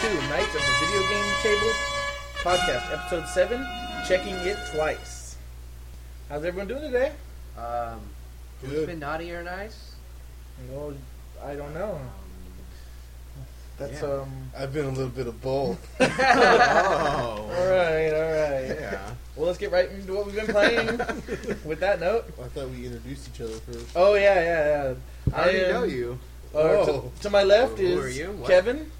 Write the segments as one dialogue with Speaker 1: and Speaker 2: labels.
Speaker 1: to Knights of the Video Game Table podcast, episode 7, Checking It Twice. How's everyone doing today?
Speaker 2: Um, who's
Speaker 3: Good.
Speaker 2: been naughty or nice?
Speaker 1: Well, I don't know. That's,
Speaker 2: Yeah.
Speaker 1: um.
Speaker 3: I've been a little bit of both.
Speaker 2: oh,
Speaker 1: Alright, alright.
Speaker 3: yeah.
Speaker 1: Well, let's get right into what we've been playing with that note.
Speaker 3: I thought we introduced each other first.
Speaker 1: Oh, yeah, yeah, yeah.
Speaker 2: I already
Speaker 1: am-
Speaker 2: know you.
Speaker 1: or to-
Speaker 3: Oh.
Speaker 1: to, my left
Speaker 2: Who
Speaker 1: is
Speaker 2: are you? What?
Speaker 1: Kevin,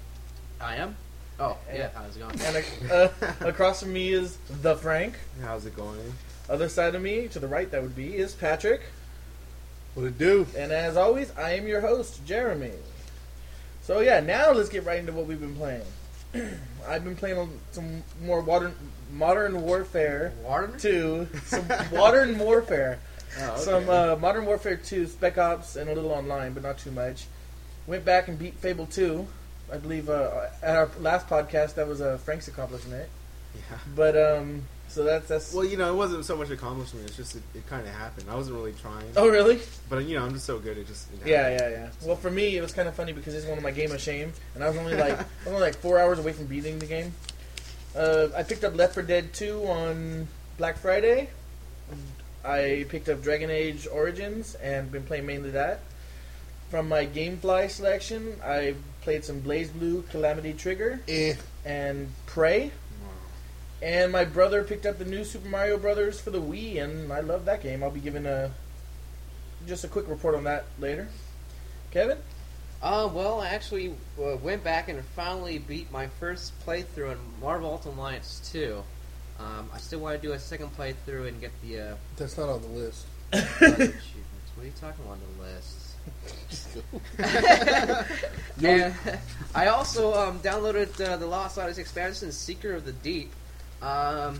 Speaker 2: I am. Oh, yeah. How's it going?
Speaker 1: and ac- uh, across from me is The Frank.
Speaker 4: How's it going?
Speaker 1: Other side of me, to the right, that would be, is Patrick.
Speaker 3: What it do?
Speaker 1: And as always, I am your host, Jeremy. So yeah, now let's get right into what we've been playing. I've been playing some more modern modern warfare
Speaker 2: Warden?
Speaker 1: two, some modern warfare,
Speaker 2: Oh, okay.
Speaker 1: some uh, modern warfare two, Spec Ops, and a little online, but not too much. Went back and beat Fable two. I believe uh, at our last podcast that was uh, Frank's accomplishment.
Speaker 4: Yeah.
Speaker 1: But um, so that's that's.
Speaker 4: Well, you know, it wasn't so much accomplishment. It's just it, it kind of happened. I wasn't really trying,
Speaker 1: oh really?
Speaker 4: but you know, I'm just so good. It just it
Speaker 1: Yeah,
Speaker 4: happened.
Speaker 1: yeah, yeah. Well, for me, it was kind of funny because it's one of my game of shame, and I was only like I was only like four hours away from beating the game. Uh, I picked up Left 4 Dead 2 on Black Friday. I picked up Dragon Age Origins and been playing mainly that. From my GameFly selection, I played some Blaze Blue, Calamity Trigger,
Speaker 3: Eh.
Speaker 1: and Prey. And my brother picked up the new Super Mario Brothers for the Wii, and I love that game. I'll be giving a just a quick report on that later. Kevin,
Speaker 2: Uh, well, I actually uh, went back and finally beat my first playthrough in Marvel Ultimate Alliance 2. Um, I still want to do a second playthrough and get the uh,
Speaker 3: That's not on the list.
Speaker 2: bug achievements. What are you talking about on the list? and I also um, downloaded uh, the Lost Odyssey expansion, Seeker of the Deep. Um,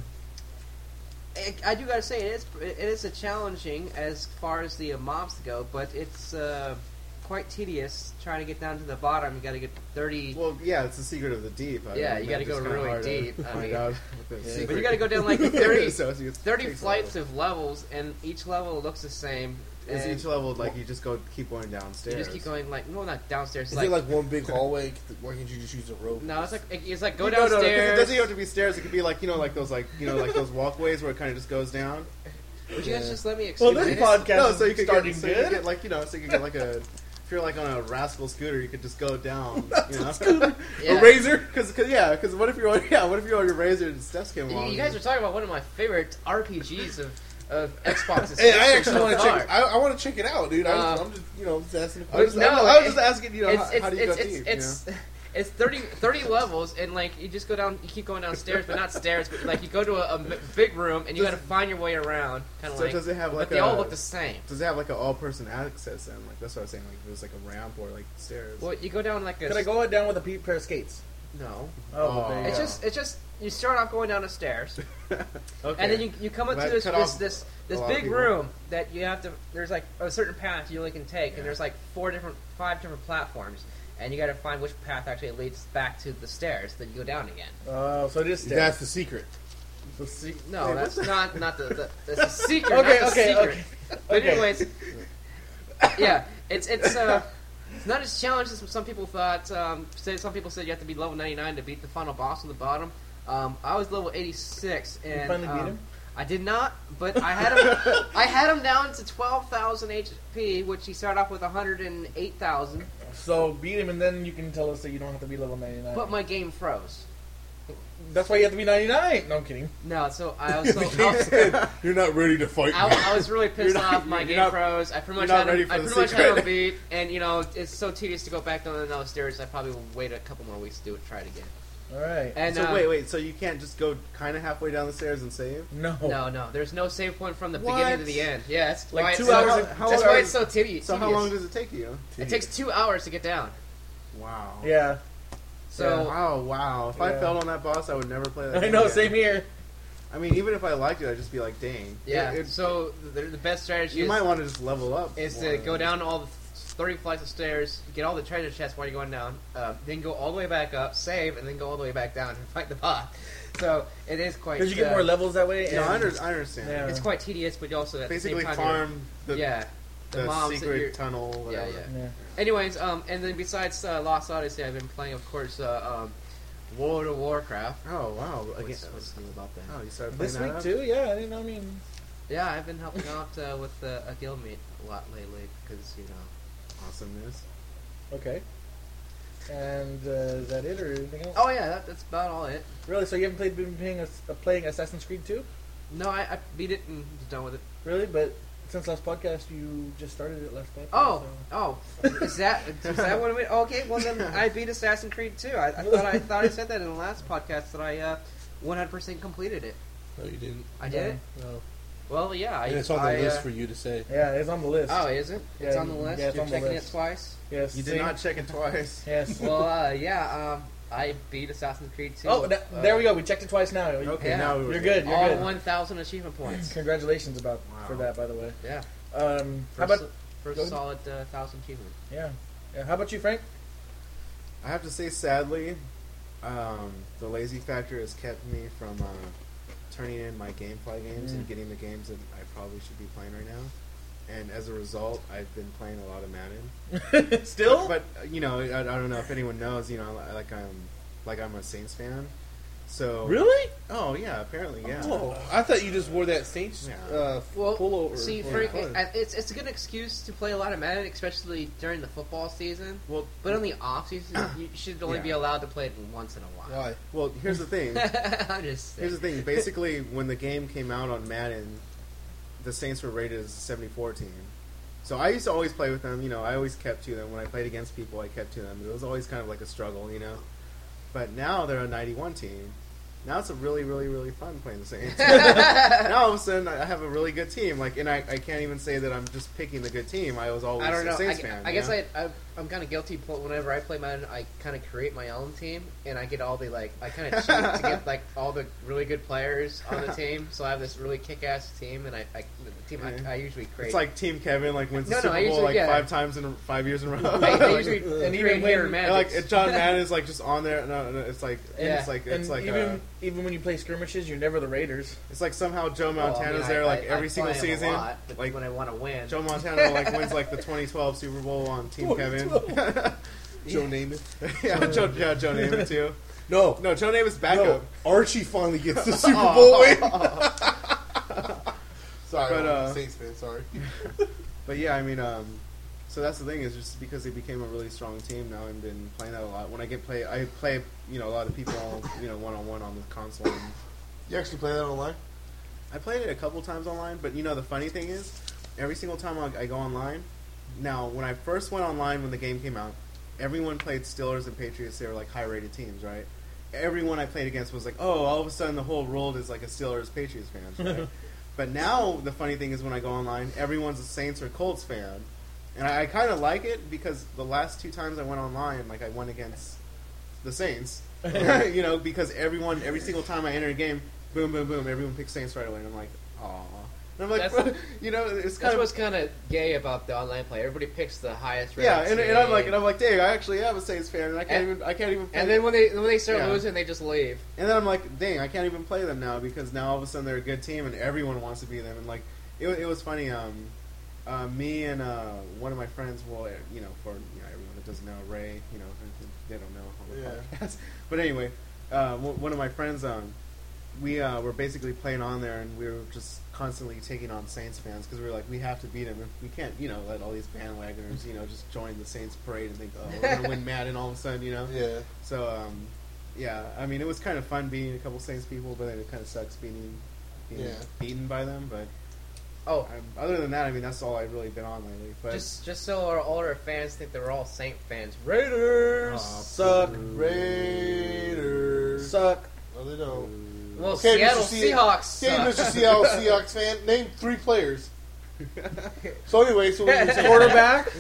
Speaker 2: I, I do gotta say, it is it is a challenging as far as the uh, mobs go, but it's uh, quite tedious trying to get down to the bottom. You gotta get thirty.
Speaker 4: Well, yeah, it's the secret of the deep. I
Speaker 2: Yeah,
Speaker 4: mean,
Speaker 2: you gotta
Speaker 4: it's
Speaker 2: go
Speaker 4: kinda
Speaker 2: really
Speaker 4: hard to
Speaker 2: deep. I
Speaker 4: find
Speaker 2: mean-
Speaker 4: out what the secret-
Speaker 2: but you gotta go down like 30,
Speaker 4: So it's- it's-
Speaker 2: 30
Speaker 4: takes a
Speaker 2: flights
Speaker 4: while.
Speaker 2: of levels, and each level looks the same.
Speaker 4: Is
Speaker 2: and
Speaker 4: each level like you just go keep going downstairs?
Speaker 2: you just keep going like no, not downstairs.
Speaker 3: Is
Speaker 2: Like,
Speaker 3: it like one big hallway? Why can't you just use a rope?
Speaker 2: no, it's like it's like go
Speaker 4: No, no, no, 'cause
Speaker 2: downstairs.
Speaker 4: it doesn't even have to be stairs. It could be like you know, like those like you know, like those walkways where it kind of just goes down.
Speaker 2: Would you guys just let me
Speaker 1: Well,
Speaker 2: explain?
Speaker 1: this
Speaker 2: this?
Speaker 1: podcast
Speaker 4: no,
Speaker 1: is
Speaker 4: so you could
Speaker 1: starting
Speaker 4: get, so you could
Speaker 1: good.
Speaker 4: get like you know, so you could get like a if you're like on a rascal scooter, you could just go down, you know,
Speaker 2: Yeah.
Speaker 4: a razor, because yeah, because what if you're on yeah, what if you're on your razor and steps came
Speaker 2: You,
Speaker 4: along?
Speaker 2: you guys are talking about one of my favorite RPGs of, of Xbox's.
Speaker 3: Hey, I actually
Speaker 2: history
Speaker 3: want to
Speaker 2: so
Speaker 3: check.
Speaker 2: far.
Speaker 3: I, I want to check it out, dude. I was,
Speaker 2: Uh,
Speaker 3: I'm just, you know, just asking.
Speaker 4: I was, just,
Speaker 2: No,
Speaker 4: I, was- I was
Speaker 2: it-
Speaker 4: just asking, you know,
Speaker 2: It's
Speaker 4: how,
Speaker 2: it's
Speaker 4: how do you
Speaker 2: it's
Speaker 4: go
Speaker 2: it's,
Speaker 4: deep?
Speaker 2: it's, it's 30, 30 levels, and like you just go down, you keep going downstairs, but not stairs, but like you go to a, a m- big room and you
Speaker 4: Does-
Speaker 2: got to find your way around, kind
Speaker 4: you know?
Speaker 2: of
Speaker 4: So
Speaker 2: like.
Speaker 4: does it have like
Speaker 2: but they
Speaker 4: a
Speaker 2: all look the same.
Speaker 4: does it have like an all person access? Then like that's what I was saying. Like if it was like a ramp or like stairs.
Speaker 2: Well, you go down like a.
Speaker 1: Can I go out down with a pe- pair of skates?
Speaker 2: No,
Speaker 1: Oh,
Speaker 4: Oh.
Speaker 1: there you
Speaker 2: it's
Speaker 1: go.
Speaker 2: just it's just you start off going down the stairs,
Speaker 4: okay.
Speaker 2: and then you you come up to
Speaker 4: That
Speaker 2: this
Speaker 4: cut
Speaker 2: this
Speaker 4: off
Speaker 2: this, this
Speaker 4: a lot of
Speaker 2: big
Speaker 4: people.
Speaker 2: room that you have to. There's like a certain path you only can take,
Speaker 4: Yeah.
Speaker 2: and there's like four different, five different platforms, and you got to find which path actually leads back to the stairs. Then you go down again.
Speaker 1: Oh, so it is stairs.
Speaker 3: That's the secret.
Speaker 1: So see-
Speaker 2: No,
Speaker 4: Wait,
Speaker 2: that's
Speaker 4: what
Speaker 2: not not the, the that's a secret.
Speaker 1: Okay,
Speaker 2: not the
Speaker 1: okay,
Speaker 2: secret.
Speaker 1: okay.
Speaker 2: But
Speaker 1: okay.
Speaker 2: anyways, yeah, it's it's uh, it's not as challenging as some people thought. Um, say some people said you have to be level 99 to beat the final boss on the bottom. Um, I was level 86, and
Speaker 1: finally beat
Speaker 2: um,
Speaker 1: him?
Speaker 2: I did not, but I had him. I had him down to 12,000 HP, which he started off with 108,000.
Speaker 1: So beat him, and then you can tell us that you don't have to be level 99.
Speaker 2: But my game froze.
Speaker 1: That's why you have to be 99. No, I'm kidding.
Speaker 2: No, so I was so. I was-
Speaker 3: You're not ready to fight. me.
Speaker 2: I, I was really pissed
Speaker 4: You're not-
Speaker 2: off. My
Speaker 4: you're
Speaker 2: game
Speaker 4: not-
Speaker 2: froze. I pretty
Speaker 4: you're
Speaker 2: much
Speaker 4: not
Speaker 2: had
Speaker 4: ready
Speaker 2: him,
Speaker 4: for
Speaker 2: I
Speaker 4: the
Speaker 2: pretty much had him
Speaker 4: secret.
Speaker 2: beat, and you know it's so tedious to go back down the stairs. I probably will wait a couple more weeks to do it, try it again.
Speaker 1: All right.
Speaker 2: And
Speaker 4: so
Speaker 2: uh,
Speaker 4: wait, wait. So you can't just go kind of halfway down the stairs and save?
Speaker 1: no.
Speaker 2: No, no, there's no save point from the
Speaker 4: What?
Speaker 2: beginning to the end. Yeah, that's
Speaker 1: Like
Speaker 2: why
Speaker 1: two
Speaker 2: it's,
Speaker 1: hours
Speaker 2: So,
Speaker 1: of-
Speaker 4: how
Speaker 2: that's
Speaker 4: long-
Speaker 2: why it's so tedious.
Speaker 4: So how
Speaker 2: tedious.
Speaker 4: long does it take you?
Speaker 2: it takes two hours to get down.
Speaker 4: Wow.
Speaker 1: Yeah.
Speaker 2: So
Speaker 4: Wow, wow. If I
Speaker 1: Yeah.
Speaker 4: failed on that boss, I would never play that.
Speaker 1: I
Speaker 4: game
Speaker 1: know.
Speaker 4: again.
Speaker 1: Same here.
Speaker 4: I mean, even if I liked it, I'd just be like, dang.
Speaker 2: yeah,
Speaker 4: It- it-
Speaker 2: so the, the best strategy
Speaker 4: you
Speaker 2: is,
Speaker 4: might want to just level up.
Speaker 2: is
Speaker 4: more.
Speaker 2: to go down all the thirty flights of stairs, get all the treasure chests while you're going down, uh, then go all the way back up, save, and then go all the way back down and fight the boss. So it is quite.
Speaker 1: Because you get
Speaker 2: uh,
Speaker 1: more levels that way.
Speaker 4: No, I,
Speaker 1: and-
Speaker 4: under- I understand.
Speaker 1: Yeah.
Speaker 2: It's quite tedious, but you also at
Speaker 4: Basically,
Speaker 2: the same time,
Speaker 4: farm
Speaker 2: you're-
Speaker 4: the,
Speaker 2: yeah, the,
Speaker 4: the,
Speaker 2: mobs that you're-
Speaker 4: secret tunnel. Whatever.
Speaker 2: yeah.
Speaker 1: Yeah.
Speaker 2: Anyways, um, and then besides uh, Lost Odyssey, I've been playing, of course, uh, um, World of Warcraft.
Speaker 4: Oh wow! Again,
Speaker 2: What's, what's new about that?
Speaker 4: oh, you started playing
Speaker 1: This
Speaker 4: that
Speaker 1: week
Speaker 4: up?
Speaker 1: too, yeah. I didn't. I mean,
Speaker 2: Yeah, I've been helping out uh, with uh, a guildmate a lot lately because you know.
Speaker 4: Awesome news.
Speaker 1: okay. And uh, is that it, or anything else?
Speaker 2: Oh yeah, that, that's about all it.
Speaker 1: Really? So you haven't played been playing, Ass- uh, playing Assassin's Creed 2?
Speaker 2: No, I, I beat it and was done with it.
Speaker 1: Really? But since last podcast, you just started it last podcast.
Speaker 2: Oh,
Speaker 1: so-
Speaker 2: oh, is that is that what I mean? Okay, well then I beat Assassin's Creed 2. I, I thought I thought I said that in the last podcast that I uh, 100% completed it.
Speaker 3: No, you didn't.
Speaker 2: I did it.
Speaker 3: No.
Speaker 2: Well, yeah, I.
Speaker 3: and it's on the
Speaker 2: I,
Speaker 3: list
Speaker 2: uh,
Speaker 3: for you to say.
Speaker 1: yeah, it's on the list.
Speaker 2: Oh, is it? It's
Speaker 1: Yeah,
Speaker 2: on the list.
Speaker 1: yeah, it's
Speaker 2: You're
Speaker 1: on the
Speaker 2: checking
Speaker 1: list.
Speaker 2: it twice.
Speaker 1: yes.
Speaker 4: You
Speaker 1: see?
Speaker 4: did not check it twice.
Speaker 1: Yes.
Speaker 2: Well, uh, yeah, um, I beat Assassin's Creed 2.
Speaker 1: oh, th-
Speaker 2: uh,
Speaker 1: there we go. We checked it twice now.
Speaker 4: Okay,
Speaker 2: Yeah.
Speaker 4: now we were
Speaker 1: You're good. You're
Speaker 2: all
Speaker 1: good.
Speaker 2: 1,000 achievement points.
Speaker 1: Congratulations about for
Speaker 4: Wow.
Speaker 1: that, by the way.
Speaker 2: yeah.
Speaker 1: Um,
Speaker 2: First,
Speaker 1: how about
Speaker 2: first
Speaker 1: go ahead.
Speaker 2: solid uh, 1,000 achievement.
Speaker 1: yeah. yeah? How about you, Frank?
Speaker 4: I have to say, sadly, um, the lazy factor has kept me from uh, turning in my gameplay games and
Speaker 1: Mm.
Speaker 4: getting the games that I probably should be playing right now. And as a result, I've been playing a lot of Madden.
Speaker 1: Still?
Speaker 4: But uh, you know, I, I don't know if anyone knows. You know, I- like I'm, like I'm a Saints fan. So
Speaker 1: really?
Speaker 4: Oh yeah, apparently yeah.
Speaker 3: Oh, I thought you just wore that Saints
Speaker 4: Yeah.
Speaker 3: uh,
Speaker 2: Well,
Speaker 3: pullover.
Speaker 2: see,
Speaker 3: for
Speaker 2: Frank,
Speaker 3: fun.
Speaker 2: I- it's, it's a good excuse to play a lot of Madden, especially during the football season.
Speaker 4: Well,
Speaker 2: But on the off season, you should only
Speaker 4: Yeah.
Speaker 2: be allowed to play it once in a while.
Speaker 3: Why?
Speaker 4: well, here's the thing.
Speaker 2: I'm just
Speaker 4: Here's the
Speaker 2: saying.
Speaker 4: thing. Basically, when the game came out on Madden, the Saints were rated as a 74 team. So I used to always play with them. You know, I always kept to them. When I played against people, I kept to them. It was always kind of like a struggle, you know. But now they're a 91 team. Now it's a really, really, really fun playing the Saints. now all of a sudden, I have a really good team. Like, and I, I can't even say that I'm just picking the good team. I was always
Speaker 2: I don't know.
Speaker 4: a
Speaker 2: I,
Speaker 4: Saints fan.
Speaker 2: I
Speaker 4: you
Speaker 2: guess
Speaker 4: know?
Speaker 2: I, I, I'm kind of guilty pl- whenever I play Madden. I kind of create my own team, and I get all the like. I kind of cheat to get like all the really good players on the team. So I have this really kick-ass team, and I, I the team
Speaker 4: Yeah.
Speaker 2: I, I usually create.
Speaker 4: It's like Team Kevin like wins the
Speaker 2: No, no,
Speaker 4: Super
Speaker 2: I
Speaker 4: Bowl
Speaker 2: usually-
Speaker 4: like
Speaker 2: yeah.
Speaker 4: five times in five years in a row.
Speaker 2: I, I usually
Speaker 1: And even when-
Speaker 2: create hair
Speaker 4: And, like
Speaker 2: magics.
Speaker 4: and John Madden is like just on there. No, no, it's like
Speaker 2: Yeah.
Speaker 4: it's like
Speaker 1: And
Speaker 4: it's like
Speaker 1: even
Speaker 4: uh,
Speaker 1: even when you play skirmishes, you're never the Raiders.
Speaker 4: it's like somehow Joe
Speaker 2: Well, I
Speaker 4: Montana's
Speaker 2: mean, I-
Speaker 4: there like
Speaker 2: I- I
Speaker 4: every single
Speaker 2: play 'em a
Speaker 4: season.
Speaker 2: lot, but
Speaker 4: like
Speaker 2: when I want to win,
Speaker 4: Joe Montana like wins like the 2012 Super Bowl on Team Kevin.
Speaker 3: 2012. Joe Namath.
Speaker 4: yeah, Joe, yeah, Joe Namath too.
Speaker 3: No,
Speaker 4: No, Joe Namath's
Speaker 3: no.
Speaker 4: backup. Oh.
Speaker 3: Archie finally gets the Super
Speaker 2: Oh.
Speaker 4: Aw.
Speaker 3: Bowl win. sorry,
Speaker 4: But,
Speaker 3: I'm
Speaker 4: uh,
Speaker 3: Saints fan. Sorry.
Speaker 4: But yeah, I mean, um, so that's the thing is just because they became a really strong team now, I've been playing that a lot. When I get play, I play you know a lot of people you know one on one on the console. And,
Speaker 3: You actually play that online?
Speaker 4: I played it a couple times online, but you know the funny thing is, every single time I, I go online, now when I first went online when the game came out, everyone played Steelers and Patriots. They were like high rated teams, right? Everyone I played against was like, oh, all of a sudden the whole world is like a Steelers Patriots fan. Right? but now the funny thing is when I go online, everyone's a Saints or Colts fan, and I, I kind of like it because the last two times I went online, like I went against the Saints. you know, because everyone, every single time I enter a game, boom, boom, boom, everyone picks Saints right away, and I'm like, aw. And I'm like,
Speaker 2: That's-
Speaker 4: you know, it's kind
Speaker 2: That's
Speaker 4: of
Speaker 2: what's kind of gay about the online play. Everybody picks the highest.
Speaker 4: yeah,
Speaker 2: rated
Speaker 4: and, and I'm
Speaker 2: team.
Speaker 4: like, and I'm like, dang, I actually am a Saints fan, and I can't
Speaker 2: And-
Speaker 4: even, I can't even. Play
Speaker 2: And then when they when they start
Speaker 4: Yeah.
Speaker 2: losing, they just leave.
Speaker 4: and then I'm like, dang, I can't even play them now because now all of a sudden they're a good team, and everyone wants to be them. And like, it, wa- it was funny. Um, uh, me and uh, one of my friends, well, eh, you know, for you know, everyone that doesn't know, Ray, you know, they don't know on the
Speaker 3: Yeah.
Speaker 4: podcast. But anyway, uh, w- one of my friends, um, we uh, were basically playing on there, and we were just constantly taking on Saints fans because we were like, we have to beat them. We can't, you know, let all these bandwagoners, you know, just join the Saints parade and think, oh, we're gonna win Madden all of a sudden, you know.
Speaker 3: Yeah.
Speaker 4: So, um, yeah, I mean, it was kind of fun beating a couple Saints people, but then it kind of sucks being, being
Speaker 3: Yeah.
Speaker 4: beaten by them. But
Speaker 2: Oh,
Speaker 4: um, other than that, I mean, that's all I've really been on lately. But
Speaker 2: just just so our, all our fans think that we're all Saint fans. Raiders.
Speaker 4: Aw,
Speaker 1: Suck.
Speaker 4: boo.
Speaker 3: Raiders.
Speaker 1: Suck.
Speaker 3: No, they don't.
Speaker 2: well,
Speaker 3: Okay, Mr.
Speaker 2: Seattle
Speaker 3: Se-
Speaker 2: Seahawks.
Speaker 3: Hey,
Speaker 2: suck.
Speaker 3: Mr. Seattle Seahawks fan, name three players. So anyway, so what you saying?
Speaker 1: Quarterback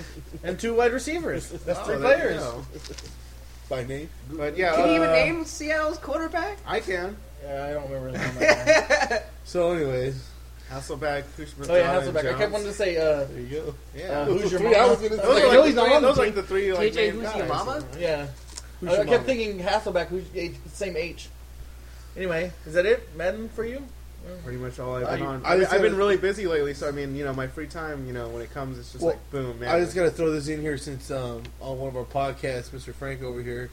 Speaker 1: and two wide receivers. That's
Speaker 4: Oh,
Speaker 1: three
Speaker 4: there you
Speaker 1: players.
Speaker 4: go.
Speaker 3: by name.
Speaker 4: But yeah,
Speaker 2: Can you even
Speaker 4: uh,
Speaker 2: name Seattle's quarterback?
Speaker 4: I can.
Speaker 1: Yeah, I don't remember his name. right
Speaker 3: So anyways,
Speaker 4: Hasselback, Kushman,
Speaker 1: now. oh yeah, Hasselbeck. I kept wanting to say. Uh,
Speaker 3: there you go.
Speaker 4: Yeah.
Speaker 1: uh,
Speaker 3: Those
Speaker 1: who's
Speaker 3: are
Speaker 1: your
Speaker 3: three I
Speaker 1: mama?
Speaker 3: was gonna
Speaker 1: I
Speaker 4: those
Speaker 1: was
Speaker 4: are
Speaker 1: like,
Speaker 4: like,
Speaker 1: no, he's
Speaker 4: the
Speaker 1: not
Speaker 4: three,
Speaker 1: on
Speaker 4: those
Speaker 1: the
Speaker 4: are like the three like
Speaker 2: JJ,
Speaker 4: main
Speaker 2: who's
Speaker 4: guys.
Speaker 2: your mama?
Speaker 1: Yeah.
Speaker 3: Who's your
Speaker 1: I, I
Speaker 3: mama?
Speaker 1: kept thinking Hasselbeck, who's it's the same H. Anyway, is that it, Madden, for you?
Speaker 4: Pretty much all I've been
Speaker 3: I-
Speaker 4: on.
Speaker 3: I
Speaker 4: I,
Speaker 3: just
Speaker 4: have been
Speaker 3: gotta-
Speaker 4: really busy lately, so I mean, you know, my free time, you know, when it comes, it's just
Speaker 3: Well,
Speaker 4: like boom, man.
Speaker 3: I just got to throw this in here since um, on one of our podcasts, Mr. Frank over here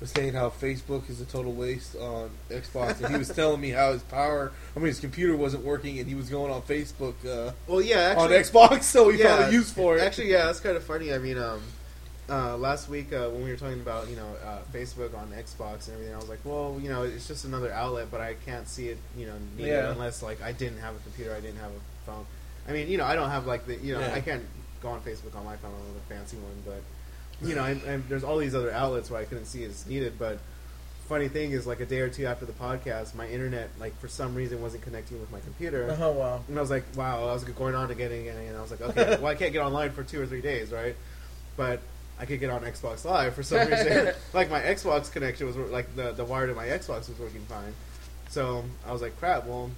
Speaker 5: was saying how Facebook is a total waste on Xbox, and he was telling me how his power, I mean, his computer wasn't working, and he was going on Facebook uh,
Speaker 1: Oh,
Speaker 4: Well, yeah, actually,
Speaker 5: on Xbox, so he
Speaker 4: yeah,
Speaker 5: found a use for it.
Speaker 4: Actually, yeah, that's kind of funny. I mean, um, uh, last week uh, when we were talking about you know uh, Facebook on Xbox and everything, I was like, well, you know, it's just another outlet, but I can't see it, you know, needed
Speaker 1: Yeah.
Speaker 4: unless like I didn't have a computer, I didn't have a phone. I mean, you know, I don't have like the you know,
Speaker 5: Yeah.
Speaker 4: I can't go on Facebook on my phone, I have a fancy one, but you know, and, and there's all these other outlets where I couldn't see it as needed, but. Funny thing is, like a day or two after the podcast, my internet, like for some reason, wasn't connecting with my computer.
Speaker 1: Oh wow.
Speaker 4: And I was like, wow, I was going on again and again. And I was like, okay, well, I can't get online for two or three days, right? But I could get on Xbox Live for some reason. like, my Xbox connection was, wor- like, the, the wire to my Xbox was working fine. So I was like, crap, well,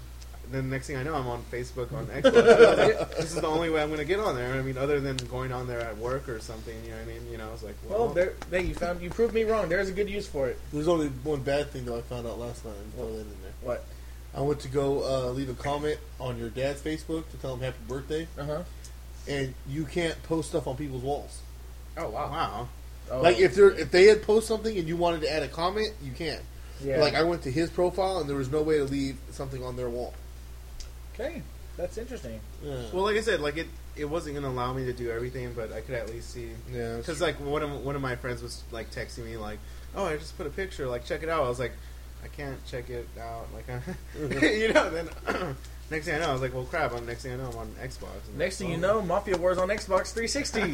Speaker 4: then the next thing I know, I'm on Facebook on Xbox. And I was like, this is the only way I'm going to get on there. I mean, other than going on there at work or something, you know what I mean? You know, I was like, well,
Speaker 1: Well, there, there you found you proved me wrong. There's a good use for it.
Speaker 6: There's only one bad thing though I found out last night. and throw that in there.
Speaker 1: What?
Speaker 6: I went to go uh, leave a comment on your dad's Facebook to tell him happy birthday,
Speaker 1: Uh huh.
Speaker 6: and you can't post stuff on people's walls.
Speaker 4: oh, wow. Wow.
Speaker 1: Oh,
Speaker 6: Like if they're if they had posted something and you wanted to add a comment, you can't.
Speaker 1: yeah.
Speaker 6: Like I went to his profile and there was no way to leave something on their wall.
Speaker 1: okay, that's interesting.
Speaker 6: Yeah.
Speaker 4: Well, like I said, like, it, it wasn't going to allow me to do everything, but I could at least see
Speaker 6: yeah. it's-
Speaker 4: Because like one of one of my friends was like texting me like, "Oh, I just put a picture. Like, check it out." I was like, "I can't check it out." Like,
Speaker 1: Mm-hmm.
Speaker 4: I, you know. Then next thing I know, I was like, "Well, crap!" I'm next thing I know, I'm on Xbox. and
Speaker 1: Next thing you
Speaker 4: oh.
Speaker 1: know, Mafia Wars on Xbox 360.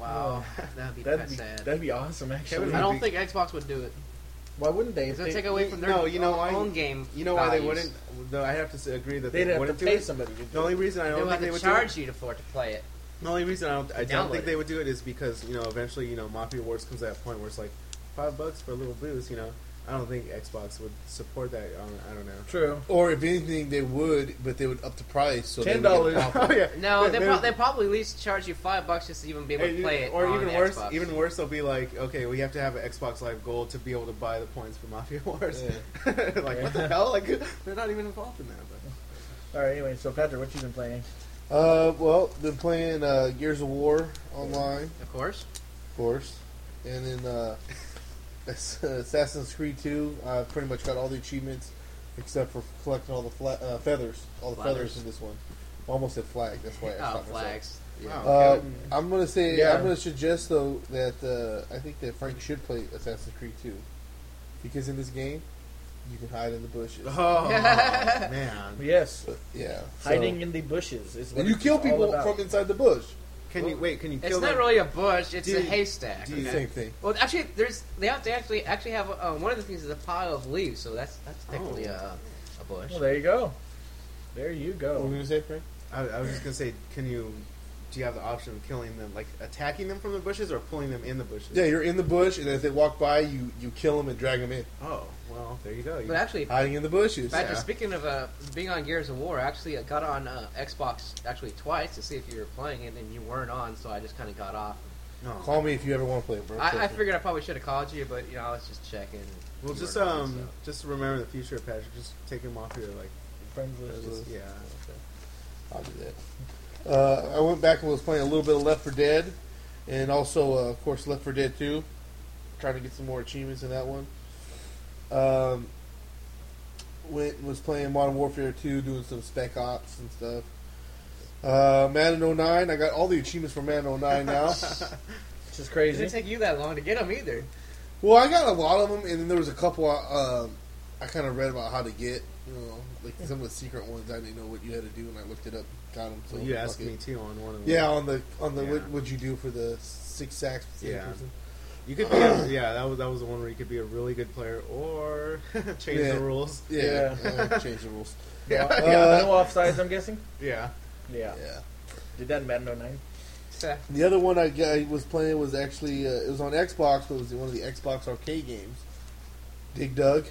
Speaker 2: Wow, Oh, that'd be
Speaker 1: that'd
Speaker 2: kinda
Speaker 1: be
Speaker 2: sad.
Speaker 1: that'd be awesome. Actually,
Speaker 4: Kevin,
Speaker 2: I don't think Xbox would do it.
Speaker 1: why wouldn't they? If
Speaker 2: It's gonna
Speaker 1: they,
Speaker 2: take away from their
Speaker 4: No, you know why?
Speaker 2: own game.
Speaker 4: you know why they
Speaker 2: values.
Speaker 4: wouldn't? Though I have to s- agree that
Speaker 1: they'd
Speaker 4: they
Speaker 1: have to
Speaker 4: wouldn't
Speaker 1: pay
Speaker 4: do it.
Speaker 1: somebody. To do
Speaker 4: The only reason I
Speaker 2: They
Speaker 4: don't
Speaker 2: would
Speaker 4: think
Speaker 2: have
Speaker 4: they
Speaker 2: to
Speaker 4: would
Speaker 2: charge
Speaker 4: do
Speaker 2: you to for to play it.
Speaker 4: it. The only reason I don't I don't
Speaker 2: Download
Speaker 4: think they
Speaker 2: it.
Speaker 4: would do it is because you know eventually you know Mafia Wars comes to that point where it's like five bucks for a little boost. You know, I don't think Xbox would support that. I don't, I don't know.
Speaker 1: it. True.
Speaker 5: uh,
Speaker 6: Or if anything, they would, but they would up the price. So they would get
Speaker 1: $10.
Speaker 6: profit.
Speaker 4: Oh, yeah.
Speaker 2: No, they,
Speaker 4: Maybe-
Speaker 2: pro- they probably at least charge you five bucks just to even be able to
Speaker 4: Hey,
Speaker 2: play it.
Speaker 4: or
Speaker 2: on
Speaker 4: even
Speaker 2: the
Speaker 4: worse,
Speaker 2: Xbox.
Speaker 4: even worse, they'll be like, okay, we have to have an Xbox Live Gold to be able to buy the points for Mafia Wars. like what the hell? Like they're not even involved in that. But.
Speaker 1: All right. Anyway, so Patrick, what you been playing?
Speaker 6: Uh, well, been playing uh, Gears of War online,
Speaker 2: of course.
Speaker 6: of course, and then uh, Assassin's Creed Two. I pretty much got all the achievements except for collecting all the fla- uh, feathers, all the feathers
Speaker 2: Flathers.
Speaker 6: in this one. Almost said flag. That's why I
Speaker 2: Oh,
Speaker 6: stopped myself.
Speaker 2: flags.
Speaker 4: Wow.
Speaker 6: Uh, I'm gonna say
Speaker 1: Yeah.
Speaker 6: I'm gonna suggest though that uh, I think that Frank should play Assassin's Creed 2 because in this game you can hide in the bushes.
Speaker 4: oh man,
Speaker 1: Yes,
Speaker 6: But, yeah, so-
Speaker 1: hiding in the bushes is what
Speaker 6: and you
Speaker 1: it's
Speaker 6: kill
Speaker 1: all
Speaker 6: people
Speaker 1: about.
Speaker 6: from inside the bush.
Speaker 4: can you wait? Can you
Speaker 2: It's
Speaker 4: kill
Speaker 2: not
Speaker 4: them?
Speaker 2: really a bush; it's a
Speaker 4: Dude,
Speaker 2: haystack.
Speaker 4: dude.
Speaker 2: okay?
Speaker 6: Same thing.
Speaker 2: Well, actually, there's they have to actually actually have uh, one of the things is a pile of leaves, so that's that's technically
Speaker 4: Oh.
Speaker 2: uh, a bush.
Speaker 1: Well, there you go. There you
Speaker 6: What were
Speaker 1: go.
Speaker 6: you gonna say, Frank?
Speaker 4: I, I was just gonna say, can you? Do you have the option of killing them, like attacking them from the bushes, or pulling them in the bushes?
Speaker 6: Yeah, you're in the bush, and as they walk by, you you kill them and drag them in,
Speaker 4: Oh well, there you go. You-
Speaker 2: But actually,
Speaker 6: hiding in the bushes.
Speaker 2: Patrick,
Speaker 4: yeah.
Speaker 2: speaking of uh, being on Gears of War, I actually uh, got on uh, Xbox actually twice to see if you were playing it, and you weren't on, so I just kind of got off.
Speaker 4: no.
Speaker 6: Call me if you ever want to play, it, bro.
Speaker 2: I, I figured I probably should have called you, but you know I was just checking.
Speaker 4: Well,
Speaker 2: You
Speaker 4: just
Speaker 2: weren't on,
Speaker 4: um,
Speaker 2: so.
Speaker 4: just remember in the future, Patrick. Just take them off your like.
Speaker 1: Friends list.
Speaker 4: Just, yeah.
Speaker 6: I'll do that. Uh, I went back and was playing a little bit of Left for Dead, and also, uh, of course, Left for Dead 2. Trying to get some more achievements in that one. Um, went and was playing Modern Warfare 2, doing some Spec Ops and stuff. Uh, Madden 09, I got all the achievements for Madden 09 now.
Speaker 1: Which is
Speaker 2: It didn't
Speaker 1: crazy.
Speaker 2: take you that long to get them either.
Speaker 6: well, I got a lot of them, and then there was a couple uh, um, I kind of read about how to get. You know, like some of the secret ones, I didn't know what you had to do, and I looked it up, got them. So
Speaker 4: Well, you
Speaker 6: fuck
Speaker 4: asked
Speaker 6: it.
Speaker 4: me too on one of them.
Speaker 6: Yeah, on the on the
Speaker 4: Yeah.
Speaker 6: what would you do for the six sacks? for the
Speaker 4: Yeah.
Speaker 6: person?
Speaker 4: You could be a, yeah, that was that was the one where you could be a really good player or change
Speaker 6: Yeah.
Speaker 4: the rules.
Speaker 6: yeah. uh, change the rules.
Speaker 1: Yeah.
Speaker 6: Uh,
Speaker 1: no offsides, I'm guessing.
Speaker 4: Yeah.
Speaker 1: Yeah.
Speaker 6: Yeah.
Speaker 1: Did that in Madden 09.
Speaker 2: Oh,
Speaker 6: The other one I, g- I was playing was actually uh, it was on Xbox, but it was one of the Xbox arcade games. Dig Dug.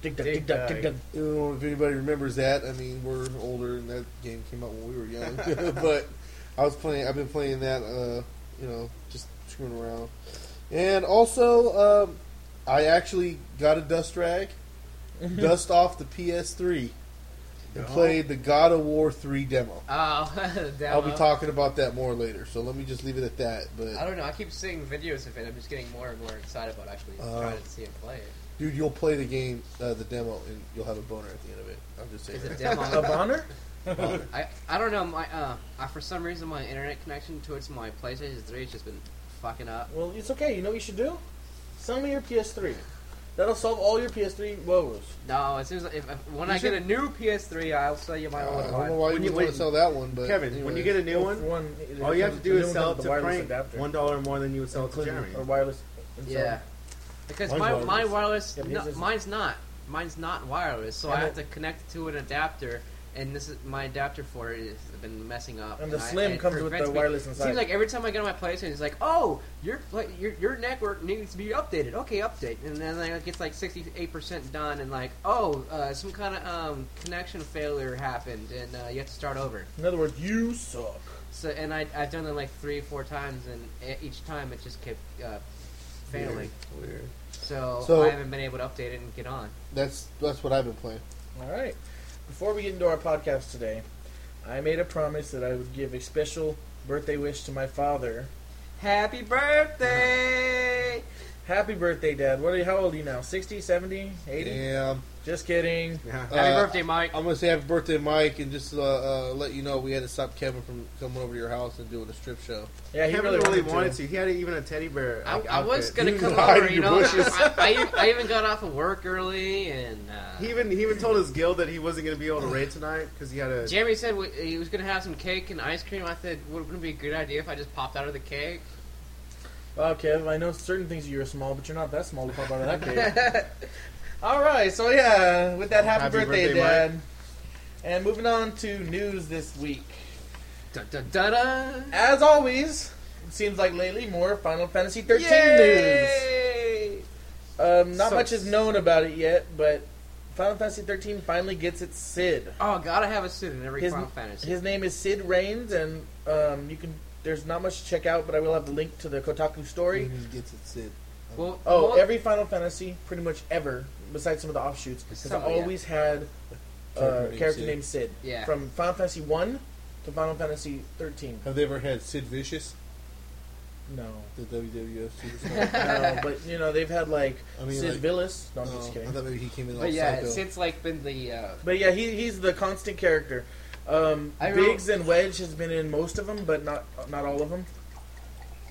Speaker 1: Dig dug, dig dug, dig dug.
Speaker 6: I don't know if anybody remembers that. I mean, we're older, and that game came out when we were young. but I was playing. I've been playing that. Uh, you know, just screwing around. And also, um, I actually got a dust rag, dust off the PS3.
Speaker 3: and played the God of War 3 demo.
Speaker 2: Oh, demo.
Speaker 3: I'll be talking about that more later, so let me just leave it at that.
Speaker 2: I
Speaker 3: But
Speaker 2: don't know. I keep seeing videos of it. I'm just getting more and more excited about actually
Speaker 3: Uh,
Speaker 2: trying to see it play. it.
Speaker 3: dude, you'll play the game, uh, the demo, and you'll have a boner at the end of it. I'm just saying.
Speaker 2: Is
Speaker 3: that.
Speaker 2: it demo?
Speaker 1: A Bonner?
Speaker 2: I, I don't know. My uh, I, for some reason my internet connection towards my PlayStation 3 has just been fucking up.
Speaker 1: Well, it's okay. You know what you should do? Sell me your PS3. That'll solve all your PS3 woes.
Speaker 2: No, as soon as if, if- when
Speaker 1: You
Speaker 2: I get
Speaker 1: should-
Speaker 2: a new PS3 I'll sell you my
Speaker 3: Uh,
Speaker 2: old
Speaker 3: I don't know
Speaker 2: one.
Speaker 3: why
Speaker 4: When
Speaker 3: you
Speaker 4: you-
Speaker 3: want
Speaker 4: when-
Speaker 3: to sell that one, but
Speaker 4: Kevin, when
Speaker 3: anyway.
Speaker 4: you get a new one,
Speaker 1: one it
Speaker 4: all you have to
Speaker 1: comes-
Speaker 4: do
Speaker 1: the
Speaker 4: is
Speaker 1: new
Speaker 4: sell
Speaker 1: one
Speaker 4: it
Speaker 1: comes
Speaker 4: to
Speaker 1: with the wireless
Speaker 4: Frank
Speaker 1: adapter.
Speaker 4: one dollar more than you would sell it to
Speaker 1: Including-
Speaker 4: Jeremy.
Speaker 1: Or wireless. and so-
Speaker 2: Yeah, because
Speaker 3: Mine's
Speaker 2: my
Speaker 3: wireless.
Speaker 2: my wireless
Speaker 1: Yeah, but
Speaker 2: no,
Speaker 1: his isn't.
Speaker 2: mine's not mine's not wireless, so
Speaker 1: And
Speaker 2: I have
Speaker 1: it-
Speaker 2: to connect it to an adapter. And this is my adapter for it has been messing up.
Speaker 1: And the
Speaker 2: I-
Speaker 1: Slim
Speaker 2: it
Speaker 1: comes with
Speaker 2: prevents
Speaker 1: the
Speaker 2: me-
Speaker 1: wireless
Speaker 2: it
Speaker 1: inside.
Speaker 2: Seems like every time I get on my PlayStation, it's like, "Oh, your pla- your your network needs to be updated." Okay, update, and then like, it gets like sixty eight percent done, and like, "Oh, uh, some kind of um, connection failure happened, and uh, you have to start over."
Speaker 1: In other words, you suck.
Speaker 2: So, and I I've done it like three four times, and e- each time it just kept uh, failing.
Speaker 6: Weird.
Speaker 2: So,
Speaker 3: So-
Speaker 2: I haven't been able to update it and get on.
Speaker 3: that's that's what I've been playing.
Speaker 1: All right. Before we get into our podcast today, I made a promise that I would give a special birthday wish to my father.
Speaker 2: Happy birthday!
Speaker 1: Happy birthday, Dad. What are you, how old are you now? 60, 70, 80?
Speaker 3: Damn.
Speaker 1: Just kidding.
Speaker 4: Yeah.
Speaker 2: Happy
Speaker 3: Uh,
Speaker 2: birthday, Mike.
Speaker 3: I'm gonna say happy birthday, Mike, and just uh, uh, let you know we had to stop Kevin from coming over to your house and doing a strip show.
Speaker 1: Yeah, he
Speaker 4: Kevin
Speaker 1: really, wanted to.
Speaker 4: He had even a teddy bear.
Speaker 2: I,
Speaker 4: like,
Speaker 2: I was
Speaker 4: outfit.
Speaker 2: gonna
Speaker 3: You
Speaker 2: come
Speaker 3: hide
Speaker 2: over,
Speaker 3: in
Speaker 2: you
Speaker 3: your
Speaker 2: know.
Speaker 3: bushes.
Speaker 2: I, I, I even got off of work early, and uh,
Speaker 4: He even he even told his guild that he wasn't going to be able to raid tonight because he had a.
Speaker 2: Jeremy said we, he was gonna have some cake and ice cream. I said, wouldn't it be a good idea if I just popped out of the cake?
Speaker 1: Wow, Kev, I know certain things you're small, but you're not that small to pop out of that cake. All right, so yeah, with that, happy,
Speaker 4: Happy
Speaker 1: birthday,
Speaker 4: birthday,
Speaker 1: Dad. And moving on to news this week.
Speaker 2: Da da da da.
Speaker 1: As always, it seems like lately more Final Fantasy 13 news.
Speaker 2: Yay!
Speaker 1: Um, not
Speaker 2: So-
Speaker 1: much is known about it yet, but Final Fantasy 13 finally gets its Sid.
Speaker 2: Oh, gotta have a suit in every
Speaker 1: His-
Speaker 2: Final Fantasy.
Speaker 1: His name is Sid Reigns, and um, you can. There's not much to check out, but I will have the link to the Kotaku story.
Speaker 3: He gets it, Sid.
Speaker 2: well,
Speaker 1: Oh,
Speaker 2: well,
Speaker 1: every Final Fantasy, pretty much ever, besides some of the offshoots, has
Speaker 2: Some, yeah.
Speaker 1: always had a
Speaker 3: Character
Speaker 1: uh,
Speaker 3: named
Speaker 1: character
Speaker 3: Sid.
Speaker 1: named Sid.
Speaker 2: Yeah.
Speaker 1: From Final Fantasy 1 to Final Fantasy 13.
Speaker 3: Have they ever had Sid Vicious,
Speaker 1: No.
Speaker 3: the WWF superstar?
Speaker 1: no, but, you know, they've had, like,
Speaker 3: I mean,
Speaker 1: Sid
Speaker 3: like-
Speaker 1: Villas. No, I'm
Speaker 3: Oh,
Speaker 1: just
Speaker 3: I
Speaker 1: kidding.
Speaker 3: thought maybe he came in like
Speaker 2: but yeah,
Speaker 3: psycho.
Speaker 2: since like been the uh,
Speaker 1: But yeah, he, he's the constant character. Um,
Speaker 2: I remember-
Speaker 1: Biggs and Wedge has been in most of them, but not not all of them.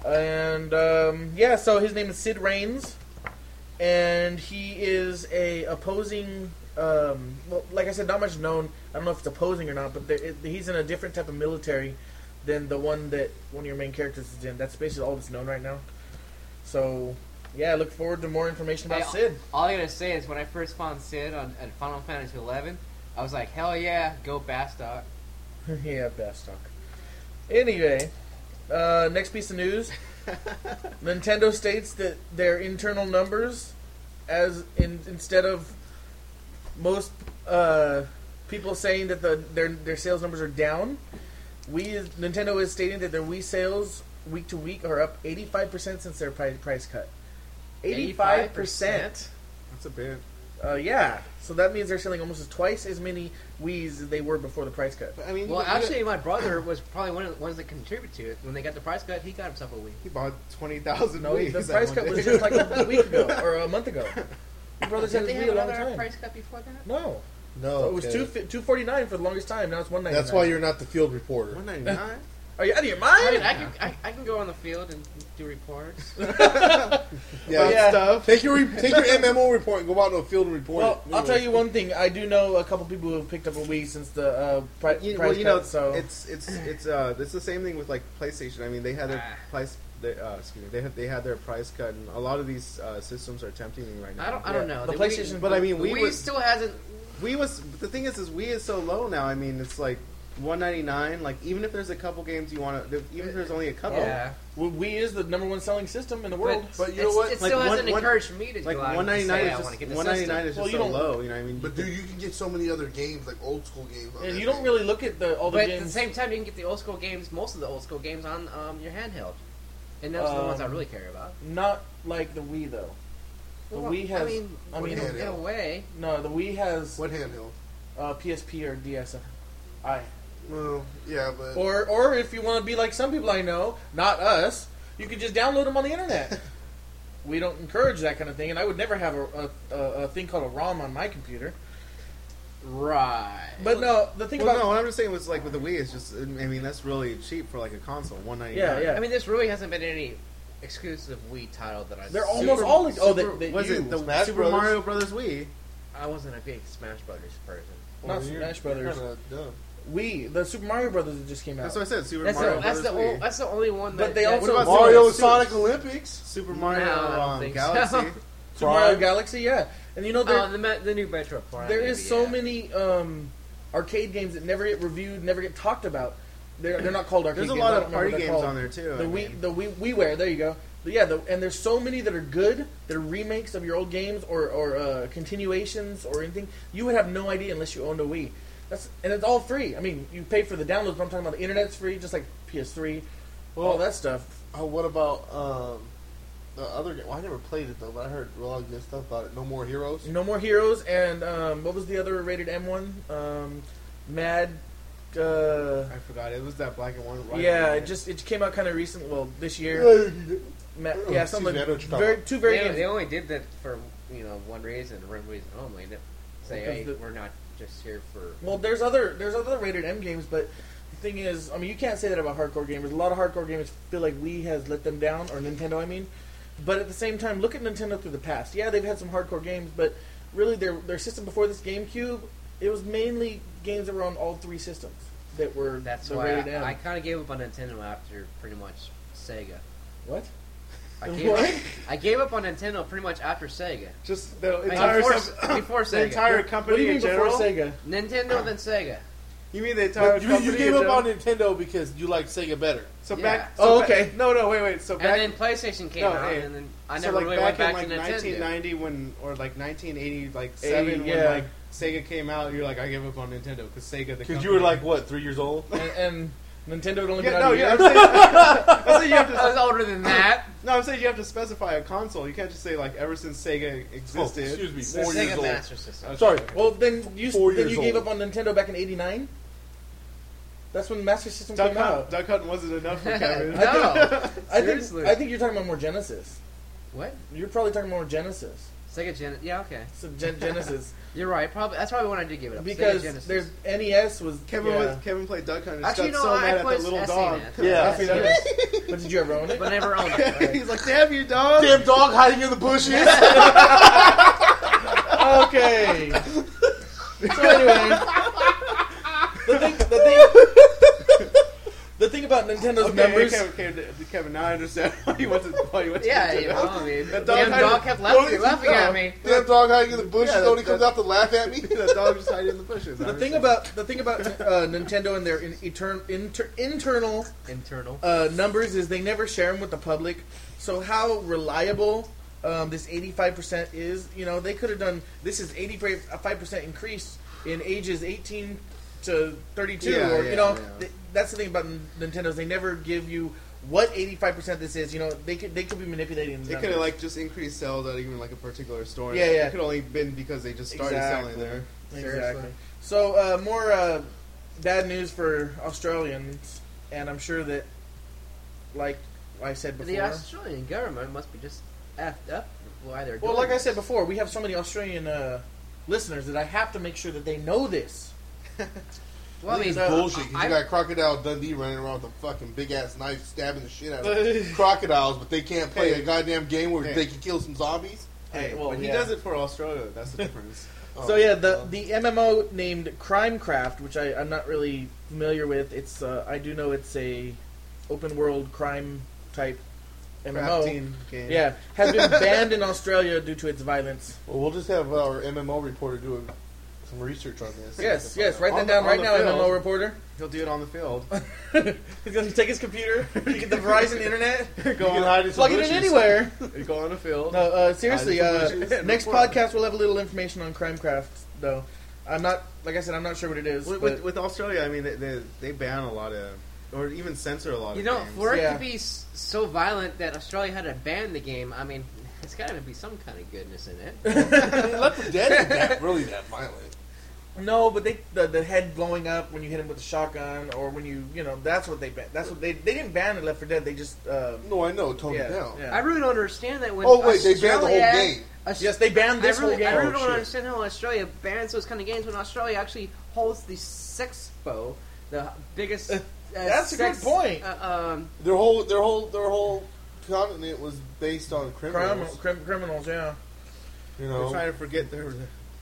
Speaker 1: And um, yeah, so his name is Sid Reigns, and he is a opposing. Um, well, like I said, not much known. I don't know if it's opposing or not, but there, it, he's in a different type of military than the one that one of your main characters is in. That's basically all that's known right now. So yeah, I look forward to more information about
Speaker 2: I-
Speaker 1: Sid.
Speaker 2: All I gotta say is when I first found Sid on, on Final Fantasy Eleven, I was like, hell yeah, go Bastok.
Speaker 1: yeah, Bastok. Anyway, uh, next piece of news: Nintendo states that their internal numbers, as in instead of most uh, people saying that the their their sales numbers are down, we Nintendo is stating that their Wii sales week to week are up eighty five percent since their pri- price cut. Eighty five percent.
Speaker 4: That's a bit.
Speaker 1: Uh, yeah, so that means they're selling almost twice as many Wii's as they were before the price cut.
Speaker 4: But I mean,
Speaker 2: Well,
Speaker 4: you got-
Speaker 2: actually, my brother was probably one of the ones that contributed to it. When they got the price cut, he got himself a Wii.
Speaker 4: he bought twenty thousand.
Speaker 1: No, the price cut was just like a week ago or a month ago. My brother said
Speaker 2: Did
Speaker 1: it
Speaker 2: they have
Speaker 1: Oh, a long
Speaker 2: another
Speaker 1: time.
Speaker 2: price cut before that?
Speaker 1: No,
Speaker 3: no,
Speaker 4: Oh,
Speaker 1: it was
Speaker 3: Kevin.
Speaker 1: two two forty nine for the longest time. Now it's one ninety.
Speaker 3: That's why you're not the field reporter.
Speaker 4: one ninety nine.
Speaker 1: Are you out of your
Speaker 2: I mean,
Speaker 1: mind?
Speaker 2: I can I, I can go on the field and do reports.
Speaker 3: Yeah,
Speaker 1: yeah.
Speaker 4: Stuff.
Speaker 3: take your re- take your MMO report and go out to a field and report.
Speaker 1: Well,
Speaker 3: it.
Speaker 1: I'll tell
Speaker 3: Anyway.
Speaker 1: you one thing. I do know a couple people who have picked up a Wii since the uh, pri-
Speaker 4: You,
Speaker 1: price
Speaker 4: well, you know,
Speaker 1: cut. So
Speaker 4: it's it's it's uh, it's the same thing with like PlayStation. I mean, they had their
Speaker 2: Ah.
Speaker 4: price. They, uh, excuse me. They had they had their price cut, and a lot of these uh, systems are tempting me right now.
Speaker 2: I don't I don't
Speaker 1: Yeah,
Speaker 2: know.
Speaker 1: the PlayStation-
Speaker 4: But I mean,
Speaker 2: the
Speaker 4: we
Speaker 2: Wii
Speaker 4: was-
Speaker 2: still hasn't.
Speaker 4: We was the thing is, is we is so low now. I mean, it's like one ninety nine. Like even if there's a couple games you want to, even if there's only a couple,
Speaker 2: Yeah,
Speaker 1: Well, Wii is the number one selling system in the world.
Speaker 2: but
Speaker 6: But you know
Speaker 2: it's-
Speaker 6: what?
Speaker 2: It
Speaker 4: Like,
Speaker 2: still
Speaker 4: one-
Speaker 2: hasn't
Speaker 4: one-
Speaker 2: encouraged me to
Speaker 4: like
Speaker 2: go out
Speaker 4: one ninety
Speaker 2: and
Speaker 4: nine
Speaker 2: say
Speaker 4: is
Speaker 2: I want to get
Speaker 4: just
Speaker 2: the
Speaker 4: one ninety nine is
Speaker 1: Well,
Speaker 4: just
Speaker 1: you
Speaker 4: so
Speaker 1: don't-
Speaker 4: low. You know, what I mean,
Speaker 6: But dude, you can get so many other games, like old school games. on
Speaker 1: and
Speaker 6: that
Speaker 1: you don't
Speaker 6: thing.
Speaker 1: really look at the all the
Speaker 2: But
Speaker 1: games.
Speaker 2: at the same time, you can get the old school games, most of the old school games on um, your handheld, and those are the ones I
Speaker 1: Um,
Speaker 2: really care about.
Speaker 1: not like the Wii though. The Wii has.
Speaker 2: I mean,
Speaker 1: I mean,
Speaker 6: yeah.
Speaker 2: in a way,
Speaker 1: no, the Wii has
Speaker 6: What handheld?
Speaker 1: uh, PSP or DSi.
Speaker 3: Well, yeah, but
Speaker 1: Or or if you want to be like some people I know, not us, you could just download them on the internet. we don't encourage that kind of thing, and I would never have a, a, a, a thing called a ROM on my computer.
Speaker 2: Right.
Speaker 1: But no, the thing
Speaker 4: Well,
Speaker 1: about
Speaker 4: no, what I'm just saying was like with the Wii, it's just I mean that's really cheap for like a console, one ninety
Speaker 1: Yeah,
Speaker 4: nine.
Speaker 1: yeah.
Speaker 2: I mean, this really hasn't been any exclusive Wii title that I.
Speaker 1: they're
Speaker 2: see.
Speaker 1: almost all oh
Speaker 3: Super-
Speaker 1: that, that
Speaker 4: Was
Speaker 1: you,
Speaker 4: it the
Speaker 3: Smash
Speaker 4: Super
Speaker 3: Brothers?
Speaker 4: Mario Brothers Wii?
Speaker 2: I wasn't a big Smash Brothers person.
Speaker 1: not
Speaker 3: Well, you're-
Speaker 1: Smash Brothers.
Speaker 3: you're kinda dumb.
Speaker 1: we the Super Mario Brothers that just came out.
Speaker 4: That's what I said. Super
Speaker 2: That's,
Speaker 4: Mario
Speaker 2: the, that's
Speaker 4: Brothers
Speaker 2: the
Speaker 4: Wii.
Speaker 2: ol- that's the only one.
Speaker 1: But
Speaker 2: that,
Speaker 1: they
Speaker 2: that-
Speaker 1: also-
Speaker 4: What about
Speaker 3: Mario
Speaker 4: Sonic
Speaker 3: and Sonic Olympics.
Speaker 4: Super Mario
Speaker 2: No, I don't
Speaker 4: um,
Speaker 2: think so.
Speaker 4: Galaxy.
Speaker 1: Super Mario
Speaker 3: Prime.
Speaker 1: Galaxy, yeah. And you know there
Speaker 2: oh, the, me- the new Metro Prime.
Speaker 1: there
Speaker 2: maybe,
Speaker 1: is so
Speaker 2: yeah.
Speaker 1: many um, arcade games that never get reviewed, never get talked about. They're, they're not called arcade.
Speaker 4: There's a
Speaker 1: games.
Speaker 4: lot
Speaker 1: I don't
Speaker 4: of
Speaker 1: remember
Speaker 4: party
Speaker 1: what they're
Speaker 4: games
Speaker 1: called.
Speaker 4: on there too.
Speaker 1: The
Speaker 4: I
Speaker 1: Wii,
Speaker 4: mean.
Speaker 1: the Wii, WiiWare. There you go. But yeah, the, and there's so many that are good. They're remakes of your old games or or uh, continuations or anything. You would have no idea unless you owned a Wii. That's and it's all free. I mean, you pay for the downloads, but I'm talking about the internet's free, just like PS3, all
Speaker 3: Well,
Speaker 1: that stuff.
Speaker 3: Oh, what about um, the other game? Well, I never played it though, but I heard a lot of good stuff about it. No More Heroes.
Speaker 1: No More Heroes and um, what was the other rated M one? Um, Mad. Uh,
Speaker 4: I forgot it was that black and white. white
Speaker 1: yeah,
Speaker 4: one.
Speaker 1: it just it came out kind of recent. Well, this year.
Speaker 3: Well,
Speaker 1: Ma-
Speaker 3: Oh,
Speaker 1: yeah,
Speaker 3: excuse
Speaker 1: something
Speaker 3: me, I know
Speaker 1: like
Speaker 3: what you're talking
Speaker 1: very
Speaker 3: about.
Speaker 1: two very
Speaker 2: They, they
Speaker 1: games.
Speaker 2: only did that for you know one reason, one reason only. That say,
Speaker 1: Because
Speaker 2: hey,
Speaker 1: the-
Speaker 2: we're not just here for.
Speaker 1: Well, there's other there's other rated M games, but the thing is, I mean, you can't say that about hardcore gamers. A lot of hardcore gamers feel like we has let them down, or Nintendo, I mean. But at the same time, look at Nintendo through the past. Yeah, they've had some hardcore games, but really their their system before this GameCube, it was mainly games that were on all three systems that were
Speaker 2: That's
Speaker 1: the
Speaker 2: why
Speaker 1: rated M.
Speaker 2: I, I kind of gave up on Nintendo after pretty much Sega.
Speaker 1: what?
Speaker 2: I gave,
Speaker 1: What?
Speaker 2: Up, I gave up on Nintendo pretty much after Sega.
Speaker 4: just the
Speaker 2: I mean,
Speaker 4: entire
Speaker 2: before,
Speaker 4: sub-
Speaker 2: before
Speaker 4: the
Speaker 2: Sega.
Speaker 4: entire
Speaker 1: What do
Speaker 4: company
Speaker 1: you mean
Speaker 4: in general.
Speaker 1: before Sega?
Speaker 2: Nintendo then Sega.
Speaker 4: You mean the entire
Speaker 3: you,
Speaker 4: company
Speaker 3: you
Speaker 4: in
Speaker 3: gave up
Speaker 4: general?
Speaker 3: on Nintendo because you like Sega better.
Speaker 4: So
Speaker 2: Yeah.
Speaker 4: back. So
Speaker 1: Oh,
Speaker 4: back-
Speaker 1: okay.
Speaker 4: no, no, wait, wait. So back.
Speaker 2: and then PlayStation came
Speaker 4: No,
Speaker 2: out,
Speaker 4: hey,
Speaker 2: and then I
Speaker 4: so
Speaker 2: never
Speaker 4: like
Speaker 2: really went
Speaker 4: back,
Speaker 2: back
Speaker 4: in
Speaker 2: to
Speaker 4: like
Speaker 2: Nintendo.
Speaker 4: 1990 when, or like 1980, like seven
Speaker 1: yeah.
Speaker 4: when like Sega came out. You're like, I gave up on Nintendo because Sega. the
Speaker 3: Because
Speaker 4: company-
Speaker 3: you were like what, three years old?
Speaker 1: And, and Nintendo had only been
Speaker 4: Yeah,
Speaker 1: out
Speaker 4: no,
Speaker 1: a year.
Speaker 4: yeah. I'm saying, I'm saying you have
Speaker 2: I was
Speaker 4: to.
Speaker 2: older than that.
Speaker 4: No, I'm saying you have to specify a console. You can't just say like ever since Sega
Speaker 3: Oh,
Speaker 4: existed. uh,
Speaker 3: excuse me,
Speaker 2: The
Speaker 3: four years
Speaker 2: Sega
Speaker 3: old.
Speaker 2: Master System.
Speaker 4: Okay.
Speaker 3: Sorry.
Speaker 1: Well, then you
Speaker 3: Four
Speaker 1: then
Speaker 3: years
Speaker 1: you gave
Speaker 3: old.
Speaker 1: up on Nintendo back in '89. That's when Master System
Speaker 4: Duck
Speaker 1: came out.
Speaker 4: Hunt, Duck Hunt wasn't enough for Kevin.
Speaker 2: no.
Speaker 1: I think
Speaker 2: Seriously.
Speaker 1: I think you're talking about more Genesis.
Speaker 2: What?
Speaker 1: You're probably talking more Genesis.
Speaker 2: Sega Genesis. Yeah, okay.
Speaker 1: So Gen- Genesis
Speaker 2: You're right. Probably that's probably when I did give it up. Sega
Speaker 1: because
Speaker 2: Genesis.
Speaker 1: there's NES was
Speaker 4: Kevin
Speaker 1: yeah.
Speaker 4: was, Kevin played Duck Hunt. And
Speaker 2: actually no,
Speaker 4: Actually, got so
Speaker 2: I
Speaker 4: mad at the
Speaker 2: played
Speaker 4: little
Speaker 2: SNES.
Speaker 4: dog.
Speaker 3: Yeah,
Speaker 1: That's what- but did you ever own it?
Speaker 2: but I never owned it. Right?
Speaker 4: He's like, damn you, dog.
Speaker 3: Damn dog hiding in the bushes.
Speaker 1: okay. So anyway, the thing, the thing, the thing about Nintendo's
Speaker 4: Okay,
Speaker 1: members.
Speaker 4: Kevin, Kevin, Kevin, now I understand why you went to why you went to
Speaker 2: Yeah,
Speaker 4: Nintendo.
Speaker 2: you know, I mean, the
Speaker 4: That dog
Speaker 2: damn
Speaker 4: had-
Speaker 2: dog kept laughing,
Speaker 4: No,
Speaker 2: laughing
Speaker 4: no.
Speaker 2: at me.
Speaker 3: Damn dog hiding in the bushes.
Speaker 4: Yeah,
Speaker 3: only
Speaker 4: that-
Speaker 3: comes out to laugh at me.
Speaker 4: the dog just hiding in the bushes.
Speaker 1: The thing about the thing about uh, Nintendo and their in, etern, inter, internal
Speaker 2: Internal.
Speaker 1: uh, numbers is they never share them with the public. So how reliable um, this 85% is, you know, they could have done this is 85% increase in ages 18 to 32
Speaker 4: Yeah,
Speaker 1: or
Speaker 4: yeah,
Speaker 1: you know
Speaker 4: yeah.
Speaker 1: th- that's the thing about N- Nintendo's they never give you what 85% this is, you know, they could they could be manipulating the
Speaker 4: it could have
Speaker 1: numbers.
Speaker 4: like just increased sales at even like a particular store.
Speaker 1: Yeah, yeah.
Speaker 4: It could only been because they just started selling there.
Speaker 1: Exactly. So uh, more uh, bad news for Australians and I'm sure that like I said before
Speaker 2: the Australian government must be just effed up why they're
Speaker 1: Well,
Speaker 2: doing
Speaker 1: like I
Speaker 2: this.
Speaker 1: said before, we have so many Australian uh, listeners that I have to make sure that they know this.
Speaker 2: Well, I mean,
Speaker 1: This is
Speaker 3: Bullshit. 'cause
Speaker 2: I-
Speaker 3: you got Crocodile Dundee running around with a fucking big ass knife, stabbing the shit out of crocodiles, but they can't play
Speaker 4: Hey.
Speaker 3: a goddamn game where
Speaker 4: Hey.
Speaker 3: they can kill some zombies.
Speaker 1: Hey, well, Oh.
Speaker 4: when he
Speaker 1: yeah.
Speaker 4: does it for Australia, that's the difference.
Speaker 1: So yeah, the the MMO named Crimecraft, which I, I'm not really familiar with. It's uh, I do know it's a open world crime type MMO.
Speaker 4: Crafting game.
Speaker 1: Yeah, has been banned in Australia due to its violence.
Speaker 3: Well, we'll just have our MMO reporter do some research on this.
Speaker 1: Yes, yes, write
Speaker 4: On
Speaker 1: that
Speaker 4: the-
Speaker 1: down
Speaker 4: on
Speaker 1: right
Speaker 4: the
Speaker 1: now,
Speaker 4: bill.
Speaker 1: MMO reporter.
Speaker 4: He'll do it on the field.
Speaker 1: He's gonna take his computer, get the Verizon internet,
Speaker 4: go,
Speaker 3: can
Speaker 4: on,
Speaker 3: hide in some
Speaker 1: plug it in
Speaker 3: bushes.
Speaker 1: anywhere.
Speaker 4: go on the field.
Speaker 1: No, uh, seriously.
Speaker 4: I
Speaker 1: Uh,
Speaker 4: just wish it was
Speaker 1: next
Speaker 4: before.
Speaker 1: podcast we'll have a little information on Crimecraft, though. I'm not, like I said, I'm not sure what it is.
Speaker 4: With,
Speaker 1: but-
Speaker 4: with, with Australia, I mean, they, they, they ban a lot of, or even censor a lot
Speaker 2: You
Speaker 4: of
Speaker 2: know,
Speaker 4: games.
Speaker 2: for it
Speaker 1: Yeah.
Speaker 2: to be s- so violent that Australia had to ban the game, I mean, it's got to be some kind of goodness in it.
Speaker 3: I mean, Left 4 Dead isn't that really that violent.
Speaker 1: No, but they the, the head blowing up when you hit him with a shotgun or when you you know that's what they ban. That's what they they didn't ban it Left for Dead. They just uh,
Speaker 6: No, I know. Tone
Speaker 1: yeah,
Speaker 6: it down.
Speaker 1: yeah.
Speaker 2: I really don't understand that when.
Speaker 6: Oh wait, they banned the whole
Speaker 2: Australia-
Speaker 6: game.
Speaker 2: Aus-
Speaker 1: yes, they banned this
Speaker 2: I really,
Speaker 1: whole game. Oh,
Speaker 2: I really don't
Speaker 6: shit.
Speaker 2: understand how Australia bans those kind of games when Australia actually holds the Sexpo, the biggest. Uh,
Speaker 1: That's a good
Speaker 2: sex-
Speaker 1: point.
Speaker 2: Uh, um,
Speaker 6: Their whole, their whole, their whole continent was based on criminals.
Speaker 1: Criminal, crim, criminals, yeah.
Speaker 6: You
Speaker 4: They're
Speaker 6: know,
Speaker 4: trying to forget their.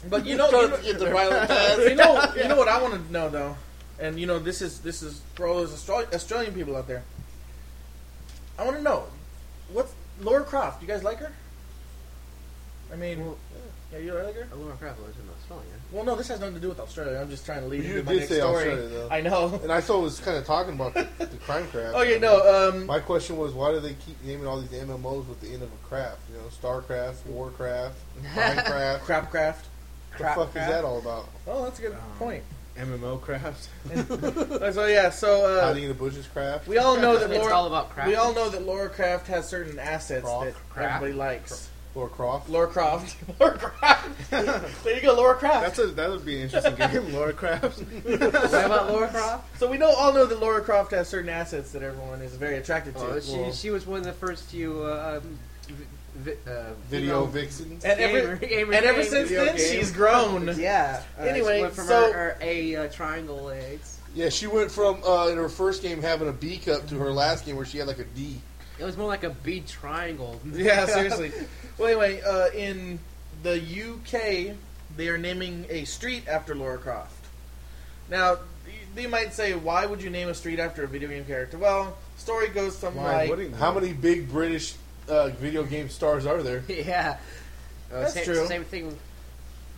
Speaker 1: But you know, you know,
Speaker 6: the violent
Speaker 1: you know, you know what I want to know though, and you know this is this is for all those Australian, Australian people out there. I want to know what's Laura Croft. You guys like her? I mean, yeah, you like her?
Speaker 2: Laura Croft lives in Australia.
Speaker 1: Well, no, this has nothing to do with Australia. I'm just trying to lead
Speaker 6: You
Speaker 1: into my
Speaker 6: did
Speaker 1: next
Speaker 6: say
Speaker 1: story.
Speaker 6: Australia, though.
Speaker 1: I know.
Speaker 6: and I saw it was kind of talking about the, the crime craft.
Speaker 1: Okay, no. Um,
Speaker 6: My question was, why do they keep naming all these MMOs with the end of a craft? You know, Starcraft, Warcraft, Minecraft. what
Speaker 1: crap craft.
Speaker 6: the fuck is that all about?
Speaker 1: Oh, that's a good
Speaker 6: Um,
Speaker 1: point.
Speaker 4: MMO craft.
Speaker 1: Uh, so yeah, so uh,
Speaker 6: Hiding in the bushes craft.
Speaker 1: we all know that
Speaker 2: It's all
Speaker 1: Oh, Laura.
Speaker 2: about crap.
Speaker 1: We all know that Laura Croft has certain assets
Speaker 6: Croft,
Speaker 1: that
Speaker 2: crap.
Speaker 1: everybody likes.
Speaker 6: Laura Croft.
Speaker 1: Laura Croft. Laura Croft. there you go, Laura Croft.
Speaker 4: That's a that would be an interesting game. Laura Craft.
Speaker 2: What about Laura Croft?
Speaker 1: so we know all know that Laura Croft has certain assets that everyone is very attracted to.
Speaker 2: Oh, she,
Speaker 6: Well-
Speaker 2: she was one of the first few uh, um, vi- vi- uh, female
Speaker 6: Video vixens.
Speaker 1: and ever,
Speaker 2: gamer- gamer
Speaker 1: and ever
Speaker 2: games.
Speaker 1: since
Speaker 4: video
Speaker 1: then,
Speaker 4: game.
Speaker 1: she's grown.
Speaker 2: Yeah. Uh, she
Speaker 1: Anyway,
Speaker 2: went from
Speaker 1: so-
Speaker 2: her, her a uh, triangle legs.
Speaker 6: Yeah, she went from uh, in her first game having a B cup to her last game where she had like a D.
Speaker 2: It was more like a B triangle.
Speaker 1: Yeah, seriously. well, anyway, uh, in the UK, they are naming a street after Laura Croft. Now, y- you might say, why would you name a street after a video game character? Well, story goes something
Speaker 4: Why
Speaker 1: like.
Speaker 4: wouldn't you?
Speaker 6: How many big British uh, video game stars are there?
Speaker 2: yeah. Uh,
Speaker 1: That's
Speaker 2: same,
Speaker 1: true.
Speaker 2: Same thing.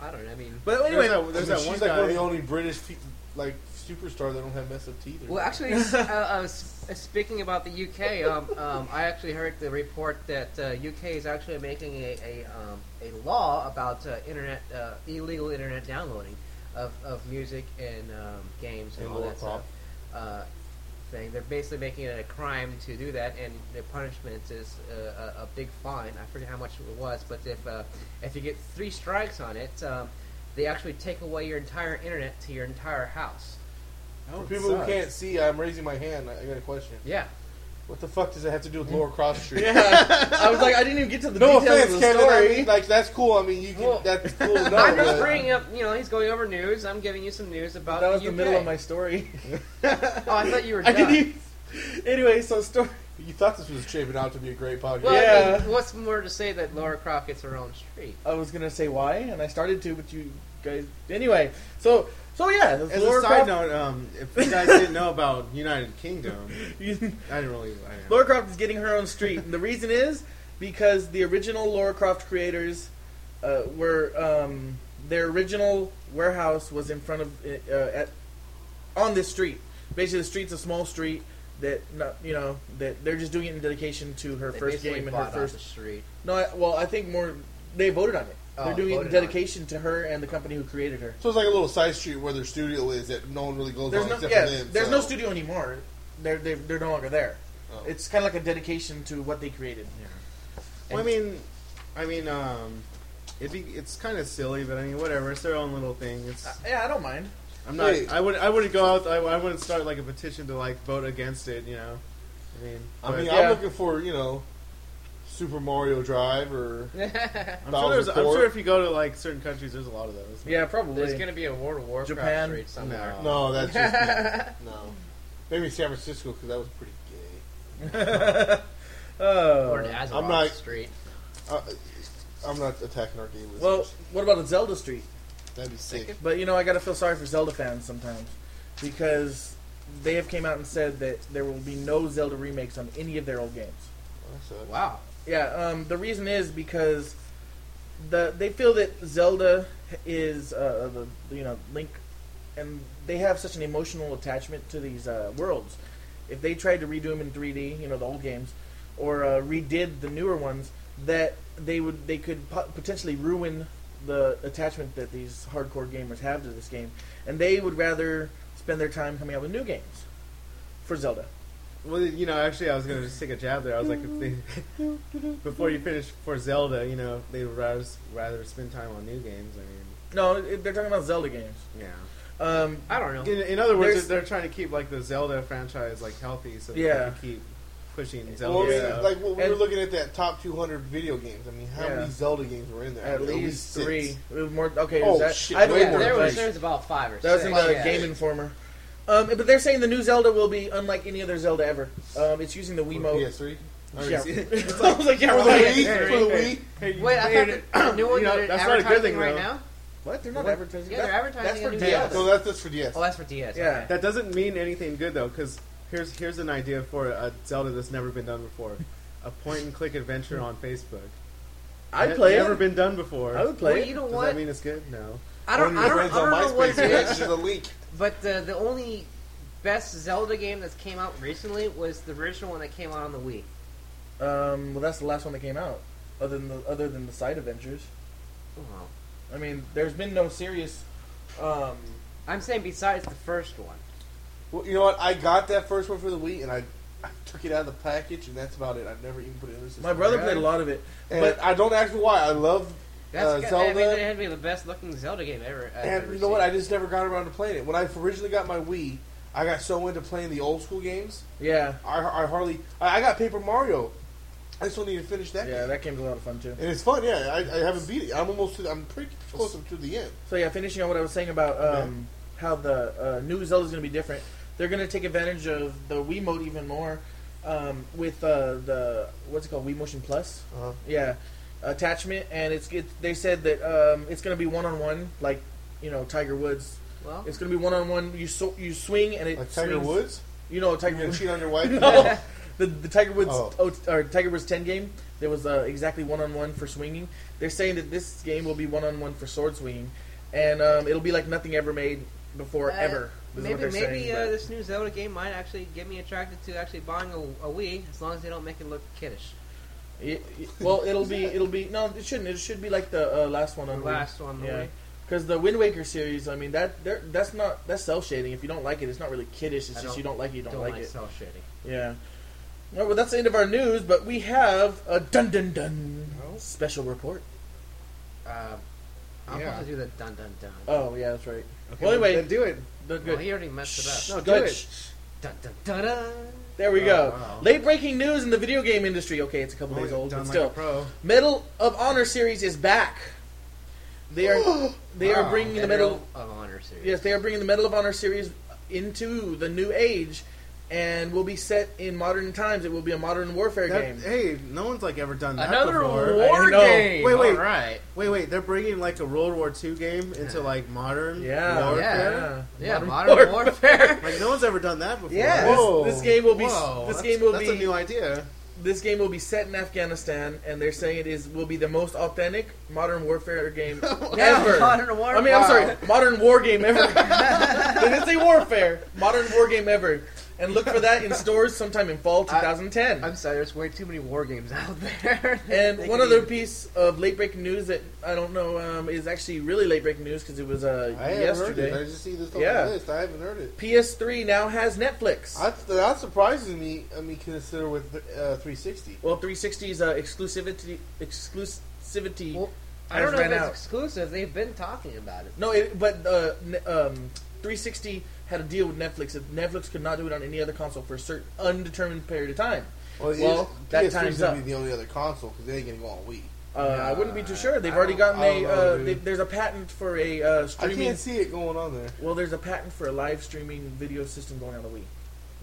Speaker 2: I don't know. I mean,
Speaker 1: But
Speaker 4: There's
Speaker 1: anyway,
Speaker 4: that, there's
Speaker 6: I mean,
Speaker 4: that one
Speaker 6: she's like
Speaker 4: guy.
Speaker 6: one of the only British pe- like superstar that don't have messed up teeth. or
Speaker 2: well, actually,
Speaker 6: nothing.
Speaker 2: s- uh, uh, s- uh, speaking about the UK, um, um, I actually heard the report that uh, UK is actually making a a, um, a law about uh, internet uh, illegal internet downloading of, of music and um, games and,
Speaker 6: And
Speaker 2: all
Speaker 6: Laura
Speaker 2: that stuff. Uh, thing. They're basically making it a crime to do that, and the punishment is uh, a, a big fine. I forget how much it was, but if uh, if you get three strikes on it, um, they actually take away your entire internet to your entire house.
Speaker 4: Oh,
Speaker 6: For
Speaker 4: it
Speaker 6: people who
Speaker 4: sucks.
Speaker 6: can't see, I'm raising my hand. I I got a question.
Speaker 2: Yeah.
Speaker 6: What the fuck does it have to do with Laura Cross Street?
Speaker 1: yeah, I was like, I didn't even get to the
Speaker 6: No
Speaker 1: details
Speaker 6: offense,
Speaker 1: of the
Speaker 6: Kevin.
Speaker 1: story.
Speaker 6: I mean, like that's cool. I mean, you can.
Speaker 2: Well,
Speaker 6: that's cool. No,
Speaker 2: I'm just
Speaker 6: but-
Speaker 2: bringing up, you know, he's going over news. I'm giving you some news about
Speaker 1: that was
Speaker 2: the
Speaker 1: the
Speaker 2: UK.
Speaker 1: middle of my story.
Speaker 2: Oh, I thought you were
Speaker 1: I
Speaker 2: done.
Speaker 1: didn't. Even, anyway, so story.
Speaker 6: You thought this was shaping out to be a great podcast.
Speaker 2: Well, I mean,
Speaker 1: Yeah.
Speaker 2: what's more to say that Laura Croft gets her own street?
Speaker 1: I was gonna say why, and I started to, but you guys. Anyway, so so yeah.
Speaker 4: As
Speaker 1: Laura
Speaker 4: a side
Speaker 1: Croft-
Speaker 4: note, um, if you guys didn't know about United Kingdom, I didn't really. I didn't
Speaker 1: Laura Croft is getting her own street, and the reason is because the original Laura Croft creators uh, were um, their original warehouse was in front of uh, at on this street. Basically, the street's a small street that not, you know that they're just doing it in dedication to her
Speaker 2: They
Speaker 1: first
Speaker 2: basically
Speaker 1: game and
Speaker 2: bought
Speaker 1: her
Speaker 2: out the
Speaker 1: first.
Speaker 2: street.
Speaker 1: No, I, well, I think more they voted on it.
Speaker 2: Oh,
Speaker 1: they're doing it in
Speaker 2: voted on it.
Speaker 1: dedication to her and the company who created her.
Speaker 6: so it's like a little side street where their studio is that no one really goes
Speaker 1: There's
Speaker 6: on
Speaker 1: no
Speaker 6: except
Speaker 1: yeah,
Speaker 6: for them.
Speaker 1: there's
Speaker 6: so-
Speaker 1: no studio anymore. They're they're, they're no longer there.
Speaker 6: Oh.
Speaker 1: It's kind of like a dedication to what they created.
Speaker 4: Well, I mean, I mean, um, it'd be, it's kind of silly, but I mean, whatever. It's their own little thing. It's
Speaker 1: Uh, yeah, I don't mind.
Speaker 4: I'm not.
Speaker 6: Wait.
Speaker 4: I would. I wouldn't go out. I, I wouldn't start like a petition to like vote against it. You know. I mean.
Speaker 6: I mean,
Speaker 4: but
Speaker 1: yeah.
Speaker 6: I'm looking for you know, Super Mario Drive or
Speaker 4: I'm
Speaker 6: Bowser
Speaker 4: sure, there's, I'm
Speaker 6: Court.
Speaker 4: sure if you go to like certain countries, there's a lot of those.
Speaker 1: Yeah, probably.
Speaker 2: There's going to be a World of Warcraft
Speaker 1: Japan?
Speaker 2: street somewhere.
Speaker 6: no,
Speaker 4: No.
Speaker 6: that's just no. Maybe San Francisco because that was pretty gay.
Speaker 2: Or an
Speaker 1: oh.
Speaker 2: Azeroth
Speaker 6: I'm not-
Speaker 2: street.
Speaker 6: Uh, I'm not attacking our gay listeners.
Speaker 1: Well, what about a Zelda street?
Speaker 6: that'd be sick.
Speaker 1: But you know, I gotta feel sorry for Zelda fans sometimes because they have came out and said that there will be no Zelda remakes on any of their old games.
Speaker 6: That's a-
Speaker 2: Wow.
Speaker 1: Yeah, um, the reason is because the they feel that Zelda is uh, the you know Link, and they have such an emotional attachment to these uh, worlds. If they tried to redo them in 3D, you know the old games, or uh, redid the newer ones, that they would they could po- potentially ruin the attachment that these hardcore gamers have to this game, and they would rather spend their time coming out with new games for Zelda.
Speaker 4: Well, you know, actually, I was gonna just take a jab there. I was like, if they, before you finish for Zelda, you know, they'd rather rather spend time on new games. I mean,
Speaker 1: No, it, they're talking about Zelda games.
Speaker 4: Yeah.
Speaker 1: Um,
Speaker 2: I don't know.
Speaker 4: In, in other words,
Speaker 1: There's-
Speaker 4: they're trying to keep like the Zelda franchise like healthy, so they
Speaker 1: Yeah.
Speaker 4: can keep pushing
Speaker 6: Well, I
Speaker 4: Zelda.
Speaker 6: mean,
Speaker 1: Yeah.
Speaker 4: stuff.
Speaker 6: like well, we
Speaker 1: And-
Speaker 6: were looking at that top 200 video games. I mean, how
Speaker 1: Yeah.
Speaker 6: many Zelda games were in there?
Speaker 1: at least
Speaker 6: six.
Speaker 1: three. It was more. Okay,
Speaker 6: Oh,
Speaker 1: is that,
Speaker 6: shit,
Speaker 1: I don't
Speaker 6: way
Speaker 2: Yeah,
Speaker 1: know.
Speaker 6: more
Speaker 2: there
Speaker 6: than
Speaker 2: was
Speaker 6: that.
Speaker 2: there was about five or
Speaker 1: That was
Speaker 2: six.
Speaker 1: in the
Speaker 2: yeah.
Speaker 1: Game Informer. Um, but they're saying the new Zelda will be unlike any other Zelda ever. Um, it's using the
Speaker 6: For
Speaker 1: Wiimote.
Speaker 6: PS3.
Speaker 1: Yeah. I was like, yeah,
Speaker 6: For
Speaker 1: we're
Speaker 6: the
Speaker 1: like,
Speaker 6: Wii?
Speaker 1: hey,
Speaker 6: For the
Speaker 1: hey.
Speaker 6: Wii?
Speaker 4: Hey, you
Speaker 2: Wait, I
Speaker 4: played
Speaker 2: thought
Speaker 4: it-
Speaker 2: the new one
Speaker 4: You know,
Speaker 2: that
Speaker 4: that's
Speaker 2: they're
Speaker 4: not a good
Speaker 2: advertising
Speaker 4: thing,
Speaker 2: right
Speaker 4: though.
Speaker 2: now.
Speaker 1: What? They're not
Speaker 2: What?
Speaker 1: advertising.
Speaker 2: Yeah,
Speaker 1: that-
Speaker 2: they're advertising
Speaker 1: That's
Speaker 2: a
Speaker 1: for
Speaker 2: new
Speaker 1: DS.
Speaker 2: Zelda.
Speaker 6: So that's just for DS.
Speaker 2: Oh, that's for DS. okay.
Speaker 1: Yeah.
Speaker 4: That doesn't mean anything good though, because here's here's an idea for a Zelda that's never been done before: a point and click adventure on Facebook.
Speaker 1: I'd
Speaker 4: Ne-
Speaker 1: play
Speaker 4: Never
Speaker 1: it.
Speaker 4: been done before.
Speaker 1: I would play
Speaker 2: Well,
Speaker 1: it.
Speaker 2: you know
Speaker 4: Does
Speaker 2: what?
Speaker 4: that mean it's good? No.
Speaker 2: I don't.
Speaker 6: One
Speaker 2: I don't.
Speaker 6: of your
Speaker 2: I
Speaker 6: friends on
Speaker 2: don't know what it
Speaker 6: MySpace
Speaker 2: is.
Speaker 6: mentioned a link.
Speaker 2: But the the only best Zelda game that's came out recently was the original one that came out on the Wii.
Speaker 1: Um, well, that's the last one that came out. Other than the other than the side adventures, Oh, I mean, there's been no serious. Um,
Speaker 2: I'm saying besides the first one.
Speaker 6: Well, you know what? I got that first one for the Wii, and I, I took it out of the package, and that's about it. I've never even put it in the system.
Speaker 1: my brother played a lot of it.
Speaker 6: And
Speaker 1: but-
Speaker 6: I don't ask me why. I love
Speaker 2: That's
Speaker 6: uh,
Speaker 2: good. I mean,
Speaker 6: Zelda.
Speaker 2: it had to be the best looking Zelda game ever. I've
Speaker 6: And
Speaker 2: ever
Speaker 6: you know what?
Speaker 2: seen.
Speaker 6: I just never got around to playing it. When I originally got my Wii, I got so into playing the old school games.
Speaker 1: Yeah,
Speaker 6: I, I hardly. I, I got Paper Mario. I still need to finish that.
Speaker 1: yeah,
Speaker 6: game.
Speaker 1: that game's a lot of fun too.
Speaker 6: and it's fun. Yeah, I, I haven't beat it. I'm almost. To, the- I'm pretty close to the end.
Speaker 1: So yeah, finishing on what I was saying about um, how the uh, new Zelda's going to be different. They're going to take advantage of the Wii mode even more um, with uh, the what's it called Wii Motion Plus.
Speaker 6: Uh-huh.
Speaker 1: Yeah, attachment, and it's it, they said that um, it's going to be one on one, like you know Tiger Woods.
Speaker 2: Well,
Speaker 1: It's going to be one on one. You so, you swing and it
Speaker 6: Like Tiger
Speaker 1: swings-
Speaker 6: Woods,
Speaker 1: You know
Speaker 6: you're
Speaker 1: Tiger
Speaker 6: gonna
Speaker 1: Woods.
Speaker 6: cheat on your wife.
Speaker 1: No. the, the Tiger Woods
Speaker 6: Oh.
Speaker 1: oh, or Tiger Woods ten game. There was uh, exactly one on one for swinging. They're saying that this game will be one on one for sword swinging, and um, it'll be like nothing ever made before
Speaker 2: Uh,
Speaker 1: ever. is what
Speaker 2: maybe
Speaker 1: they're
Speaker 2: maybe
Speaker 1: saying,
Speaker 2: uh,
Speaker 1: but-
Speaker 2: this new Zelda game might actually get me attracted to actually buying a, a Wii as long as they don't make it look kiddish.
Speaker 1: It- it- well, it'll be it'll be no, it shouldn't. It should be like the uh, last one
Speaker 2: The
Speaker 1: on
Speaker 2: last one, the
Speaker 1: Yeah.
Speaker 2: Wii.
Speaker 1: Because the Wind Waker series, I mean that they're- that's not that's cell shading. If you don't like it, it's not really kiddish. It's
Speaker 2: I
Speaker 1: just
Speaker 2: don't-
Speaker 1: you don't like it, you don't,
Speaker 2: Don't
Speaker 1: like,
Speaker 2: like
Speaker 1: it.
Speaker 2: cell shading.
Speaker 1: Yeah. Well, well, that's the end of our news, but we have a dun dun dun
Speaker 2: Oh.
Speaker 1: special report.
Speaker 2: Uh, I'm
Speaker 4: Yeah.
Speaker 2: supposed to do the dun dun dun.
Speaker 1: Oh yeah, that's right.
Speaker 4: Okay,
Speaker 1: Well, anyway,
Speaker 4: then do it.
Speaker 1: Good,
Speaker 2: Well,
Speaker 1: good.
Speaker 2: he already messed it
Speaker 1: Shh,
Speaker 2: up.
Speaker 4: No, do
Speaker 1: good.
Speaker 4: it.
Speaker 1: Shh.
Speaker 2: Dun dun dun dun.
Speaker 1: There we
Speaker 4: Oh,
Speaker 1: go.
Speaker 4: wow.
Speaker 1: Late breaking news in the video game industry. Okay, it's a couple days
Speaker 4: Well,
Speaker 1: old,
Speaker 4: done
Speaker 1: but
Speaker 4: like
Speaker 1: still.
Speaker 4: a pro.
Speaker 1: Medal of Honor series is back. They are they are
Speaker 4: Wow.
Speaker 1: bringing the
Speaker 2: Medal
Speaker 1: medal.
Speaker 2: Oh, of Honor series.
Speaker 1: Yes, they are bringing the Medal of Honor series into the new age, and will be set in modern times. It will be a modern warfare
Speaker 4: That-
Speaker 1: game.
Speaker 4: hey, no one's like ever done that
Speaker 2: Another
Speaker 4: before.
Speaker 2: war
Speaker 1: I know.
Speaker 2: game.
Speaker 4: Wait, wait.
Speaker 2: All right.
Speaker 4: Wait, wait, they're bringing like a World War II game into like modern
Speaker 1: Yeah,
Speaker 4: warfare.
Speaker 1: yeah,
Speaker 2: Yeah,
Speaker 1: Modern
Speaker 2: modern, warfare.
Speaker 4: Like no one's ever done that before.
Speaker 2: Yeah.
Speaker 6: Whoa.
Speaker 1: This, this game will be
Speaker 4: Whoa,
Speaker 1: this
Speaker 4: that's-
Speaker 1: game will
Speaker 4: that's
Speaker 1: be
Speaker 4: a new idea.
Speaker 1: this game will be set in Afghanistan, and they're saying it is will be the most authentic modern warfare game
Speaker 2: Yeah,
Speaker 1: ever.
Speaker 2: Modern warfare.
Speaker 1: I mean, I'm sorry, modern war game ever. they didn't say warfare. Modern war game ever, and look for that in stores sometime in fall 2010.
Speaker 2: I'm sorry. There's way too many war games out there.
Speaker 1: and
Speaker 2: They
Speaker 1: one
Speaker 2: could
Speaker 1: other
Speaker 2: be-
Speaker 1: piece of late breaking news that I don't know um, is actually really late breaking news because it was uh,
Speaker 6: I haven't
Speaker 1: yesterday.
Speaker 6: heard it. I just see this on
Speaker 1: Yeah.
Speaker 6: the list. I haven't heard it.
Speaker 1: PS3 now has Netflix.
Speaker 6: That's, that surprises me. I mean, consider with uh, 360.
Speaker 1: well, 360's uh, exclusivity exclusivity.
Speaker 2: Well, I don't
Speaker 1: has
Speaker 2: know if
Speaker 1: ran
Speaker 2: it's
Speaker 1: out.
Speaker 2: exclusive. They've been talking about it.
Speaker 1: No, it, but uh, ne- um, 360 had a deal with Netflix that Netflix could not do it on any other console for a certain undetermined period of time.
Speaker 6: it
Speaker 1: Well,
Speaker 6: is-
Speaker 1: that
Speaker 6: PS3's
Speaker 1: time's
Speaker 6: gonna
Speaker 1: up.
Speaker 6: be the only other console because they ain't gonna go on Wii.
Speaker 1: Uh, I wouldn't be too sure. They've
Speaker 6: I
Speaker 1: already
Speaker 6: don't-
Speaker 1: gotten
Speaker 6: I don't
Speaker 1: a.
Speaker 6: know,
Speaker 1: uh,
Speaker 6: dude.
Speaker 1: they, there's a patent for a uh,
Speaker 6: I
Speaker 1: streaming.
Speaker 6: can't see it going on there.
Speaker 1: Well, there's a patent for a live streaming video system going on the Wii.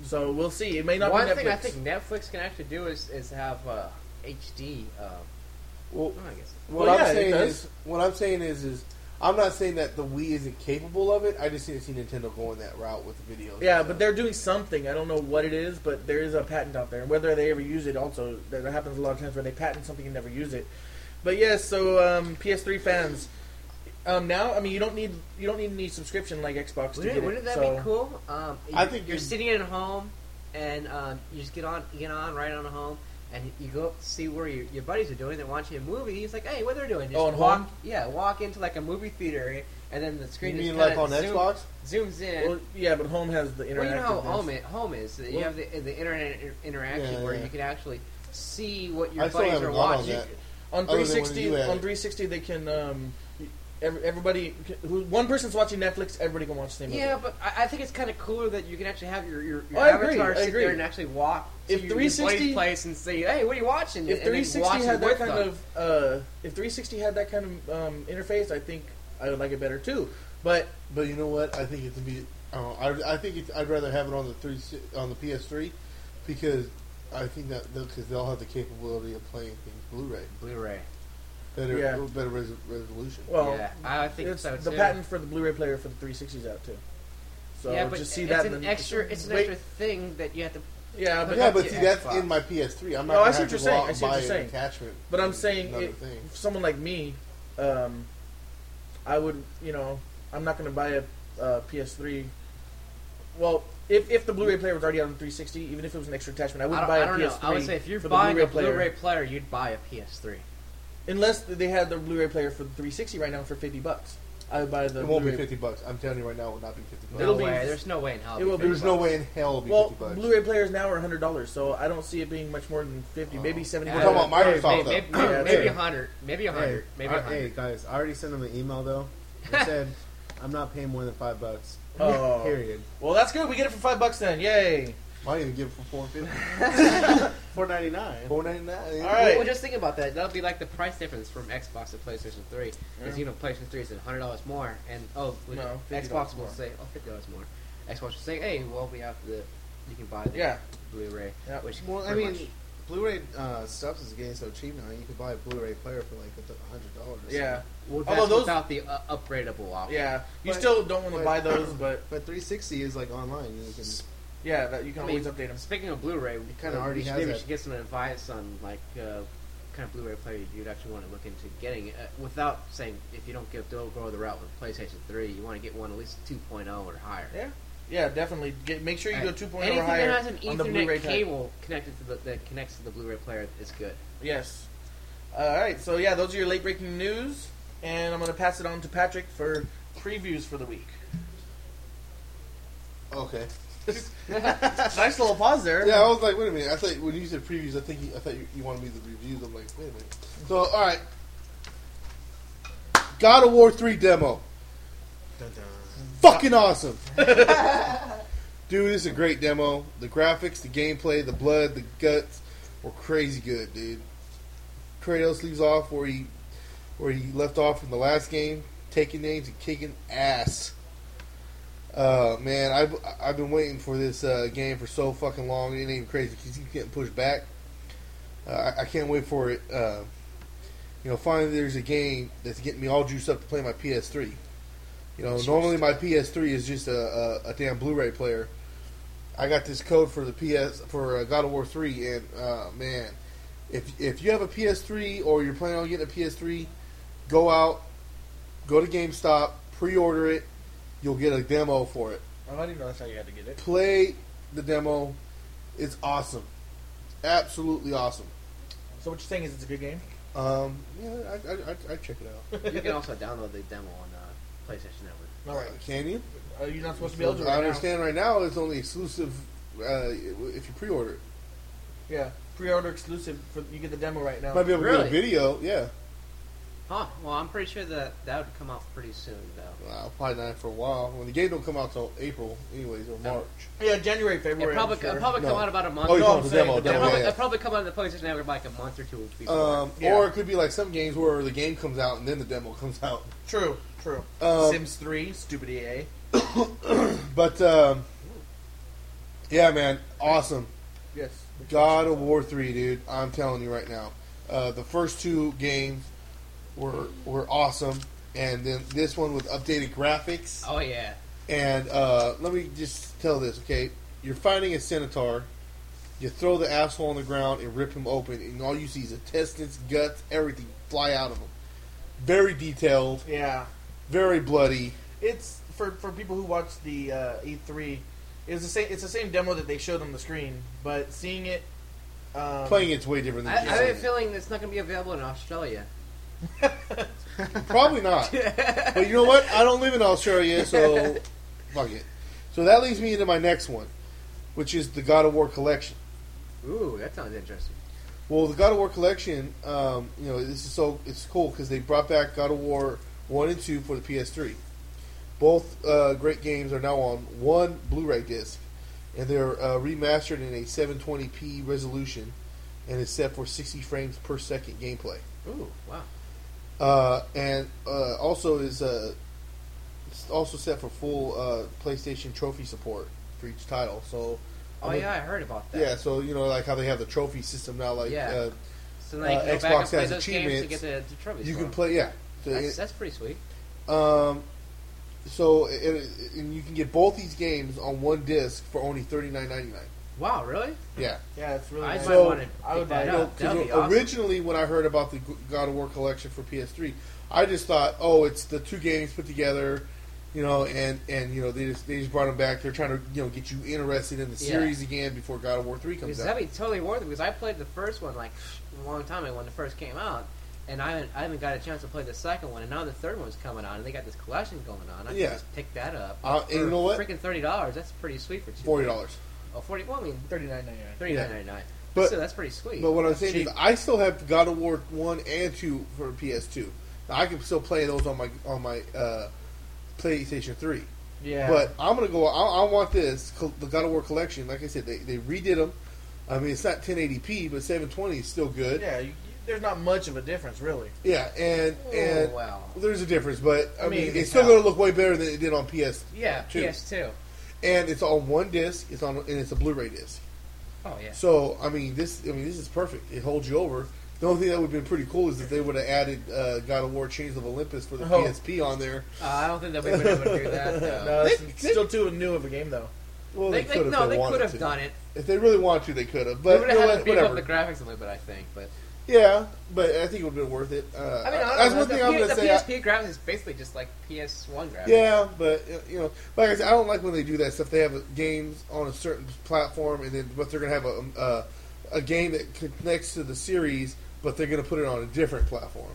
Speaker 1: So we'll see. It may not
Speaker 2: One
Speaker 1: be Netflix.
Speaker 2: thing I think Netflix can actually do is, is have uh, HD. Uh, oh,
Speaker 6: Well,
Speaker 2: I guess.
Speaker 6: what
Speaker 1: Well,
Speaker 6: I'm
Speaker 1: yeah, it
Speaker 6: saying
Speaker 1: does.
Speaker 6: is, what I'm saying is, is I'm not saying that the Wii isn't capable of it. I just didn't see Nintendo going that route with the videos.
Speaker 1: Yeah,
Speaker 6: and
Speaker 1: but
Speaker 6: stuff.
Speaker 1: they're doing something. I don't know what it is, but there is a patent out there. And whether they ever use it, also, that that happens a lot of times where they patent something and never use it. But yes, so um, PS3 fans, um, now I mean you don't need you don't need any subscription like Xbox to
Speaker 2: Wouldn't,
Speaker 1: get it.
Speaker 2: wouldn't that
Speaker 1: so,
Speaker 2: be cool? Um, you,
Speaker 6: I think
Speaker 2: you're
Speaker 6: you'd-
Speaker 2: sitting at home, and um, you just get on, get on right on home, and you go see where your, your buddies are doing. They're watching a movie. He's like, "Hey, what they're doing?" Just
Speaker 1: Oh, at
Speaker 2: walk,
Speaker 1: home?
Speaker 2: yeah, walk into like a movie theater area, and then the
Speaker 6: You
Speaker 2: screen just
Speaker 6: mean like
Speaker 2: kinda
Speaker 6: on
Speaker 2: zoom,
Speaker 6: Xbox?
Speaker 2: zooms in.
Speaker 1: Well, yeah, but home has the interactive.
Speaker 2: Well, you know how
Speaker 1: things.
Speaker 2: home, it, home is. that You
Speaker 1: Well-
Speaker 2: have the, the internet inter- interaction
Speaker 6: Yeah,
Speaker 2: where
Speaker 6: yeah.
Speaker 2: you can actually see what your
Speaker 6: I still
Speaker 2: buddies
Speaker 6: haven't
Speaker 2: are
Speaker 6: gone on
Speaker 2: watching.
Speaker 6: that.
Speaker 1: on
Speaker 6: Other than when
Speaker 1: 360
Speaker 6: you
Speaker 1: on
Speaker 6: had it.
Speaker 1: 360 they can um, every, everybody who one person's watching Netflix, everybody can watch the same movie.
Speaker 2: Yeah, but I, I think it's kind of cooler that you can actually have your, your,
Speaker 1: Oh,
Speaker 2: your
Speaker 1: I
Speaker 2: avatar
Speaker 1: agree, I
Speaker 2: sit
Speaker 1: agree.
Speaker 2: there and actually walk
Speaker 1: If
Speaker 2: to your
Speaker 1: 360
Speaker 2: employee's place and say, "Hey, what are you watching?"
Speaker 1: If
Speaker 2: and then
Speaker 1: 360
Speaker 2: watch it
Speaker 1: had that
Speaker 2: with
Speaker 1: kind
Speaker 2: them.
Speaker 1: of uh, if 360 had that kind of um, interface, I think I would like it better too. But
Speaker 6: But you know what? I think it can be. I, don't know, I, I think it, I'd rather have it on the three si- on the PS3 because I think that because they'll have the capability of playing things Blu-ray
Speaker 2: Blu-ray,
Speaker 6: better
Speaker 1: Yeah.
Speaker 6: better res- resolution.
Speaker 1: well,
Speaker 2: yeah, I think
Speaker 1: it's,
Speaker 2: so
Speaker 1: the
Speaker 2: too.
Speaker 1: patent for the Blu-ray player for the 360s out too. So
Speaker 2: yeah, but
Speaker 1: just see
Speaker 2: it's
Speaker 1: that.
Speaker 2: an
Speaker 1: and then
Speaker 2: extra. It's an
Speaker 1: wait-
Speaker 2: extra thing that you have to.
Speaker 1: Yeah, but
Speaker 6: yeah,
Speaker 2: that's
Speaker 6: but
Speaker 2: the
Speaker 6: see, that's
Speaker 2: Xbox.
Speaker 6: in my PS3. I'm not
Speaker 1: No, I see
Speaker 6: gonna have
Speaker 1: what
Speaker 6: to
Speaker 1: you're
Speaker 6: go out
Speaker 1: saying. I
Speaker 6: and
Speaker 1: see what
Speaker 6: buy
Speaker 1: you're
Speaker 6: an
Speaker 1: saying.
Speaker 6: attachment.
Speaker 1: But I'm
Speaker 6: for
Speaker 1: saying
Speaker 6: another
Speaker 1: it-
Speaker 6: thing.
Speaker 1: for someone like me, um, I would, you know, I'm not going to buy a uh, PS3. Well, if, if the Blu-ray player was already out on 360, even if it was an extra attachment, I
Speaker 2: I
Speaker 1: wouldn't
Speaker 2: don't,
Speaker 1: buy a
Speaker 2: I don't know.
Speaker 1: PS3.
Speaker 2: I would say if you're
Speaker 1: for the
Speaker 2: buying
Speaker 1: Blu-ray
Speaker 2: a
Speaker 1: player,
Speaker 2: Blu-ray player, you'd buy a PS3.
Speaker 1: unless they had the Blu-ray player for the 360 right now for 50 bucks, I would buy the.
Speaker 6: it won't be
Speaker 1: Blu-ray-
Speaker 6: fifty bucks. I'm telling you right now, it will not be fifty bucks.
Speaker 2: No
Speaker 1: It'll be-
Speaker 2: way. There's no way in hell.
Speaker 1: it will be-
Speaker 6: There's no way in hell it'll be
Speaker 1: Well,
Speaker 6: fifty bucks.
Speaker 1: Blu-ray players now are hundred dollars, so I don't see it being much more than fifty,
Speaker 6: Oh.
Speaker 1: maybe seventy.
Speaker 6: We're talking about
Speaker 2: Uh, Maybe,
Speaker 6: Microsoft, though.
Speaker 2: maybe,
Speaker 1: Yeah,
Speaker 2: maybe,
Speaker 1: that's
Speaker 2: maybe
Speaker 1: it.
Speaker 2: a hundred. Maybe a
Speaker 4: Hey,
Speaker 2: hundred. Maybe a
Speaker 4: I- hey
Speaker 2: hundred.
Speaker 4: guys, I already sent them an email though. It said I'm not paying more than five bucks.
Speaker 1: Oh.
Speaker 4: Period.
Speaker 1: Well, that's good. We get it for five bucks then. Yay!
Speaker 6: Why even give it for four fifty?
Speaker 4: Four ninety nine.
Speaker 6: Four ninety nine.
Speaker 1: All right.
Speaker 2: Well, just think about that. That'll be like the price difference from Xbox to PlayStation 3. Because, you know, PlayStation 3 is $100 more. And, oh, we-
Speaker 1: Mm. No, $50
Speaker 2: Xbox
Speaker 1: more.
Speaker 2: will say, oh, $50 more. Xbox will say, hey, well, we have the, you can buy the
Speaker 1: Yeah.
Speaker 2: Blu-ray.
Speaker 1: Yeah.
Speaker 2: Which
Speaker 4: Well, I
Speaker 2: pretty
Speaker 4: mean,
Speaker 2: much-
Speaker 4: Blu-ray uh, stuff is getting so cheap now. You could buy a Blu-ray player for like a hundred dollars.
Speaker 1: Yeah,
Speaker 2: well, that's
Speaker 1: although those-
Speaker 2: without the uh, upgradable option.
Speaker 1: yeah. You
Speaker 4: But-
Speaker 1: still don't want to
Speaker 4: but-
Speaker 1: buy those, but
Speaker 4: But 360 is like online. You can.
Speaker 1: yeah, that you can
Speaker 2: I mean,
Speaker 1: always update them.
Speaker 2: Speaking of Blu-ray, we
Speaker 4: kinda already
Speaker 2: should,
Speaker 4: has
Speaker 2: maybe we
Speaker 4: that.
Speaker 2: should get some advice on like uh, kind of Blu-ray player you'd actually want to look into getting. Uh, without saying if you don't give don't go the route with PlayStation 3, you want to get one at least 2.0 or higher.
Speaker 1: Yeah, yeah, definitely. Get, make sure you go
Speaker 2: Right.
Speaker 1: two point oh
Speaker 2: Anything
Speaker 1: or higher
Speaker 2: that has an
Speaker 1: on the Blu-ray
Speaker 2: Ethernet
Speaker 1: type.
Speaker 2: cable connected to the that connects to the Blu-ray player is good.
Speaker 1: Yes. All right. So yeah, those are your late breaking news, and I'm gonna pass it on to Patrick for previews for the week.
Speaker 6: Okay.
Speaker 1: nice little pause there.
Speaker 6: Yeah, I was like, wait a minute. I thought when you said previews, I think you, I thought you, you wanted me the reviews. I'm like, wait a minute. So, all right, God of War three demo,
Speaker 4: Dun, dun.
Speaker 6: fucking awesome, dude. This is a great demo. The graphics, the gameplay, the blood, the guts were crazy good, dude. Kratos leaves off where he where he left off in the last game, taking names and kicking ass. Uh, man, I've, I've been waiting for this uh, game for so fucking long. It ain't even crazy because keeps getting pushed back. Uh, I, I can't wait for it. Uh, you know, finally there's a game that's getting me all juiced up to play my PS3. You know, normally my PS3 is just a, a, a damn Blu-ray player. I got this code for the PS for uh, God of War 3, and uh, man, if if you have a PS3 or you're planning on getting a PS3, go out, go to GameStop, pre-order it. You'll get a demo for it.
Speaker 1: Oh, I didn't know that's how you had to get it.
Speaker 6: Play the demo. It's awesome, absolutely awesome.
Speaker 1: So what you're saying is it's a good game.
Speaker 6: Um, yeah, I, I, I, I check it out.
Speaker 2: You can also download the demo on uh, PlayStation Network.
Speaker 1: All right.
Speaker 6: Can you?
Speaker 1: Uh, you're not supposed to be able to.
Speaker 6: I
Speaker 1: right now.
Speaker 6: understand right now it's only exclusive uh, if you pre-order it.
Speaker 1: Yeah. Pre-order exclusive. For, you get the demo right now.
Speaker 6: Might be able to get
Speaker 2: Really?
Speaker 6: a video. Yeah,
Speaker 2: Huh? Well, I'm pretty sure that that would come out pretty soon, though.
Speaker 6: uh, probably not for a while. When the game don't come out till April, anyways, or March.
Speaker 1: Yeah, January, February.
Speaker 2: It probably
Speaker 1: I'm
Speaker 2: it'll
Speaker 1: sure.
Speaker 2: probably
Speaker 6: No.
Speaker 2: come out about a month.
Speaker 6: Oh, you
Speaker 1: No,
Speaker 6: talking
Speaker 1: I'm
Speaker 6: the
Speaker 1: saying the
Speaker 6: demo?
Speaker 2: it'll,
Speaker 1: yeah,
Speaker 6: demo
Speaker 2: probably,
Speaker 6: yeah, yeah.
Speaker 2: it'll probably come out on the PlayStation Network like a month or two before.
Speaker 6: Um,
Speaker 1: Yeah.
Speaker 6: Or it could be like some games where the game comes out and then the demo comes out.
Speaker 1: True. True.
Speaker 6: Um,
Speaker 1: Sims 3, stupid E EA.
Speaker 6: But um, yeah, man, awesome.
Speaker 1: Yes.
Speaker 6: God of War three, dude. I'm telling you right now, uh, the first two games were were awesome, and then this one with updated graphics.
Speaker 2: oh yeah.
Speaker 6: And uh, let me just tell this, okay? You're fighting a centaur. You throw the asshole on the ground and rip him open, and all you see is intestines, guts, everything fly out of him. Very detailed,
Speaker 1: Yeah.
Speaker 6: very bloody.
Speaker 1: It's for for people who watch the uh, E3. It's the same. It's the same demo that they showed on the screen, but seeing it, um,
Speaker 6: Playing it's way different
Speaker 2: I,
Speaker 6: than
Speaker 2: I have a
Speaker 6: just
Speaker 2: feeling it's not going to be available in Australia.
Speaker 6: probably not. but you know what? I don't live in Australia, so fuck it. So that leads me into my next one, which is the God of War collection.
Speaker 2: Ooh, that sounds interesting.
Speaker 6: Well, the God of War collection, um, you know, this is so it's cool because they brought back God of War 1 and 2 for the PS3. Both uh, great games are now on one Blu ray disc, and they're uh, remastered in a 720p resolution and is set for 60 frames per second gameplay.
Speaker 2: Ooh, wow.
Speaker 6: Uh, and uh, also is uh, it's also set for full uh, PlayStation trophy support for each title. So,
Speaker 2: Oh
Speaker 6: I mean-
Speaker 2: yeah, I heard about that.
Speaker 6: yeah, so you know, like how they have the trophy system now, like
Speaker 2: Yeah.
Speaker 6: uh,
Speaker 2: So then you
Speaker 6: Uh,
Speaker 2: can go back and
Speaker 6: Xbox
Speaker 2: play those
Speaker 6: has
Speaker 2: games to
Speaker 6: achievements.
Speaker 2: get the, the trophies.
Speaker 6: you
Speaker 2: for
Speaker 6: can
Speaker 2: 'em.
Speaker 6: play, yeah. So
Speaker 2: That's,
Speaker 6: it-
Speaker 2: that's pretty sweet.
Speaker 6: um, so it, it- and you can get both these games on one disc for only thirty nine ninety nine.
Speaker 2: Wow, really?
Speaker 6: Yeah.
Speaker 1: Yeah, it's really
Speaker 2: I
Speaker 1: nice.
Speaker 2: might
Speaker 6: So,
Speaker 2: want to
Speaker 1: I
Speaker 2: pick
Speaker 1: would
Speaker 2: that
Speaker 1: buy it.
Speaker 2: up.
Speaker 6: Because
Speaker 2: That'd be awesome.
Speaker 6: originally, when I heard about the G- God of War collection for PS3, I just thought, oh, it's the two games put together, you know, and and you know they just they just brought them back. They're trying to you know get you interested in the
Speaker 2: Yeah.
Speaker 6: series again before God of War three comes
Speaker 2: Because
Speaker 6: out.
Speaker 2: that'd be totally worth it. Because I played the first one like a long time ago when it first came out, and I haven't, I haven't got a chance to play the second one. And now the third one's coming out, and they got this collection going on. I
Speaker 6: Yeah.
Speaker 2: can just pick that up.
Speaker 6: Uh, and you
Speaker 2: For
Speaker 6: know what?
Speaker 2: Freaking thirty dollars. That's pretty sweet for two.
Speaker 6: Forty dollars.
Speaker 2: Oh, forty. Well, I mean,
Speaker 1: Thirty nine ninety nine.
Speaker 2: thirty nine ninety nine.
Speaker 6: But-
Speaker 2: so that's pretty sweet.
Speaker 6: But what I'm saying
Speaker 1: Cheap.
Speaker 6: is, I still have God of War one and two for PS2. Now, I can still play those on my on my uh, PlayStation three.
Speaker 1: Yeah,
Speaker 6: But I'm gonna go. I, I want this co- the God of War collection. Like I said, they, they redid them. I mean, it's not 1080p, but 720 is still good.
Speaker 1: yeah, you, you, there's not much of a difference really.
Speaker 6: Yeah, and
Speaker 2: oh,
Speaker 6: and
Speaker 2: wow.
Speaker 6: there's a difference, but I,
Speaker 1: I
Speaker 6: mean,
Speaker 1: mean,
Speaker 6: it's still
Speaker 1: yeah.
Speaker 6: going to look way better than it did on PS.
Speaker 2: Yeah,
Speaker 6: Two.
Speaker 2: PS two.
Speaker 6: And it's on one disc. It's on and it's a Blu-ray disc.
Speaker 2: Oh yeah.
Speaker 6: So I mean, this I mean this is perfect. It holds you over. The only thing that would have been pretty cool is if they would have added uh, God of War: Chains of Olympus for the
Speaker 1: Oh.
Speaker 6: PSP on there.
Speaker 2: Uh, I don't think they'll be able to do that. Though.
Speaker 1: No, it's
Speaker 6: They-
Speaker 1: still too new of a game though.
Speaker 6: Well,
Speaker 2: they,
Speaker 6: they,
Speaker 2: they,
Speaker 6: could have.
Speaker 2: no, they
Speaker 6: wanted
Speaker 2: could have
Speaker 6: to.
Speaker 2: done it.
Speaker 6: If they really wanted to, they could have.
Speaker 2: They
Speaker 6: But
Speaker 2: would
Speaker 6: you know
Speaker 2: have had to
Speaker 6: what?
Speaker 2: beef up
Speaker 6: whatever.
Speaker 2: the graphics a little bit, I think. But
Speaker 6: Yeah, but I think it would have been worth it. Uh,
Speaker 2: I mean, I
Speaker 6: that's
Speaker 2: don't know,
Speaker 6: one
Speaker 2: the,
Speaker 6: thing I'm
Speaker 2: P-
Speaker 6: going to
Speaker 2: the
Speaker 6: say. I-
Speaker 2: PSP graphics is basically just like PS one graphics.
Speaker 6: Yeah, but uh, you know, like I said, I don't like when they do that stuff. They have uh, games on a certain platform, and then but they're gonna have a um, uh, a game that connects to the series, but they're gonna put it on a different platform.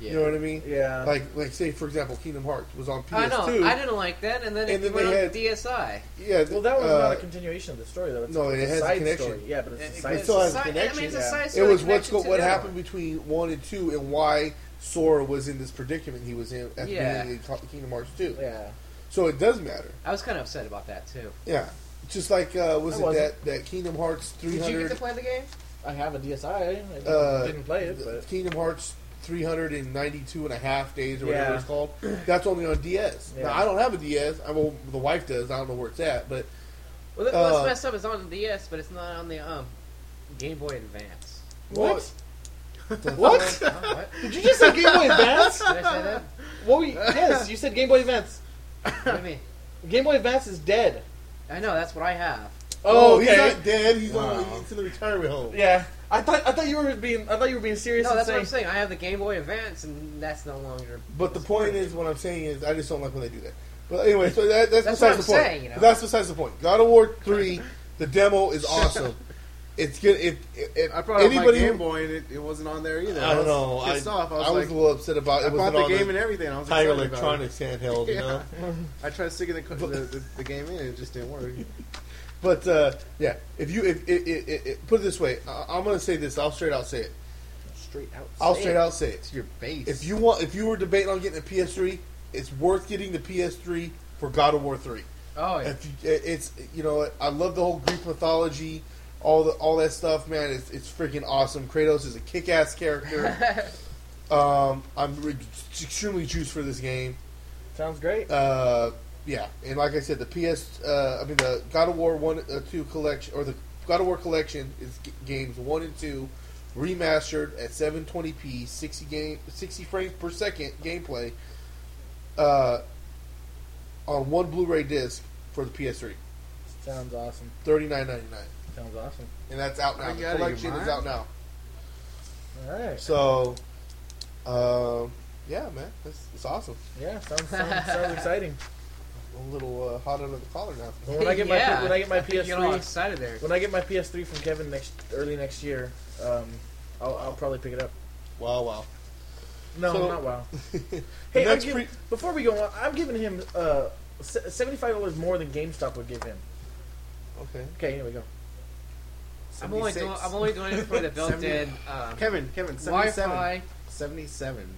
Speaker 2: Yeah.
Speaker 6: You know what I mean?
Speaker 1: Yeah,
Speaker 6: Like like say for example, Kingdom Hearts was on PS2.
Speaker 2: I know. I didn't like that, and then
Speaker 6: And
Speaker 2: it
Speaker 6: then
Speaker 2: went
Speaker 6: they
Speaker 2: on
Speaker 6: had-
Speaker 2: DSI.
Speaker 6: yeah.
Speaker 1: well, that was
Speaker 6: uh,
Speaker 1: not a continuation of the story though. It's
Speaker 6: no,
Speaker 1: a,
Speaker 6: it
Speaker 1: it's a
Speaker 6: has a
Speaker 1: side
Speaker 6: connection.
Speaker 1: story. Yeah, but it's
Speaker 2: It-
Speaker 1: a
Speaker 2: it-
Speaker 1: side
Speaker 6: It
Speaker 2: it's
Speaker 6: still
Speaker 2: a
Speaker 6: has
Speaker 2: side- I mean,
Speaker 6: connection,
Speaker 2: it's a
Speaker 1: yeah.
Speaker 2: side
Speaker 6: It
Speaker 2: story
Speaker 6: was what's
Speaker 2: connection
Speaker 6: go-
Speaker 2: to
Speaker 6: what
Speaker 2: the other
Speaker 6: happened
Speaker 2: one.
Speaker 6: between one and two, and why Sora was in this predicament he was in at the
Speaker 2: Yeah.
Speaker 6: beginning of Kingdom Hearts two.
Speaker 1: Yeah,
Speaker 6: So it does matter.
Speaker 2: I was kind of upset about that too.
Speaker 6: Yeah, just like uh, was
Speaker 1: I
Speaker 6: it
Speaker 1: wasn't.
Speaker 6: that that Kingdom Hearts three
Speaker 2: Did you get
Speaker 6: hundred
Speaker 2: to play the game?
Speaker 1: I have a DSI. I
Speaker 6: uh,
Speaker 1: didn't play it, but
Speaker 6: Kingdom Hearts 392 and a half days or whatever
Speaker 1: Yeah.
Speaker 6: it's called. That's only on DS.
Speaker 1: Yeah.
Speaker 6: Now, I don't have a DS. I well, the wife does. I don't know where it's at, but
Speaker 2: Well, the-
Speaker 6: Uh,
Speaker 2: what's messed up is on the DS, but it's not on the um Game Boy Advance.
Speaker 1: what?
Speaker 2: Oh,
Speaker 1: What?
Speaker 2: what?
Speaker 1: Did you just say Game Boy Advance?
Speaker 2: Did I say that?
Speaker 1: What were you, yes, you said Game Boy Advance.
Speaker 2: What do you mean?
Speaker 1: Game Boy Advance is dead.
Speaker 2: I know that's what I have.
Speaker 6: Oh,
Speaker 1: okay.
Speaker 6: he's not dead. He's
Speaker 4: Wow.
Speaker 6: on. He's in the retirement home.
Speaker 1: yeah, I thought I thought you were being I thought you were being serious.
Speaker 2: No,
Speaker 1: and
Speaker 2: that's what
Speaker 1: saying,
Speaker 2: I'm saying. I have the Game Boy Advance, and that's no longer.
Speaker 6: But the point is, what I'm saying is, I just don't like when they do that. But anyway, so that, that's,
Speaker 2: That's
Speaker 6: besides
Speaker 2: what I'm
Speaker 6: the point.
Speaker 2: saying, you know.
Speaker 6: That's besides the point. God of War three, the demo is awesome. It's good. If, if, if
Speaker 4: I brought
Speaker 6: anybody,
Speaker 4: up my Game Boy and it, it wasn't on there either.
Speaker 6: I don't know.
Speaker 4: was
Speaker 6: I,
Speaker 4: pissed off. I was
Speaker 6: I
Speaker 4: like,
Speaker 6: a little upset about it.
Speaker 4: I bought
Speaker 6: wasn't
Speaker 4: the
Speaker 6: on
Speaker 4: game and everything. I was
Speaker 6: Tiger
Speaker 4: excited about it.
Speaker 6: Electronics handheld. You know.
Speaker 4: I tried sticking the, the, the, the game in, and it just didn't work.
Speaker 6: But uh, yeah, if you if it, it, it, it, put it this way, I, I'm gonna say this. I'll straight out say it.
Speaker 1: straight out.
Speaker 6: I'll
Speaker 2: Say
Speaker 6: straight
Speaker 2: it.
Speaker 6: out say it.
Speaker 4: It's your base.
Speaker 6: If you want, if you were debating on getting a PS3, it's worth getting the PS3 for God of War 3.
Speaker 2: Oh yeah.
Speaker 6: If you, it- it's you know, I love the whole Greek mythology, all the all that stuff, man. It's it's freaking awesome. Kratos is a kick-ass character. um, I'm re- extremely juiced for this game.
Speaker 1: Sounds great.
Speaker 6: Uh, yeah, and like I said, the PS, uh, I mean the God of War one, uh, two collection or the God of War collection is g- games one and two, remastered at 720p, 60 game, 60 frames per second gameplay, uh, on one Blu-ray disc for the PS3,
Speaker 1: Sounds awesome.
Speaker 6: 39.99,
Speaker 1: Sounds awesome.
Speaker 6: and that's out
Speaker 4: Are
Speaker 6: now.
Speaker 4: you
Speaker 6: The
Speaker 4: out of your
Speaker 6: collection is
Speaker 4: mind?
Speaker 6: out now.
Speaker 1: All right.
Speaker 6: So, um, yeah, man, it's, it's awesome.
Speaker 1: Yeah, sounds sounds, sounds exciting.
Speaker 6: I'm a little uh, hot under the collar now.
Speaker 1: Well, when I get my
Speaker 2: Yeah,
Speaker 1: when I get my
Speaker 2: think you get all
Speaker 1: PS3
Speaker 2: excited there.
Speaker 1: when I get my PS3 from Kevin next early next year, um, I'll, I'll probably pick it up.
Speaker 6: Wow, wow.
Speaker 1: No,
Speaker 6: So-
Speaker 1: not wow.
Speaker 6: The
Speaker 1: Hey, I'm
Speaker 6: next
Speaker 1: giv-
Speaker 6: pre-
Speaker 1: before we go on, I'm giving him uh, se- seventy-five dollars more than GameStop would give him.
Speaker 6: Okay.
Speaker 1: Okay, here we go.
Speaker 2: I'm only doing,
Speaker 4: 76.
Speaker 2: I'm only doing it for the built-in um,
Speaker 4: Kevin, Kevin, 77.
Speaker 2: Wi-Fi.
Speaker 4: 77.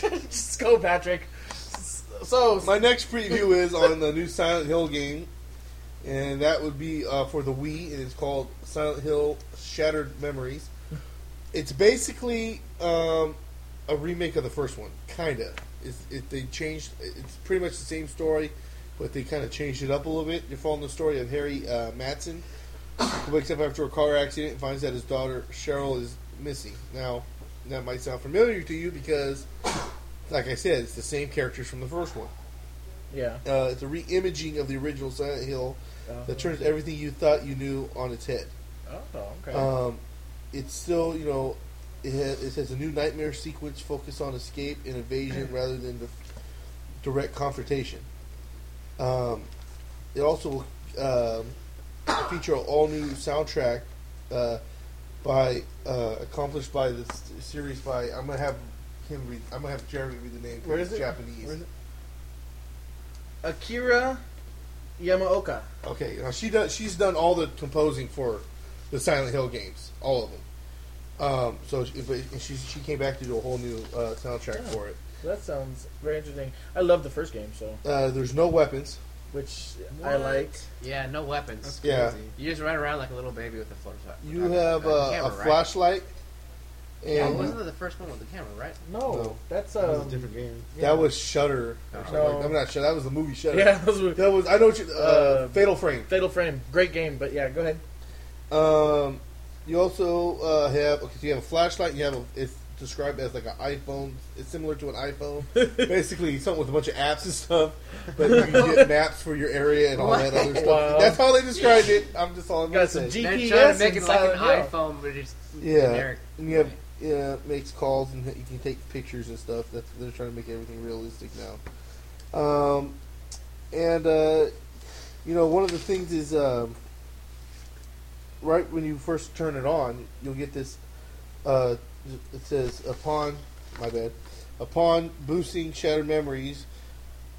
Speaker 2: What?
Speaker 1: Just go, Patrick. So,
Speaker 6: My next preview is on the new Silent Hill game, and that would be uh, for the Wii, and it's called Silent Hill Shattered Memories. It's basically um, a remake of the first one, kinda. It's, it, they changed. It's pretty much the same story, but they kind of changed it up a little bit. You're following the story of Harry uh, Matson, who wakes up after a car accident and finds that his daughter Cheryl is missing. Now, that might sound familiar to you because, like I said, it's the same characters from the first one
Speaker 1: yeah.
Speaker 6: uh, it's a re-imaging of the original Silent Hill that turns
Speaker 1: Uh-huh.
Speaker 6: everything you thought you knew on its head.
Speaker 1: Oh, okay.
Speaker 6: Um, it's still, you know, it has, it has a new nightmare sequence focused on escape and evasion rather than the direct confrontation. Um, it also will um, feature an all-new soundtrack uh, by uh, accomplished by the s- series by I'm gonna have him read I'm gonna have Jeremy read the name 'cause
Speaker 1: Where
Speaker 6: it's
Speaker 1: is it?
Speaker 6: Japanese.
Speaker 1: Where is it? Akira Yamaoka.
Speaker 6: Okay, now she does. She's done all the composing for the Silent Hill games, all of them. Um, so she, but she she came back to do a whole new uh, soundtrack
Speaker 1: Yeah.
Speaker 6: for it.
Speaker 1: That sounds very interesting. I love the first game, so
Speaker 6: Uh, there's no weapons.
Speaker 1: which I
Speaker 2: What?
Speaker 1: liked.
Speaker 2: Yeah, no weapons.
Speaker 4: That's crazy.
Speaker 6: Yeah.
Speaker 2: You just run around like a little baby with a flashlight.
Speaker 6: You have uh, a
Speaker 2: camera, right?
Speaker 6: flashlight, and
Speaker 2: Yeah, wasn't it the first one with the camera, right?
Speaker 1: No,
Speaker 6: No.
Speaker 1: that's
Speaker 4: That was
Speaker 1: um,
Speaker 4: a different game.
Speaker 1: yeah.
Speaker 6: that was Shutter.
Speaker 2: No.
Speaker 6: I'm not sure. That was the movie Shutter.
Speaker 1: yeah. That was a
Speaker 6: That was I know what you, uh,
Speaker 1: Uh,
Speaker 6: Fatal Frame.
Speaker 1: Fatal Frame. Great game, but yeah, go ahead.
Speaker 6: Um, you also uh, have okay. So you have a flashlight. You have a it's described as like an iPhone. It's similar to an iPhone. Basically, something with a bunch of apps and stuff. But you can get maps for your area and all that other stuff.
Speaker 1: Wow.
Speaker 6: That's how they described it. I'm just all I'm gonna
Speaker 1: Got some
Speaker 6: say.
Speaker 1: GPS
Speaker 2: They're trying to make
Speaker 1: and
Speaker 2: it like an
Speaker 1: Silent Hill.
Speaker 2: iPhone, but it's
Speaker 6: Yeah.
Speaker 2: generic.
Speaker 6: and you have yeah makes calls and you can take pictures and stuff. That's they're trying to make everything realistic now. Um, and uh, you know one of the things is um, right when you first turn it on, you'll get this. Uh, it says upon my bad, upon boosting shattered memories,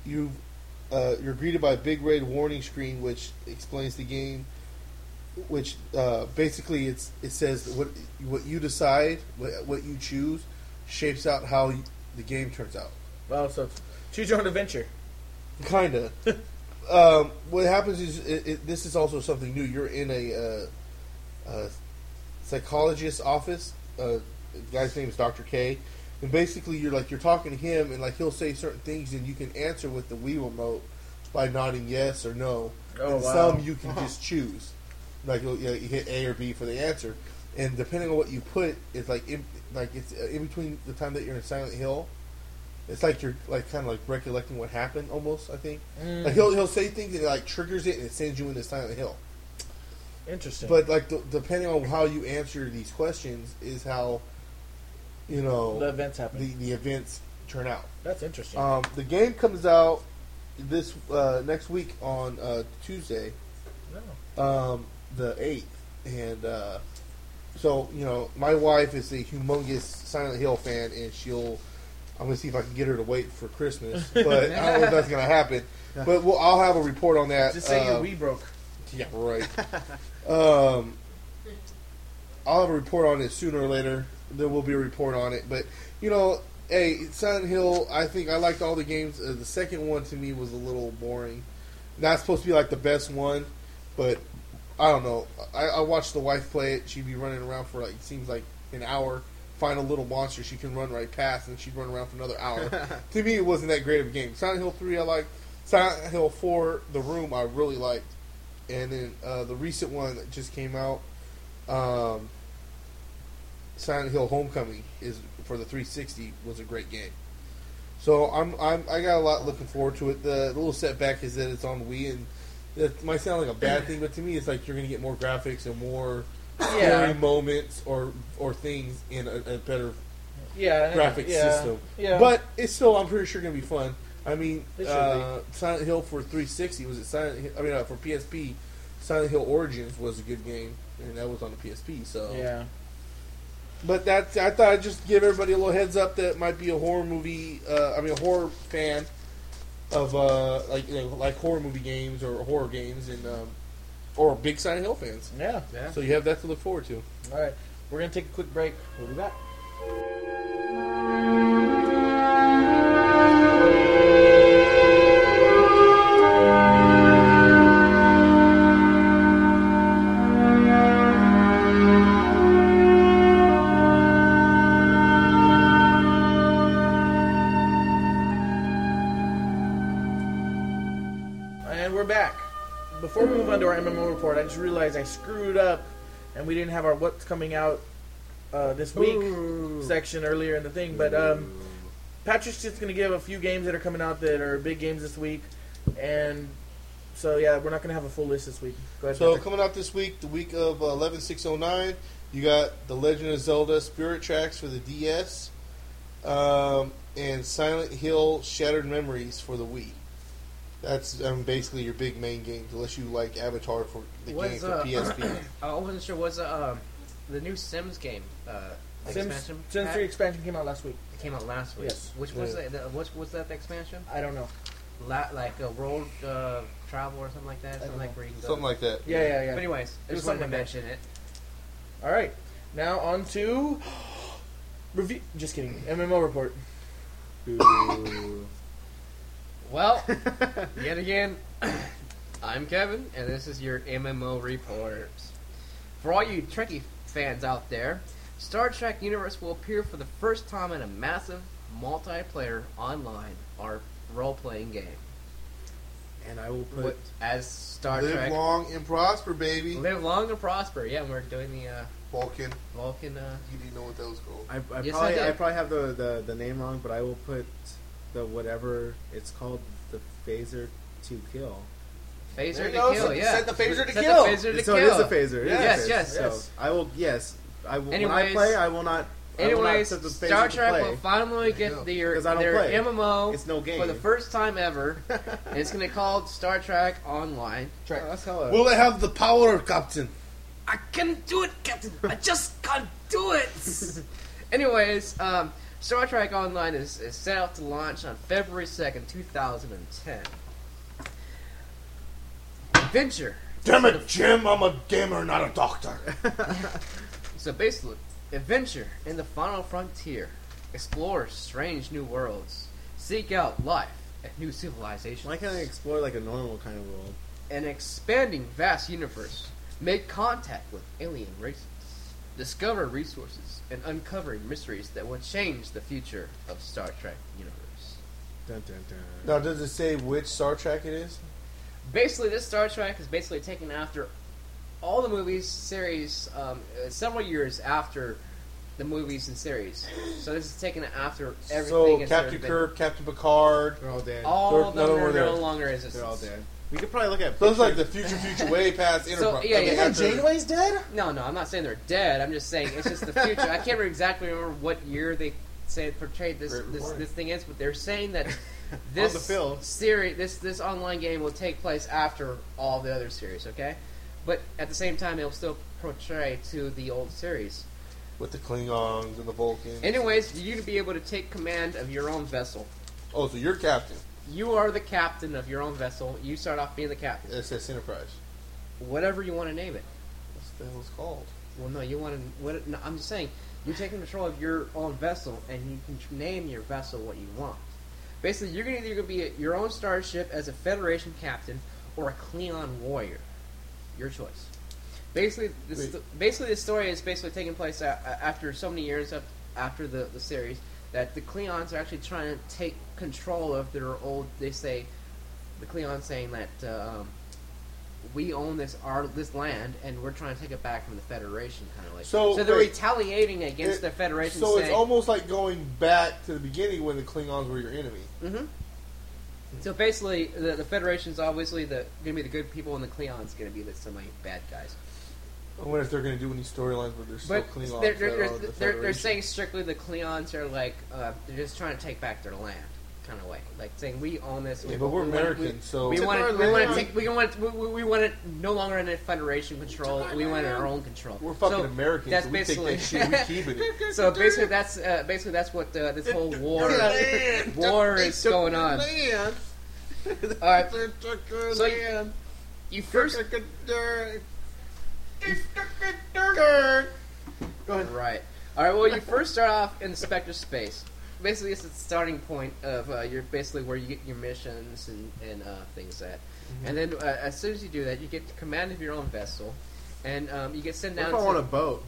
Speaker 6: you uh, you're greeted by a big red warning screen which explains the game which uh, basically it's it says what what you decide, what, what you choose, shapes out how you, the game turns out.
Speaker 1: Wow, so choose your own adventure.
Speaker 6: Kinda. um, what happens is it, it, this is also something new. You're in a, uh, uh psychologist's office. Uh, the guy's name is Doctor K, and basically you're like you're talking to him, and like he'll say certain things, and you can answer with the Wii remote by nodding yes or no.
Speaker 1: Oh
Speaker 6: and
Speaker 1: wow.
Speaker 6: some you can just choose. Like you'll- you, know, you hit A or B for the answer, and depending on what you put, it's like in, like it's uh, in between the time that you're in Silent Hill. It's like you're like kind of like recollecting what happened almost. I think
Speaker 1: Mm,
Speaker 6: like he'll he'll say things and it, like triggers it and it sends you into Silent Hill.
Speaker 1: interesting.
Speaker 6: But like d- depending on how you answer these questions is how you know
Speaker 1: the events happen.
Speaker 6: the, the events turn out.
Speaker 1: that's interesting.
Speaker 6: Um, the game comes out this uh, next week on uh, Tuesday
Speaker 1: no.
Speaker 6: um, the eighth, and uh, so you know, my wife is a humongous Silent Hill fan, and she'll. I'm gonna see if I can get her to wait for Christmas, but I don't know if that's gonna happen. But we'll, I'll have a report on that.
Speaker 1: Just say
Speaker 6: uh,
Speaker 1: your Wii broke.
Speaker 6: yeah, right. um, I'll have a report on it sooner or later. There will be a report on it, but you know, hey, Silent Hill. I think I liked all the games. Uh, the second one to me was a little boring. Not supposed to be like the best one, but I don't know. I, I watched the wife play it. She'd be running around for like it seems like an hour. Find a little monster she can run right past, and she'd run around for another hour. to me, it wasn't that great of a game. Silent Hill three, I liked. Silent Hill four, The Room, I really liked and then uh, the recent one that just came out, um, Silent Hill Homecoming is for the 360 was a great game. So I'm, I'm I got a lot looking forward to it. The, the little setback is that it's on Wii, and that might sound like a bad thing, but to me, it's like you're gonna get more graphics and more scary
Speaker 1: Yeah,
Speaker 6: moments or or things in a, a better
Speaker 1: yeah, Uh,
Speaker 6: graphics
Speaker 1: yeah,
Speaker 6: system.
Speaker 1: Yeah,
Speaker 6: But it's still, I'm pretty sure, going to be fun. I mean,
Speaker 1: It should
Speaker 6: uh, Silent Hill for 360 was it Silent? Hill, I mean, uh, for PSP, Silent Hill Origins was a good game, and that was on the PSP. So,
Speaker 1: yeah,
Speaker 6: but that's I thought I'd just give everybody a little heads up that it might be a horror movie. Uh, I mean, a horror fan of uh, like you know, like horror movie games or horror games, and um, or big Silent Hill fans.
Speaker 1: yeah.
Speaker 2: Yeah.
Speaker 6: So you have that to look forward to.
Speaker 1: All right, we're gonna take a quick break. We'll be back. And we're back. Before we move on to our MMO report, I just realized I screwed up, and we didn't have our what's coming out uh, this week section earlier in the thing. But um, Patrick's just going to give a few games that are coming out that are big games this week, and so yeah, we're not going to have a full list this week. Go ahead.
Speaker 6: So
Speaker 1: Patrick.
Speaker 6: coming out this week, the week of uh, 11609, you got The Legend of Zelda Spirit Tracks for the DS, um, and Silent Hill Shattered Memories for the Wii. That's um, basically your big main games, unless you like Avatar for the
Speaker 2: What's,
Speaker 6: game for
Speaker 2: uh,
Speaker 6: PSP.
Speaker 2: I wasn't sure. Was uh, um, the new Sims game uh,
Speaker 1: Sims,
Speaker 2: expansion?
Speaker 1: Sims
Speaker 2: pack?
Speaker 1: 3 expansion came out last week.
Speaker 2: It came out last week.
Speaker 1: Yes.
Speaker 2: Which was
Speaker 6: Yeah.
Speaker 2: that? the- Which was that the expansion?
Speaker 1: I don't know.
Speaker 2: La- like a road uh, travel or something like that. Something
Speaker 1: don't
Speaker 2: like
Speaker 1: know.
Speaker 2: where you can go.
Speaker 6: Something like that.
Speaker 1: Yeah, yeah, yeah.
Speaker 2: But anyways, I
Speaker 1: It was
Speaker 2: just wanted to
Speaker 1: something like
Speaker 2: mention it.
Speaker 1: All right, now on to review. Just kidding. MMO report.
Speaker 2: Well, yet again, I'm Kevin, and this is your MMO report. For all you Trekkie fans out there, Star Trek Universe will appear for the first time in a massive multiplayer online or role-playing game.
Speaker 4: And I will put.
Speaker 2: What- As Star
Speaker 6: Live
Speaker 2: Trek,
Speaker 6: long and prosper, baby.
Speaker 2: live long and prosper. Yeah, and we're doing the uh,
Speaker 6: Vulcan.
Speaker 2: Vulcan. Uh,
Speaker 6: You didn't know what that was called.
Speaker 4: I, I,
Speaker 2: Yes, I
Speaker 4: probably,
Speaker 2: did.
Speaker 4: I, probably have the, the, the name wrong, but I will put the whatever it's called, the phaser to kill.
Speaker 2: phaser
Speaker 1: There
Speaker 2: to
Speaker 1: you go,
Speaker 2: kill.
Speaker 1: set-
Speaker 2: yeah,
Speaker 1: set the phaser to
Speaker 2: Set
Speaker 1: kill.
Speaker 2: The phaser to kill.
Speaker 4: so it is a phaser. It is
Speaker 2: Yes,
Speaker 4: a phaser.
Speaker 2: yes.
Speaker 4: So
Speaker 1: Yes.
Speaker 4: I will. Yes, I will. when I
Speaker 2: Anyways-
Speaker 4: play, I will not.
Speaker 2: Anyways,
Speaker 4: I will not set the phaser
Speaker 2: Star
Speaker 4: to
Speaker 2: Trek
Speaker 4: play.
Speaker 2: will finally
Speaker 6: There you go.
Speaker 2: get their,
Speaker 4: 'Cause I don't
Speaker 2: their
Speaker 4: play.
Speaker 2: MMO
Speaker 4: It's no game.
Speaker 2: for the first time ever. and it's going to be called Star Trek Online.
Speaker 1: Trek.
Speaker 4: Oh, that's hella.
Speaker 6: Will it have the power, Captain?
Speaker 2: I can't do it, Captain. I just can't do it. Anyways, um, Star Trek Online is, is set out to launch on February 2nd, 2010. Adventure.
Speaker 6: Damn it, Jim! I'm a gamer, not a doctor.
Speaker 2: So basically, adventure in the final frontier. Explore strange new worlds. Seek out life at new civilizations.
Speaker 4: Why can't I explore like a normal kind of world?
Speaker 2: an expanding vast universe, make contact with alien races, discover resources, and uncover mysteries that will change the future of Star Trek universe.
Speaker 4: Dun, dun, dun.
Speaker 6: Now, does it say which Star Trek it is?
Speaker 2: Basically, this Star Trek is basically taken after all the movies, series, um, uh, several years after the movies and series. So this is taken after everything. and
Speaker 6: so, Captain
Speaker 2: everything.
Speaker 6: Kirk, Captain Picard.
Speaker 4: They're all dead.
Speaker 2: All
Speaker 6: They're-
Speaker 2: of
Speaker 6: none
Speaker 2: them
Speaker 6: of them
Speaker 2: are
Speaker 6: were there.
Speaker 2: no longer in existence.
Speaker 4: They're all dead. We could probably look at.
Speaker 6: So it's like the future, future, way past Enterprise.
Speaker 2: yeah,
Speaker 6: I mean,
Speaker 2: yeah.
Speaker 6: after-
Speaker 1: dead?
Speaker 2: No, no, I'm not saying they're dead. I'm just saying it's just the future. I can't remember exactly remember what year they say it portrayed this
Speaker 4: Great
Speaker 2: this,
Speaker 4: report.
Speaker 2: this thing is, but they're saying that this
Speaker 4: the field.
Speaker 2: series, this this online game will take place after all the other series. Okay, but at the same time, it'll still portray to the old series.
Speaker 6: With the Klingons and the Vulcans.
Speaker 2: Anyways, you to be able to take command of your own vessel.
Speaker 6: oh, so you're Captain.
Speaker 2: You are the captain of your own vessel. You start off being the captain.
Speaker 4: Uh,
Speaker 6: It says Enterprise.
Speaker 2: Whatever you want to name it.
Speaker 6: What the hell it's called?
Speaker 2: Well, no, you want to. What, no, I'm just saying, you're taking control of your own vessel, and you can tr- name your vessel what you want. Basically, you're gonna either gonna be your own starship as a Federation captain or a Klingon warrior. Your choice. Basically, the
Speaker 6: Wait.
Speaker 2: sto- basically the story is basically taking place a- a- after so many years of, after the, the series that the Klingons are actually trying to take control of their old. They say the Klingons saying that uh, um, we own this our this land and we're trying to take it back from the Federation, kind of like.
Speaker 6: So,
Speaker 2: they're
Speaker 6: wait.
Speaker 2: retaliating against
Speaker 6: It-
Speaker 2: the Federation.
Speaker 6: So
Speaker 2: saying,
Speaker 6: it's almost like going back to the beginning when the Klingons were your enemy.
Speaker 2: Mhm. So basically, the, the Federation's obviously the going to be the good people, and the Klingons going to be the semi bad guys.
Speaker 6: I wonder if they're going to do any storylines where they're still
Speaker 2: But
Speaker 6: Klingons.
Speaker 2: they're,
Speaker 6: that
Speaker 2: they're,
Speaker 6: are
Speaker 2: they're,
Speaker 6: on uh, the
Speaker 2: they're, they're
Speaker 6: Federation.
Speaker 2: saying strictly the Klingons are like uh, they're just trying to take back their land, kind of way, like saying we own this.
Speaker 6: Yeah, but we're
Speaker 2: we wanna-
Speaker 6: American,
Speaker 2: we-
Speaker 6: so
Speaker 2: we
Speaker 6: we,
Speaker 2: want
Speaker 4: our
Speaker 2: to we want to
Speaker 4: land.
Speaker 2: take we want we, we want it no longer under Federation control. We want our own control.
Speaker 6: are fucking
Speaker 2: So
Speaker 6: Americans.
Speaker 2: That's
Speaker 6: so we take
Speaker 2: basically
Speaker 6: that shit. We keeping it.
Speaker 2: so basically that's uh, basically that's what uh, this whole war war is going on. All right, so you, you first Right. All right. Well, you first start off in Spectre space. Basically, it's the starting point of uh, your basically where you get your missions and and uh, things at. And then uh, as soon as you do that, you get command of your own vessel, and um, you get sent
Speaker 4: What
Speaker 2: down.
Speaker 4: if I
Speaker 2: to,
Speaker 4: want a boat?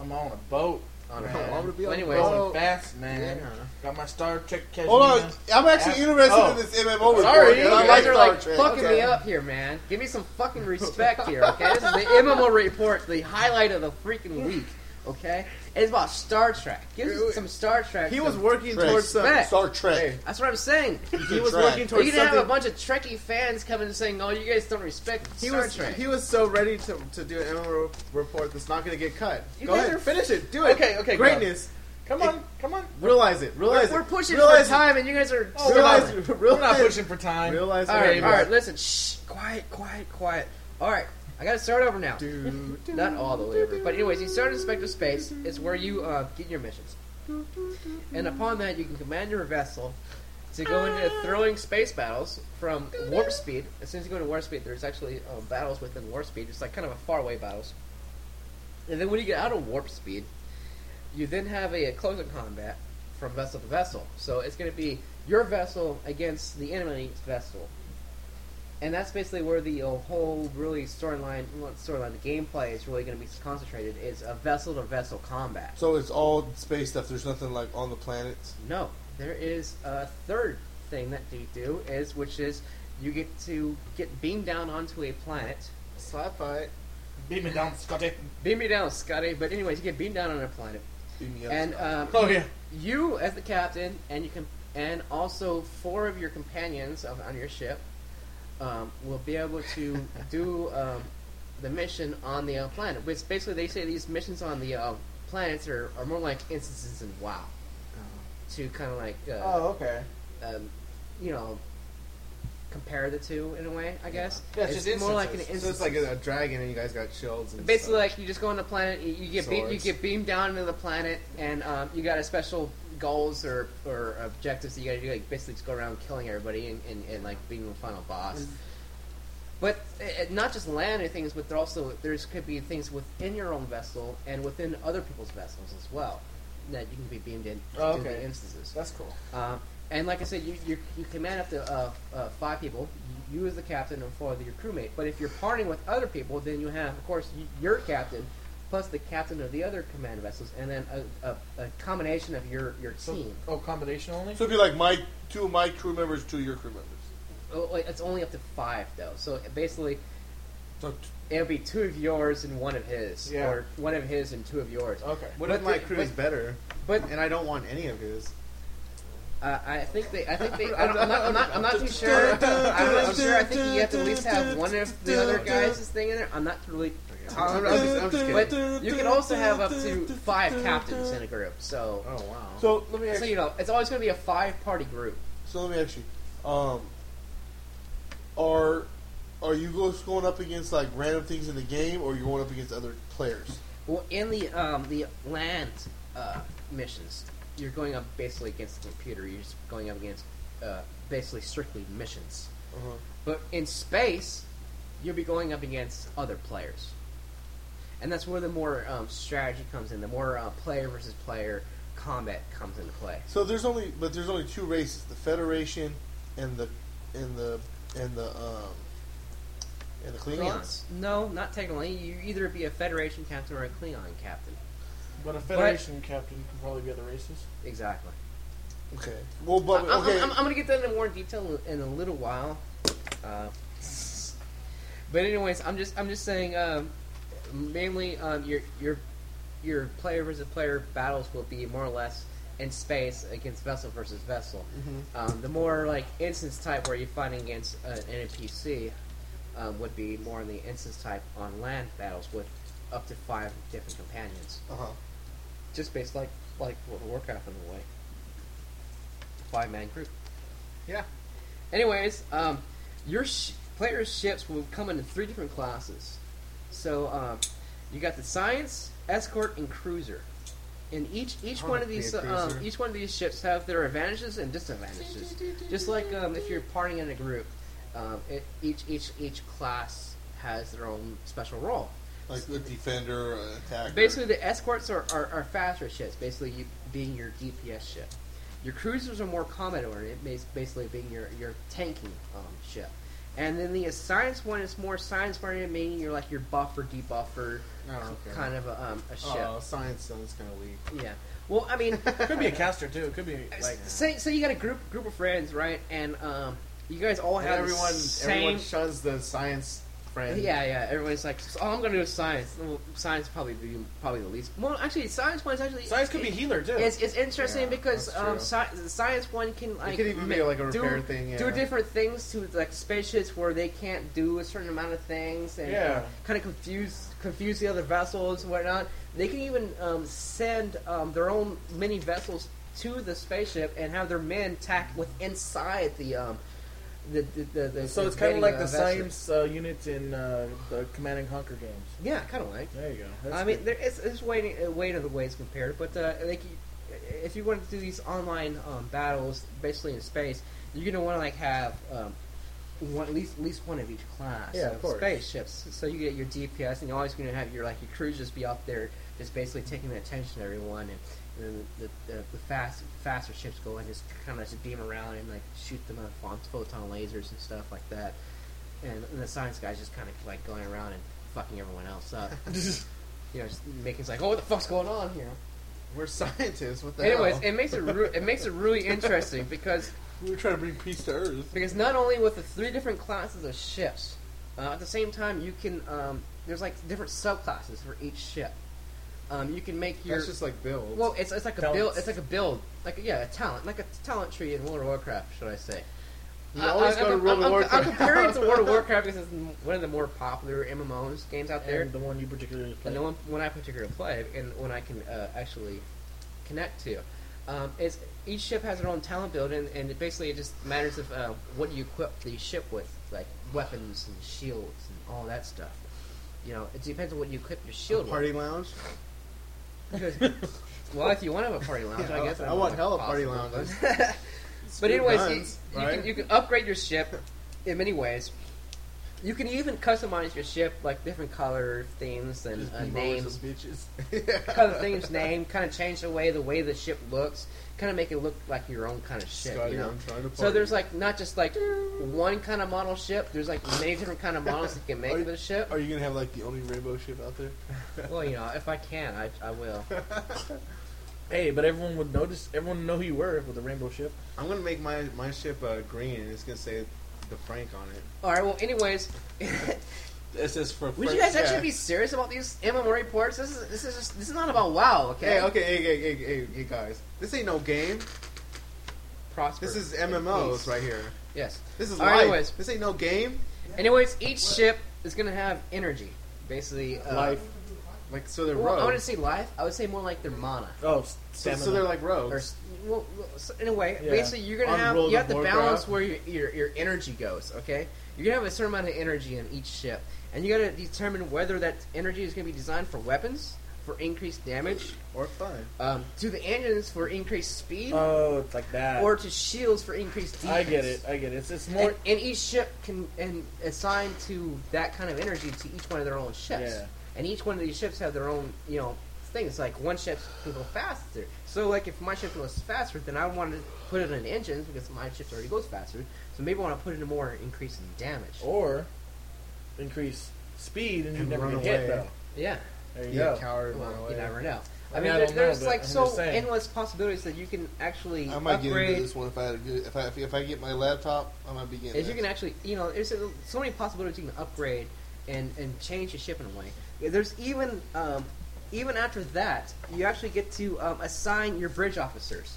Speaker 1: I'm on a boat.
Speaker 2: on
Speaker 4: Right.
Speaker 2: that.
Speaker 4: Why would it be
Speaker 2: Well,
Speaker 4: on-
Speaker 2: anyways,
Speaker 1: Going
Speaker 6: Oh.
Speaker 1: fast,
Speaker 4: Yeah.
Speaker 1: man. Got my Star Trek.
Speaker 6: Hold on,
Speaker 1: Casimir.
Speaker 6: I'm actually
Speaker 1: Yeah.
Speaker 6: interested
Speaker 1: Oh.
Speaker 6: in this MMO report.
Speaker 1: Sorry,
Speaker 6: I
Speaker 1: you
Speaker 6: like
Speaker 2: guys are
Speaker 6: Star
Speaker 2: like
Speaker 6: Trek.
Speaker 2: fucking
Speaker 6: Okay.
Speaker 2: me up here, man. Give me some fucking respect here, okay? This is the MMO report, the highlight of the freaking week, okay? It's about Star Trek. Give us some Star Trek.
Speaker 4: He
Speaker 2: some-
Speaker 4: was working
Speaker 6: Trek.
Speaker 4: towards some.
Speaker 2: Respect.
Speaker 6: Star Trek.
Speaker 4: Hey,
Speaker 2: That's what I'm saying.
Speaker 4: he was
Speaker 6: Track.
Speaker 4: working
Speaker 2: You
Speaker 4: towards
Speaker 2: didn't have a
Speaker 4: something.
Speaker 2: bunch of Trekkie fans coming and saying, "Oh, you guys don't respect
Speaker 4: He
Speaker 2: Star
Speaker 4: was
Speaker 2: Trek."
Speaker 4: he was so ready to, to do an MMO report that's not going to get cut.
Speaker 2: You
Speaker 4: Go
Speaker 2: guys
Speaker 4: ahead,
Speaker 2: are-
Speaker 4: finish it. Do it.
Speaker 1: Okay, okay, go.
Speaker 4: Greatness.
Speaker 1: Come on, come on.
Speaker 4: Realize it. Realize
Speaker 2: we're, we're
Speaker 4: it.
Speaker 2: pushing
Speaker 4: realize
Speaker 2: for time, and you guys are.
Speaker 1: Oh, we're
Speaker 4: realize,
Speaker 1: not-
Speaker 4: realize,
Speaker 1: We're not pushing for time.
Speaker 4: Realize
Speaker 2: all right,
Speaker 4: it.
Speaker 2: all right. Listen, shh, quiet, quiet, quiet. All right, I gotta start over now.
Speaker 4: Dude.
Speaker 2: Not all the way over, but anyways, you start in Spectre Space. It's where you uh, get your missions, and upon that, you can command your vessel to go into throwing space battles from warp speed. As soon as you go into warp speed, there's actually um, battles within warp speed. It's like kind of a faraway battles, and then when you get out of warp speed, you then have a, a close combat from vessel to vessel. So it's going to be your vessel against the enemy's vessel. And that's basically where the uh, whole really storyline, well, not storyline, the gameplay is really going to be concentrated is a vessel to vessel combat.
Speaker 6: So it's all space stuff. There's nothing like on the planets.
Speaker 2: No, there is a third thing that you do is which is you get to get beamed down onto a planet
Speaker 4: Slap fight.
Speaker 1: Beat me down, Scotty.
Speaker 2: Beam me down, Scotty. But anyways, you get beamed down on a planet,
Speaker 6: Beam me up.
Speaker 2: and um,
Speaker 1: Oh yeah.
Speaker 2: you as the captain, and you can, and also four of your companions of, on your ship um, will be able to do um, the mission on the uh, planet. Which basically, they say these missions on the uh, planets are, are more like instances in WoW, to kind of like uh,
Speaker 1: Oh, okay.
Speaker 2: um, you know compare the two in a way. I guess
Speaker 1: Yeah, it's just
Speaker 2: more like an
Speaker 1: instances.
Speaker 2: instance.
Speaker 4: So it's like a, a dragon, and you guys got shields. And
Speaker 2: Basically,
Speaker 4: stuff.
Speaker 2: like you just go on the planet, you, you get beam, you
Speaker 4: Swords.
Speaker 2: get beamed down into the planet, and um, you got a special goals or or objectives that you got to do. Like basically, just go around killing everybody and, and, and like being the final boss.
Speaker 1: Mm-hmm.
Speaker 2: But uh, not just land and things, but there also there's could be things within your own vessel and within other people's vessels as well that you can be beamed in
Speaker 1: Oh,
Speaker 2: to
Speaker 1: okay.
Speaker 2: the instances.
Speaker 1: That's cool.
Speaker 2: Um, and like I said, you you, you command up to uh, uh, five people. You, you as the captain and four of your crewmate. But if you're partying with other people, then you have, of course, y your captain plus the captain of the other command vessels, and then a, a, a combination of your your
Speaker 1: So,
Speaker 2: team.
Speaker 1: oh, combination only.
Speaker 6: so it'd be like my two of my crew members, two of your crew members.
Speaker 2: Oh, wait, It's only up to five though. So basically,
Speaker 6: So t-
Speaker 2: it'll be two of yours and one of his,
Speaker 1: Yeah.
Speaker 2: or one of his and two of yours.
Speaker 1: okay.
Speaker 4: what
Speaker 2: but
Speaker 4: if my
Speaker 2: the-
Speaker 4: crew is
Speaker 2: but-
Speaker 4: better?
Speaker 2: But
Speaker 4: And I don't want any of his.
Speaker 2: Uh, I think they. I think they. I don't, I'm, not, I'm not. I'm not too sure. I'm not sure. I think you have to at least have one of the other guys' thing in there. I'm not really.
Speaker 4: I'm, I'm just, I'm just kidding.
Speaker 2: But you can also have up to five captains in a group. So,
Speaker 4: oh wow.
Speaker 6: so let me ask
Speaker 2: so you know, it's always going to be a five-party group.
Speaker 6: So let me ask you, um, are are you guys going up against like random things in the game, or you're going up against other players?
Speaker 2: Well, in the um, the land uh, missions, you're going up basically against the computer. You're just going up against uh, basically strictly missions.
Speaker 6: Uh-huh.
Speaker 2: But in space, you'll be going up against other players. And that's where the more um, strategy comes in, the more uh, player versus player combat comes into play.
Speaker 6: So there's only but there's only two races: the Federation and the and the and the um, and the Klingons.
Speaker 2: No, not technically. You either be a Federation captain or a Klingon captain.
Speaker 1: But a Federation captain can probably be other races.
Speaker 2: Exactly.
Speaker 6: Okay. Well, but
Speaker 2: I- I'm,
Speaker 6: okay.
Speaker 2: I'm, I'm going to get that into more detail in a little while. Uh, but anyways, I'm just I'm just saying. Um, mainly, um, your your your player versus player battles will be more or less in space against vessel versus vessel.
Speaker 6: Mm-hmm.
Speaker 2: Um, the more like instance type where you're fighting against uh, an NPC um, would be more in the instance type on land battles with up to five different companions
Speaker 6: uh-huh.
Speaker 2: just based like like World of Warcraft in a way. Five man group.
Speaker 4: Yeah.
Speaker 2: Anyways, um, your sh- players' ships will come in three different classes. So um, you got the science, escort, and cruiser. And each each
Speaker 4: I
Speaker 2: one
Speaker 4: wanna
Speaker 2: of
Speaker 4: be a
Speaker 2: these uh, um,
Speaker 4: cruiser.
Speaker 2: each one of these ships have their advantages and disadvantages. Just like um, if you're partying in a group, um, it, each each each class has their own special role.
Speaker 6: Like the defender, uh, attacker.
Speaker 2: Basically, the escorts are, are, are faster ships, basically you being your DPS ship. Your cruisers are more combat oriented, bas- basically being your, your tanking um, ship. And then the science one is more science oriented, meaning you're like your buffer debuffer
Speaker 4: I
Speaker 1: Oh,
Speaker 4: don't care.
Speaker 2: kind of a, um, a ship.
Speaker 4: Oh, science sounds kind of weak.
Speaker 2: Yeah. Well, I mean,
Speaker 1: Could be a caster too. It could be like
Speaker 2: say say you got a group group of friends, right? And um, you guys all
Speaker 4: And
Speaker 2: have the
Speaker 4: everyone,
Speaker 2: same.
Speaker 4: everyone shuns the science friend.
Speaker 2: yeah, yeah. Everybody's like, "Oh, I'm gonna do is science." Well, science probably be probably the least. Well, actually, science one's actually
Speaker 1: science could be healer too.
Speaker 2: It's, it's interesting
Speaker 4: Yeah,
Speaker 2: because
Speaker 4: that's
Speaker 2: um,
Speaker 4: true.
Speaker 2: sci- the science one can like
Speaker 4: could even
Speaker 2: ma-
Speaker 4: be, like, a repair
Speaker 2: do,
Speaker 4: thing,
Speaker 2: do
Speaker 4: yeah.
Speaker 2: different things to like spaceships where they can't do a certain amount of things and
Speaker 1: Yeah.
Speaker 2: kind of confuse confuse the other vessels and whatnot. They can even um, send um, their own mini vessels to the spaceship and have their men tack with inside the um the the, the, the
Speaker 1: so it's
Speaker 2: the
Speaker 1: kind of
Speaker 2: main,
Speaker 1: like
Speaker 2: uh,
Speaker 1: the
Speaker 2: vessel.
Speaker 1: science uh, units in uh, the Command and Conquer games.
Speaker 2: Yeah, kind of like.
Speaker 1: There you go. That's
Speaker 2: I mean,
Speaker 1: good.
Speaker 2: there is it's way uh, way to the ways compared, but uh, like you- if you want to do these online um, battles, basically in space, you're gonna want to like have um, one, at least at least one of each class
Speaker 1: Yeah, of course.
Speaker 2: spaceships. So you get your DPS, and you're always gonna have your like your crews just be up there, just basically taking the attention of everyone, and, and then the, the, the fast faster ships go and just kind of just beam around and like shoot them with phon- photon lasers and stuff like that. And, and the science guys just kind of like going around and fucking everyone else up you know, just making it's like, oh, what the fuck's going on here?
Speaker 4: We're scientists. What the
Speaker 2: Anyways,
Speaker 4: hell?
Speaker 2: it makes it re- it makes it really interesting because
Speaker 3: We were trying to bring peace to Earth.
Speaker 2: because not only with the three different classes of ships, uh, at the same time you can um, there's like different subclasses for each ship. Um, you can make your
Speaker 4: That's just like builds.
Speaker 2: well, it's, it's like a build,
Speaker 1: Talents.
Speaker 2: it's like a build, like yeah, a talent, like a talent tree in World of Warcraft, should I say?
Speaker 4: You always go to
Speaker 2: I'm-
Speaker 4: World of
Speaker 2: I'm- I'm
Speaker 4: Warcraft.
Speaker 2: comparing it to World of Warcraft because it's one of the more popular MMOs games out there.
Speaker 1: and the one you particularly play.
Speaker 2: and the one when I particularly play and when I can uh, actually connect to. Um, is each ship has their own talent build, and, and it basically it just matters of uh, what you equip the ship with, like weapons and shields and all that stuff. You know, it depends on what you equip your shield
Speaker 4: party lounge.
Speaker 2: with. Because- well, if you want to have a party lounge, I
Speaker 4: I-
Speaker 2: guess
Speaker 4: I
Speaker 2: that
Speaker 4: want
Speaker 2: might
Speaker 4: hell of
Speaker 2: be
Speaker 4: party
Speaker 2: possible,
Speaker 4: lounges.
Speaker 2: but- but
Speaker 4: Screw
Speaker 2: anyways,
Speaker 4: guns,
Speaker 2: you, you
Speaker 4: right?
Speaker 2: can you can upgrade your ship in many ways. You can even customize your ship like different color themes and
Speaker 4: Just
Speaker 2: uh,
Speaker 4: be
Speaker 2: names.
Speaker 4: malicious bitches.
Speaker 2: kind of thing's name, kind of change the way the way the ship looks, kind of make it look like your own kind of ship,
Speaker 4: Scotty,
Speaker 2: you know.
Speaker 4: I'm trying to
Speaker 2: So there's
Speaker 4: party.
Speaker 2: like not just like one kind of model ship. There's like many different kind of models you can make
Speaker 3: Are-
Speaker 2: with a ship.
Speaker 3: Are you gonna have like the only rainbow ship out there?
Speaker 2: Well, you know, if I can, I, I will.
Speaker 1: hey, but everyone would notice. Everyone would know who you were with the rainbow ship.
Speaker 4: I'm gonna make my my ship uh, green, and it's gonna say the Frank on it.
Speaker 2: All right. Well, anyways,
Speaker 3: It says for.
Speaker 2: would you
Speaker 3: Frank-
Speaker 2: guys
Speaker 4: yeah.
Speaker 2: actually be serious about these MMO reports? This is this is just, this is not about WoW. Okay.
Speaker 4: Hey, okay, hey, hey, hey, hey, hey, guys, this ain't no game.
Speaker 2: Prosper.
Speaker 4: This is
Speaker 2: in
Speaker 4: MMOs
Speaker 2: peace.
Speaker 4: right here.
Speaker 2: Yes.
Speaker 4: This is
Speaker 2: All
Speaker 4: life.
Speaker 2: right, anyways.
Speaker 4: This ain't no game.
Speaker 2: Anyways, each ship is gonna have energy, basically. Uh,
Speaker 4: life, like so they're
Speaker 2: Well, I
Speaker 4: rogue.
Speaker 2: wouldn't say life. I would say more like their mana.
Speaker 1: Oh,
Speaker 4: So,
Speaker 1: stamina.
Speaker 4: so they're like
Speaker 2: or
Speaker 4: rogues.
Speaker 2: s- well, well, so anyway,
Speaker 1: Yeah.
Speaker 2: basically you're gonna
Speaker 4: On
Speaker 2: have
Speaker 4: World
Speaker 2: you
Speaker 4: of
Speaker 2: have to
Speaker 4: Warcraft.
Speaker 2: balance where your, your your energy goes. Okay, you're gonna have a certain amount of energy in each ship, and you gotta determine whether that energy is gonna be designed for weapons for increased damage,
Speaker 4: or fun.
Speaker 2: um, to the engines for increased speed,
Speaker 1: oh, it's like that.
Speaker 2: or to shields for increased defense.
Speaker 1: I get it. I get it. It's, it's more.
Speaker 2: And, and each ship can and assign to that kind of energy to each one of their own ships.
Speaker 1: Yeah.
Speaker 2: And each one of these ships have their own, you know, things. Like one ship can go faster. So like if my ship goes faster, then I want to put it in engines because my ship already goes faster. So maybe I want to put it in more increase in damage.
Speaker 1: or increase speed and,
Speaker 4: And
Speaker 1: you never
Speaker 4: run
Speaker 1: get hit
Speaker 4: away.
Speaker 1: though.
Speaker 2: Yeah.
Speaker 1: There you
Speaker 4: You
Speaker 1: go.
Speaker 4: coward.
Speaker 2: Well,
Speaker 4: run
Speaker 2: you
Speaker 4: away.
Speaker 2: never know.
Speaker 1: I
Speaker 2: I
Speaker 1: mean,
Speaker 2: mean,
Speaker 1: I
Speaker 2: there,
Speaker 1: don't know,
Speaker 2: there's
Speaker 1: but
Speaker 2: like
Speaker 1: I'm
Speaker 2: so
Speaker 1: just saying.
Speaker 2: endless possibilities that you can actually
Speaker 6: I might get into
Speaker 2: upgrade.
Speaker 6: this one if I had a good, if I if, I get my laptop, I might be getting.
Speaker 2: Is you
Speaker 6: this.
Speaker 2: can actually, you know, there's uh, so many possibilities you can upgrade and and change your ship in a way. There's even um, even after that, you actually get to um, assign your bridge officers,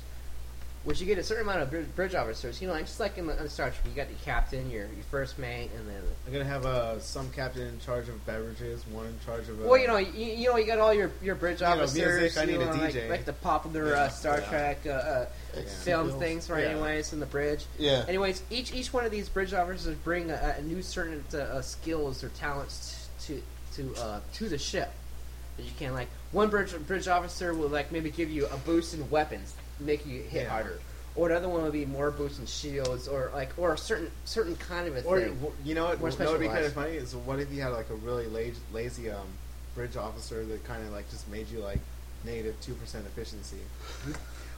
Speaker 2: which you get a certain amount of bri- bridge officers. You know, like, just like in the in Star Trek, you got your captain, your, your first mate, and then
Speaker 4: I'm gonna have uh, some captain in charge of beverages, one in charge of. Uh,
Speaker 2: well, you know, you, you know, you got all your your bridge
Speaker 4: You know,
Speaker 2: officers.
Speaker 4: music, I
Speaker 2: you
Speaker 4: need a
Speaker 2: know, like-
Speaker 4: DJ.
Speaker 2: Like, the popular uh,
Speaker 4: Yeah,
Speaker 2: Star
Speaker 4: yeah.
Speaker 2: Trek uh, uh, film
Speaker 6: Yeah.
Speaker 2: things, right?
Speaker 4: Yeah.
Speaker 2: Anyways, in the bridge.
Speaker 6: Yeah.
Speaker 2: Anyways, each each one of these bridge officers bring a, a new certain uh, uh, skills or talents t- to to uh, to the ship that you can like. One bridge bridge officer will like maybe give you a boost in weapons, make you hit
Speaker 4: Yeah.
Speaker 2: harder, or another one would be more boost in shields, or like or a certain certain kind of a
Speaker 4: Or
Speaker 2: thing.
Speaker 4: w- you know what?
Speaker 2: More
Speaker 4: What would be kind of
Speaker 2: specialized.
Speaker 4: funny is what if you had like a really lazy, lazy um, bridge officer that kind of like just made you like negative two percent efficiency.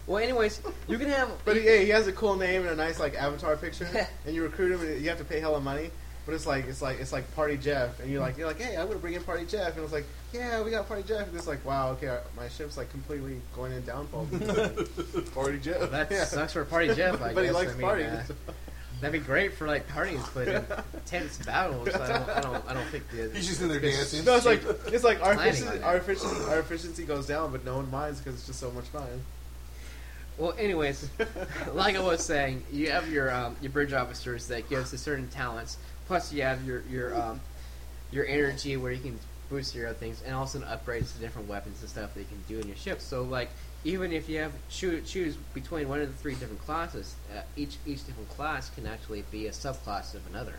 Speaker 2: Well, anyways, you can have.
Speaker 4: But he, hey, he has a cool name and a nice like avatar picture, and you recruit him, and you have to pay hella money. But it's like it's like it's like Party Jeff, and you're like you're like, hey, I'm gonna bring in Party Jeff, and it's like, yeah, we got Party Jeff, and it's like, wow, okay, our- my ship's like completely going in downfall.
Speaker 6: Party Jeff.
Speaker 2: that
Speaker 4: Yeah.
Speaker 2: sucks for Party Jeff. I
Speaker 4: But he
Speaker 2: guess.
Speaker 4: likes
Speaker 2: I mean,
Speaker 4: parties.
Speaker 2: uh, that'd be great for like parties, but in tense battles. I don't. I don't. I don't think the.
Speaker 6: He's just in there dancing.
Speaker 4: No, it's like it's like our
Speaker 2: Planning on
Speaker 4: efficiency,
Speaker 2: it.
Speaker 4: our efficiency, our efficiency goes down, but no one minds because it's just so much fun.
Speaker 2: Well, anyways, like I was saying, you have your um, your bridge officers that gives a certain talents. Plus, you have your your um, your energy where you can boost your other things, and also upgrades to different weapons and stuff that you can do in your ship. So, like, even if you have choose choose between one of the three different classes, uh, each each different class can actually be a subclass of another.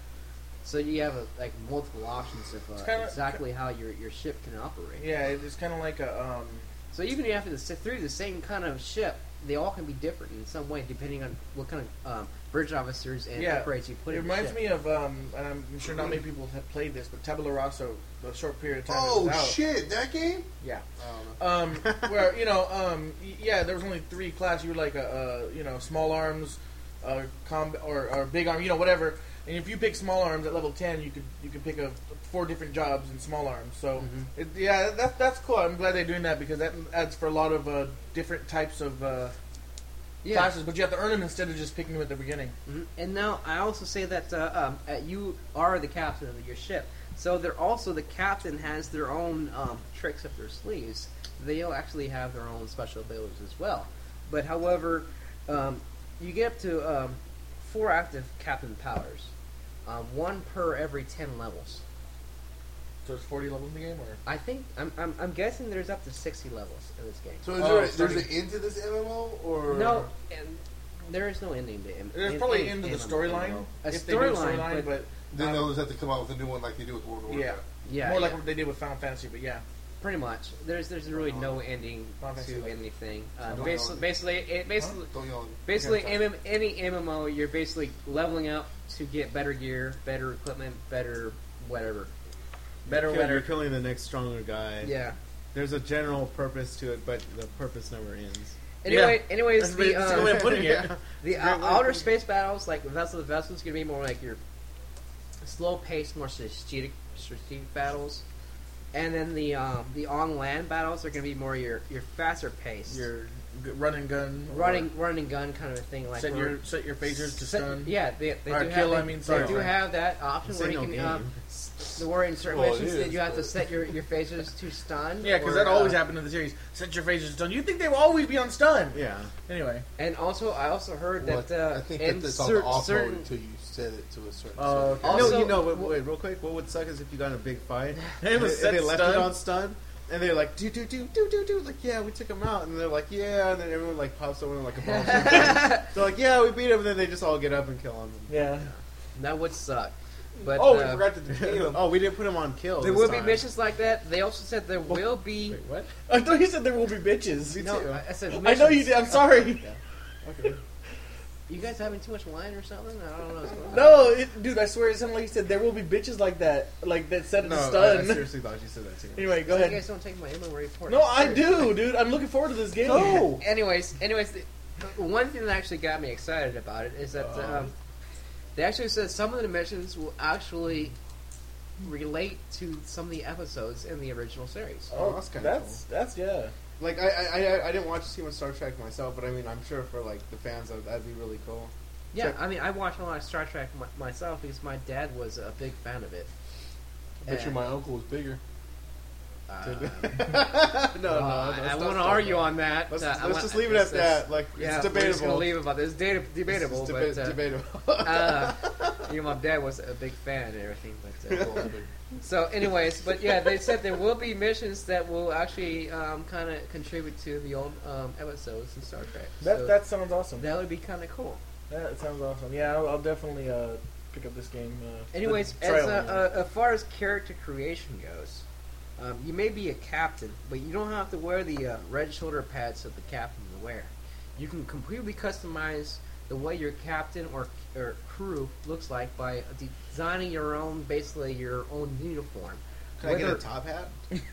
Speaker 2: So you have a, like multiple options of uh,
Speaker 1: kinda-
Speaker 2: exactly how your, your ship can operate.
Speaker 1: Yeah, it- it's kind of like a um,
Speaker 2: So even if you have the, sa- three of the same kind of ship, they all can be different in some way depending on what kind of um, bridge officers and
Speaker 1: Yeah.
Speaker 2: upgrades you put
Speaker 1: it
Speaker 2: in.
Speaker 1: reminds
Speaker 2: your ship.
Speaker 1: me of, um, and I'm sure not many people have played this, but Tabula Rasa, the short period of time. it
Speaker 6: Oh
Speaker 1: was out.
Speaker 6: shit, that game.
Speaker 1: Yeah.
Speaker 6: I don't know.
Speaker 1: Um, where you know, um, y- yeah, there was only three class. You were like a, a you know, small arms, uh, comb or, or big arm, you know, whatever. And if you pick small arms at level ten, you could you could pick a four different jobs in small arms. So
Speaker 2: Mm-hmm.
Speaker 1: it, yeah, that that's cool. I'm glad they're doing that because that adds for a lot of uh, different types of uh,
Speaker 2: yeah.
Speaker 1: classes. But you have to earn them instead of just picking them at the beginning.
Speaker 2: Mhm. And now I also say that uh, um, uh, you are the captain of your ship. So they're also the captain has their own um, tricks up their sleeves. They'll actually have their own special abilities as well. But however, um, you get up to um, four active captain powers, um, one per every ten levels.
Speaker 1: So it's forty levels in the game, or
Speaker 2: I think I'm, I'm, I'm guessing there's up to 60 levels in this game.
Speaker 6: So is
Speaker 1: Oh,
Speaker 6: there a,
Speaker 1: starting-
Speaker 6: there's an end to this MMO or
Speaker 2: No, and there is no ending to him.
Speaker 1: there's probably end of the storyline.
Speaker 2: A
Speaker 1: if they do a
Speaker 2: storyline,
Speaker 1: storyline,
Speaker 2: but-
Speaker 1: but,
Speaker 6: Then they'll just have to come out with a new one like they do with World of
Speaker 1: Yeah.
Speaker 6: Warcraft.
Speaker 2: Yeah,
Speaker 1: more like
Speaker 2: yeah,
Speaker 1: what they did with Final Fantasy. But yeah,
Speaker 2: pretty much. There's there's really no ending
Speaker 1: Um, Final Fantasy
Speaker 2: to
Speaker 1: Light.
Speaker 2: anything.
Speaker 6: I
Speaker 2: Uh,
Speaker 6: don't
Speaker 2: basically,
Speaker 6: know.
Speaker 2: basically, it, basically,
Speaker 6: Don't yell. at me.
Speaker 2: basically,
Speaker 6: Okay, I'm
Speaker 2: MM, any MMO, you're basically leveling up to get better gear, better equipment, better whatever, better
Speaker 4: Kill- You're
Speaker 2: whatever.
Speaker 4: killing the next stronger guy.
Speaker 2: Yeah.
Speaker 4: There's a general purpose to it, but the purpose never ends.
Speaker 2: Anyway, anyways, the,
Speaker 1: That's
Speaker 2: um,
Speaker 1: the way I'm putting it.
Speaker 2: The
Speaker 4: Great
Speaker 2: uh,
Speaker 4: way
Speaker 2: outer
Speaker 4: to-
Speaker 2: space battles, like Vessel to Vessel, is going to be more like your slow paced, more strategic, strategic battles. And then the um, the on land battles are going to be more your, your faster paced,
Speaker 1: your g- run and gun, or
Speaker 2: running running gun kind of a thing. Like
Speaker 1: set
Speaker 2: where-
Speaker 1: your set your phasers to
Speaker 2: set-
Speaker 1: stun.
Speaker 2: Yeah, they, they
Speaker 1: Or
Speaker 2: do
Speaker 1: kill,
Speaker 2: have,
Speaker 1: I
Speaker 2: they,
Speaker 1: mean,
Speaker 2: they
Speaker 1: sorry,
Speaker 2: do
Speaker 1: Frank.
Speaker 2: have that option
Speaker 4: It's
Speaker 2: where
Speaker 4: in
Speaker 2: you
Speaker 4: no
Speaker 2: can.
Speaker 4: game.
Speaker 2: Um, s- the war in certain
Speaker 6: Well, it
Speaker 2: missions that
Speaker 6: is,
Speaker 2: you have to
Speaker 6: but-
Speaker 2: set your, your phasers to stun.
Speaker 1: Yeah, because
Speaker 2: or,
Speaker 1: that always
Speaker 2: uh,
Speaker 1: happened in the series. Set your phasers to stun. You think they will always be on stun?
Speaker 4: Yeah.
Speaker 1: Anyway,
Speaker 2: And also, I also heard
Speaker 6: Well,
Speaker 2: that uh,
Speaker 6: I think
Speaker 2: in
Speaker 6: that that's all
Speaker 2: cer-
Speaker 6: off mode
Speaker 2: certain
Speaker 6: until you set it to a certain.
Speaker 1: Oh, okay.
Speaker 2: Also-
Speaker 4: no, you know, wait, wait, real quick. What would suck is if you got in a big fight.
Speaker 1: It was
Speaker 4: and
Speaker 1: set
Speaker 4: they left
Speaker 1: stun.
Speaker 4: it on stun, and they're like, do do do do do do. Like, yeah, we took him out, and they're like, yeah, and then everyone like pops someone like a bomb. they're like, yeah, we beat him, and then they just all get up and kill him.
Speaker 1: yeah.
Speaker 2: that would suck. But
Speaker 6: oh, we
Speaker 2: uh,
Speaker 6: forgot to defeat him.
Speaker 4: oh, we didn't put him on kill.
Speaker 2: There
Speaker 4: this
Speaker 2: will be
Speaker 4: time.
Speaker 2: missions like that. They also said there will be.
Speaker 4: Wait, what?
Speaker 1: I thought you said there will be bitches.
Speaker 4: Me
Speaker 2: No,
Speaker 4: too.
Speaker 2: I- I said
Speaker 1: I know you
Speaker 2: missions.
Speaker 1: did. I'm sorry.
Speaker 4: Okay.
Speaker 2: You guys having too much wine or something? I don't know. What's going on.
Speaker 1: No, it, dude, I swear it sounded like you said there will be bitches like that, like that set it
Speaker 4: No,
Speaker 1: to
Speaker 4: I, I
Speaker 1: stun.
Speaker 4: seriously thought you said that too.
Speaker 1: anyway, go
Speaker 2: So you
Speaker 1: ahead.
Speaker 2: guys don't take my MMO report.
Speaker 1: No, I do, dude. I'm looking forward to this game.
Speaker 2: No. anyways, anyways, the, one thing that actually got me excited about it is that
Speaker 1: Uh-huh.
Speaker 2: um, they actually said some of the missions will actually relate to some of the episodes in the original series.
Speaker 1: Oh,
Speaker 4: that's
Speaker 1: that's
Speaker 4: kinda
Speaker 1: that's, yeah.
Speaker 4: Like I, I, I, I didn't watch too much Star Trek myself, but I mean, I'm sure for like the fans, that- that'd be really cool.
Speaker 2: Yeah, I mean, I watched a lot of Star Trek my, myself because my dad was a big fan of it.
Speaker 6: Bet you
Speaker 2: And,
Speaker 6: my uncle was bigger.
Speaker 2: uh,
Speaker 4: no, no,
Speaker 2: Uh,
Speaker 4: no,
Speaker 2: I
Speaker 4: let's
Speaker 2: want to
Speaker 4: not
Speaker 2: argue
Speaker 4: stop
Speaker 2: on that.
Speaker 4: Let's,
Speaker 2: Uh, I
Speaker 4: let's
Speaker 2: want-
Speaker 4: just leave it
Speaker 2: that's-
Speaker 4: at
Speaker 2: that's-
Speaker 4: that. Like
Speaker 2: Yeah,
Speaker 4: it's
Speaker 2: We're just gonna
Speaker 4: debatable.
Speaker 2: leave about this. It's data- debatable,
Speaker 4: It's
Speaker 2: but
Speaker 4: deba-
Speaker 2: uh,
Speaker 4: debatable.
Speaker 2: uh, you know, my dad was a big fan and everything. But uh, so, anyways, but yeah, they said there will be missions that will actually um, kind of contribute to the old um, episodes in Star Trek.
Speaker 1: That
Speaker 2: so
Speaker 1: that sounds awesome.
Speaker 2: that would be kind of cool.
Speaker 1: That sounds awesome. Yeah, I'll, I'll definitely uh, pick up this game. Uh,
Speaker 2: Anyways,
Speaker 1: the
Speaker 2: as,
Speaker 1: trial
Speaker 2: uh, uh, as far as character creation goes, um, you may be a captain, but you don't have to wear the uh, red shoulder pads that the captain would wear. You can completely customize the way your captain or, or crew looks like by de- designing your own, basically your own uniform.
Speaker 4: Can I get a top hat?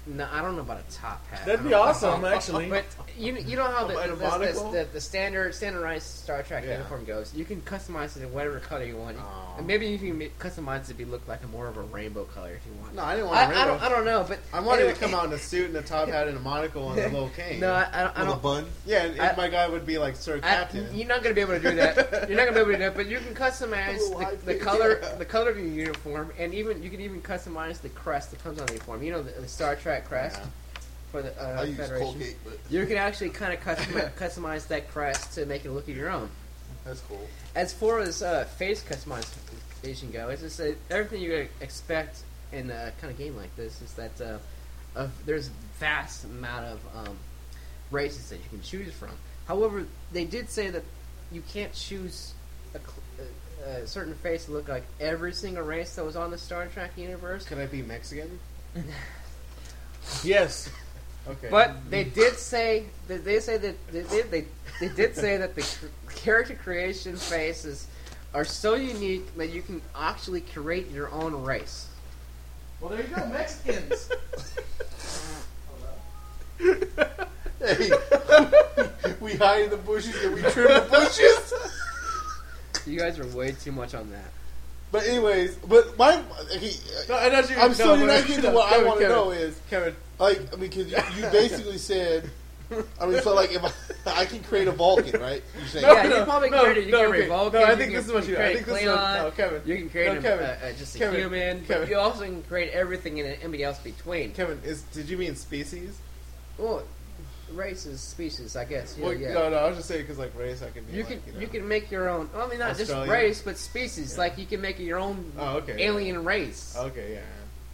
Speaker 2: No, I don't know about a top hat.
Speaker 1: That'd
Speaker 2: I
Speaker 1: be
Speaker 2: don't-
Speaker 1: awesome, actually.
Speaker 2: But you you know how the,
Speaker 1: A
Speaker 2: the, the,
Speaker 1: monocle?
Speaker 2: the, the standard standardized Star Trek
Speaker 4: Yeah.
Speaker 2: uniform goes. You can customize it in whatever color you want.
Speaker 4: Oh.
Speaker 2: And maybe you can ma- customize it to be look like a more of a rainbow color if you want.
Speaker 4: No, I didn't want
Speaker 2: I,
Speaker 4: a
Speaker 2: I
Speaker 4: rainbow.
Speaker 2: don't I don't know, but
Speaker 4: I wanted
Speaker 2: anyway,
Speaker 4: to come out in a suit and a top hat and a monocle and a little cane.
Speaker 2: No, I, I don't. I
Speaker 6: Little
Speaker 2: don't
Speaker 6: bun.
Speaker 4: yeah, and, and
Speaker 2: I-
Speaker 4: my guy would be like Sir
Speaker 2: I,
Speaker 4: Captain.
Speaker 2: you're not gonna be able to do that. You're not gonna be able to do that. But you can customize
Speaker 4: Little high
Speaker 2: the, the
Speaker 4: pitch,
Speaker 2: color,
Speaker 4: Oh, yeah.
Speaker 2: the color of your uniform, and even you can even customize the crest that comes on the uniform. You know the, the Star Trek crest
Speaker 4: Yeah.
Speaker 2: for the
Speaker 6: I
Speaker 2: uh,
Speaker 6: use
Speaker 2: Federation.
Speaker 6: Colgate, but
Speaker 2: You can actually kind of customize, customize that crest to make it look your own.
Speaker 6: that's cool.
Speaker 2: As far as uh, face customization goes, it's uh, everything you expect in a kind of game like this is that uh, of there's vast amount of um, races that you can choose from. However, they did say that you can't choose a, cl- a, a certain face to look like every single race that was on the Star Trek universe.
Speaker 4: Could I be Mexican?
Speaker 1: yes.
Speaker 4: Okay.
Speaker 2: But they did say that they say that they did they, they did say that the cr- character creation faces are so unique that you can actually create your own race.
Speaker 1: Well, there you go, Mexicans.
Speaker 6: Hey, we hide in the bushes and we trim the bushes.
Speaker 2: You guys are way too much on that.
Speaker 6: But anyways, but my okay,
Speaker 1: no, I know you,
Speaker 6: I'm
Speaker 1: no,
Speaker 6: still you're not
Speaker 1: but-
Speaker 6: getting to what I
Speaker 1: Kevin,
Speaker 6: want to
Speaker 1: Kevin,
Speaker 6: know is
Speaker 1: Kevin,
Speaker 6: like I mean, cause you basically said. I mean, so like if I, I can create a Vulcan, right? You're saying,
Speaker 1: No,
Speaker 2: yeah, you
Speaker 1: no,
Speaker 2: can probably
Speaker 1: no,
Speaker 2: create it. You
Speaker 1: no,
Speaker 2: can
Speaker 1: okay.
Speaker 2: create Vulcan.
Speaker 1: No, I
Speaker 2: you
Speaker 1: think
Speaker 2: can
Speaker 1: this is what you- I
Speaker 2: create
Speaker 1: think this is what-
Speaker 2: Klingon,
Speaker 1: no, Kevin.
Speaker 2: You can create
Speaker 1: No,
Speaker 2: a-
Speaker 1: Kevin.
Speaker 2: a- a- just a
Speaker 1: Kevin.
Speaker 2: human.
Speaker 1: Kevin.
Speaker 2: But you also can create everything and everybody else between.
Speaker 4: Kevin, is did you mean species?
Speaker 2: Well, races, species, I guess. Yeah,
Speaker 4: Well,
Speaker 2: yeah.
Speaker 4: No, no, I was just saying because like race, I could be.
Speaker 2: You
Speaker 4: like,
Speaker 2: can
Speaker 4: you, know.
Speaker 2: you can make your own. Well, I mean, not
Speaker 4: Australia.
Speaker 2: just race, but species. Like you can make your own
Speaker 4: Oh, okay.
Speaker 2: alien
Speaker 1: Oh,
Speaker 2: race.
Speaker 4: Okay, yeah.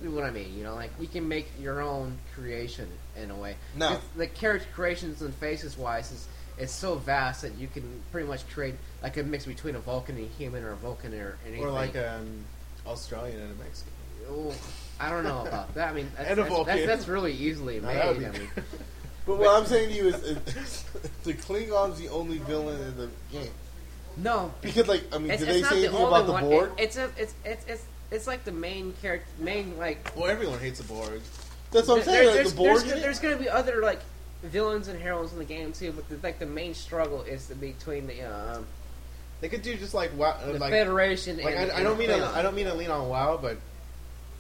Speaker 2: You know what I mean, you know, like you can make your own creation in a way.
Speaker 6: No.
Speaker 2: Because the character creations and faces wise is it's so vast that you can pretty much create like a mix between a Vulcan and human or a Vulcan or anything.
Speaker 4: Or like an Australian and a Mexican.
Speaker 2: Oh, I don't know about that. I mean, that's,
Speaker 4: And a
Speaker 2: that's,
Speaker 4: Vulcan.
Speaker 2: that's, that's really easily
Speaker 4: Now,
Speaker 2: made.
Speaker 4: that would
Speaker 2: I
Speaker 4: be-
Speaker 2: mean,
Speaker 6: But what I'm saying to you is, is the Klingon's the only villain in the game
Speaker 2: no,
Speaker 6: because, like, I mean,
Speaker 2: it's,
Speaker 6: did
Speaker 2: it's
Speaker 6: they
Speaker 2: not
Speaker 6: say
Speaker 2: the
Speaker 6: anything
Speaker 2: only
Speaker 6: about the
Speaker 2: one.
Speaker 6: Borg?
Speaker 2: It- it's a it's it's it's it's like the main character, main like
Speaker 4: Well, everyone hates the Borg.
Speaker 6: That's what I'm
Speaker 2: There-
Speaker 6: saying. like,
Speaker 2: there's,
Speaker 6: the Borg.
Speaker 2: there's,
Speaker 6: in it?
Speaker 2: there's going to be other like villains and heroes in the game too, but the, like the main struggle is the, between the um,
Speaker 4: They could do just like wow,
Speaker 2: the
Speaker 4: like,
Speaker 2: Federation.
Speaker 4: like
Speaker 2: and,
Speaker 4: I, I don't
Speaker 2: and
Speaker 4: mean
Speaker 2: Klingon.
Speaker 4: to, I don't mean to lean on WoW, but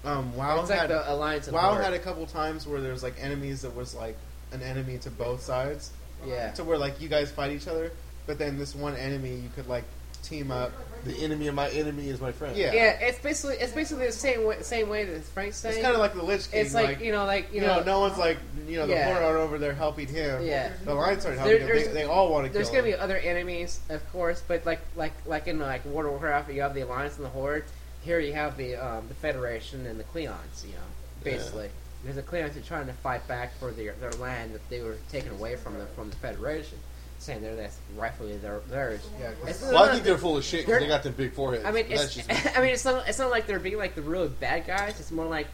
Speaker 4: um, WoW
Speaker 2: It's like
Speaker 4: had
Speaker 2: the alliance. Of
Speaker 4: WoW
Speaker 2: War.
Speaker 4: had a couple times where there's like enemies that was like an enemy to both sides,
Speaker 2: yeah.
Speaker 4: to where like you guys fight each other, but then this one enemy you could like team up.
Speaker 6: The enemy of my enemy is my friend.
Speaker 4: Yeah,
Speaker 2: yeah, It's basically it's basically the same way, same way that Frank's saying.
Speaker 4: it's kind of like the Lich King.
Speaker 2: It's like, you know, like you, know,
Speaker 4: no one's like you know the
Speaker 2: Yeah.
Speaker 4: Horde are over there helping him.
Speaker 2: Yeah.
Speaker 4: the Alliance aren't
Speaker 2: There-
Speaker 4: helping him.
Speaker 2: there's-
Speaker 4: They, they all want to kill.
Speaker 2: There's gonna be
Speaker 4: him.
Speaker 2: other enemies, of course, but like like like in like World of Warcraft, you have the Alliance and the Horde. Here you have the um, the Federation and the Cleons, you know, basically. Because the Cleons are trying to fight back for their, their land that they were taken away from them from the Federation, saying they're that's rightfully their, theirs.
Speaker 4: Yeah, 'cause
Speaker 2: It's
Speaker 6: Well, I
Speaker 2: not-
Speaker 6: think they're full of shit because
Speaker 2: They're-
Speaker 6: they got the big foreheads.
Speaker 2: I mean,
Speaker 6: But that's
Speaker 2: it's,
Speaker 6: just me.
Speaker 2: I mean, it's not it's not like they're being like the really bad guys. It's more like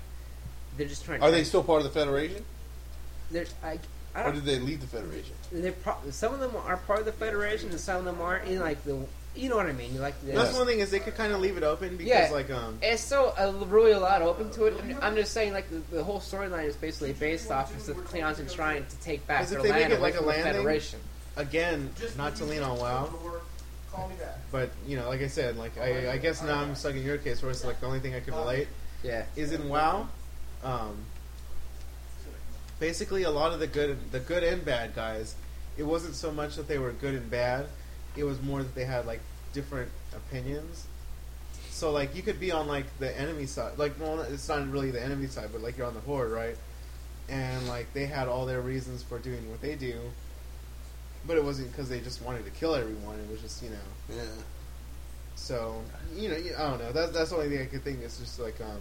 Speaker 2: they're just trying. to
Speaker 6: are they still part of the Federation,
Speaker 2: They're, I, I
Speaker 6: or
Speaker 2: don't
Speaker 6: did they leave the Federation?
Speaker 2: they're pro- some of them are part of the federation and some of them aren't in like the you know what I mean like the,
Speaker 4: That's one thing is they could kind of leave it open because
Speaker 2: Yeah.
Speaker 4: like um
Speaker 2: it's so uh, really a lot open to it I'm, I'm just saying like the, the whole storyline is basically based off of the Cleons and trying to take back
Speaker 4: Because if
Speaker 2: their
Speaker 4: they make
Speaker 2: land
Speaker 4: it
Speaker 2: away
Speaker 4: like a
Speaker 2: from the
Speaker 4: landing-
Speaker 2: federation
Speaker 4: again not to lean on WoW,
Speaker 1: Call me back.
Speaker 4: but you know like I said like I, I guess now I'm stuck in your case where it's like the only thing I could relate
Speaker 2: yeah
Speaker 4: is in WoW. Um, basically, a lot of the good, the good and bad guys, it wasn't so much that they were good and bad. It was more that they had like different opinions. So like you could be on like the enemy side, like well, it's not really the enemy side, but like you're on the horde, right? And like they had all their reasons for doing what they do, but it wasn't because they just wanted to kill everyone. It was just you know
Speaker 6: Yeah.
Speaker 4: so you know, you- I don't know. That's that's the only thing I could think. It's just like um,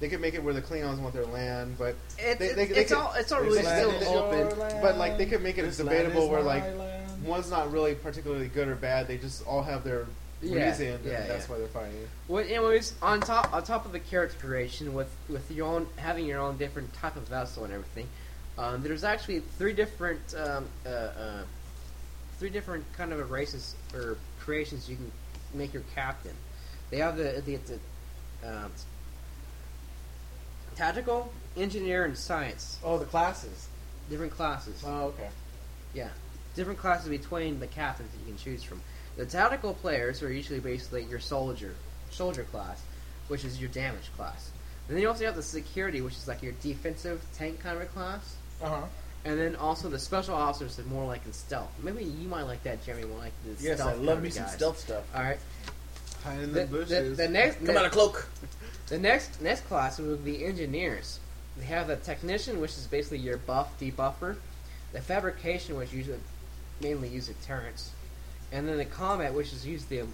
Speaker 4: they could make it where the Klingons want their land, but
Speaker 2: It-
Speaker 4: They- they-
Speaker 2: it-
Speaker 4: they
Speaker 2: it's
Speaker 4: could-
Speaker 2: all it's all
Speaker 4: they
Speaker 2: really
Speaker 4: could-
Speaker 2: still
Speaker 4: they-
Speaker 2: open
Speaker 4: but like they could make it debatable where like
Speaker 1: land.
Speaker 4: one's not really particularly good or bad. They just all have their
Speaker 2: Yeah,
Speaker 4: reason,
Speaker 2: yeah,
Speaker 4: and that's
Speaker 2: yeah.
Speaker 4: why they're fighting.
Speaker 2: Well, anyways, on top on top of the character creation with with your own having your own different type of vessel and everything, um, there's actually three different um, uh, uh, three different kind of races or creations you can make your captain. They have the the, the um, tactical, engineer, and science.
Speaker 1: Oh, the classes.
Speaker 2: Different classes.
Speaker 1: Oh, okay.
Speaker 2: Yeah, different classes between the captains that you can choose from. The tactical players are usually basically your soldier, soldier class, which is your damage class. And then you also have the security, which is like your defensive tank kind of a class.
Speaker 1: Uh huh.
Speaker 2: And then also the special officers are more like in stealth. Maybe you might like that, Jeremy. More like the
Speaker 1: Yes,
Speaker 2: stealth.
Speaker 1: I
Speaker 2: kind
Speaker 1: love
Speaker 2: of
Speaker 1: me some
Speaker 2: guys.
Speaker 1: stealth stuff.
Speaker 2: All right.
Speaker 4: Hide in
Speaker 2: The,
Speaker 4: the,
Speaker 2: the,
Speaker 4: bushes.
Speaker 2: the next,
Speaker 1: Come out of cloak.
Speaker 2: the next next class would be engineers. They have the technician, which is basically your buff debuffer, the fabrication, which usually mainly use deterrence, and then the combat, which is used the uh,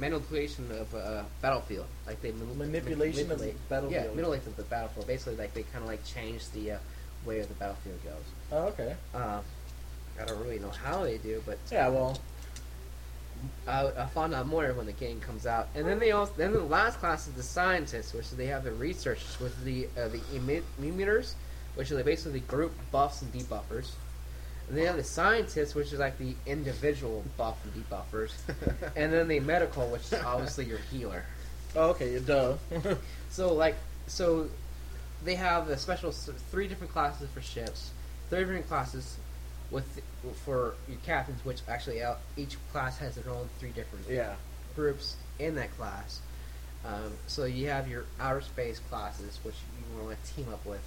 Speaker 2: manipulation of uh, battlefield, like they manip-
Speaker 1: Manipulation of the
Speaker 2: manipulate-
Speaker 1: battlefield.
Speaker 2: Yeah, manipulation of the battlefield. Basically, like they kind of like change the uh, way of the battlefield goes.
Speaker 1: Oh, okay.
Speaker 2: Uh, I don't really know how they do, but
Speaker 1: Yeah, well,
Speaker 2: I, I found out more when the game comes out. And then they also then the last class is the scientists, which they have the researchers with the uh, the emit- emeters, which are basically the group buffs and debuffers. And then they have the scientists, which is like the individual buff and debuffers. and then the medical, which is obviously your healer.
Speaker 1: oh, okay, yeah, duh.
Speaker 2: So like so, they have the special s- three different classes for ships, three different classes with for your captains, which actually out each class has their own three different
Speaker 1: yeah.
Speaker 2: groups in that class. Um, so you have your outer space classes, which you want to team up with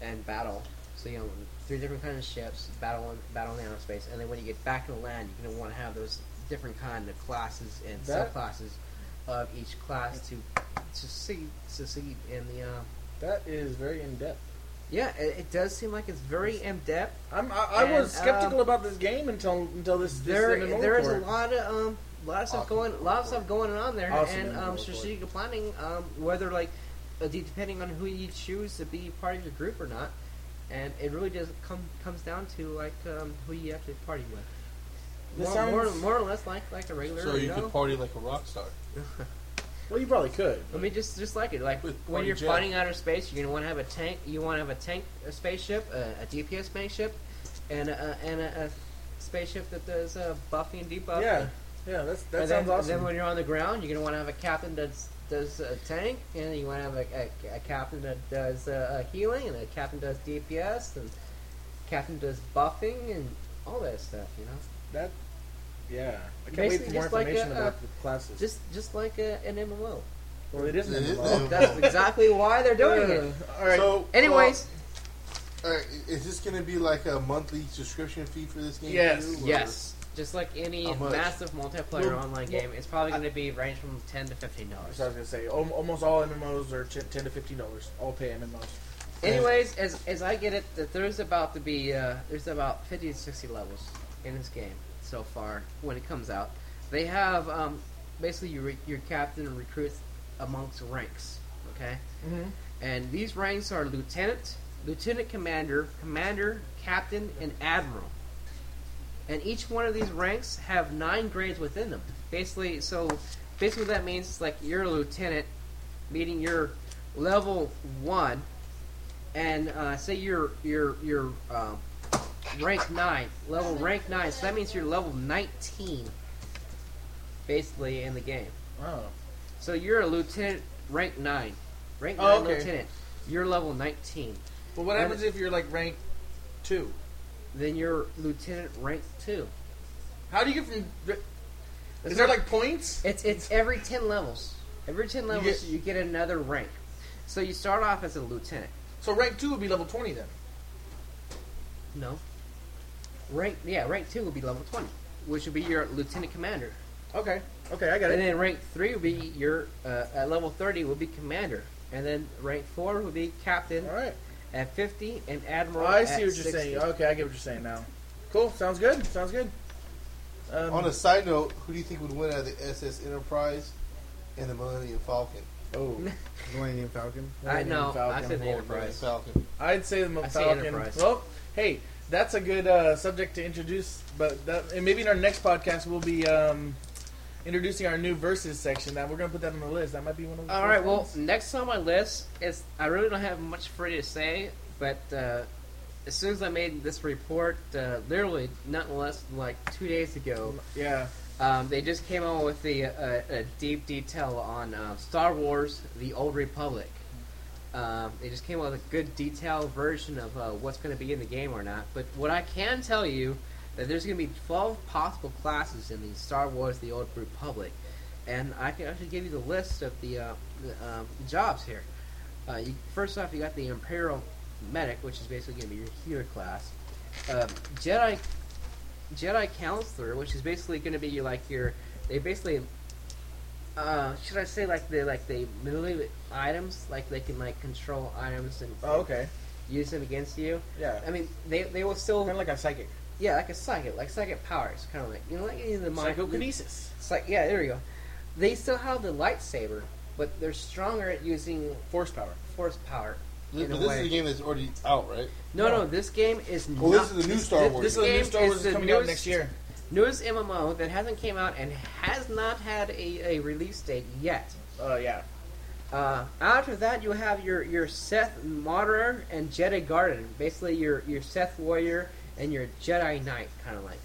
Speaker 2: and battle. So you know three different kinds of ships, battle in, battle in the outer space, and then when you get back to land, you're gonna want to have those different kind of classes and
Speaker 1: That-
Speaker 2: subclasses of each class to succeed succeed in the. Um,
Speaker 1: That is very in depth.
Speaker 2: yeah, it, it does seem like it's very in depth.
Speaker 1: I'm, I, I was
Speaker 2: And,
Speaker 1: skeptical
Speaker 2: um,
Speaker 1: about this game until until this. this
Speaker 2: There,
Speaker 1: MMO
Speaker 2: there is a
Speaker 1: report.
Speaker 2: lot of um, lot of stuff
Speaker 6: Awesome.
Speaker 2: going, lot of stuff going on there,
Speaker 1: Awesome
Speaker 2: and um,
Speaker 1: report.
Speaker 2: strategic planning. Um, whether like uh, de- depending on who you choose to be part of your group or not, and it really does come comes down to like um, who you actually party with.
Speaker 1: This
Speaker 2: More, more,
Speaker 1: sounds-
Speaker 2: more or less like like a regular.
Speaker 6: So you
Speaker 2: know?
Speaker 6: could party like a rock star.
Speaker 1: Well, you probably could.
Speaker 2: I mean, just just like it, like
Speaker 6: With
Speaker 2: when
Speaker 6: party
Speaker 2: you're
Speaker 6: jet.
Speaker 2: fighting outer space, you're gonna want to have a tank. You want to have a tank, a spaceship, a, a DPS spaceship, and a, and a, a spaceship that does uh, buffing and debuffing.
Speaker 1: Yeah, yeah. That's that
Speaker 2: and
Speaker 1: sounds
Speaker 2: then,
Speaker 1: awesome.
Speaker 2: Then when you're on the ground, you're gonna want to have a captain that does a tank, and you want to have a, a, a captain that does uh, uh, healing, and a captain does DPS, and captain does buffing, and all that stuff. You know,
Speaker 1: that, yeah. I can't wait
Speaker 2: Basically
Speaker 1: for more
Speaker 2: just like
Speaker 1: information
Speaker 2: a,
Speaker 1: about
Speaker 2: uh,
Speaker 1: the classes.
Speaker 2: just just like a, an MMO.
Speaker 1: well, it is an
Speaker 6: It is
Speaker 1: MMO.
Speaker 6: now.
Speaker 2: That's exactly why they're doing it.
Speaker 1: Uh, all right.
Speaker 6: So,
Speaker 2: Anyways,
Speaker 6: uh, alright, is this going to be like a monthly subscription fee for this game?
Speaker 1: Yes.
Speaker 6: too, or-
Speaker 2: yes. Just like any
Speaker 6: How much?
Speaker 2: massive multiplayer
Speaker 1: Well,
Speaker 2: online
Speaker 1: well,
Speaker 2: game, it's probably going to be range from ten to fifteen dollars.
Speaker 1: So I was gonna say al- almost all MMOs are t- ten to fifteen dollars. All pay MMOs.
Speaker 2: Anyways, as as I get it, that there's about to be uh, there's about 50 to 60 levels in this game so far when it comes out. They have um, basically your your captain recruits amongst ranks, okay?
Speaker 1: Mm-hmm.
Speaker 2: And these ranks are lieutenant, lieutenant commander, commander, captain, and admiral. And each one of these ranks have nine grades within them. Basically, so basically what that means is like you're a lieutenant, meaning you're level one, and uh, say you're you're you're um, rank nine, level rank nine. So that means you're level nineteen, basically in the game.
Speaker 1: Oh,
Speaker 2: So you're a lieutenant rank nine. Rank nine
Speaker 1: Oh, okay.
Speaker 2: lieutenant. You're level nineteen.
Speaker 1: but what
Speaker 2: And-
Speaker 1: happens if you're like rank two?
Speaker 2: Then you're lieutenant rank two.
Speaker 1: How do you get from? Is
Speaker 2: It's
Speaker 1: there
Speaker 2: not-
Speaker 1: like points?
Speaker 2: It's it's every ten levels. Every ten levels you
Speaker 1: get-
Speaker 2: get, another rank. So you start off as a lieutenant.
Speaker 1: So rank two would be level twenty then.
Speaker 2: No. Rank yeah, rank two would be level twenty, which would be your lieutenant commander.
Speaker 1: Okay. Okay, I got
Speaker 2: And
Speaker 1: it.
Speaker 2: then rank three would be your uh, at level thirty would be commander. And then rank four would be captain
Speaker 1: All right.
Speaker 2: at fifty and
Speaker 1: Oh,
Speaker 2: admiral.
Speaker 1: I
Speaker 2: at
Speaker 1: see what you're
Speaker 2: 60.
Speaker 1: saying. Okay, I get what you're saying now. Cool. Sounds good. Sounds good. Um,
Speaker 6: On a side note, who do you think would win out of the SS Enterprise and the Millennium Falcon?
Speaker 1: oh,
Speaker 4: Millennium Falcon.
Speaker 2: I know. I
Speaker 1: Falcon.
Speaker 2: said
Speaker 1: Hold
Speaker 2: the
Speaker 6: Millennium
Speaker 2: Enterprise.
Speaker 6: Falcon.
Speaker 1: I'd say the
Speaker 2: I say
Speaker 1: Falcon.
Speaker 2: Enterprise.
Speaker 1: Well, hey, that's a good uh, subject to introduce. But that, and maybe in our next podcast we'll be um, introducing our new verses section. That we're gonna put that on the list. That might be one of the
Speaker 2: All
Speaker 1: first
Speaker 2: right. Well,
Speaker 1: ones.
Speaker 2: next on my list is I really don't have much for you to say, but uh, as soon as I made this report, uh, literally not less than like two days ago,
Speaker 1: yeah.
Speaker 2: um, they just came out with the uh, a deep detail on uh, Star Wars: The Old Republic. Um, they just came out with a good detailed version of uh, what's going to be in the game or not. But what I can tell you that there's going to be 12 possible classes in the Star Wars: The Old Republic, and I can actually give you the list of the, uh, the um, jobs here. Uh, you, first off, you got the Imperial Medic, which is basically going to be your healer class. Um, Jedi Jedi Counselor, which is basically going to be like your they basically uh, should I say like they like they manipulate items like they can like control items and
Speaker 1: Oh, okay.
Speaker 2: use them against you.
Speaker 1: Yeah.
Speaker 2: I mean they they will still
Speaker 1: Kind of like a psychic.
Speaker 2: yeah like a psychic like psychic powers kind of like you know like in the mind
Speaker 1: Psychokinesis.
Speaker 2: It's like yeah there you go. They still have the lightsaber, but they're stronger at using
Speaker 1: Force power.
Speaker 2: force power.
Speaker 6: This,
Speaker 2: In a
Speaker 6: but this
Speaker 2: way.
Speaker 6: is a game that's already out, right?
Speaker 2: No,
Speaker 1: No.
Speaker 2: no, this game is
Speaker 6: Well,
Speaker 2: not.
Speaker 6: Oh, this is the new Star Wars.
Speaker 1: This is
Speaker 2: game
Speaker 1: a new Star
Speaker 2: is
Speaker 1: Wars
Speaker 2: the
Speaker 1: that's coming out
Speaker 2: newest-
Speaker 1: next year.
Speaker 2: newest MMO that hasn't came out and has not had a, a release date yet.
Speaker 1: Oh yeah.
Speaker 2: Uh, after that, you have your, your Seth Martyr and Jedi Garden. Basically, your, your Seth Warrior and your Jedi Knight, kind of like.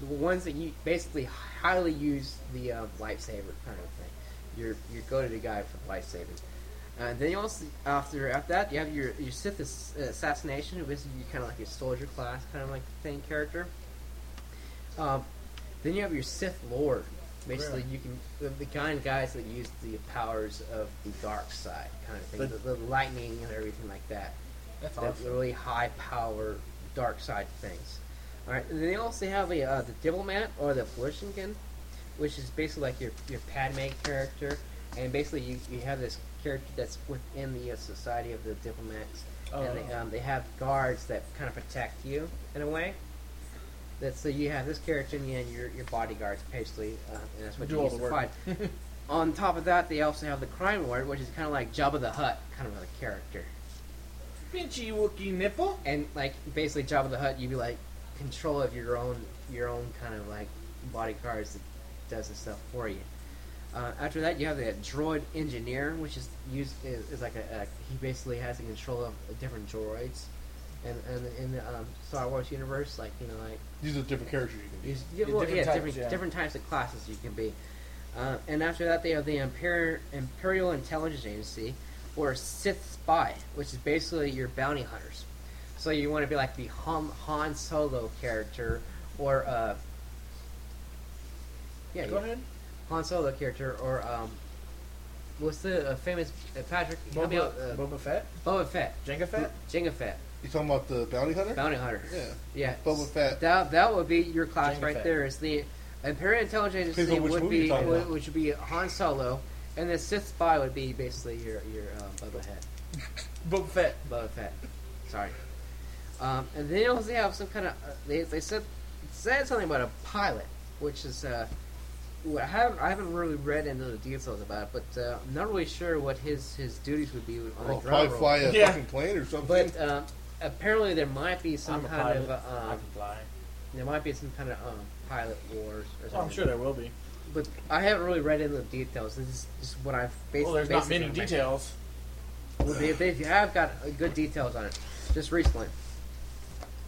Speaker 2: The ones that you basically highly use the uh, lightsaber kind of thing. Your your go to guy for lightsaber. And then you also after after that you have your your Sith ass- assassination, which is kind of like your soldier class kind of like thing character. Um, then you have your Sith Lord. Basically, you can the, the kind of guys that use the powers of the dark side kind of thing,
Speaker 1: But-
Speaker 2: the, the lightning and everything like that.
Speaker 1: That's
Speaker 2: That
Speaker 1: awesome.
Speaker 2: really high power dark side things. All right, and they also have a, uh, the diplomat or the Flushinkin, which is basically like your your Padme character, and basically you, you have this character that's within the uh, society of the diplomats, and
Speaker 1: Oh.
Speaker 2: they, um, they have guards that kind of protect you in a way. That so you have this character and you have your your bodyguards basically, uh, and that's what
Speaker 1: Do
Speaker 2: you
Speaker 1: all
Speaker 2: use
Speaker 1: the work.
Speaker 2: to fight. On top of that, they also have the crime lord, which is kind of like Jabba the Hutt kind of a character
Speaker 1: Pinchy Wookie nipple.
Speaker 2: and like basically Jabba the Hutt, you'd be like control of your own your own kind of like body cards that does the stuff for you. Uh, after that, you have the droid engineer, which is used is, is like a, a he basically has the control of different droids, and and in the um, Star Wars universe, like you know like
Speaker 6: These are different characters you can be.
Speaker 2: Use, yeah,
Speaker 1: Yeah,
Speaker 2: well,
Speaker 1: different
Speaker 2: yeah,
Speaker 1: types,
Speaker 2: different,
Speaker 1: yeah.
Speaker 2: different types of classes you can be. Uh, and after that, they have the Imperial, Imperial Intelligence Agency, or Sith Spy, which is basically your bounty hunters. So you want to be like the Han, Han Solo character, or uh, yeah,
Speaker 1: Go
Speaker 2: yeah,
Speaker 1: ahead.
Speaker 2: Han Solo character, or um, what's the uh, famous uh, Patrick? help me
Speaker 1: Boba,
Speaker 2: out, uh,
Speaker 1: Boba Fett.
Speaker 2: Boba Fett,
Speaker 1: Jango Fett.
Speaker 2: Jango Fett,
Speaker 6: You talking about the bounty hunter?
Speaker 2: bounty hunter.
Speaker 6: Yeah,
Speaker 2: Yeah,
Speaker 6: Boba Fett.
Speaker 2: that that would be your class
Speaker 1: Jango
Speaker 2: right
Speaker 1: Fett.
Speaker 2: there. Is the Imperial Intelligence
Speaker 6: Depends on
Speaker 2: Agency
Speaker 6: which
Speaker 2: would
Speaker 6: movie you're
Speaker 2: be
Speaker 6: talking
Speaker 2: would,
Speaker 6: about.
Speaker 2: which would be Han Solo, and the Sith Spy would be basically your your um, Boba Fett.
Speaker 1: Boba Fett.
Speaker 2: Boba Fett. Sorry. Um, and then also have some kind of uh, they they said said something about a pilot, which is uh, well, I haven't I haven't really read into the details about it, but uh, I'm not really sure what his his duties would be on
Speaker 6: Oh,
Speaker 2: the drum
Speaker 6: probably
Speaker 2: roll.
Speaker 6: fly a
Speaker 1: Yeah.
Speaker 6: fucking plane or something.
Speaker 2: But um, apparently there might be some
Speaker 1: I'm a
Speaker 2: kind
Speaker 1: pilot.
Speaker 2: of uh,
Speaker 1: I
Speaker 2: um,
Speaker 1: can fly.
Speaker 2: there might be some kind of um, pilot wars or something.
Speaker 1: Oh, I'm sure there will be.
Speaker 2: But I haven't really read into the details. This is just what I've based.
Speaker 1: Well, there's
Speaker 2: based
Speaker 1: not
Speaker 2: it
Speaker 1: many
Speaker 2: on.
Speaker 1: details.
Speaker 2: Well, they, they have got uh, good details on it, just recently.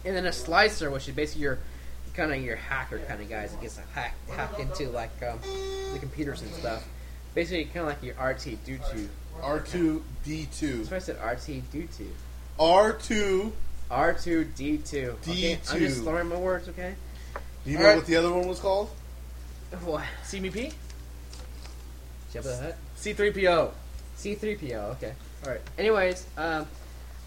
Speaker 2: And then a slicer, which is basically your kind of your hacker kind of guys that gets hacked, hacked into like um, the computers and stuff. Basically, kind of like your RT due to.
Speaker 6: R two D two.
Speaker 2: That's why I said RT due to.
Speaker 6: R two.
Speaker 2: R2 D2. Okay? I'm just
Speaker 6: D2.
Speaker 2: slurring my words, okay?
Speaker 6: Do you know
Speaker 1: Alright.
Speaker 6: what the other one was called?
Speaker 2: What?
Speaker 1: CMP.
Speaker 2: Jabba the Hutt?
Speaker 1: C3PO.
Speaker 2: C3PO, okay.
Speaker 1: Alright.
Speaker 2: Anyways, um,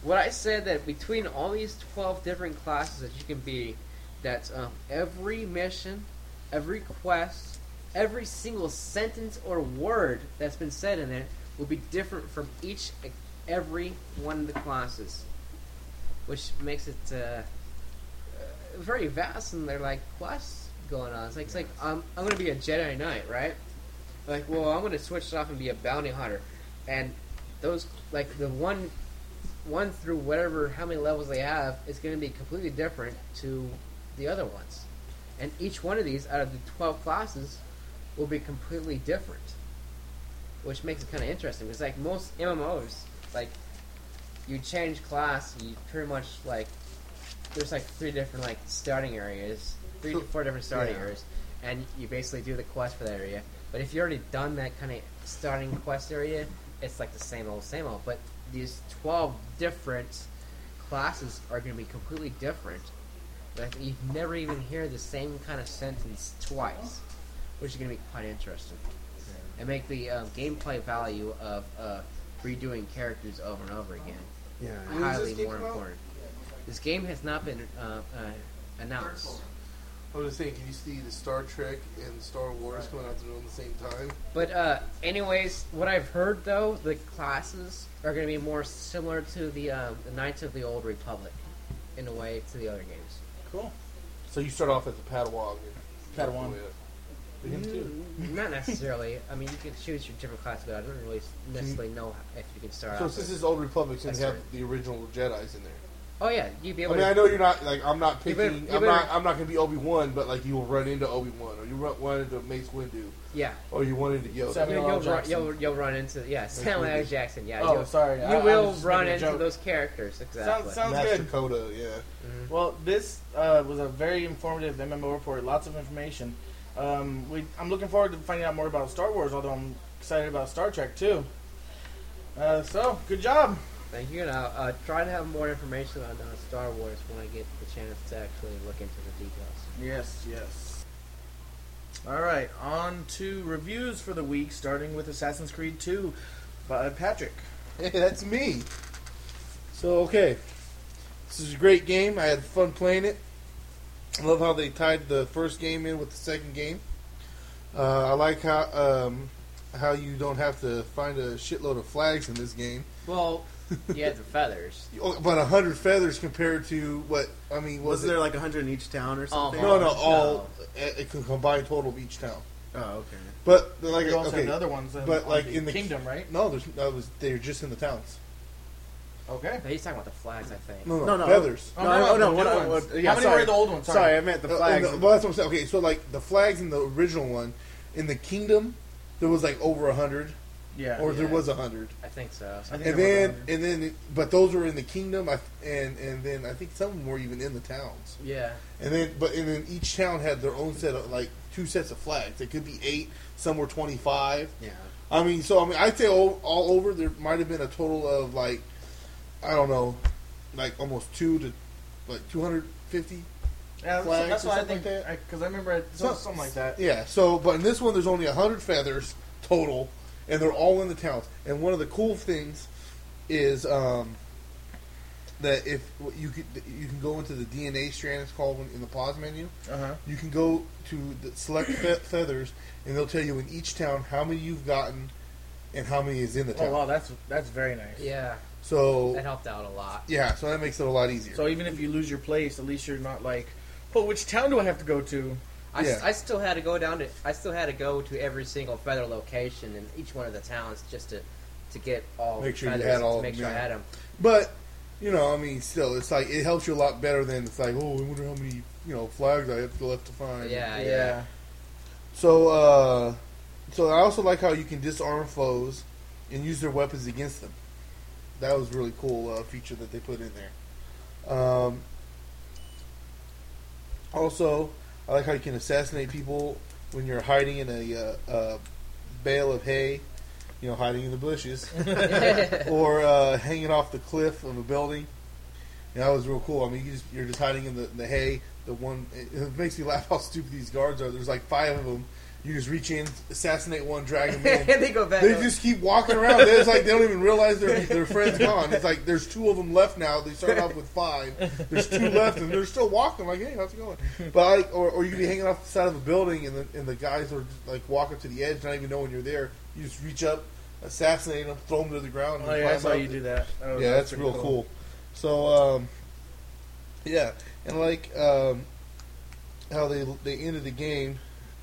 Speaker 2: what I said that between all these 12 different classes that you can be, that um, every mission, every quest, every single sentence or word that's been said in it will be different from each, every one of the classes. Which makes it uh, uh, very vast and they're like quests going on. It's like, it's like um, I'm going to be a Jedi Knight, right? Like, well, I'm going to switch it off and be a bounty hunter. And those like the one one through whatever how many levels they have is going to be completely different to the other ones and each one of these out of the 12 classes will be completely different which makes it kind of interesting because like most mmos like you change class you pretty much like there's like three different like starting areas three to four different starting
Speaker 6: Yeah.
Speaker 2: areas and you basically do the quest for that area but if you already done that kind of starting quest area it's like the same old same old but these twelve different classes are going to be completely different. Like you never even hear the same kind of sentence twice, which is going to be quite interesting and make the um, gameplay value of uh, redoing characters over and over again
Speaker 4: Yeah.
Speaker 6: When does
Speaker 2: highly
Speaker 6: this game
Speaker 2: more
Speaker 6: come out?
Speaker 2: important. This game has not been uh, uh, announced,
Speaker 6: I was saying, can you see the Star Trek and Star Wars coming out at the same time?
Speaker 2: but uh, anyways, what I've heard though, the classes are going to be more similar to the, um, the Knights of the Old Republic in a way to the other games.
Speaker 1: Cool.
Speaker 6: So you start off as a Padawan.
Speaker 1: Padawan.
Speaker 6: Him too.
Speaker 1: Mm.
Speaker 2: Not necessarily. I mean, you can choose your different class, but I don't really
Speaker 1: Mm-hmm.
Speaker 2: necessarily know if you can start.
Speaker 6: So
Speaker 2: out
Speaker 6: since
Speaker 2: with-
Speaker 6: it's old republics and
Speaker 2: That's
Speaker 6: you have
Speaker 2: right.
Speaker 6: the original Jedi's in there.
Speaker 2: oh yeah, you'd be able.
Speaker 6: I mean,
Speaker 2: to,
Speaker 6: I know you're not like I'm not
Speaker 2: You
Speaker 6: picking.
Speaker 2: better- you
Speaker 6: I'm
Speaker 2: better-
Speaker 6: not. I'm not going to be Obi Wan, but like you will run into Obi Wan, or you run, run into Mace Windu,
Speaker 2: Yeah,
Speaker 6: or you run into Yoda.
Speaker 1: So, I mean,
Speaker 2: you'll,
Speaker 1: L.
Speaker 2: you'll, run,
Speaker 1: Jackson.
Speaker 2: you'll, you'll run into yeah, Samuel L. Jackson. Yeah,
Speaker 1: Oh,
Speaker 2: you'll,
Speaker 1: sorry.
Speaker 2: You
Speaker 1: I- I
Speaker 2: will
Speaker 1: was just
Speaker 2: run
Speaker 1: making a
Speaker 2: into
Speaker 1: joke.
Speaker 2: those characters exactly.
Speaker 1: Sounds, sounds
Speaker 6: Master
Speaker 1: good.
Speaker 6: Coda, yeah.
Speaker 1: Well, this uh, was a very informative MMO report. Lots of information. Um, we, I'm looking forward to finding out more about Star Wars. Although I'm excited about Star Trek too. Uh, so good job.
Speaker 2: Thank you. And I'll uh, try to have more information on uh, Star Wars when I get the chance to actually look into the details.
Speaker 1: Yes, yes. All right, on to reviews for the week, starting with Assassin's Creed 2 by Patrick.
Speaker 6: Hey, that's me.
Speaker 3: So okay,
Speaker 6: This is a great game. I had fun playing it. I love how they tied the first game in with the second game. Uh, I like how um, how you don't have to find a shitload of flags in this game.
Speaker 2: Well, you had the feathers.
Speaker 6: Oh, But a hundred feathers compared to what I mean was
Speaker 4: Wasn't
Speaker 6: it?
Speaker 4: there like a hundred in each town or something?
Speaker 6: no, no,
Speaker 2: No.
Speaker 6: all it, it could combine total of each town.
Speaker 4: Oh, okay.
Speaker 6: But like
Speaker 1: You also
Speaker 6: okay,
Speaker 1: have the other ones, uh,
Speaker 6: but,
Speaker 1: on
Speaker 6: like, in the-
Speaker 1: kingdom, right?
Speaker 6: no, there's that was they're just in the towns.
Speaker 1: Okay.
Speaker 2: He's talking about the flags, I think.
Speaker 6: No, no,
Speaker 4: No, no.
Speaker 6: feathers.
Speaker 1: Oh,
Speaker 4: No,
Speaker 1: no,
Speaker 4: I-
Speaker 1: no,
Speaker 4: oh, no,
Speaker 1: the
Speaker 4: what
Speaker 1: new
Speaker 4: I-
Speaker 1: ones.
Speaker 4: what- yeah,
Speaker 1: How many were
Speaker 4: sorry.
Speaker 1: in the old ones?
Speaker 4: Sorry, I meant the
Speaker 6: Uh, in
Speaker 4: flags.
Speaker 6: the- well, that's what I'm saying. Okay, so like the flags in the original one, in the kingdom, there was like over a hundred,
Speaker 1: Yeah.
Speaker 6: or there
Speaker 2: Yeah.
Speaker 6: was a hundred.
Speaker 2: I think so.
Speaker 1: I think
Speaker 6: and
Speaker 1: there was
Speaker 6: then and then but those were in the kingdom I, and and then i think some of them were even in the towns
Speaker 2: Yeah.
Speaker 6: and then but and then each town had their own set of like two sets of flags it could be eight some were 25
Speaker 4: yeah.
Speaker 6: i mean so i mean i'd say all, all over there might have been a total of like i don't know like almost two to like 250
Speaker 1: Yeah,
Speaker 6: flags
Speaker 1: that's, that's
Speaker 6: or
Speaker 1: what I
Speaker 6: something
Speaker 1: think.
Speaker 6: like
Speaker 1: Because I, 'cause
Speaker 6: that?
Speaker 1: I remember it, so,
Speaker 6: Some-
Speaker 1: something like that.
Speaker 6: yeah so but in this one there's only 100 feathers total and they're all in the towns and one of the cool things is um, that if you could, you can go into the dna strand it's called in the pause menu
Speaker 1: Uh huh.
Speaker 6: you can go to the select fe- feathers and they'll tell you in each town how many you've gotten and how many is in the
Speaker 1: Oh
Speaker 6: town
Speaker 1: wow, that's that's very nice.
Speaker 2: Yeah. That
Speaker 6: so
Speaker 2: helped out a lot.
Speaker 6: yeah so that makes it a lot easier
Speaker 1: So even if you lose your place, at least you're not like, oh, which town do I have to go to?
Speaker 2: I, s-
Speaker 6: Yeah.
Speaker 2: I still had to go down to. I still had to go to every single feather location in each one of the towns just to, to get all
Speaker 6: Make sure you
Speaker 2: feathers,
Speaker 6: had all
Speaker 2: to
Speaker 6: of
Speaker 2: make
Speaker 6: them,
Speaker 2: sure I
Speaker 6: yeah.
Speaker 2: had them.
Speaker 6: But you know, I mean, still, it's like it helps you a lot better than it's like, oh, I wonder how many you know flags I have left to find.
Speaker 2: Yeah, yeah.
Speaker 6: So, uh, so I also like how you can disarm foes and use their weapons against them. That was really cool uh, feature that they put in there. Um, also, I like how you can assassinate people when you're hiding in a uh, uh, bale of hay, you know, hiding in the bushes or uh, hanging off the cliff of a building. And that was real cool. I mean, you just, you're just hiding in the, the hay. The one it, it makes me laugh how stupid these guards are. There's like five of them. You just reach in, assassinate one, drag them in.
Speaker 2: they go back.
Speaker 6: They
Speaker 2: up.
Speaker 6: just keep walking around. It's like they don't even realize their their friend's gone. It's like there's two of them left now. They started off with five. There's two left, and they're still walking. Like, hey, how's it going? But I, or or you could be hanging off the side of a building, and the, and the guys are just, like walk up to the edge, not even knowing you're there. You just reach up, assassinate them, throw them to the ground. and
Speaker 1: Oh, yeah,
Speaker 6: climb
Speaker 1: I saw
Speaker 6: up.
Speaker 1: you do that. That was-
Speaker 6: Yeah,
Speaker 1: Oh, that's
Speaker 6: that's
Speaker 1: pretty
Speaker 6: real cool. So, um, yeah, and like um, how they they ended the game,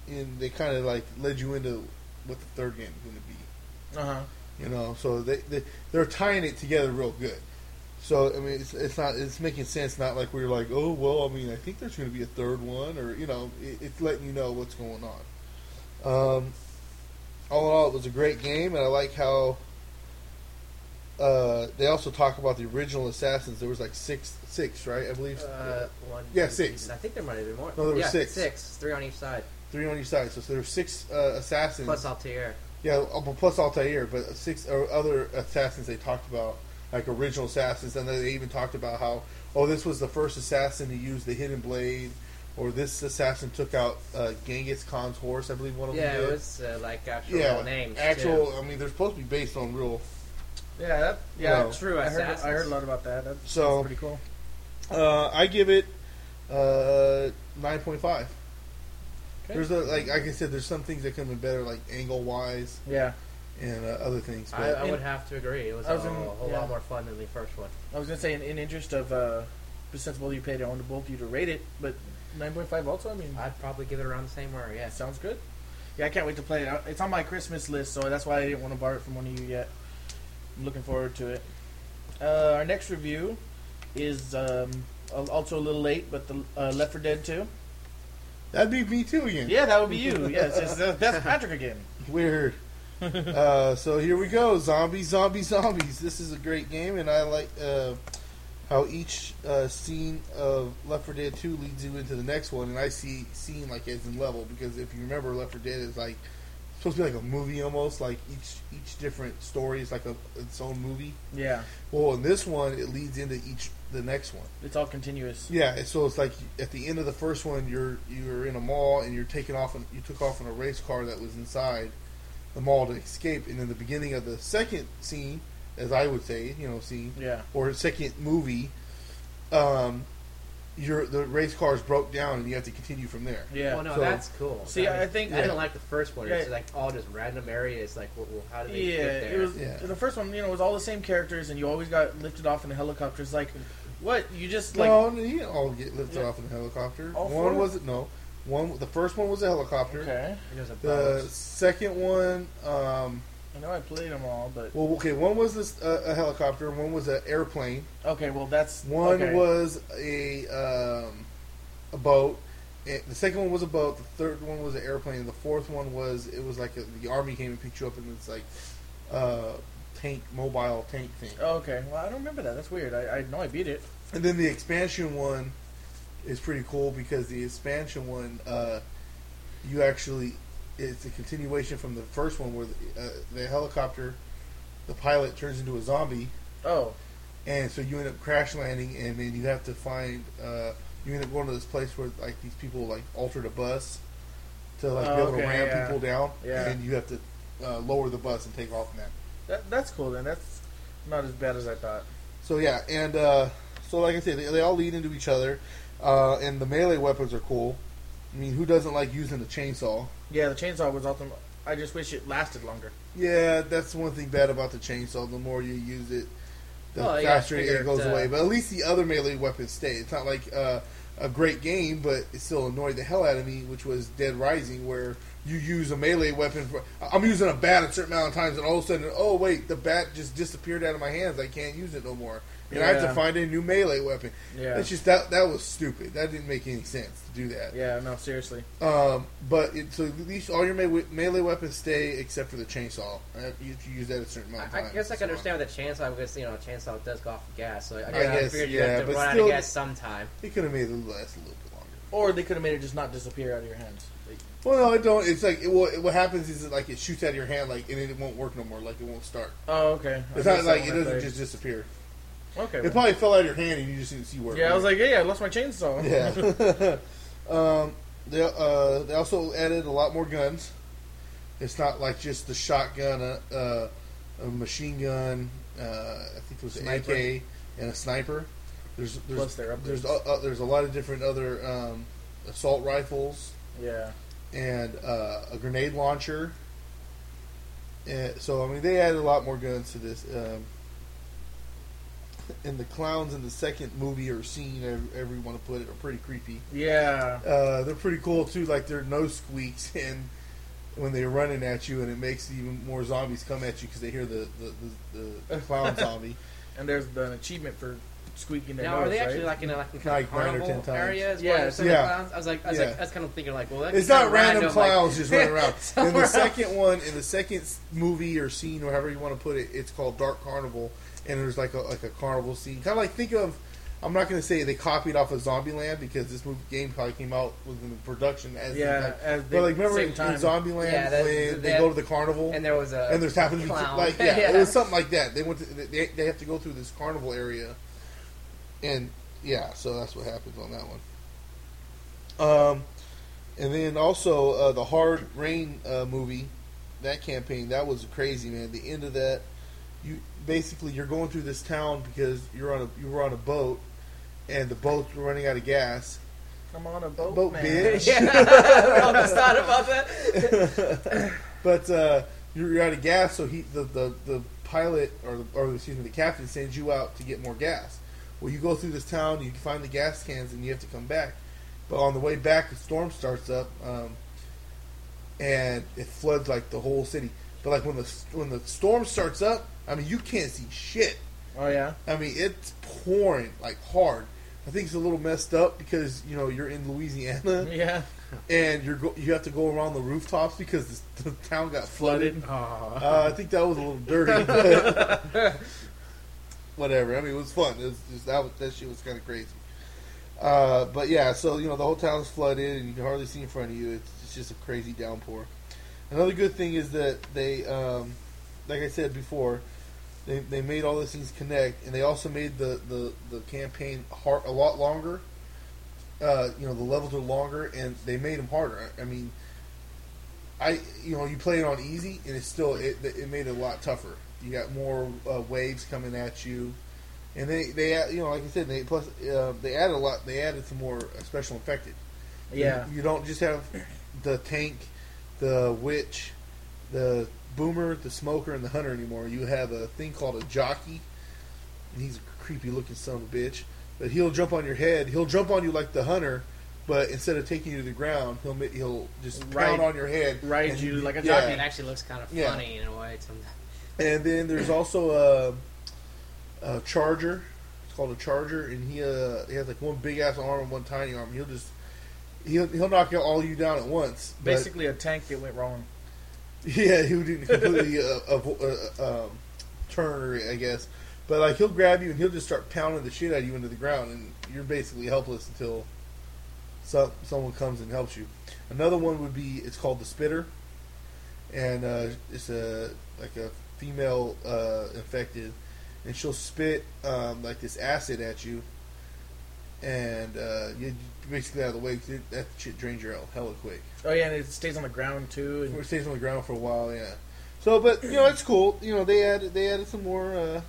Speaker 6: and they kind of like led you into what the third game is going to be.
Speaker 1: Uh huh.
Speaker 6: You know, so they, they they're tying it together real good. So I mean, it's, it's not it's making sense. Not like we're like, oh well, I mean, I think there's going to be a third one, or you know, it, it's letting you know what's going on. Um, all in all, it was a great game, and I like how uh, they also talk about the original assassins. There was like six, six, right? I believe
Speaker 2: Uh, one,
Speaker 6: Yeah,
Speaker 2: two,
Speaker 6: six.
Speaker 2: three. I think there might have been more.
Speaker 6: No, there were
Speaker 2: yeah,
Speaker 6: six.
Speaker 2: Six, three on each side,
Speaker 6: three on each side. So, there were six uh, assassins.
Speaker 2: plus Altair.
Speaker 6: Yeah, oh, but plus Altair, but six or other uh, assassins they talked about like original assassins, and they even talked about how oh this was the first assassin to use the hidden blade, or this assassin took out uh, Genghis Khan's horse. I believe one of
Speaker 2: Yeah,
Speaker 6: them
Speaker 2: it
Speaker 6: did.
Speaker 2: was uh, like actual
Speaker 6: yeah,
Speaker 2: real names.
Speaker 6: actual. um,
Speaker 2: too.
Speaker 6: I mean, they're supposed to be based on real.
Speaker 1: Yeah, that, yeah,
Speaker 6: No.
Speaker 1: true. I heard, I heard
Speaker 2: Assassins.
Speaker 1: a lot about that. That's,
Speaker 6: So-
Speaker 1: that's pretty cool.
Speaker 6: Uh, I give it uh, nine point five.
Speaker 1: Okay.
Speaker 6: There's a, like like I said, there's some things that come in better, like angle wise
Speaker 1: Yeah,
Speaker 6: and uh, other things.
Speaker 2: I,
Speaker 6: But
Speaker 2: I would have to agree. It was,
Speaker 1: I was
Speaker 2: a,
Speaker 1: in-
Speaker 2: whole
Speaker 1: yeah.
Speaker 2: lot more fun than the first one.
Speaker 1: I was gonna say in, in interest of uh, since both of you paid, I wanted both of you to rate it, but nine point five also. I mean,
Speaker 2: I'd probably give it around the same where, yeah.
Speaker 1: that sounds good. Yeah, I can't wait to play it. I- It's on my Christmas list, so that's why I didn't want to borrow it from one of you yet. I'm looking forward to it. Uh, our next review is um, al- also a little late, but the uh, Left 4 Dead 2.
Speaker 6: that'd be me too again.
Speaker 1: Yeah, that would be you. yes, it's, uh, that's Patrick again.
Speaker 6: Weird. uh, so here we go. Zombies, zombies, zombies. This is a great game, and I like uh, how each uh, scene of Left 4 Dead 2 leads you into the next one. And I see scene like as in level because if you remember, Left 4 Dead is like supposed to be like a movie almost. Like each each different story is like a its own movie.
Speaker 1: Yeah,
Speaker 6: Well, in this one, it leads into each the next one.
Speaker 1: it's all continuous.
Speaker 6: Yeah, and so it's like at the end of the first one, you're you're in a mall and you're taking off and you took off in a race car that was inside the mall to escape. And in the beginning of the second scene, as I would say, you know, scene
Speaker 1: Yeah,
Speaker 6: or second movie, um, your the race cars broke down and you have to continue from there.
Speaker 1: yeah.
Speaker 2: Well, Oh, no,
Speaker 6: So-
Speaker 2: that's cool.
Speaker 1: See, I think-
Speaker 2: I didn't like the first one. It's
Speaker 1: Yeah.
Speaker 2: like all just random areas. Like, well, well, how did they
Speaker 1: yeah,
Speaker 2: get there?
Speaker 1: it was
Speaker 6: Yeah.
Speaker 1: the first one. You know, it was all the same characters, and you always got lifted off in a helicopter. It's like, what? You just like
Speaker 6: no, you didn't all get lifted
Speaker 1: Yeah.
Speaker 6: off in a helicopter.
Speaker 1: All four?
Speaker 6: one wasn't no, one the first one was a helicopter.
Speaker 1: okay.
Speaker 2: And it was a
Speaker 6: The
Speaker 2: boat.
Speaker 6: second one. Um,
Speaker 1: I know I played them all, but
Speaker 6: well, okay. One was this, uh, a helicopter. One was an airplane.
Speaker 1: okay. Well, that's
Speaker 6: One
Speaker 1: okay.
Speaker 6: was a um, a boat. And the second one was a boat. The third one was an airplane. And the fourth one was it was like a, the army came and picked you up in this like uh, tank mobile tank thing.
Speaker 1: Okay, well, I don't remember that. That's weird. I, I know I beat it.
Speaker 6: And then the expansion one is pretty cool because the expansion one uh, you actually it's a continuation from the first one where the, uh, the helicopter the pilot turns into a zombie
Speaker 1: Oh,
Speaker 6: and so you end up crash landing, and then you have to find. Uh, you end up going to this place where like these people like altered a bus to like
Speaker 1: Oh,
Speaker 6: be able to
Speaker 1: okay,
Speaker 6: ram
Speaker 1: yeah.
Speaker 6: people down,
Speaker 1: Yeah.
Speaker 6: and you have to uh, lower the bus and take off in that.
Speaker 1: that, that's cool then. That's not as bad as I thought.
Speaker 6: So yeah, and uh, so like I said, they, they all lead into each other, uh, and the melee weapons are cool. I mean, who doesn't like using the chainsaw?
Speaker 1: Yeah, the chainsaw was awesome. I just wish it lasted longer.
Speaker 6: Yeah, that's one thing bad about the chainsaw. The more you use it, the
Speaker 2: Well, Oh, yeah,
Speaker 6: faster
Speaker 2: figure
Speaker 6: it goes
Speaker 2: it's, uh,
Speaker 6: away. But at least the other melee weapons stay. It's not like uh, a great game, but it still annoyed the hell out of me, which was Dead Rising, where you use a melee weapon. For, I'm using a bat a certain amount of times, and all of a sudden, oh wait, the bat just disappeared out of my hands. I can't use it no more, and I have
Speaker 1: Yeah.
Speaker 6: to find a new melee weapon.
Speaker 1: Yeah.
Speaker 6: It's just that that was stupid. That didn't make any sense to do that.
Speaker 1: Yeah, no, seriously.
Speaker 6: Um, but it, so at least all your melee, melee weapons stay except for the chainsaw. Uh, You have to use that a certain amount of
Speaker 2: I,
Speaker 6: time.
Speaker 2: I guess I
Speaker 6: So-
Speaker 2: can understand with the chainsaw because you know chainsaw does go off gas, so I,
Speaker 6: I guess,
Speaker 2: figured you
Speaker 6: yeah,
Speaker 2: have to
Speaker 6: but
Speaker 2: run out
Speaker 6: still-
Speaker 2: of gas sometime.
Speaker 6: It could have made it last a little bit longer.
Speaker 1: Or they could have made it just not disappear out of your hands.
Speaker 6: Well, no, it don't. It's like it, well, it, what happens is it, like it shoots out of your hand, like and then it won't work no more. Like it won't start.
Speaker 1: Oh, okay. I
Speaker 6: It's
Speaker 1: missed
Speaker 6: not
Speaker 1: that
Speaker 6: like
Speaker 1: one
Speaker 6: it
Speaker 1: I
Speaker 6: doesn't
Speaker 1: played.
Speaker 6: just disappear.
Speaker 1: Okay.
Speaker 6: It
Speaker 1: well.
Speaker 6: probably fell out of your hand and you just didn't see where. it
Speaker 1: yeah, I was
Speaker 6: went.
Speaker 1: like, yeah, I lost my chainsaw.
Speaker 6: yeah. um, they uh, they also added a lot more guns. It's not like just the shotgun, uh, uh, a machine gun. Uh, I think it was an
Speaker 1: Sniper.
Speaker 6: AK and a sniper. There's there's
Speaker 1: Plus their upgrades.
Speaker 6: there's a, uh, there's a lot of different other um, assault rifles
Speaker 1: Yeah.
Speaker 6: and uh, a grenade launcher. And so I mean, they added a lot more guns to this. Um, and the clowns in the second movie or scene, however you want to put it, are pretty creepy.
Speaker 1: Yeah.
Speaker 6: Uh, they're pretty cool too. Like their nose squeaks and when they're running at you, and it makes even more zombies come at you because they hear the the, the, the clown zombie.
Speaker 1: And there's the achievement for squeaking their
Speaker 2: Now, are
Speaker 1: nose,
Speaker 2: they actually
Speaker 1: right?
Speaker 2: like in a, like, kind
Speaker 6: Like
Speaker 2: of
Speaker 6: nine or
Speaker 2: carnival
Speaker 6: ten times.
Speaker 2: area? As
Speaker 1: Yeah,
Speaker 2: well, as some of the
Speaker 6: yeah.
Speaker 2: clowns? I was like, I was,
Speaker 6: Yeah.
Speaker 2: like, I was kind of thinking like, well, that's
Speaker 6: It's
Speaker 2: kind
Speaker 6: not
Speaker 2: of
Speaker 6: random,
Speaker 2: like-
Speaker 6: clowns just running around. In the
Speaker 2: Somewhere
Speaker 6: second one, in the second s- movie or scene, or however you want to put it, it's called Dark Carnival, and there's like a like a carnival scene, kind of like think of I'm not going to say they copied off of Zombieland because this movie game probably came out within the production as
Speaker 1: Yeah,
Speaker 6: the-
Speaker 1: as they-
Speaker 6: but like remember
Speaker 1: same
Speaker 6: in,
Speaker 1: time.
Speaker 6: in Zombieland
Speaker 2: Yeah, that-
Speaker 6: when they
Speaker 2: that-
Speaker 6: go to the carnival
Speaker 2: And there was a
Speaker 6: and there's happening to be
Speaker 2: clown.
Speaker 6: like yeah, it was something like that. They went to, they they have to go through this carnival area, and yeah, so that's what happens on that one. Um, and then also uh, the Hard Rain uh, movie, that campaign that was crazy, man. The end of that, you basically you're going through this town because you're on a you were on a boat, and the boat's running out of gas.
Speaker 1: I'm on a boat,
Speaker 6: Boat,
Speaker 1: man.
Speaker 6: bitch.
Speaker 2: yeah, we almost thought about that.
Speaker 6: But uh, you're you're out of gas, so he the, the, the pilot or the, or excuse me, the captain sends you out to get more gas. Well, you go through this town, you find the gas cans, and you have to come back. But on the way back, the storm starts up, um, and it floods like the whole city. But like when the when the storm starts up, I mean you can't see shit.
Speaker 1: Oh yeah.
Speaker 6: I mean, it's pouring like hard. I think it's a little messed up because you know you're in Louisiana
Speaker 1: Yeah.
Speaker 6: and you're go- you have to go around the rooftops because the, the town got flooded.
Speaker 4: Aw.
Speaker 6: Uh, I think that was a little dirty. but Whatever. I mean, it was fun. It was just, that was, that shit was kind of crazy. Uh, but yeah, so you know the whole town's flooded and you can hardly see in front of you. It's, it's just a crazy downpour. Another good thing is that they, um, like I said before, they, they made all those things connect, and they also made the the, the campaign hard, a lot longer. Uh, you know the levels are longer, and they made them harder. I, I mean, I you know you play it on easy, and it's still it it made it a lot tougher. You got more uh, waves coming at you, and they they add- you know like I said they plus uh, they added a lot. They added some more uh, special infected.
Speaker 1: Yeah.
Speaker 6: You, you don't just have the tank, the witch, the boomer, the smoker, and the hunter anymore. You have a thing called a jockey, and he's a creepy looking son of a bitch. But he'll jump on your head. He'll jump on you like the hunter, but instead of taking you to the ground, he'll ma- he'll just
Speaker 1: Ride-
Speaker 6: pound on your head,
Speaker 1: ride
Speaker 6: and-
Speaker 1: you like a
Speaker 6: yeah.
Speaker 1: jockey.
Speaker 2: It actually looks kind of
Speaker 6: Yeah.
Speaker 2: funny in a way. Sometimes.
Speaker 6: And then there's also a, a charger. It's called a charger, and he uh, he has like one big ass arm and one tiny arm. He'll just he'll he'll knock out all you down at once. but-
Speaker 1: Basically, a tank that went wrong.
Speaker 6: yeah, he didn't completely uh, avo- uh, um, turn, I guess. But like he'll grab you and he'll just start pounding the shit out of you into the ground, and you're basically helpless until so, someone comes and helps you. Another one would be it's called the spitter, and uh, it's a like a female uh, infected, and she'll spit um, like this acid at you, and uh, you you're basically out of the way. 'cause it- That shit drains your health hella quick.
Speaker 1: Oh yeah, and it stays on the ground too.
Speaker 6: Or it
Speaker 1: And
Speaker 6: stays on the ground for a while, yeah. So, but you know, it's cool. You know, they added they added some more uh,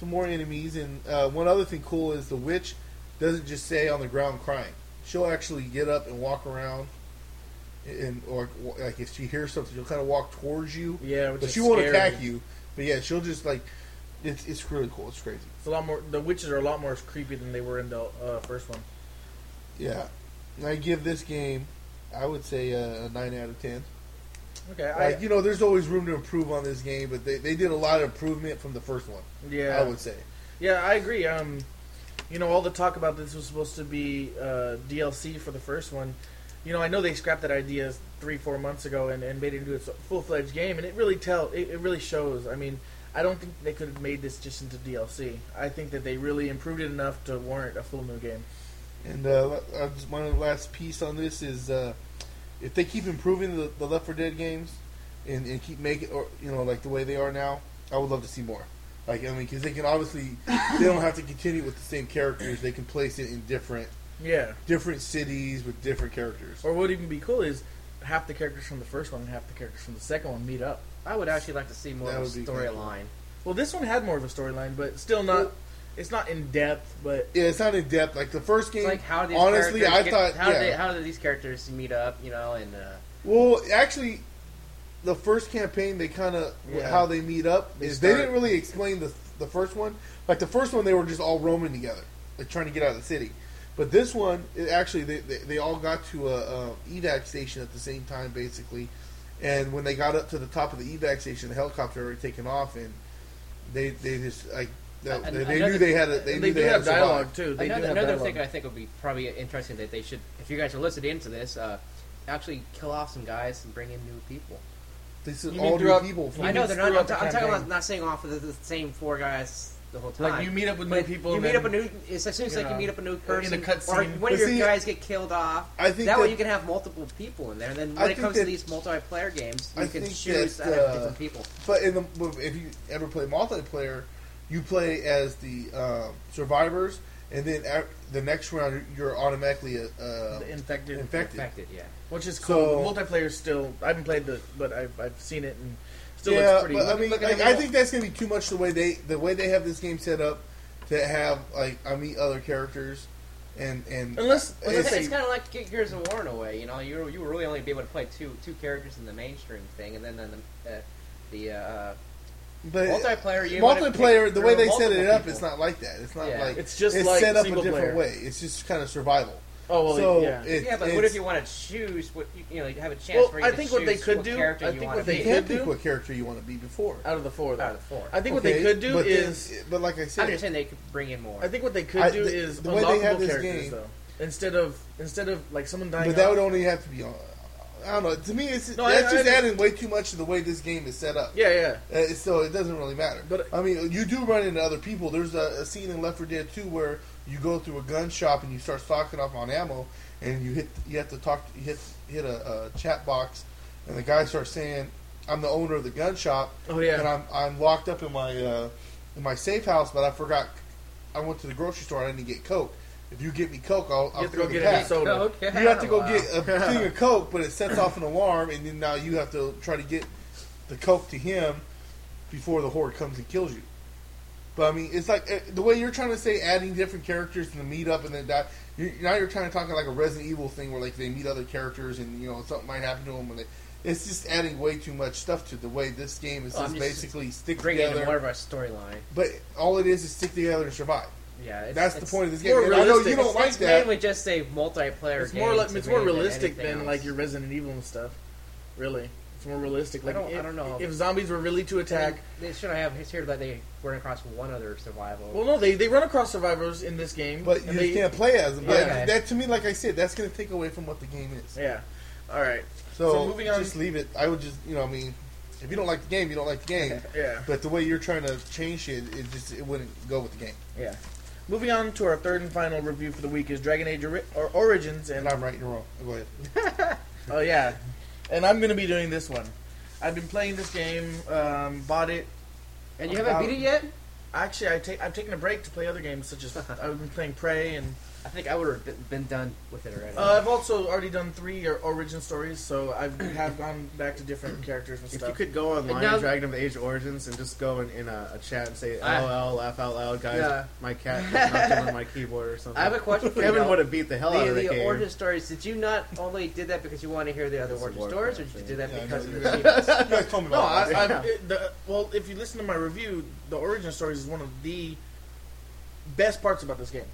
Speaker 6: some more enemies, and uh, one other thing cool is the witch doesn't just stay on the ground crying. She'll actually get up and walk around, and or like if she hears something, she'll kind of walk towards you,
Speaker 1: yeah, which
Speaker 6: but
Speaker 1: is
Speaker 6: she won't
Speaker 1: scary.
Speaker 6: attack you. But yeah, she'll just like it's it's really cool. It's crazy.
Speaker 1: It's a lot more. The witches are a lot more creepy than they were in the uh, first one.
Speaker 6: Yeah, and I give this game, I would say uh, a nine out of ten.
Speaker 1: Okay,
Speaker 6: Like, you know, there's always room to improve on this game, but they, they did a lot of improvement from the first one.
Speaker 1: I yeah,
Speaker 6: I would say.
Speaker 1: yeah, I agree. Um, you know, all the talk about this was supposed to be uh, DLC for the first one. You know, I know they scrapped that idea three, four months ago and, and made it into its full fledged game, and it really tell it, it really shows. I mean, I don't think they could have made this just into DLC. I think that they really improved it enough to warrant a full new game.
Speaker 6: And uh, I just, my last piece on this is uh, if they keep improving the, the Left 4 Dead games and, and keep making, or you know, like the way they are now, I would love to see more. Like I mean, because they can obviously they don't have to continue with the same characters. They can place it in different
Speaker 1: Yeah.
Speaker 6: different cities with different characters.
Speaker 1: Or what would even be cool is half the characters from the first one and half the characters from the second one meet up.
Speaker 2: I would actually like to see more
Speaker 6: That
Speaker 2: of
Speaker 6: would
Speaker 2: a
Speaker 6: be
Speaker 2: storyline.
Speaker 1: Well, this one had more of a storyline, but still not. it's not in depth, but
Speaker 6: Yeah, it's not in depth like the first game.
Speaker 2: It's like how do these
Speaker 6: honestly,
Speaker 2: characters
Speaker 6: I
Speaker 2: get-
Speaker 6: thought
Speaker 2: how
Speaker 6: yeah.
Speaker 2: do they, how do these characters meet up? You know, and uh,
Speaker 6: Well, actually, the first campaign they kind of
Speaker 1: Yeah.
Speaker 6: how they meet up
Speaker 1: They
Speaker 6: is they
Speaker 1: start-
Speaker 6: didn't really explain the the first one. Like the first one, they were just all roaming together, like trying to get out of the city. But this one, it actually, they, they, they all got to a, a evac station at the same time, basically. And when they got up to the top of the evac station, the helicopter had already taken off, and they they just like they,
Speaker 2: An-
Speaker 6: they, they
Speaker 2: another-
Speaker 6: knew they had a, they
Speaker 1: they,
Speaker 6: knew
Speaker 1: do
Speaker 6: they had
Speaker 1: have
Speaker 6: a dialogue.
Speaker 1: dialogue too. They
Speaker 2: another,
Speaker 1: do have
Speaker 2: another
Speaker 1: dialogue.
Speaker 2: thing I think would be probably interesting that they should, if you guys are listening to this, uh, actually kill off some guys and bring in new people.
Speaker 6: This
Speaker 1: You
Speaker 6: is
Speaker 1: mean
Speaker 6: all new
Speaker 1: throughout-
Speaker 6: people. From
Speaker 1: You
Speaker 2: I know
Speaker 1: mean
Speaker 2: they're not. I'm,
Speaker 1: throughout the
Speaker 2: ta- I'm talking
Speaker 1: campaign.
Speaker 2: about not saying off of the, the same four guys the whole time.
Speaker 1: Like you meet up with new
Speaker 2: But
Speaker 1: people.
Speaker 2: You
Speaker 1: and
Speaker 2: meet
Speaker 1: then-
Speaker 2: up a new. It's as soon as
Speaker 1: you
Speaker 2: like you
Speaker 1: know,
Speaker 2: meet up a new
Speaker 1: or in
Speaker 2: person,
Speaker 1: a cutscene.
Speaker 2: or one
Speaker 6: But
Speaker 2: of your
Speaker 6: see,
Speaker 2: guys get killed off.
Speaker 6: I think
Speaker 2: that way
Speaker 6: that-
Speaker 2: you can have multiple people in there. And then
Speaker 6: I
Speaker 2: when it
Speaker 6: think
Speaker 2: comes
Speaker 6: that-
Speaker 2: to these multiplayer games, you
Speaker 6: I
Speaker 2: can
Speaker 6: think
Speaker 2: choose
Speaker 6: that,
Speaker 2: to have
Speaker 6: uh,
Speaker 2: different people.
Speaker 6: But in the but if you ever play multiplayer, you play as the um, survivors, and then at the next round you're automatically uh, a, a
Speaker 1: The infected,
Speaker 6: infected.
Speaker 2: Affected, yeah.
Speaker 1: uh, which is
Speaker 6: So-
Speaker 1: cool. The multiplayer is still. I haven't played the, but I've, I've seen it and still
Speaker 6: yeah,
Speaker 1: looks pretty.
Speaker 6: but I
Speaker 1: look-
Speaker 6: mean,
Speaker 1: look at
Speaker 6: like,
Speaker 1: the
Speaker 6: I
Speaker 1: wall.
Speaker 6: think that's gonna be too much the way they the way they have this game set up to have like I meet other characters, and and
Speaker 1: unless
Speaker 2: It's,
Speaker 1: unless they,
Speaker 2: kind of like Ge- Gears of War in a way, you know. You you really only be able to play two two characters in the mainstream thing, and then in the uh, the uh,
Speaker 6: but
Speaker 2: multiplayer. You wanna
Speaker 6: multiplayer
Speaker 2: pick
Speaker 6: the way
Speaker 2: through
Speaker 6: they set
Speaker 2: multiple
Speaker 6: it up,
Speaker 2: people.
Speaker 6: it's not like that. It's not
Speaker 2: Yeah.
Speaker 6: like
Speaker 1: It's just
Speaker 6: it's
Speaker 1: like
Speaker 6: set up a
Speaker 1: single
Speaker 6: different
Speaker 1: player.
Speaker 6: way. It's just kind of survival.
Speaker 1: Oh well,
Speaker 6: so
Speaker 1: yeah.
Speaker 6: it-
Speaker 2: yeah, but what
Speaker 6: it's-
Speaker 2: if you want to choose? What you, you know, you have a chance.
Speaker 1: Well,
Speaker 2: for you
Speaker 1: I
Speaker 2: to
Speaker 1: think what they
Speaker 2: choose
Speaker 1: could
Speaker 2: what
Speaker 1: do-
Speaker 2: Character
Speaker 1: I
Speaker 2: you
Speaker 1: think
Speaker 2: wanna
Speaker 1: what they
Speaker 6: you
Speaker 2: be.
Speaker 6: can
Speaker 1: could do-
Speaker 6: pick what character you want to be before?
Speaker 1: out of the four, though.
Speaker 2: out of the four.
Speaker 1: I think what they
Speaker 6: Okay,
Speaker 1: could do
Speaker 6: but then-
Speaker 1: is.
Speaker 6: but like I said,
Speaker 2: I'm just saying they could bring in more.
Speaker 1: I think what they could
Speaker 6: I-
Speaker 1: do
Speaker 6: the-
Speaker 1: is
Speaker 6: the way they have
Speaker 1: unlockable
Speaker 6: this
Speaker 1: characters
Speaker 6: game-
Speaker 1: though. Instead of instead of like someone dying.
Speaker 6: But that
Speaker 1: off-
Speaker 6: would only have to be on. I don't know. To me, it's
Speaker 1: No, I-
Speaker 6: that's
Speaker 1: I
Speaker 6: just
Speaker 1: under-
Speaker 6: adding way too much to the way this game is set up.
Speaker 1: yeah, yeah.
Speaker 6: Uh, it's- so it doesn't really matter.
Speaker 1: But-
Speaker 6: I mean, you do run into other people. There's a, a scene in Left 4 Dead 2 where you go through a gun shop and you start stocking up on ammo, and you hit you have to talk you hit hit a, a chat box, and the guy starts saying, "I'm the owner of the gun shop,
Speaker 1: Oh yeah.
Speaker 6: and I'm I'm locked up in my uh, in my safe house, but I forgot I went to the grocery store and I didn't get coke. If you get me coke, I'll,
Speaker 1: you have
Speaker 6: I'll
Speaker 1: to
Speaker 6: fill
Speaker 1: go
Speaker 6: the
Speaker 1: get
Speaker 6: pack."
Speaker 1: a soda.
Speaker 6: You have to go get a thing of coke, but it sets off an alarm, and then now you have to try to get the coke to him before the horde comes and kills you. But I mean, it's like eh, the way you're trying to say adding different characters to the meetup and then that. you now you're trying to talk like a Resident Evil thing where like they meet other characters and you know something might happen to them. And they, it's just adding way too much stuff to the way this game is
Speaker 2: Oh,
Speaker 6: just
Speaker 2: I'm just
Speaker 6: basically stick
Speaker 2: bring in more
Speaker 6: together.
Speaker 2: of our storyline.
Speaker 6: But all it is is stick together and survive.
Speaker 2: Yeah, it's,
Speaker 6: That's the
Speaker 2: it's-
Speaker 6: point of this game.
Speaker 1: more
Speaker 6: And I know
Speaker 1: realistic.
Speaker 6: you
Speaker 2: It's,
Speaker 6: don't like
Speaker 2: it's
Speaker 6: that.
Speaker 2: mainly just a multiplayer.
Speaker 1: It's more
Speaker 2: game
Speaker 1: like
Speaker 2: to
Speaker 1: it's more
Speaker 2: me than
Speaker 1: realistic
Speaker 2: anything
Speaker 1: than
Speaker 2: else.
Speaker 1: like your Resident Evil and stuff. Really, it's more realistic.
Speaker 2: I
Speaker 1: Like
Speaker 2: don't- I
Speaker 1: if,
Speaker 2: don't know.
Speaker 1: if zombies were really to
Speaker 2: I
Speaker 1: attack.
Speaker 2: mean, They should have heard that they run across one other survival.
Speaker 1: Well, no, they they run across survivors in this game,
Speaker 6: But
Speaker 1: and
Speaker 6: you
Speaker 1: they,
Speaker 6: just can't play as them. But
Speaker 1: Okay.
Speaker 6: that to me, like I said, that's going to take away from what the game is.
Speaker 1: Yeah. All right.
Speaker 6: So,
Speaker 1: So moving on-
Speaker 6: just leave it. I would just, you know, I mean, if you don't like the game, you don't like the game.
Speaker 1: Yeah.
Speaker 6: but the way you're trying to change shit, it just it wouldn't go with the game.
Speaker 1: Yeah. Moving on to our third and final review for the week is Dragon Age Ori- or Origins, and
Speaker 6: And I'm right, and you're wrong. Go ahead.
Speaker 1: Oh yeah, and I'm gonna be doing this one. I've been playing this game, um, bought it.
Speaker 2: and you haven't beat it yet.
Speaker 1: Actually, I take I've taken a break to play other games such as I've been playing Prey, and
Speaker 2: I think I would have been done with it already.
Speaker 1: uh, I've also already done three or origin stories, so I have gone back to different characters and
Speaker 4: If
Speaker 1: stuff.
Speaker 4: you could go online,
Speaker 2: Now-
Speaker 4: Dragon of Age Origins, and just go in, in a, a chat and say,
Speaker 2: I-
Speaker 4: LOL, laugh out loud, guys,
Speaker 2: Yeah.
Speaker 4: my cat is not doing my keyboard or something.
Speaker 2: I have a question for you.
Speaker 4: Kevin
Speaker 2: though.
Speaker 4: would have beat the hell out
Speaker 2: the,
Speaker 4: of that
Speaker 2: the
Speaker 4: game.
Speaker 2: origin stories. Did you not only did that because you want to hear the other
Speaker 4: It's a
Speaker 2: origin
Speaker 4: war
Speaker 2: stories, or
Speaker 4: crime
Speaker 2: did you do
Speaker 4: thing.
Speaker 2: that
Speaker 6: Yeah, I
Speaker 2: because
Speaker 6: know
Speaker 2: of the
Speaker 6: you guys-
Speaker 2: achievements?
Speaker 6: you guys told me
Speaker 1: no,
Speaker 6: about
Speaker 1: I,
Speaker 6: that.
Speaker 1: I, it, the, well, if you listen to my review, the origin stories is one of the best parts about this game.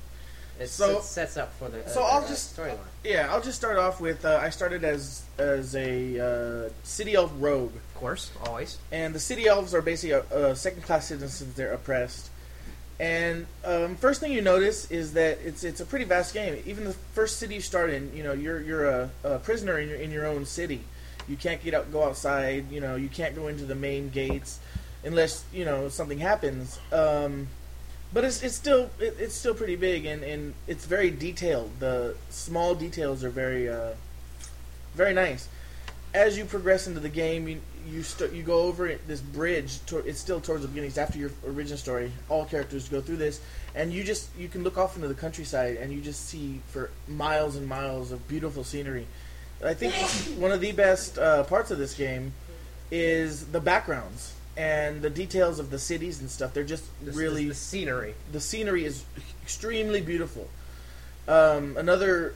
Speaker 2: It
Speaker 1: So-
Speaker 2: s- sets up for the. Uh,
Speaker 1: so I'll
Speaker 2: the, uh,
Speaker 1: just-
Speaker 2: storyline.
Speaker 1: Yeah, I'll just start off with uh, I started as as a uh, city elf rogue.
Speaker 2: Of course, always.
Speaker 1: and the city elves are basically a, a second class citizens. They're oppressed. And um, first thing you notice is that it's it's a pretty vast game. Even the first city you start in, you know, you're you're a, a prisoner in your in your own city. You can't get out, go outside. You know, you can't go into the main gates unless you know something happens. Um, but it's it's still it, it's still pretty big and, and it's very detailed. The small details are very uh, very nice as you progress into the game, you you, st- you go over it, this bridge. To- it's still towards the beginning. It's after your origin story. All characters go through this, and you just you can look off into the countryside, and you just see for miles and miles of beautiful scenery. I think one of the best uh, parts of this game is the backgrounds and the details of the cities and stuff. They're just
Speaker 2: This-
Speaker 1: really
Speaker 2: this- the scenery.
Speaker 1: the scenery is extremely beautiful. Um, another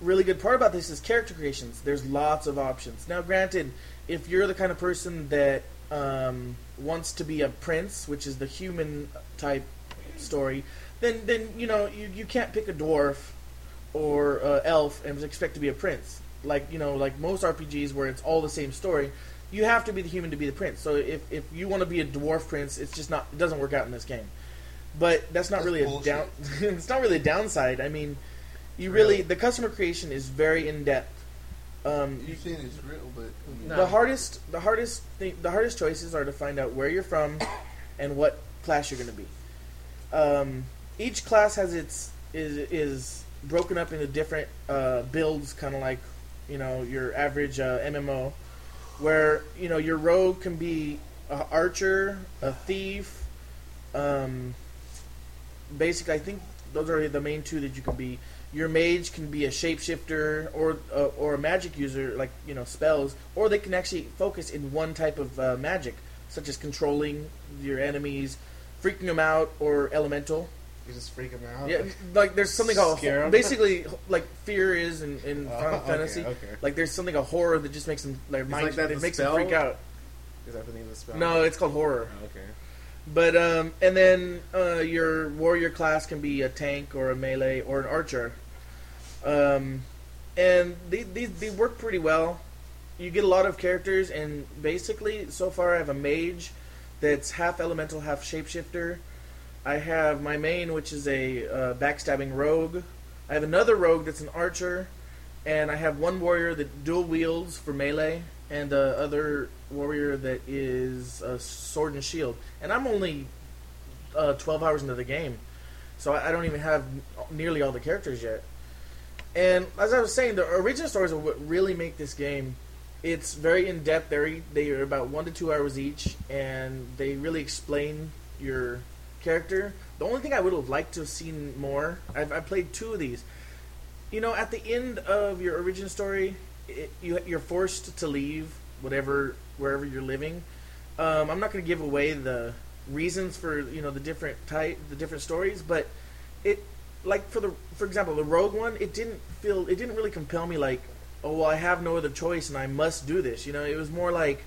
Speaker 1: really good part about this is character creations. There's lots of options. Now, granted, if you're the kind of person that um, wants to be a prince, which is the human type story, then then you know you, you can't pick a dwarf or uh, elf and expect to be a prince. Like you know, like most RPGs where it's all the same story, you have to be the human to be the prince. So if, if you want to be a dwarf prince, it's just not it doesn't work out in this game. But that's not
Speaker 6: That's
Speaker 1: really
Speaker 6: bullshit.
Speaker 1: a down. it's not really a downside. I mean, you really the customer creation is very in depth. Um,
Speaker 6: You're saying it's real, but I mean,
Speaker 2: No.
Speaker 1: the hardest, the hardest thing, the hardest choices are to find out where you're from, and what class you're going to be. um, each class has its is is broken up into different uh, builds, kind of like you know your average uh, MMO, where you know your rogue can be a archer, a thief. Um, basically, I think those are the main two that you can be. Your mage can be a shapeshifter or uh, or a magic user, like you know spells, or they can actually focus in one type of uh, magic, such as controlling your enemies, freaking them out, or elemental.
Speaker 4: You just freak 'em out.
Speaker 1: Yeah, like there's something called
Speaker 4: Scare 'em? Oh,
Speaker 1: basically like fear is in, in Final
Speaker 4: okay,
Speaker 1: Fantasy.
Speaker 4: okay.
Speaker 1: Like there's something called horror that just makes them like mind
Speaker 4: like that
Speaker 1: it
Speaker 4: the
Speaker 1: makes
Speaker 4: spell?
Speaker 1: them freak out.
Speaker 4: Is that the name of the spell?
Speaker 1: No, it's called horror.
Speaker 4: Oh, okay.
Speaker 1: But um, and then uh, your warrior class can be a tank or a melee or an archer, um, and these they, they work pretty well. You get a lot of characters, and basically, so far I have a mage that's half elemental, half shapeshifter. I have my main, which is a uh, backstabbing rogue. I have another rogue that's an archer, and I have one warrior that dual wields for melee, and the other warrior that is a sword and shield. And I'm only uh, 12 hours into the game, so I I don't even have nearly all the characters yet. And as I was saying, the origin stories are what really make this game. It's very in depth. They they are about one to two hours each, and they really explain your character. The only thing I would have liked to have seen more. I've I played two of these. You know, at the end of your origin story, it, you you're forced to leave whatever wherever you're living. Um, I'm not going to give away the reasons for you know the different type the different stories, but it like for the for example the rogue one it didn't feel it didn't really compel me like oh well i have no other choice and i must do this you know it was more like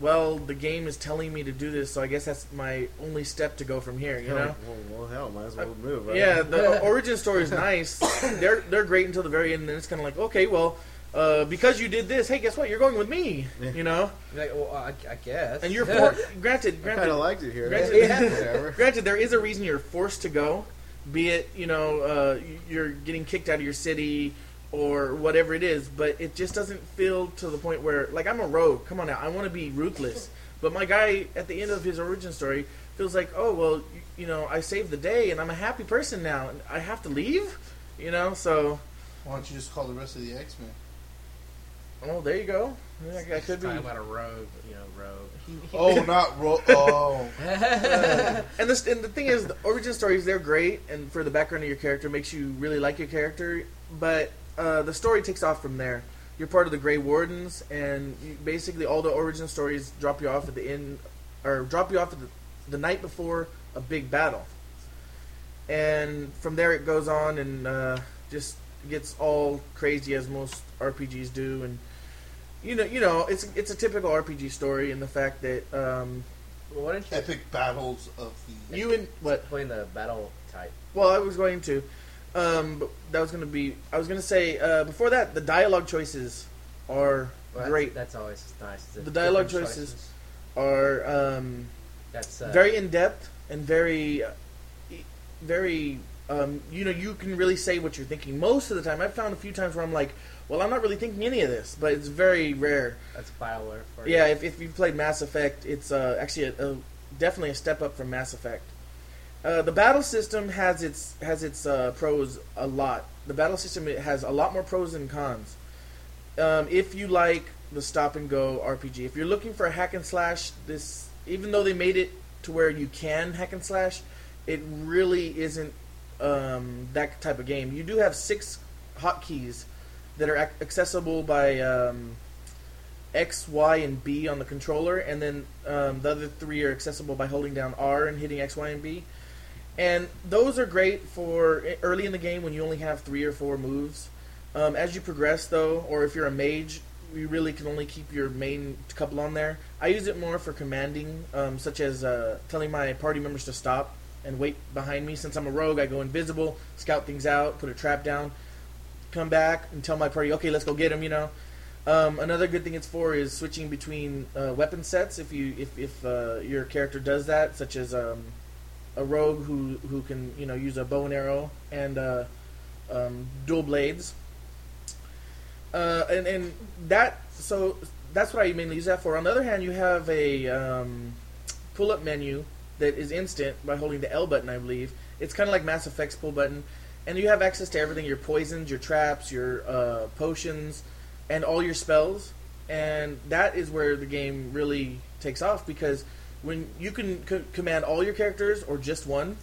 Speaker 1: well the game is telling me to do this so i guess that's my only step to go from here you know
Speaker 4: Well, Oh, well, hell, might as well move. Right?
Speaker 1: yeah, the origin story is nice. they're they're great until the very end, and then it's kind of like, okay, well, uh, because you did this, hey, guess what? You're going with me,
Speaker 4: Yeah.
Speaker 1: you know.
Speaker 2: Like, well, I, I guess.
Speaker 1: And you're for- granted,
Speaker 4: I kind
Speaker 1: granted,
Speaker 4: of liked it here.
Speaker 1: Granted-
Speaker 4: Whatever.
Speaker 1: granted there is a reason you're forced to go be it you know uh, you're getting kicked out of your city or whatever it is but it just doesn't feel to the point where like i'm a rogue come on now i want to be ruthless but my guy at the end of his origin story feels like oh well you, you know i saved the day and i'm a happy person now and i have to leave you know so
Speaker 6: Why don't you just call the rest of the X Men?
Speaker 1: oh there you go Yeah, I, I could be
Speaker 7: Talking about a rogue, you know, rogue.
Speaker 6: Oh, not Ro. Oh,
Speaker 1: and, this, and the thing is, the origin stories they're great, and for the background of your character makes you really like your character. But uh, the story takes off from there. You're part of the Grey Wardens, and you, basically all the origin stories drop you off at the end, or drop you off at the, the night before a big battle. And from there it goes on and uh, just gets all crazy as most RPGs do, and you know, you know, it's it's a typical RPG story in the fact that um,
Speaker 7: Well, why don't you
Speaker 6: epic battles of the.
Speaker 1: you and what
Speaker 7: explain the battle type?
Speaker 1: Well, I was going to. Um, but that was going to be. I was going to say uh, before that, the dialogue choices are
Speaker 7: Well,
Speaker 1: great.
Speaker 7: That's, that's always nice.
Speaker 1: The dialogue
Speaker 7: different
Speaker 1: choices. Are um,
Speaker 7: That's uh,
Speaker 1: very in depth and very, uh, e- very. Um, you know, you can really say what you're thinking most of the time. I've found a few times where I'm like, "Well, I'm not really thinking any of this," but it's very rare.
Speaker 7: that's Bioware for
Speaker 1: Yeah, if, if you've played Mass Effect, it's uh, actually a, a, definitely a step up from Mass Effect. Uh, the battle system has its has its uh, pros a lot. The battle system it has a lot more pros than cons. Um, if you like the stop and go RPG, if you're looking for a hack and slash, this even though they made it to where you can hack and slash, it really isn't um, that type of game. You do have six hotkeys that are ac- accessible by um, X, Y, and B on the controller, and then um, the other three are accessible by holding down R and hitting X, Y, and B. And those are great for e- early in the game when you only have three or four moves. Um, as you progress, though, or if you're a mage, you really can only keep your main couple on there. I use it more for commanding, um, such as uh, telling my party members to stop and wait behind me. Since I'm a rogue, I go invisible, scout things out, put a trap down, come back, and tell my party, okay, let's go get him, you know. Um, another good thing it's for is switching between uh, weapon sets. If you if, if uh, your character does that, such as um, a rogue who who can you know use a bow and arrow and uh, um, dual blades, uh, and and that so that's what I mainly use that for. On the other hand, you have a um, pull up menu that is instant by holding the L button, I believe. It's kind of like Mass Effect's pull button, and you have access to everything: your poisons, your traps, your uh, potions, and all your spells. And that is where the game really takes off because when you can c- command all your characters or just one,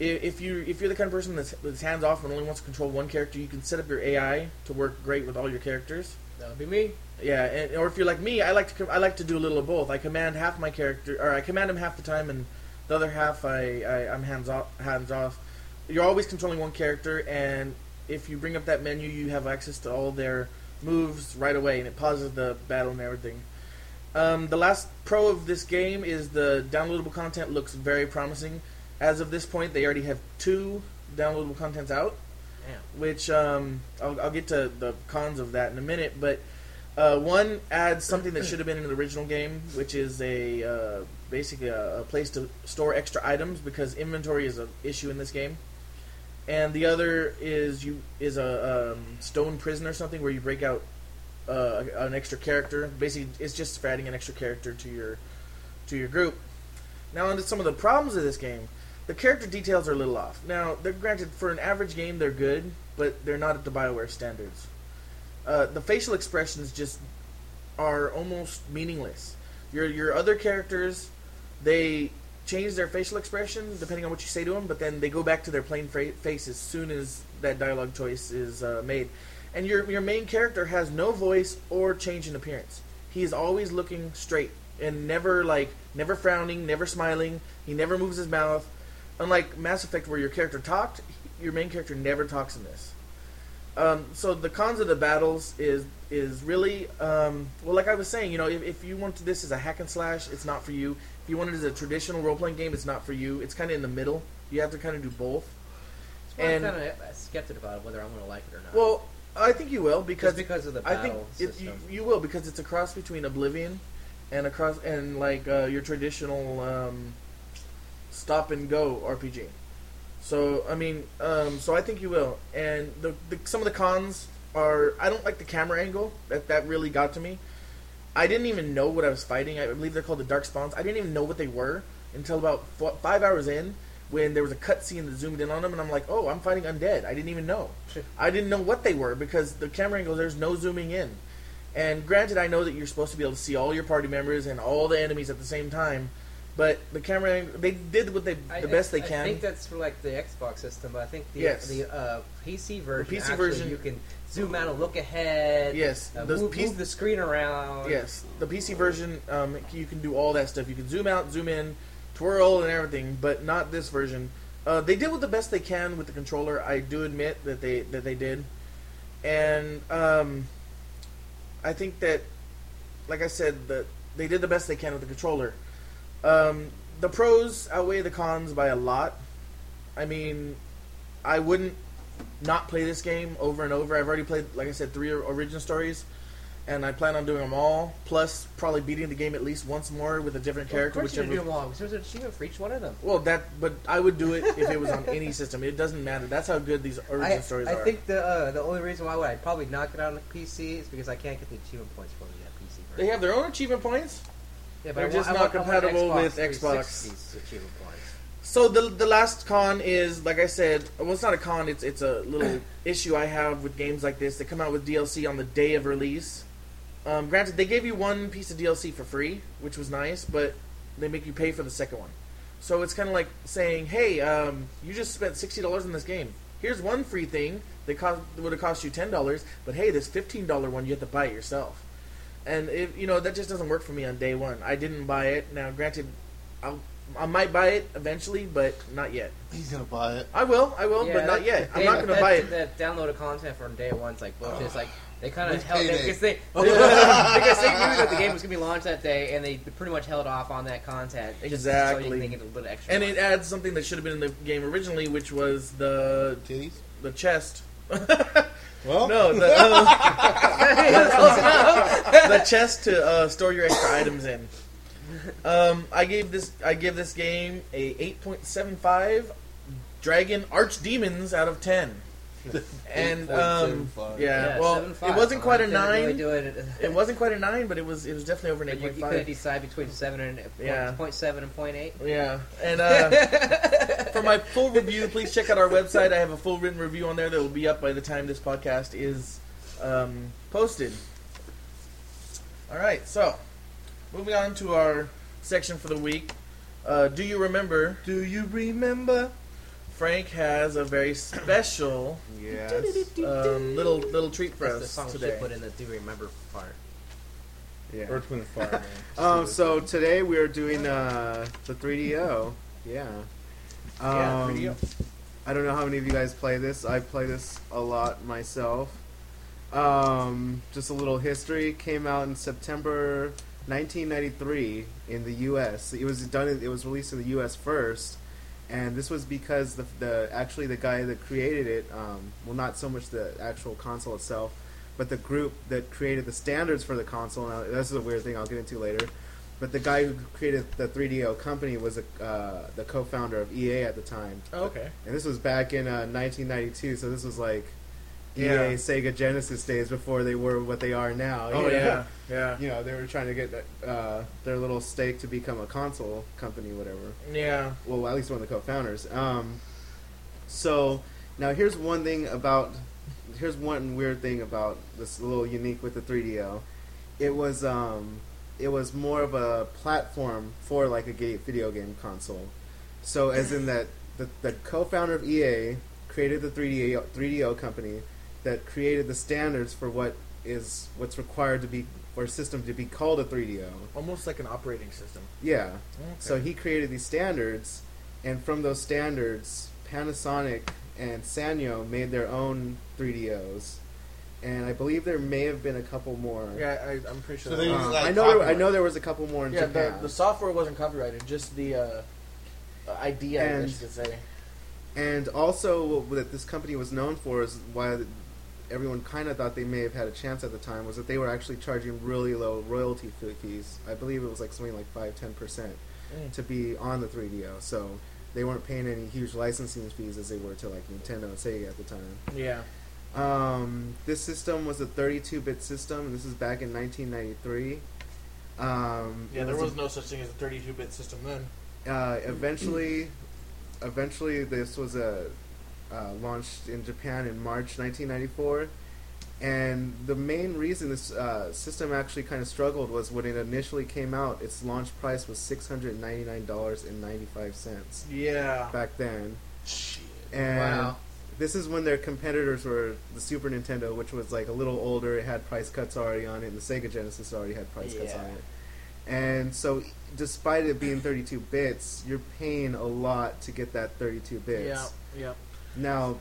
Speaker 1: i- if you if you're the kind of person that's, that's hands off and only wants to control one character, you can set up your AI to work great with all your characters.
Speaker 7: That would be me.
Speaker 1: Yeah, and, or if you're like me, I like to com- I like to do a little of both. I command half my character, or I command him half the time, and the other half I, I I'm hands off. Hands off. You're always controlling one character, and if you bring up that menu, you have access to all their moves right away, and it pauses the battle and everything. Um, the last pro of this game is the downloadable content looks very promising. As of this point, they already have two downloadable contents out,
Speaker 7: Damn.
Speaker 1: which um, I'll, I'll get to the cons of that in a minute, but. Uh, one adds something that should have been in the original game, which is a uh, basically a, a place to store extra items because inventory is an issue in this game. And the other is you is a um, stone prison or something where you break out uh, an extra character. Basically, it's just for adding an extra character to your to your group. Now, onto some of the problems of this game. The character details are a little off. Now, they're granted for an average game, they're good, but they're not at the Bioware standards uh, the facial expressions just are almost meaningless. Your your other characters, they change their facial expression depending on what you say to them, but then they go back to their plain fra- face as soon as that dialogue choice is uh, made. And your your main character has no voice or change in appearance. He is always looking straight and never like never frowning, never smiling. He never moves his mouth. Unlike Mass Effect, where your character talked, your main character never talks in this um, so the cons of the battles is is really um, well, like I was saying, you know, if, if you want this as a hack and slash, it's not for you. If you want it as a traditional role playing game, it's not for you. It's kind of in the middle. You have to kind of do both.
Speaker 7: That's why
Speaker 1: And
Speaker 7: I'm kind of skeptical about whether I'm going to like it or not.
Speaker 1: well, I think you will because
Speaker 7: Just because of the
Speaker 1: I
Speaker 7: battle
Speaker 1: think it,
Speaker 7: system.
Speaker 1: you, you will because it's a cross between Oblivion and a cross and like uh, your traditional um, stop and go RPG. So I mean, um, so I think you will. And the, the some of the cons are I don't like the camera angle. That that really got to me. I didn't even know what I was fighting. I believe they're called the Dark Spawns. I didn't even know what they were until about f- five hours in, when there was a cutscene that zoomed in on them, and I'm like, "Oh, I'm fighting undead." I didn't even know. I didn't know what they were because the camera angle. There's no zooming in. And granted, I know that you're supposed to be able to see all your party members and all the enemies at the same time, but the camera ang- they did what they
Speaker 7: I-
Speaker 1: the best
Speaker 7: I-
Speaker 1: they can.
Speaker 7: I think that's for like the Xbox system, but I think the,
Speaker 1: Yes.
Speaker 7: the uh, PC version.
Speaker 1: PC
Speaker 7: actually,
Speaker 1: version-
Speaker 7: you can zoom out and look ahead.
Speaker 1: Yes,
Speaker 7: uh,
Speaker 1: the
Speaker 7: move,
Speaker 1: piece-
Speaker 7: move the screen around.
Speaker 1: Yes, the PC version, um, you can do all that stuff. You can zoom out, zoom in, twirl, and everything, but not this version. Uh, they did what the best they can with the controller. I do admit that they that they did, and um, I think that, like I said, that they did the best they can with the controller. Um, the pros outweigh the cons by a lot. I mean, I wouldn't not play this game over and over. I've already played, like I said, three origin stories and I plan on doing them all. Plus, probably beating the game at least once more with a different
Speaker 7: Well, of
Speaker 1: character,
Speaker 7: course you do
Speaker 1: whichever.
Speaker 7: them all. 'cause There's an achievement for each one of them.
Speaker 1: Well, that but I would do it if it was on any system. It doesn't matter. That's how good these origin
Speaker 7: I,
Speaker 1: stories
Speaker 7: I
Speaker 1: are.
Speaker 7: think the uh, the only reason why would I probably knock it out on the PC is because I can't get the achievement points for the uh, PC version.
Speaker 1: they have their own achievement points.
Speaker 7: yeah,
Speaker 1: they're
Speaker 7: I
Speaker 1: just
Speaker 7: I
Speaker 1: not
Speaker 7: I
Speaker 1: compatible with
Speaker 7: Xbox.
Speaker 1: Xbox.
Speaker 7: 360's achievement points.
Speaker 1: So the the last con is, like I said, well, it's not a con. It's it's a little issue I have with games like this that come out with DLC on the day of release. Um, granted, they gave you one piece of DLC for free, which was nice, but they make you pay for the second one. So it's kind of like saying, "Hey, um, you just spent sixty dollars on this game. Here's one free thing that cost would have cost you ten dollars, but hey, this fifteen dollar one you have to buy it yourself." And if you know that just doesn't work for me on day one. I didn't buy it. Now, granted, I'll, I might buy it eventually, but not yet.
Speaker 6: He's gonna buy it.
Speaker 1: I will, I will,
Speaker 7: Yeah,
Speaker 1: but not
Speaker 7: that-
Speaker 1: yet.
Speaker 7: that
Speaker 1: I'm not
Speaker 7: data-
Speaker 1: going to buy
Speaker 7: that- That
Speaker 1: it.
Speaker 7: downloaded content from day one's like bullshit. It's like they kind of
Speaker 6: With
Speaker 7: held
Speaker 6: payday.
Speaker 7: because they because they knew that the game was gonna be launched that day, and they pretty much held off on that content just so
Speaker 1: Exactly.
Speaker 7: you can get a little bit extra.
Speaker 1: And
Speaker 7: money.
Speaker 1: it adds something that should have been in the game originally, which was the
Speaker 6: Titties.
Speaker 1: the chest.
Speaker 6: Well,
Speaker 1: No, the uh,
Speaker 7: Close enough.
Speaker 1: the chest to uh, store your extra items in. Um, I gave this I give this game a 8.75 Dragon Archdemons out of 10. and um,
Speaker 6: 8.75.
Speaker 1: yeah,
Speaker 7: Yeah,
Speaker 1: well,
Speaker 7: 7.5.
Speaker 1: it wasn't quite a
Speaker 7: They didn't really
Speaker 1: nine.
Speaker 7: do it.
Speaker 1: It wasn't quite a nine, but it was it was definitely over an
Speaker 7: You,
Speaker 1: eight
Speaker 7: you
Speaker 1: point
Speaker 7: couldn't
Speaker 1: five.
Speaker 7: decide between seven and point,
Speaker 1: Yeah.
Speaker 7: point seven and point eight.
Speaker 1: Yeah, and uh, for my full review, please check out our website. I have a full written review on there that will be up by the time this podcast is um, posted. All right, so moving on to our section for the week. Uh, do you remember?
Speaker 3: Do you remember?
Speaker 1: Frank has a very special
Speaker 4: Yes.
Speaker 1: um, little little treat for
Speaker 7: That's the
Speaker 1: us
Speaker 7: song
Speaker 1: today.
Speaker 7: she put in the "Do Remember" part.
Speaker 4: Yeah.
Speaker 6: Earth, Wind, and Fire. Man.
Speaker 4: Um, so today we are doing uh, the 3DO. Yeah. Um,
Speaker 1: Yeah, 3DO.
Speaker 4: I don't know how many of you guys play this. I play this a lot myself. Um, just a little history. Came out in September 1993 in the U.S. It was done. in- It was released in the U.S. first, and this was because the, the actually the guy that created it, um, well, not so much the actual console itself, but the group that created the standards for the console. Now, this is a weird thing I'll get into later. But the guy who created the 3DO company was a, uh, the co-founder of EA at the time.
Speaker 1: Oh, okay.
Speaker 4: And this was back in uh, 1992, so this was like
Speaker 1: Yeah.
Speaker 4: EA Sega Genesis days before they were what they are now. you
Speaker 1: Oh
Speaker 4: know?
Speaker 1: yeah, yeah,
Speaker 4: You know, they were trying to get uh, their little stake to become a console company, whatever
Speaker 1: yeah.
Speaker 4: well, at least one of the co-founders. Um, so now here's one thing about here's one weird thing about this little unique with the 3DO. It was um, it was more of a platform for like a ga- video game console. So as in that the, the co-founder of EA created the 3DO 3DO company that created the standards for what is what's required to be for a system to be called a 3DO.
Speaker 1: Almost like an operating system.
Speaker 4: Yeah.
Speaker 1: Okay.
Speaker 4: So he created these standards, and from those standards, Panasonic and Sanyo made their own 3DOs, and I believe there may have been a couple more.
Speaker 1: yeah, I, I'm pretty sure.
Speaker 6: So
Speaker 1: that
Speaker 6: they
Speaker 1: was-
Speaker 6: was
Speaker 4: Um,
Speaker 6: like
Speaker 4: I know. There, I
Speaker 6: copyright.
Speaker 4: know there was a couple more in
Speaker 1: yeah, the,
Speaker 4: Japan.
Speaker 1: the software wasn't copyrighted, just the uh, idea, I
Speaker 4: And-
Speaker 1: guess you could say.
Speaker 4: and also, what, what this company was known for is why everyone kind of thought they may have had a chance at the time was that they were actually charging really low royalty fees. I believe it was like something like five, ten percent. to be on the 3DO. So they weren't paying any huge licensing fees as they were to like Nintendo and Sega at the time.
Speaker 1: Yeah.
Speaker 4: Um, this system was a 32-bit system. This is back in 1993. Um, it
Speaker 1: no such thing as a 32-bit system then.
Speaker 4: uh, eventually, eventually this was a uh, launched in Japan in March 1994, and the main reason this uh, system actually kind of struggled was when it initially came out, its launch price was $699.95
Speaker 1: Yeah.
Speaker 4: back then. And
Speaker 7: Wow.
Speaker 4: this is when their competitors were the Super Nintendo, which was like a little older. It had price cuts already on it, and the Sega Genesis already had price cuts
Speaker 1: Yeah.
Speaker 4: on it. And so, despite it being 32 bits, you're paying a lot to get that 32 bits.
Speaker 1: Yeah. Yeah.
Speaker 4: Now,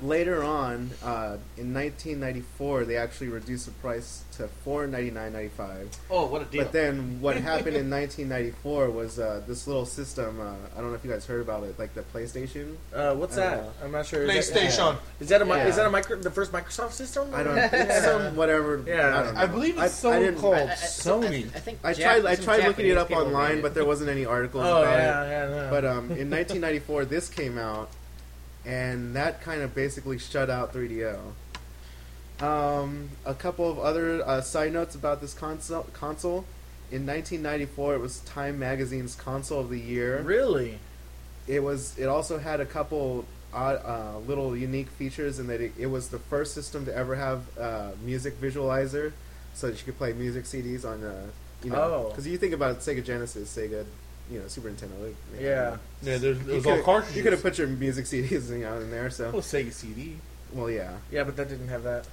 Speaker 4: later on, uh, in 1994, they actually reduced the price to 4.99.95.
Speaker 1: Oh, what a deal.
Speaker 4: But then what happened in 1994 was uh, this little system. Uh, I don't know if you guys heard about it, like the PlayStation.
Speaker 1: uh, what's
Speaker 4: I don't
Speaker 1: that?
Speaker 4: know.
Speaker 1: I'm not sure. Is that,
Speaker 6: PlayStation.
Speaker 1: is that a mi-
Speaker 4: Yeah.
Speaker 1: is that a micro the first Microsoft system?
Speaker 4: I don't. It's some whatever.
Speaker 1: Yeah.
Speaker 4: I, don't know.
Speaker 6: I believe it's so
Speaker 4: didn't-
Speaker 6: called
Speaker 7: I- I- I-
Speaker 6: Sony.
Speaker 7: I, think
Speaker 4: I
Speaker 7: Jap-
Speaker 4: tried. I
Speaker 7: some
Speaker 4: tried looking
Speaker 7: Japanese
Speaker 4: it up
Speaker 7: people made
Speaker 4: online,
Speaker 7: it.
Speaker 4: but there wasn't any articles
Speaker 1: Oh
Speaker 4: about
Speaker 1: yeah,
Speaker 4: it.
Speaker 1: yeah, no.
Speaker 4: But um, in 1994, this came out, and that kind of basically shut out 3DO. Um, a couple of other uh, side notes about this console. Console. In 1994, it was Time Magazine's Console of the Year.
Speaker 1: really?
Speaker 4: it was it also had a couple odd, uh, little unique features in that it, it was the first system to ever have uh, music visualizer so that you could play music CDs on uh, you know
Speaker 1: Oh.
Speaker 4: because you think about Sega Genesis Sega you know Super Nintendo like, you
Speaker 1: Yeah.
Speaker 4: know,
Speaker 6: Yeah, there's,
Speaker 4: you
Speaker 6: there's all
Speaker 4: could
Speaker 6: cartridges.
Speaker 4: you could have put your music CDs you know, in there so
Speaker 6: well, Sega CD.
Speaker 4: well yeah
Speaker 1: Yeah, but that didn't have that.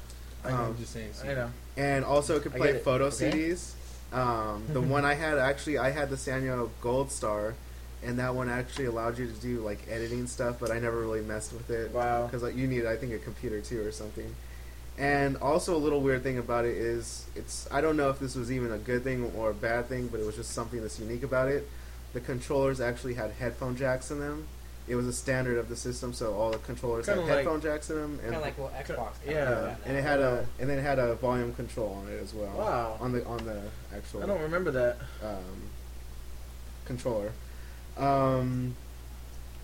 Speaker 6: I know,
Speaker 4: Um,
Speaker 6: I'm just saying.
Speaker 1: I know.
Speaker 4: and also it could
Speaker 7: I
Speaker 4: play
Speaker 7: get it.
Speaker 4: photo
Speaker 7: Okay. Mm-hmm.
Speaker 4: CDs. Um, the one I had actually, I had the Sanyo Gold Star, and that one actually allowed you to do like editing stuff, but I never really messed with it.
Speaker 1: Wow.
Speaker 4: because like you need, I think, a computer too or something. And also a little weird thing about it is it's I don't know if this was even a good thing or a bad thing, but it was just something that's unique about it. The controllers actually had headphone jacks in them. It was a standard of the system, so all the controllers
Speaker 1: Kinda
Speaker 4: had
Speaker 1: like-
Speaker 4: headphone jacks in them, and
Speaker 7: Kind of like well, Xbox. kinda do
Speaker 1: yeah,
Speaker 4: yeah,
Speaker 7: that
Speaker 4: and it
Speaker 7: now.
Speaker 4: had a and then it had a volume control on it as well.
Speaker 1: Wow.
Speaker 4: On the on the actual
Speaker 1: I don't remember that.
Speaker 4: um, controller. Um,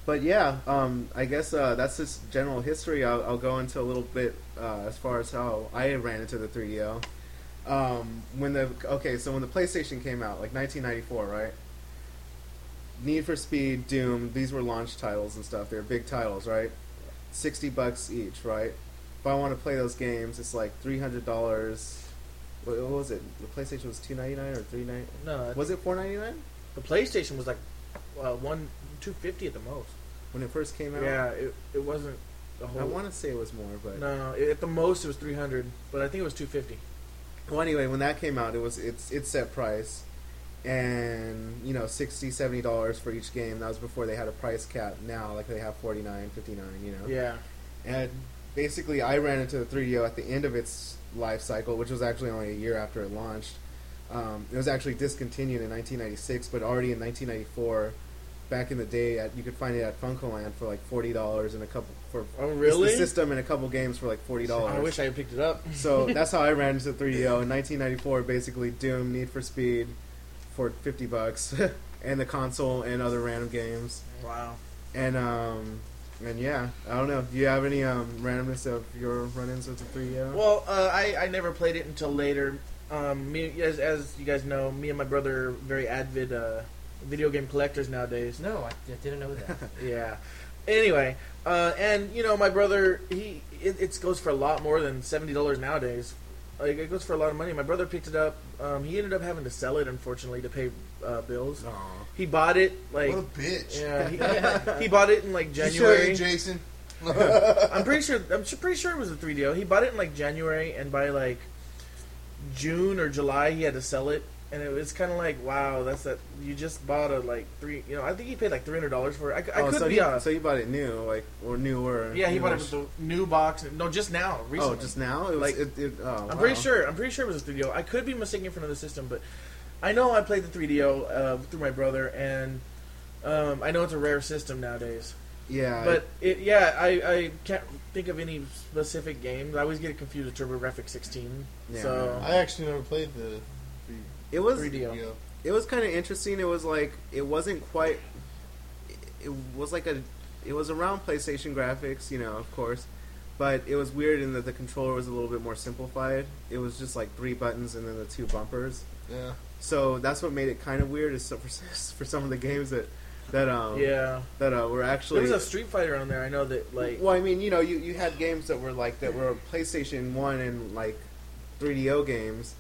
Speaker 4: But yeah, um, I guess uh, that's just general history. I'll, I'll go into a little bit uh, as far as how I ran into the 3DO. Um, when the okay, so when the PlayStation came out, like 1994, right? Need for Speed, Doom, these were launch titles and stuff. They were big titles, right? 60 bucks each, right? If I want to play those games, it's like $300. What, what was it? The PlayStation was 2.99 or 3.99?
Speaker 1: No,
Speaker 4: Was it 4.99
Speaker 1: the PlayStation was like uh, one two fifty at the most.
Speaker 4: when it first came out?
Speaker 1: Yeah, it, it wasn't the whole.
Speaker 4: I want to say it was more, but
Speaker 1: No, no, it- at the most it was three hundred, but I think it was two fifty.
Speaker 4: well, anyway, when that came out, it was it's it's set price, and you know 60 70 dollars for each game. That was before they had a price cap. Now, like they have 49 59 You know,
Speaker 1: Yeah,
Speaker 4: and basically, I ran into the 3DO at the end of its life cycle, which was actually only a year after it launched. Um, it was actually discontinued in 1996, but already in 1994, back in the day, at, you could find it at Funko Land for like forty dollars and a couple for
Speaker 1: Oh, really?
Speaker 4: the system and a couple games for like forty dollars.
Speaker 1: I wish I had picked it up.
Speaker 4: So that's how I ran into 3DO in 1994. Basically, Doom, Need for Speed, for 50 bucks, and the console and other random games.
Speaker 1: Wow.
Speaker 4: And um, and yeah, I don't know. Do you have any um randomness of your run-ins with the 3DO?
Speaker 1: Well, uh, I I never played it until later. Um, me as as you guys know, me and my brother are very avid uh, video game collectors nowadays.
Speaker 7: No, I, I didn't know that.
Speaker 1: Yeah. Anyway, uh, and you know, my brother, he it, it goes for a lot more than seventy dollars nowadays. Like it goes for a lot of money. My brother picked it up. Um, he ended up having to sell it, unfortunately, to pay uh, bills.
Speaker 4: Aw.
Speaker 1: He bought it like
Speaker 6: What a bitch.
Speaker 1: yeah, he, he bought it in like
Speaker 6: You sure
Speaker 1: January.
Speaker 6: ain't Jason.
Speaker 1: I'm pretty sure. I'm su- pretty sure it was a 3DO. He bought it in like January, and by like June or July, he had to sell it. And it was kind of like, wow, that's that. You just bought a like three. You know, I think he paid like three hundred dollars for it. I, I
Speaker 4: oh,
Speaker 1: could
Speaker 4: so
Speaker 1: be
Speaker 4: he,
Speaker 1: honest.
Speaker 4: So you bought it new, like or newer?
Speaker 1: Yeah, he bought it
Speaker 4: newish.
Speaker 1: with the new box. No, just now,
Speaker 4: Oh,
Speaker 1: recently.
Speaker 4: just now? It was,
Speaker 1: Like-
Speaker 4: it, it, oh,
Speaker 1: I'm pretty
Speaker 4: wow.
Speaker 1: sure. I'm pretty sure it was a 3DO. I could be mistaken for another system, but I know I played the 3DO uh, through my brother, and um, I know it's a rare system nowadays.
Speaker 4: Yeah,
Speaker 1: But it, yeah, I, I can't think of any specific games. I always get it confused with TurboGrafx 16.
Speaker 4: Yeah.
Speaker 1: So
Speaker 6: I actually never played the
Speaker 4: it was
Speaker 1: 3DO.
Speaker 6: video.
Speaker 4: it was kind of interesting. It was like it wasn't quite. It, it was like a. It was around PlayStation graphics, you know, of course, but it was weird in that the controller was a little bit more simplified. It was just like three buttons and then the two bumpers.
Speaker 6: Yeah.
Speaker 4: So that's what made it kind of weird. Is so for for some of the games that that um
Speaker 1: yeah,
Speaker 4: that uh, were
Speaker 1: there
Speaker 4: actually
Speaker 1: was a Street Fighter on there. I know that like
Speaker 4: well, I mean, you know, you, you had games that were like that were PlayStation One and like 3DO games,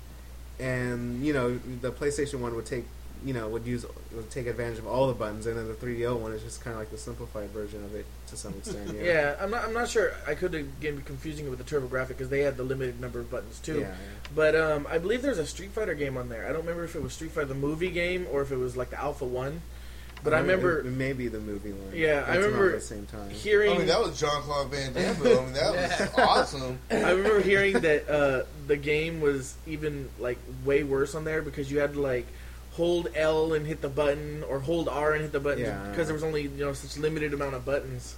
Speaker 4: and you know the PlayStation One would take you know would use would take advantage of all the buttons, and then the 3DO one is just kind of like the simplified version of it to some extent.
Speaker 1: yeah.
Speaker 4: Yeah.
Speaker 1: I'm not. I'm not sure. I could again be confusing it with the TurboGrafx because they had the limited number of buttons
Speaker 4: Yeah,
Speaker 1: too.
Speaker 4: yeah.
Speaker 1: But um, I believe there's a Street Fighter game on there. I don't remember if it was Street Fighter the movie game or if it was like the Alpha One. But I remember
Speaker 4: it, it may be the movie one.
Speaker 1: Yeah, I
Speaker 4: That's around
Speaker 1: remember
Speaker 4: Oh, the Oh, same time.
Speaker 1: hearing.
Speaker 6: I mean, that was John Claude Van Damme. But, I mean, that was awesome.
Speaker 1: I remember hearing that uh, the game was even like way worse on there because you had to like hold L and hit the button or hold R and hit the button
Speaker 4: Yeah.
Speaker 1: because there was only you know such limited amount of buttons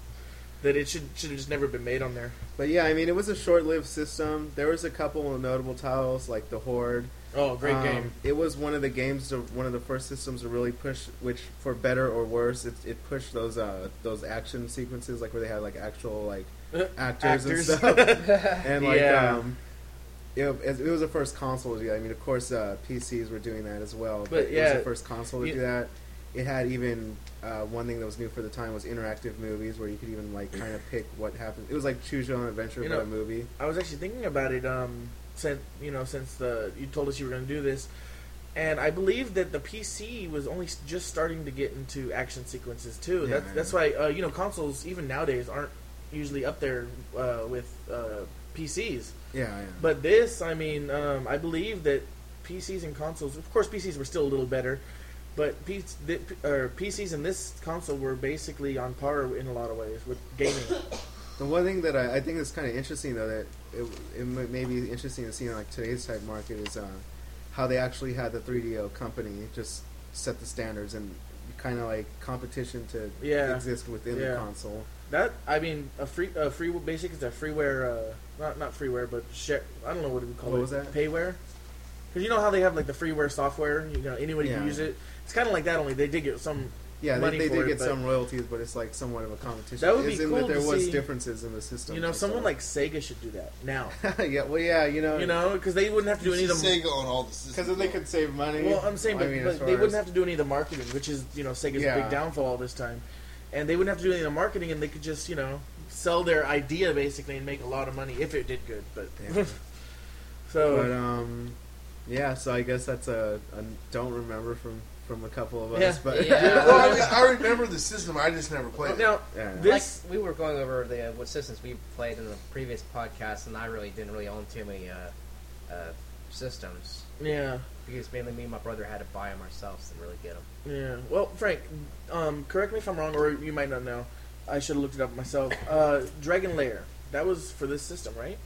Speaker 1: that it should should have just never been made on there.
Speaker 4: But yeah, I mean, it was a short-lived system. There was a couple of notable titles like the Horde.
Speaker 1: Oh, great
Speaker 4: Um,
Speaker 1: game.
Speaker 4: It was one of the games, to, one of the first systems to really push, which for better or worse, it, it pushed those uh, those action sequences, like where they had like actual like actors, and stuff, and like
Speaker 1: Yeah.
Speaker 4: um, it, it was the first console to do that. I mean, of course, uh, PCs were doing that as well, but,
Speaker 1: But,
Speaker 4: it was
Speaker 1: yeah,
Speaker 4: the first console to
Speaker 1: you-
Speaker 4: do that. It had even uh, one thing that was new for the time was interactive movies, where you could even like kind of pick what happened. It was like choose your own adventure
Speaker 1: You
Speaker 4: for
Speaker 1: know,
Speaker 4: a movie.
Speaker 1: I was actually thinking about it um since you know since the you told us you were going to do this and I believe that the PC was only s- just starting to get into action sequences too.
Speaker 4: Yeah.
Speaker 1: That's that's why uh, you know consoles even nowadays aren't usually up there uh, with uh, PCs.
Speaker 4: Yeah, yeah.
Speaker 1: But this, I mean, um, I believe that PCs and consoles, of course, PCs were still a little better, but P- the, or PCs and this console were basically on par in a lot of ways with gaming.
Speaker 4: The one thing that I, I think is kind of interesting, though, that it, it m- may be interesting to see in like today's type market is uh, how they actually had the 3DO company just set the standards and kind of like competition to
Speaker 1: Yeah.
Speaker 4: exist within the
Speaker 1: Yeah.
Speaker 4: console.
Speaker 1: That I mean, a free a free basic is a freeware, uh, not not freeware, but share, I don't know what we call
Speaker 4: What
Speaker 1: it.
Speaker 4: was that?
Speaker 1: Payware. Because you know how they have like the freeware software, you know anybody
Speaker 4: Yeah.
Speaker 1: can use it. It's kind of like that, only they did get some
Speaker 4: Yeah, they,
Speaker 1: money
Speaker 4: they
Speaker 1: for
Speaker 4: did
Speaker 1: it,
Speaker 4: get
Speaker 1: but-
Speaker 4: some royalties, but it's like somewhat of a competition.
Speaker 1: That would be
Speaker 4: Is in
Speaker 1: cool
Speaker 4: that there
Speaker 1: to
Speaker 4: was
Speaker 1: see.
Speaker 4: differences in the system.
Speaker 1: You know,
Speaker 4: I
Speaker 1: someone
Speaker 4: saw.
Speaker 1: like Sega should do that now.
Speaker 4: yeah, well, yeah, you know,
Speaker 1: You know, because they wouldn't have to do any of the.
Speaker 6: Sega on all the
Speaker 4: because
Speaker 6: systems.
Speaker 4: then they could save money.
Speaker 1: Well, I'm saying,
Speaker 4: I
Speaker 1: but,
Speaker 4: mean,
Speaker 1: but
Speaker 4: as
Speaker 1: they
Speaker 4: far
Speaker 1: wouldn't
Speaker 4: as-
Speaker 1: have to do any of the marketing, which is you know Sega's
Speaker 4: Yeah.
Speaker 1: big downfall this time. And they wouldn't have to do any of the marketing, and they could just you know sell their idea basically and make a lot of money if it did good. But
Speaker 4: Yeah.
Speaker 1: so
Speaker 4: But um, yeah. So I guess that's a, a don't remember from from a couple of us.
Speaker 1: Yeah.
Speaker 4: But
Speaker 2: Yeah.
Speaker 6: well, I, mean, I remember the system. I just never played it.
Speaker 1: now
Speaker 4: Yeah.
Speaker 1: this
Speaker 2: like, we were going over the uh, what systems we played in the previous podcast, and I really didn't really own too many uh, uh, systems
Speaker 1: yeah
Speaker 2: because mainly me and my brother had to buy them ourselves to really get them.
Speaker 1: yeah. Well, Frank, um, correct me if I'm wrong, or you might not know. I should have looked it up myself. Uh, Dragon Lair. That was for this system, right?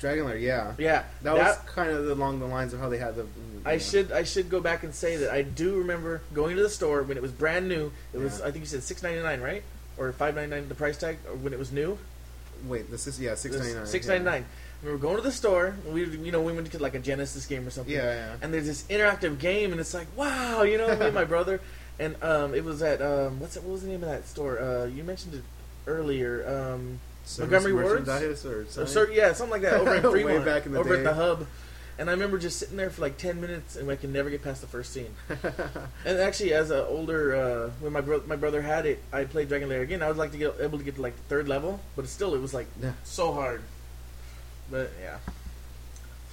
Speaker 4: Dragon Lair, yeah.
Speaker 1: Yeah,
Speaker 4: That, was kind of along the lines of how they had the.
Speaker 1: I should I should go back and say that I do remember going to the store when it was brand new. It was
Speaker 4: Yeah.
Speaker 1: I think you said six ninety nine, right? Or five ninety nine the price tag or when it was new.
Speaker 4: wait. This is yeah, six ninety nine.
Speaker 1: Six ninety nine. We were going to the store. and We you know we went to like a Genesis game or something.
Speaker 4: Yeah, yeah.
Speaker 1: And there's this interactive game, and it's like wow, you know me and my brother, and um it was at um what's it, what was the name of that store? Uh, you mentioned it earlier. Um,
Speaker 4: Service
Speaker 1: Montgomery Wards?
Speaker 4: merchandise or
Speaker 1: so,
Speaker 4: something?
Speaker 1: so- yeah, something like that over in
Speaker 4: Way
Speaker 1: Fremont,
Speaker 4: back in the
Speaker 1: over
Speaker 4: day.
Speaker 1: at the hub. And I remember just sitting there for like ten minutes, and I could never get past the first scene. And actually, as an older, uh, when my bro- my brother had it, I played Dragon Lair again. I was like to get able to get to like the third level, but still, it was like
Speaker 4: Yeah.
Speaker 1: so hard. But yeah,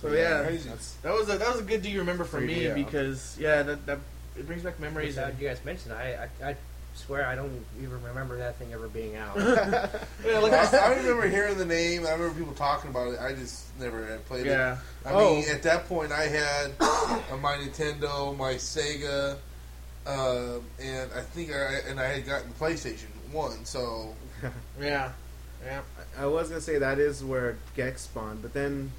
Speaker 1: so
Speaker 6: Yeah,
Speaker 1: yeah,
Speaker 6: crazy.
Speaker 4: That's-
Speaker 1: that was a, that was a good do you remember for me
Speaker 4: Yeah.
Speaker 1: because yeah, that, that it brings back memories.
Speaker 2: Without
Speaker 1: and-
Speaker 2: uh, you guys mentioned, I, I I swear I don't even remember that thing ever being out.
Speaker 1: yeah, like I
Speaker 6: I,
Speaker 1: said-
Speaker 6: I remember hearing the name. I remember people talking about it. I just never had played it.
Speaker 1: yeah,
Speaker 6: I
Speaker 1: Oh.
Speaker 6: mean, at that point, I had uh, my Nintendo, my Sega, um, and I think I and I had gotten PlayStation One. So
Speaker 1: yeah, yeah.
Speaker 4: I was gonna say that is where Gex spawned, but then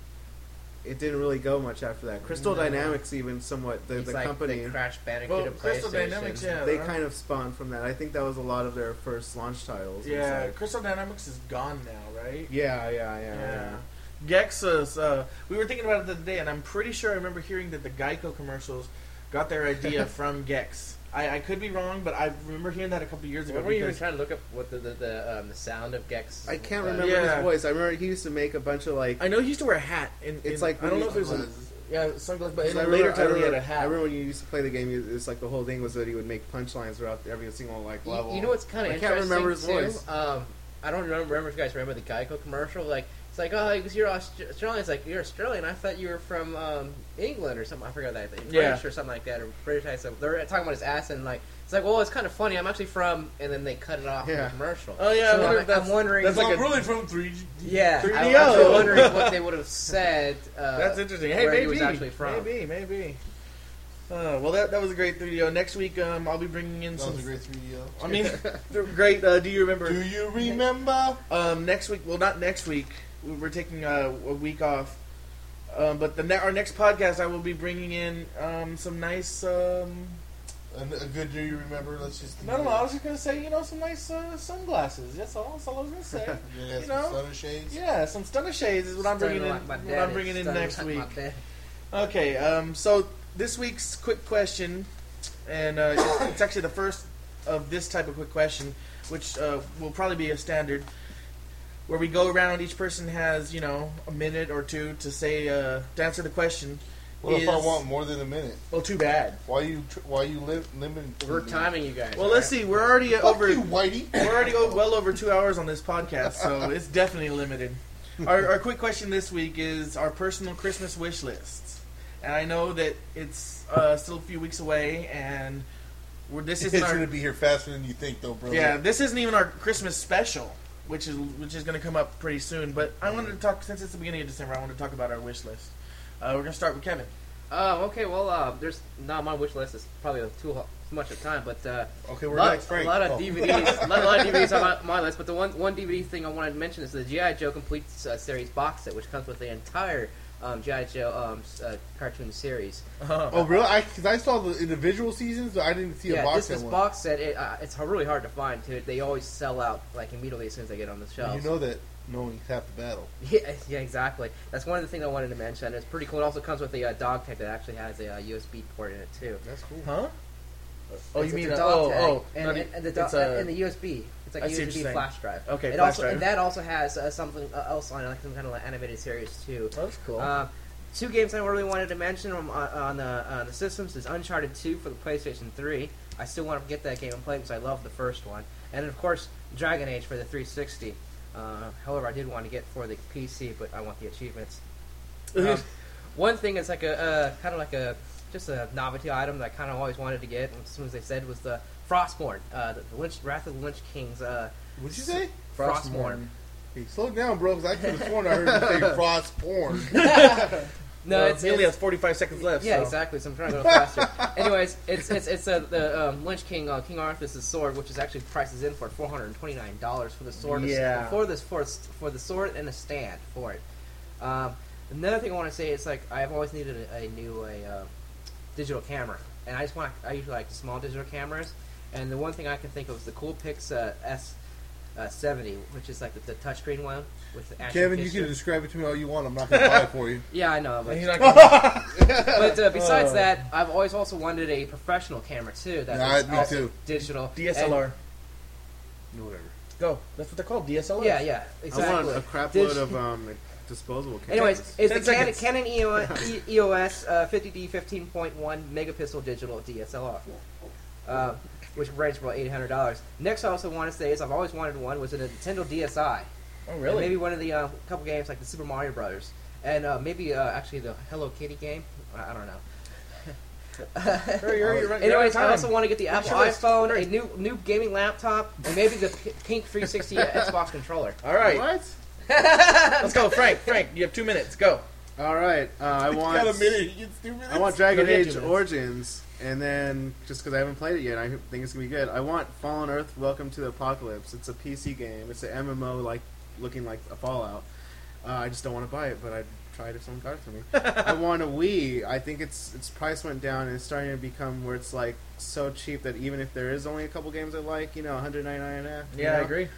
Speaker 4: it didn't really go much after that. Crystal
Speaker 2: No.
Speaker 4: Dynamics, even somewhat the,
Speaker 2: It's
Speaker 4: the
Speaker 2: like
Speaker 4: company,
Speaker 2: the Crash Bandicoot
Speaker 1: Well,
Speaker 2: of
Speaker 1: Crystal
Speaker 2: PlayStation.
Speaker 1: Dynamics, yeah,
Speaker 4: they
Speaker 1: they're-
Speaker 4: kind of spawned from that. I think that was a lot of their first launch titles. It's
Speaker 1: yeah.
Speaker 4: like-
Speaker 1: Crystal Dynamics is gone now, right?
Speaker 4: yeah, yeah, yeah,
Speaker 1: Yeah.
Speaker 4: yeah.
Speaker 1: Gexus, uh, we were thinking about it the other day, and I'm pretty sure I remember hearing that the Geico commercials got their idea from Gex. I, I could be wrong, but I remember hearing that a couple years ago.
Speaker 2: Were you even
Speaker 1: because-
Speaker 2: trying to look up what the the, the, um, the sound of Gex?
Speaker 4: I can't
Speaker 2: uh,
Speaker 4: remember
Speaker 1: Yeah.
Speaker 4: his voice. I remember he used to make a bunch of like.
Speaker 1: I know he used to wear a hat. In,
Speaker 4: It's
Speaker 1: in-
Speaker 4: like
Speaker 1: I don't
Speaker 4: when
Speaker 1: know
Speaker 4: you-
Speaker 1: if it was a, yeah sunglasses, but in
Speaker 4: I
Speaker 1: a
Speaker 4: remember-
Speaker 1: later
Speaker 4: I
Speaker 1: title he had
Speaker 4: remember-
Speaker 1: a hat.
Speaker 4: I remember when you used to play the game. it- It's like the whole thing was that he would make punchlines throughout every single like
Speaker 2: You-
Speaker 4: level.
Speaker 2: You know what's kind of
Speaker 4: I
Speaker 2: interesting
Speaker 4: can't remember his
Speaker 2: too?
Speaker 4: voice.
Speaker 2: Um, I don't remember, remember if you guys remember the Geico commercial. Like it's like oh, because you're Aust- Australian. It's like you're Australian. I thought you were from um, England or something. I forgot that. British
Speaker 1: Yeah.
Speaker 2: or something like that, or British accent. They're talking about his accent. Like it's like well, it's kind of funny. I'm actually from, and then they cut it off in
Speaker 4: Yeah.
Speaker 2: the commercial.
Speaker 1: Oh, yeah, I
Speaker 2: so
Speaker 1: wonder
Speaker 2: I'm,
Speaker 1: if that's-
Speaker 2: I'm wondering.
Speaker 1: that's
Speaker 6: So
Speaker 1: like
Speaker 6: I'm
Speaker 1: a-
Speaker 6: really from three.
Speaker 2: yeah, I'm
Speaker 1: 3DO.
Speaker 2: actually wondering what they would have said. Uh,
Speaker 1: Oh. That's interesting. Hey,
Speaker 2: where
Speaker 1: maybe
Speaker 2: he was actually from.
Speaker 1: maybe maybe. Uh, well, that that was a great video. Next week, um, I'll be bringing in
Speaker 6: That
Speaker 1: some.
Speaker 6: was a great 3DO.
Speaker 1: I mean, they're great. Uh, do you remember?
Speaker 6: Do you remember?
Speaker 1: Um, next week, well, not next week. We- We're taking a, a week off. Um, but the ne- our next podcast, I will be bringing in um, some nice. Um,
Speaker 6: A, a good Do you remember? Let's just.
Speaker 1: no, no, no, I was just gonna say, you know, some nice uh, sunglasses. That's all. That's all I was gonna say.
Speaker 6: You're gonna have
Speaker 1: you
Speaker 6: some
Speaker 1: know.
Speaker 6: Sun Shades.
Speaker 1: yeah, some stunner shades is what I'm bringing in.
Speaker 2: Starting like my
Speaker 1: what I'm
Speaker 2: daddy,
Speaker 1: bringing in
Speaker 2: starting
Speaker 1: next
Speaker 2: like
Speaker 1: week.
Speaker 2: my daddy.
Speaker 1: Okay, um, so this week's quick question, and uh, it's, it's actually the first of this type of quick question, which uh, will probably be a standard, where we go around. Each person has you know a minute or two to say uh, to answer the question.
Speaker 6: What if I
Speaker 1: Is-
Speaker 6: want more than a minute?
Speaker 1: Well, too bad.
Speaker 6: Why you? tr- Why you li- limiting?
Speaker 2: We're timing you guys.
Speaker 1: Well, let's see. We're already
Speaker 6: Fuck
Speaker 1: over.
Speaker 6: you, Whitey.
Speaker 1: We're already o- well over two hours on this podcast, so it's definitely limited. Our, our quick question this week is our personal Christmas wish lists, and I know that it's uh, still a few weeks away, and we're, this
Speaker 6: It's
Speaker 1: isn't
Speaker 6: gonna
Speaker 1: our
Speaker 6: be here faster than you think, though, bro.
Speaker 1: yeah this isn't even our Christmas special, which is which is going to come up pretty soon. But I wanted to talk since it's the beginning of December. I wanted to talk about our wish list. Uh, we're going to start with Kevin.
Speaker 2: Um, okay, well, uh, there's not my wish list is probably too, ho- too much of time, but uh,
Speaker 6: Okay,
Speaker 2: a
Speaker 6: we're
Speaker 2: lot,
Speaker 6: next, Frank.
Speaker 2: a lot of
Speaker 6: Oh.
Speaker 2: DVDs, a lot, a lot of DVDs on my, my list. But the one one DVD thing I wanted to mention is the GI Joe Complete uh, Series box set, which comes with the entire um, GI Joe um, s- uh, cartoon series.
Speaker 1: Uh,
Speaker 6: Oh, really? I because I saw the individual seasons, but I didn't see
Speaker 2: yeah,
Speaker 6: a box
Speaker 2: this,
Speaker 6: set
Speaker 2: this
Speaker 6: one.
Speaker 2: box set it, uh, it's h- really hard to find too. They always sell out like immediately as soon as they get on the
Speaker 6: you
Speaker 2: shelves.
Speaker 6: know that knowing half the battle.
Speaker 2: yeah, yeah, exactly. That's one of the things I wanted to mention. It's pretty cool. It also comes with a uh, dog tag that actually has a uh, USB port in it too.
Speaker 6: That's cool.
Speaker 1: Huh? Oh,
Speaker 8: It's-
Speaker 1: you
Speaker 8: it's
Speaker 1: mean
Speaker 8: a
Speaker 1: a-
Speaker 8: dog
Speaker 1: oh,
Speaker 8: tag
Speaker 1: oh,
Speaker 8: and,
Speaker 1: not
Speaker 8: and,
Speaker 1: e-
Speaker 8: and the dog,
Speaker 1: it's a-
Speaker 8: and the USB. It's like
Speaker 1: I
Speaker 8: a
Speaker 1: see what you're
Speaker 8: USB
Speaker 1: saying.
Speaker 8: flash drive.
Speaker 1: Okay,
Speaker 8: it
Speaker 1: flash
Speaker 8: also,
Speaker 1: drive.
Speaker 8: And that also has uh, something uh, else on it, like some kind of like animated series too.
Speaker 1: oh, That's cool.
Speaker 2: Uh,
Speaker 8: Uh, two games I really wanted to mention on, on, on the on the systems is Uncharted 2 for the PlayStation 3. I still want to get that game and play it because I love the first one, and of course Dragon Age for the 360. Uh, however, I did want to get for the PC, but I want the achievements. Um, one thing that's like a uh, kind of like a just a novelty item that I kind of always wanted to get, and as soon as they said was the Frostborn, uh, the Lynch, Wrath of the Lynch King's uh,
Speaker 6: What'd you say?
Speaker 1: Frostborn.
Speaker 6: Hey, slow down, bro, because I could have sworn I heard you say frost porn.
Speaker 2: no,
Speaker 1: Well,
Speaker 2: it's,
Speaker 1: he only
Speaker 2: it's-
Speaker 1: Uh, has 45 seconds left.
Speaker 2: Yeah,
Speaker 1: so.
Speaker 2: exactly. So I'm trying to go faster. Anyways, it's it's it's uh, the um, Lynch King uh, King Arthur's sword, which is actually prices in for four hundred and twenty nine dollars for the sword.
Speaker 1: Yeah.
Speaker 2: For this for for the sword and a stand for it. Um, another thing I want to say is like I've always needed a, a new a uh, digital camera, and I just want I usually like the small digital cameras. And the one thing I can think of is the Coolpix uh, S. Uh, 70, which is like the, the touchscreen one with the action
Speaker 6: Kevin, you
Speaker 2: picture.
Speaker 6: can describe it to me all you want. I'm not going to buy it for you.
Speaker 2: Yeah, I know. But
Speaker 1: And he's not gonna-
Speaker 2: but uh, besides
Speaker 1: Oh.
Speaker 2: that, I've always also wanted a professional camera too. That
Speaker 6: Yeah,
Speaker 2: was
Speaker 6: me
Speaker 2: also
Speaker 6: too.
Speaker 2: Digital
Speaker 1: DSLR.
Speaker 6: No, whatever.
Speaker 1: Go. That's what they're called, DSLR.
Speaker 2: And- yeah, yeah, exactly.
Speaker 4: I want a crap
Speaker 2: Dig-
Speaker 4: load of um, disposable cameras.
Speaker 2: Anyways, is the
Speaker 1: Ten
Speaker 2: Canon,
Speaker 1: seconds.
Speaker 2: Canon EOS, E- EOS uh, 50D 15.1 megapixel digital DSLR, uh, which ranged for about eight hundred dollars. Next, I also want to say is I've always wanted one was a Nintendo DSi.
Speaker 1: Oh,
Speaker 2: And
Speaker 1: really?
Speaker 2: Maybe one of the uh, couple games like the Super Mario Brothers, and uh, maybe uh, actually the Hello Kitty game. I I don't know.
Speaker 1: Hurry, hurry, you're running- you're
Speaker 2: Anyways,
Speaker 1: out of
Speaker 2: I also
Speaker 1: time.
Speaker 2: want to get the Apple
Speaker 1: your list.
Speaker 2: iPhone, a new new gaming laptop, and maybe the p- pink 360 Xbox controller.
Speaker 1: All right.
Speaker 4: what?
Speaker 1: Let's go, Frank. Frank, you have two minutes. Go.
Speaker 4: All right, uh, I
Speaker 6: You
Speaker 4: want
Speaker 6: got a minute. You stupid.
Speaker 4: I want Dragon
Speaker 1: Forget
Speaker 4: Age
Speaker 1: you, man.
Speaker 4: Origins, and then just because I haven't played it yet, I think it's gonna be good. I want Fallen Earth: Welcome to the Apocalypse. It's a PC game. It's an MMO like looking like a Fallout. Uh, I just don't want to buy it, but I'd try it if someone got it for me. I want a Wii. I think its its price went down and it's starting to become where it's like so cheap that even if there is only a couple games I like, you know, 199 eh, you
Speaker 1: Yeah, I
Speaker 4: know?
Speaker 1: agree.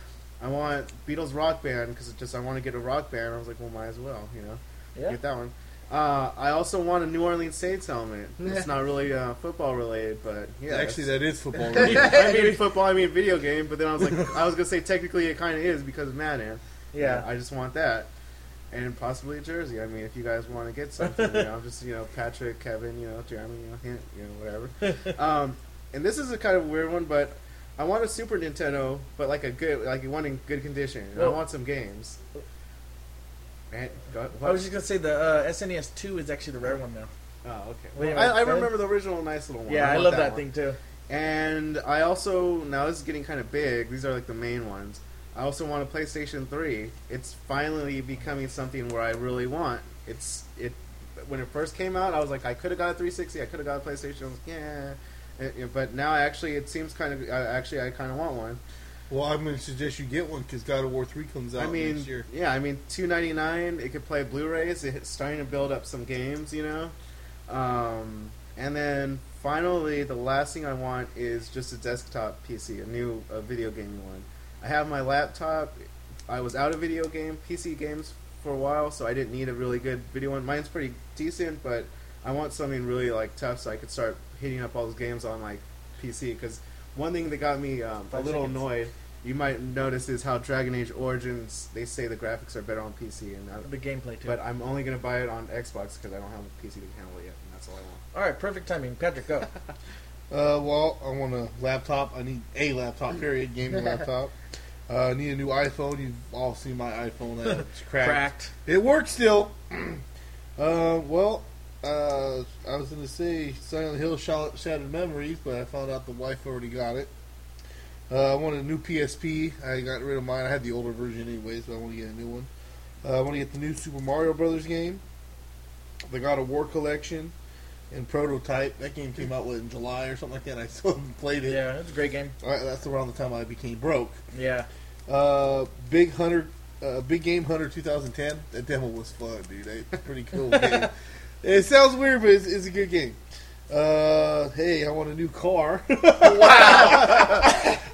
Speaker 4: I want Beatles Rock Band because just I want to get a rock band. I was like, well, might as well, you know,
Speaker 1: Yeah.
Speaker 4: get that one. Uh, I also want a New Orleans Saints helmet. It's not really uh, football related, but yeah,
Speaker 6: Actually, that is football.
Speaker 4: that's-
Speaker 6: right?
Speaker 4: I mean football. I mean video game, but then I was like, I was gonna say technically it kind of is because of Madden.
Speaker 1: Yeah.
Speaker 4: I just want that, and possibly a jersey. I mean, if you guys want to get something, you know, just you know, Patrick, Kevin, you know, Jeremy, you know, hint, you know, whatever. Um, and this is a kind of weird one, but I want a Super Nintendo, but like a good, like one in good condition. And I
Speaker 1: Well-
Speaker 4: want some games. And go,
Speaker 1: I was just gonna say the uh, SNES 2 is actually the rare one now.
Speaker 4: oh, okay.
Speaker 1: Wait,
Speaker 4: Well, I, I
Speaker 1: wait,
Speaker 4: remember the original nice little one.
Speaker 1: Yeah, I,
Speaker 4: want
Speaker 1: love that, thing too.
Speaker 4: And I also now this is getting kind of big. These are like the main ones. I also want a PlayStation Three. It's finally becoming something where I really want. It's it when it first came out, I was like, I could have got a 360. I could have got a PlayStation. I was like, yeah, It- it- but now actually, it seems kind of I, actually I kind of want one.
Speaker 6: Well, I'm going to suggest you get one because God of War 3 comes out
Speaker 4: I mean,
Speaker 6: next year.
Speaker 4: yeah, I mean, two ninety nine. It could play Blu-rays. It's starting to build up some games, you know. Um, and then finally, the last thing I want is just a desktop PC, a new a video game one. I have my laptop. I was out of video game PC games for a while, so I didn't need a really good video one. Mine's pretty decent, but I want something really like tough, so I could start hitting up all those games on like PC. Because one thing that got me um, a
Speaker 1: Five
Speaker 4: little
Speaker 1: seconds.
Speaker 4: annoyed, you might notice, is how Dragon Age Origins they say the graphics are better on PC, and I,
Speaker 1: The gameplay too.
Speaker 4: but I'm only gonna buy it on Xbox because I don't have a PC to handle it yet, and that's all I want.
Speaker 1: All right, perfect timing. Patrick, go.
Speaker 6: Uh, well, I want a laptop. I need a laptop, period. Gaming laptop. Uh, I need a new iPhone. You've all seen my iPhone. Uh, it's cracked.
Speaker 1: Cracked.
Speaker 6: It works still. uh, well, uh, I was going to say Silent Hill Shall- Shattered Memories, but I found out the wife already got it. Uh, I want a new PSP. I got rid of mine. I had the older version anyways, but I want to get a new one. Uh, I want to get the new Super Mario Brothers game, the God of War collection, and Prototype. That game came out what, in July or something like that. I still haven't played it.
Speaker 1: Yeah, it's a great game.
Speaker 6: All right, that's around the time I became broke.
Speaker 1: Yeah.
Speaker 6: Uh, Big Hunter, uh, Big Game Hunter 2010. That demo was fun, dude. That's pretty cool game. It sounds weird, but it's, it's a good game. Uh, hey, I want a new car.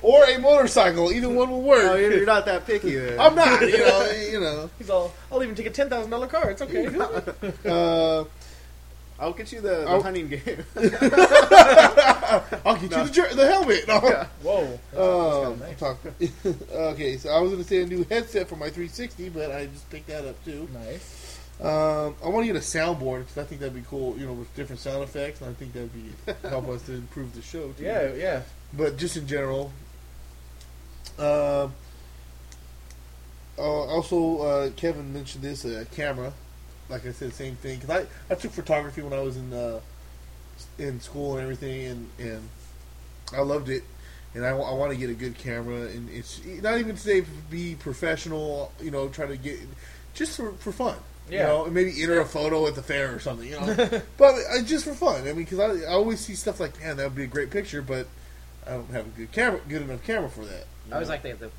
Speaker 6: or a motorcycle. Either one will work.
Speaker 4: Oh, you're, you're not that picky then.
Speaker 6: I'm not. You know. You know.
Speaker 1: He's all. I'll even take a ten thousand dollar car. It's okay.
Speaker 6: Uh,
Speaker 4: I'll get you the, the
Speaker 6: Oh.
Speaker 4: hunting game.
Speaker 6: I'll get you the, jer- the helmet. No.
Speaker 1: Whoa.
Speaker 6: Um,
Speaker 1: That's kinda
Speaker 6: talk- okay, so I was going to say a new headset for my 360, but I just picked that up too.
Speaker 1: nice.
Speaker 6: Um, I want to get a soundboard because I think that'd be cool, you know, with different sound effects, and I think that'd be help us to improve the show too.
Speaker 1: Yeah, yeah.
Speaker 6: but just in general. Um, uh, also, uh, Kevin mentioned this uh, camera. Like I said, same thing because I, I took photography when I was in uh, in school and everything, and, and I loved it. And I, want to get a good camera, and it's not even to say be professional. You know, try to get just for, for fun. You
Speaker 1: Yeah.
Speaker 6: know, and maybe enter a photo at the fair or something. You know, but I, just for fun. I mean, because I, I always see stuff like, man, that would be a great picture, but I don't have a good camera, good enough camera for that.
Speaker 7: I always like the, the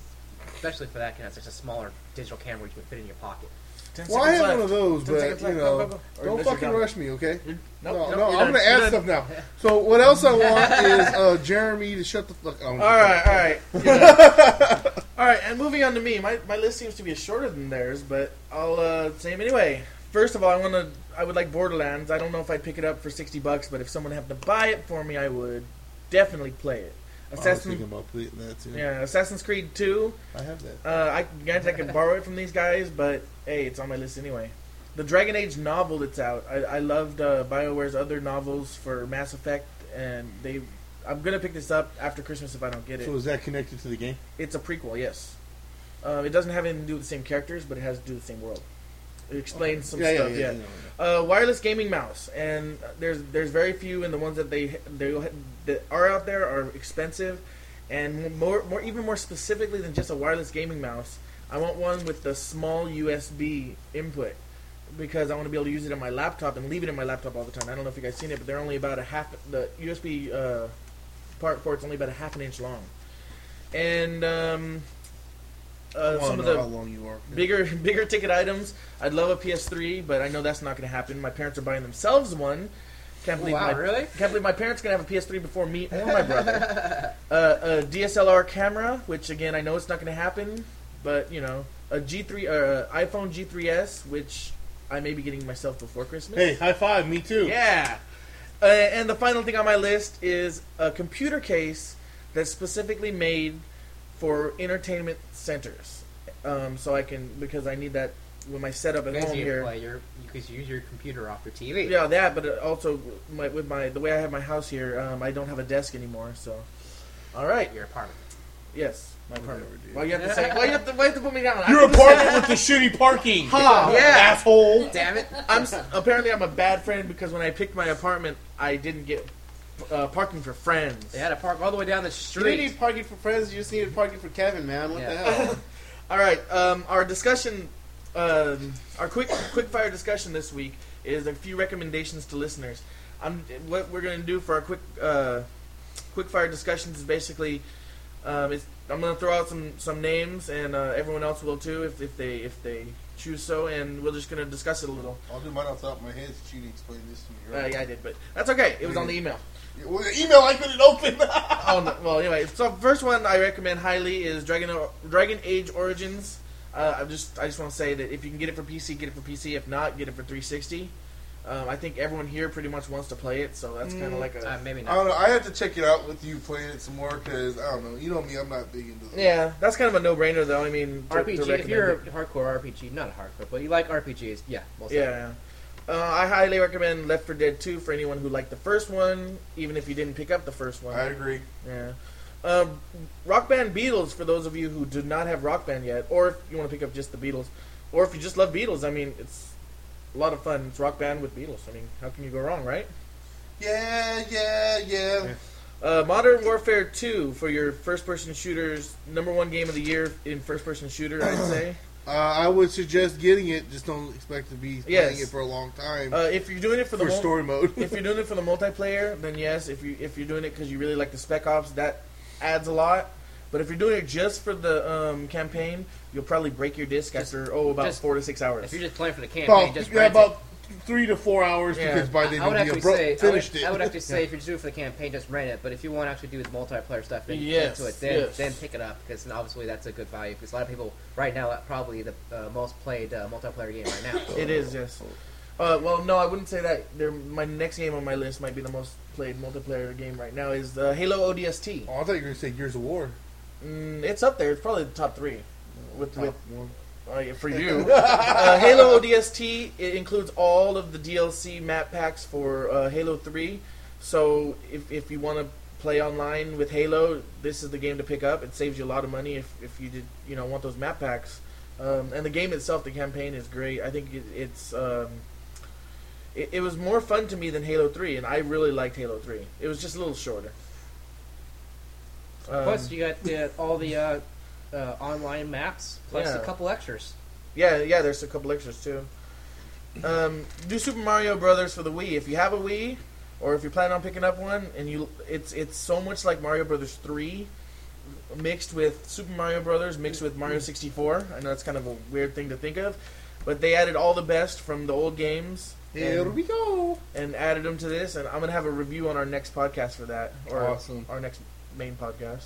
Speaker 7: especially for that kind of such a smaller digital camera you can fit in your pocket.
Speaker 1: Ten
Speaker 6: Well,
Speaker 1: seconds
Speaker 6: I have
Speaker 1: left.
Speaker 6: one of those,
Speaker 1: Ten
Speaker 6: but
Speaker 1: seconds
Speaker 6: you
Speaker 1: left.
Speaker 6: know,
Speaker 1: Go, go, go. Or
Speaker 6: don't
Speaker 1: unless you're
Speaker 6: fucking
Speaker 1: done.
Speaker 6: rush me, okay? No,
Speaker 1: Nope,
Speaker 6: no,
Speaker 1: nope, you're
Speaker 6: I'm gonna
Speaker 1: done. You're
Speaker 6: add
Speaker 1: done.
Speaker 6: stuff now. So what else I want is uh, Jeremy to shut the fuck. Oh,
Speaker 1: All right, all right, Yeah. all right. And moving on to me, my, my list seems to be shorter than theirs, but I'll uh, say 'em anyway. First of all, I want to. I would like Borderlands. I don't know if I'd pick it up for sixty bucks, but if someone happened to buy it for me, I would definitely play it.
Speaker 6: I was
Speaker 1: Assassin,
Speaker 6: thinking about putting that too.
Speaker 1: yeah, Assassin's Creed Two.
Speaker 6: I have that.
Speaker 1: Uh, I guarantee I can borrow it from these guys, but hey, it's on my list anyway. The Dragon Age novel that's out. I, I loved uh, Bioware's other novels for Mass Effect, and they. I'm gonna pick this up after Christmas if I don't get it.
Speaker 6: So is that connected to the game?
Speaker 1: It's a prequel, yes. Um, it doesn't have anything to do with the same characters, but it has to do with the same world. It explains some stuff. Yeah, Uh, wireless gaming mouse, and there's there's very few, and the ones that they they that are out there are expensive, and more more even more specifically than just a wireless gaming mouse. I want one with the small USB input because I want to be able to use it in my laptop and leave it in my laptop all the time. I don't know if you guys seen it, but they're only about a half the USB uh, part for it's only about a half an inch long, and um, uh,
Speaker 6: Well,
Speaker 1: some
Speaker 6: I
Speaker 1: of
Speaker 6: know
Speaker 1: the
Speaker 6: how long you are.
Speaker 1: bigger bigger ticket items. I'd love a PS3, but I know that's not going to happen. My parents are buying themselves one.
Speaker 2: Oh,
Speaker 1: Can't believe
Speaker 7: wow,
Speaker 1: my
Speaker 7: really?
Speaker 1: can't believe my parents are going to have a PS3 before me or my brother. uh, a DSLR camera, which again I know it's not going to happen, but you know a G3 uh, iPhone G3s, which I may be getting myself before Christmas.
Speaker 6: Hey, high five, me too.
Speaker 1: Yeah. Uh, and the final thing on my list is a computer case that's specifically made for entertainment centers. Um, so I can because I need that with my setup at
Speaker 7: Because
Speaker 1: home
Speaker 7: you
Speaker 1: here.
Speaker 7: play your because you use your computer off your TV.
Speaker 1: Yeah, that. But uh, also my, with my the way I have my house here, um, I don't have a desk anymore. So, all right,
Speaker 7: Your apartment.
Speaker 1: yes, my apartment.
Speaker 6: dude.
Speaker 1: Why you have to say? Why you have to, why you have to put me down? I
Speaker 6: Your
Speaker 1: could've said-
Speaker 6: apartment with the shitty parking,
Speaker 1: Ha!
Speaker 6: asshole.
Speaker 7: Damn it!
Speaker 1: I'm s- apparently I'm a bad friend because when I picked my apartment, I didn't get uh, parking for friends.
Speaker 7: They had to park all the way down the
Speaker 4: You didn't
Speaker 7: street.
Speaker 4: need parking for friends. You just needed parking for Kevin, man. What the
Speaker 7: Yeah.
Speaker 4: hell?
Speaker 1: All right. Um, our discussion, um, our quick quick fire discussion this week is a few recommendations to listeners. I'm, what we're going to do for our quick uh, quick fire discussions is basically, um, it's, I'm going to throw out some some names, and uh, everyone else will too if, if they if they choose so, and we're just going to discuss it a little.
Speaker 9: I'll do mine off the top of my head since you didn't explain this to me.
Speaker 1: Uh,
Speaker 9: Right?
Speaker 1: yeah, I did, but that's okay. It was on the email.
Speaker 9: Yeah, well, the email I couldn't open.
Speaker 1: oh no. well anyway so first one i recommend highly is dragon dragon age origins uh, i just i just want to say that if you can get it for pc get it for pc if not get it for 360 um, i think everyone here pretty much wants to play it so that's kind of like a
Speaker 7: Uh, maybe
Speaker 9: I
Speaker 7: not.
Speaker 9: don't know. I have to check it out with you playing it some more because I don't know. You know me. I'm not big into. The
Speaker 1: yeah that's kind of a no-brainer though i mean to, to
Speaker 7: RPG. If
Speaker 1: recommend
Speaker 7: you're
Speaker 1: it.
Speaker 7: a hardcore RPG, not a hardcore, but you like RPGs, yeah, most
Speaker 1: yeah uh, i highly recommend left for dead 2 for anyone who liked the first one even if you didn't pick up the first one
Speaker 9: I agree.
Speaker 1: Yeah. Um, rock Band Beatles, for those of you who do not have Rock Band yet, or if you want to pick up just the Beatles, or if you just love Beatles, I mean, it's a lot of fun. It's Rock Band with Beatles. I mean, how can you go wrong, right?
Speaker 9: Yeah, yeah, yeah.
Speaker 1: Uh, Modern Warfare 2 for your first person shooters, number one game of the year in first person shooter, I'd say.
Speaker 6: Uh, I would suggest getting it. Just don't expect to be playing
Speaker 1: Yes.
Speaker 6: it for a long time
Speaker 1: Uh, if you're doing it for the
Speaker 6: for
Speaker 1: mul-
Speaker 6: story mode.
Speaker 1: if you're doing it for the multiplayer, then yes. If you if you're doing it because you really like the Spec Ops, that adds a lot. But if you're doing it just for the um, campaign, you'll probably break your disc after oh about
Speaker 7: just-
Speaker 1: four to six
Speaker 7: of
Speaker 1: hours.
Speaker 7: the time. If you're just playing for the campaign,
Speaker 6: about,
Speaker 7: just
Speaker 6: yeah,
Speaker 7: rent it.
Speaker 6: about three to four hours
Speaker 1: Yeah.
Speaker 6: because by
Speaker 7: I-
Speaker 6: then
Speaker 7: I would
Speaker 6: you'll
Speaker 7: actually
Speaker 6: be abrupt,
Speaker 7: say
Speaker 6: finished
Speaker 7: I would,
Speaker 6: it.
Speaker 7: I would actually say if you're doing it for the campaign, just rent it. But if you want to actually do the multiplayer stuff and
Speaker 1: Yes,
Speaker 7: into it, then
Speaker 1: yes.
Speaker 7: then pick it up because obviously that's a good value. Because a lot of people right now that's probably the uh, most played uh, multiplayer game right now.
Speaker 1: It is yes. Uh, well, no, I wouldn't say that. They're, my next game on my list might be the most played multiplayer game right now is uh, Halo ODST.
Speaker 10: Oh, I thought you were going to say Gears of War.
Speaker 1: Mm, it's up there. It's probably the top three. With
Speaker 10: Top
Speaker 1: with
Speaker 10: one.
Speaker 1: uh, yeah, for you, uh, Halo ODST it includes all of the DLC map packs for uh, Halo Three. So if if you want to play online with Halo, this is the game to pick up. It saves you a lot of money if if you did you know want those map packs. Um, and the game itself, the campaign is great. I think it, it's. Um, it, it was more fun to me than Halo 3, and I really liked Halo 3. It was just a little shorter. Um,
Speaker 2: Plus, you got the, all the uh, uh, online maps, plus
Speaker 1: Yeah.
Speaker 2: a couple extras.
Speaker 1: Yeah, yeah. There's a couple extras too. Um, do Super Mario Brothers for the Wii if you have a Wii, or if you're planning on picking up one, and you it's it's so much like Mario Brothers three, mixed with Super Mario Brothers, mixed with Mario 64. I know that's kind of a weird thing to think of, but they added all the best from the old games.
Speaker 10: Here
Speaker 1: and,
Speaker 10: we go.
Speaker 1: and added them to this, and I'm gonna have a review on our next podcast for that, or
Speaker 6: Awesome.
Speaker 1: our next main podcast.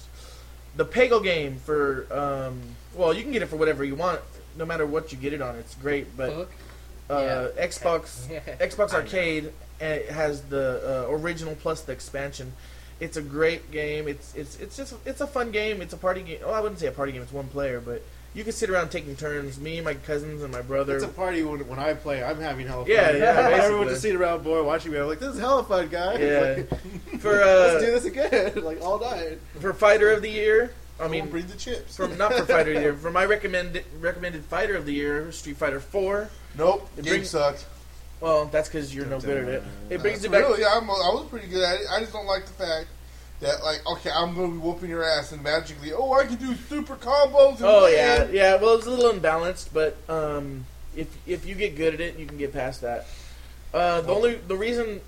Speaker 1: The Peggle game for um, well, you can get it for whatever you want, no matter what you get it on. It's great, but
Speaker 2: Book.
Speaker 4: Oh,
Speaker 1: uh, Xbox Xbox
Speaker 2: I know.
Speaker 1: Arcade uh, has the uh, original plus the expansion. It's a great game. It's it's it's just it's a fun game. It's a party game. Oh, I wouldn't say a party game. It's one player, but you can sit around taking turns. Me, my cousins, and my brother.
Speaker 4: It's a party when, when I play. I'm having hella fun.
Speaker 1: Yeah, yeah,
Speaker 4: Everyone
Speaker 1: basically.
Speaker 4: just sitting around, boy, watching me. I'm like, this is hella fun, guys.
Speaker 1: yeah,
Speaker 4: Like,
Speaker 1: for
Speaker 4: let's do
Speaker 1: uh,
Speaker 4: this again, like all night.
Speaker 1: for fighter of the year. I
Speaker 6: I mean,
Speaker 1: mean,
Speaker 6: bring the chips.
Speaker 1: from not for fighter of the year for my recommended recommended fighter of the year Street Fighter Four.
Speaker 6: Nope,
Speaker 1: It
Speaker 6: game
Speaker 1: brings-
Speaker 6: sucked.
Speaker 1: Well, that's because you're no good at it. It brings you
Speaker 6: For
Speaker 1: back.
Speaker 6: real, yeah, I'm, I was pretty good at it. I just don't like the fact that, like, okay, I'm going to be whooping your ass, and magically, oh, I can do super combos. And
Speaker 1: Oh
Speaker 6: win.
Speaker 1: yeah, yeah. Well, it's a little unbalanced, but um, if if you get good at it, you can get past that. Uh, the only the reason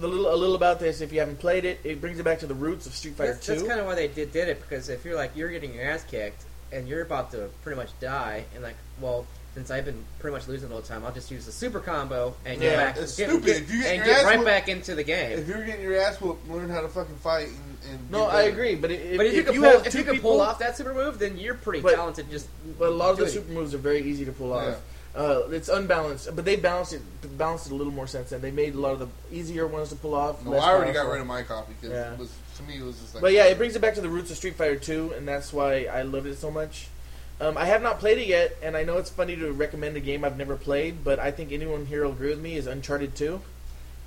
Speaker 1: the little a little about this, if you haven't played it, it brings it back to the roots of Street Fighter
Speaker 2: That's,
Speaker 1: Two.
Speaker 2: that's kind of why they did, did it because if you're like you're getting your ass kicked and you're about to pretty much die, and like, well, since I've been pretty much losing all the time, I'll just use the super combo and get
Speaker 6: Yeah,
Speaker 2: back
Speaker 6: it's
Speaker 2: get-
Speaker 6: stupid. If you get
Speaker 2: and
Speaker 6: your
Speaker 2: get
Speaker 6: ass
Speaker 2: right
Speaker 6: whooped-
Speaker 2: back into the game.
Speaker 6: If you're getting your ass whooped, learn how to fucking fight. And, and
Speaker 1: no,
Speaker 6: get
Speaker 1: I
Speaker 6: better.
Speaker 1: agree, but if,
Speaker 2: but if, you
Speaker 1: if
Speaker 2: can
Speaker 1: you
Speaker 2: pull,
Speaker 1: have
Speaker 2: if
Speaker 1: two
Speaker 2: you can
Speaker 1: people,
Speaker 2: pull off that super move, then you're pretty
Speaker 1: But-
Speaker 2: talented. Just
Speaker 1: But a lot of
Speaker 2: do
Speaker 1: the
Speaker 2: it.
Speaker 1: super moves are very easy to pull off. Uh, it's unbalanced, but they balanced it balanced it a little more sense, and they made a lot of the easier ones to pull off.
Speaker 6: No,
Speaker 1: less
Speaker 6: I already got
Speaker 1: powerful.
Speaker 6: rid of my copy because
Speaker 1: Yeah.
Speaker 6: it was to me it was just like.
Speaker 1: But yeah, it brings it back to the roots of Street Fighter 2, and that's why I loved it so much. Um, I have not played it yet, and I know it's funny to recommend a game I've never played, but I think anyone here will agree with me is Uncharted 2.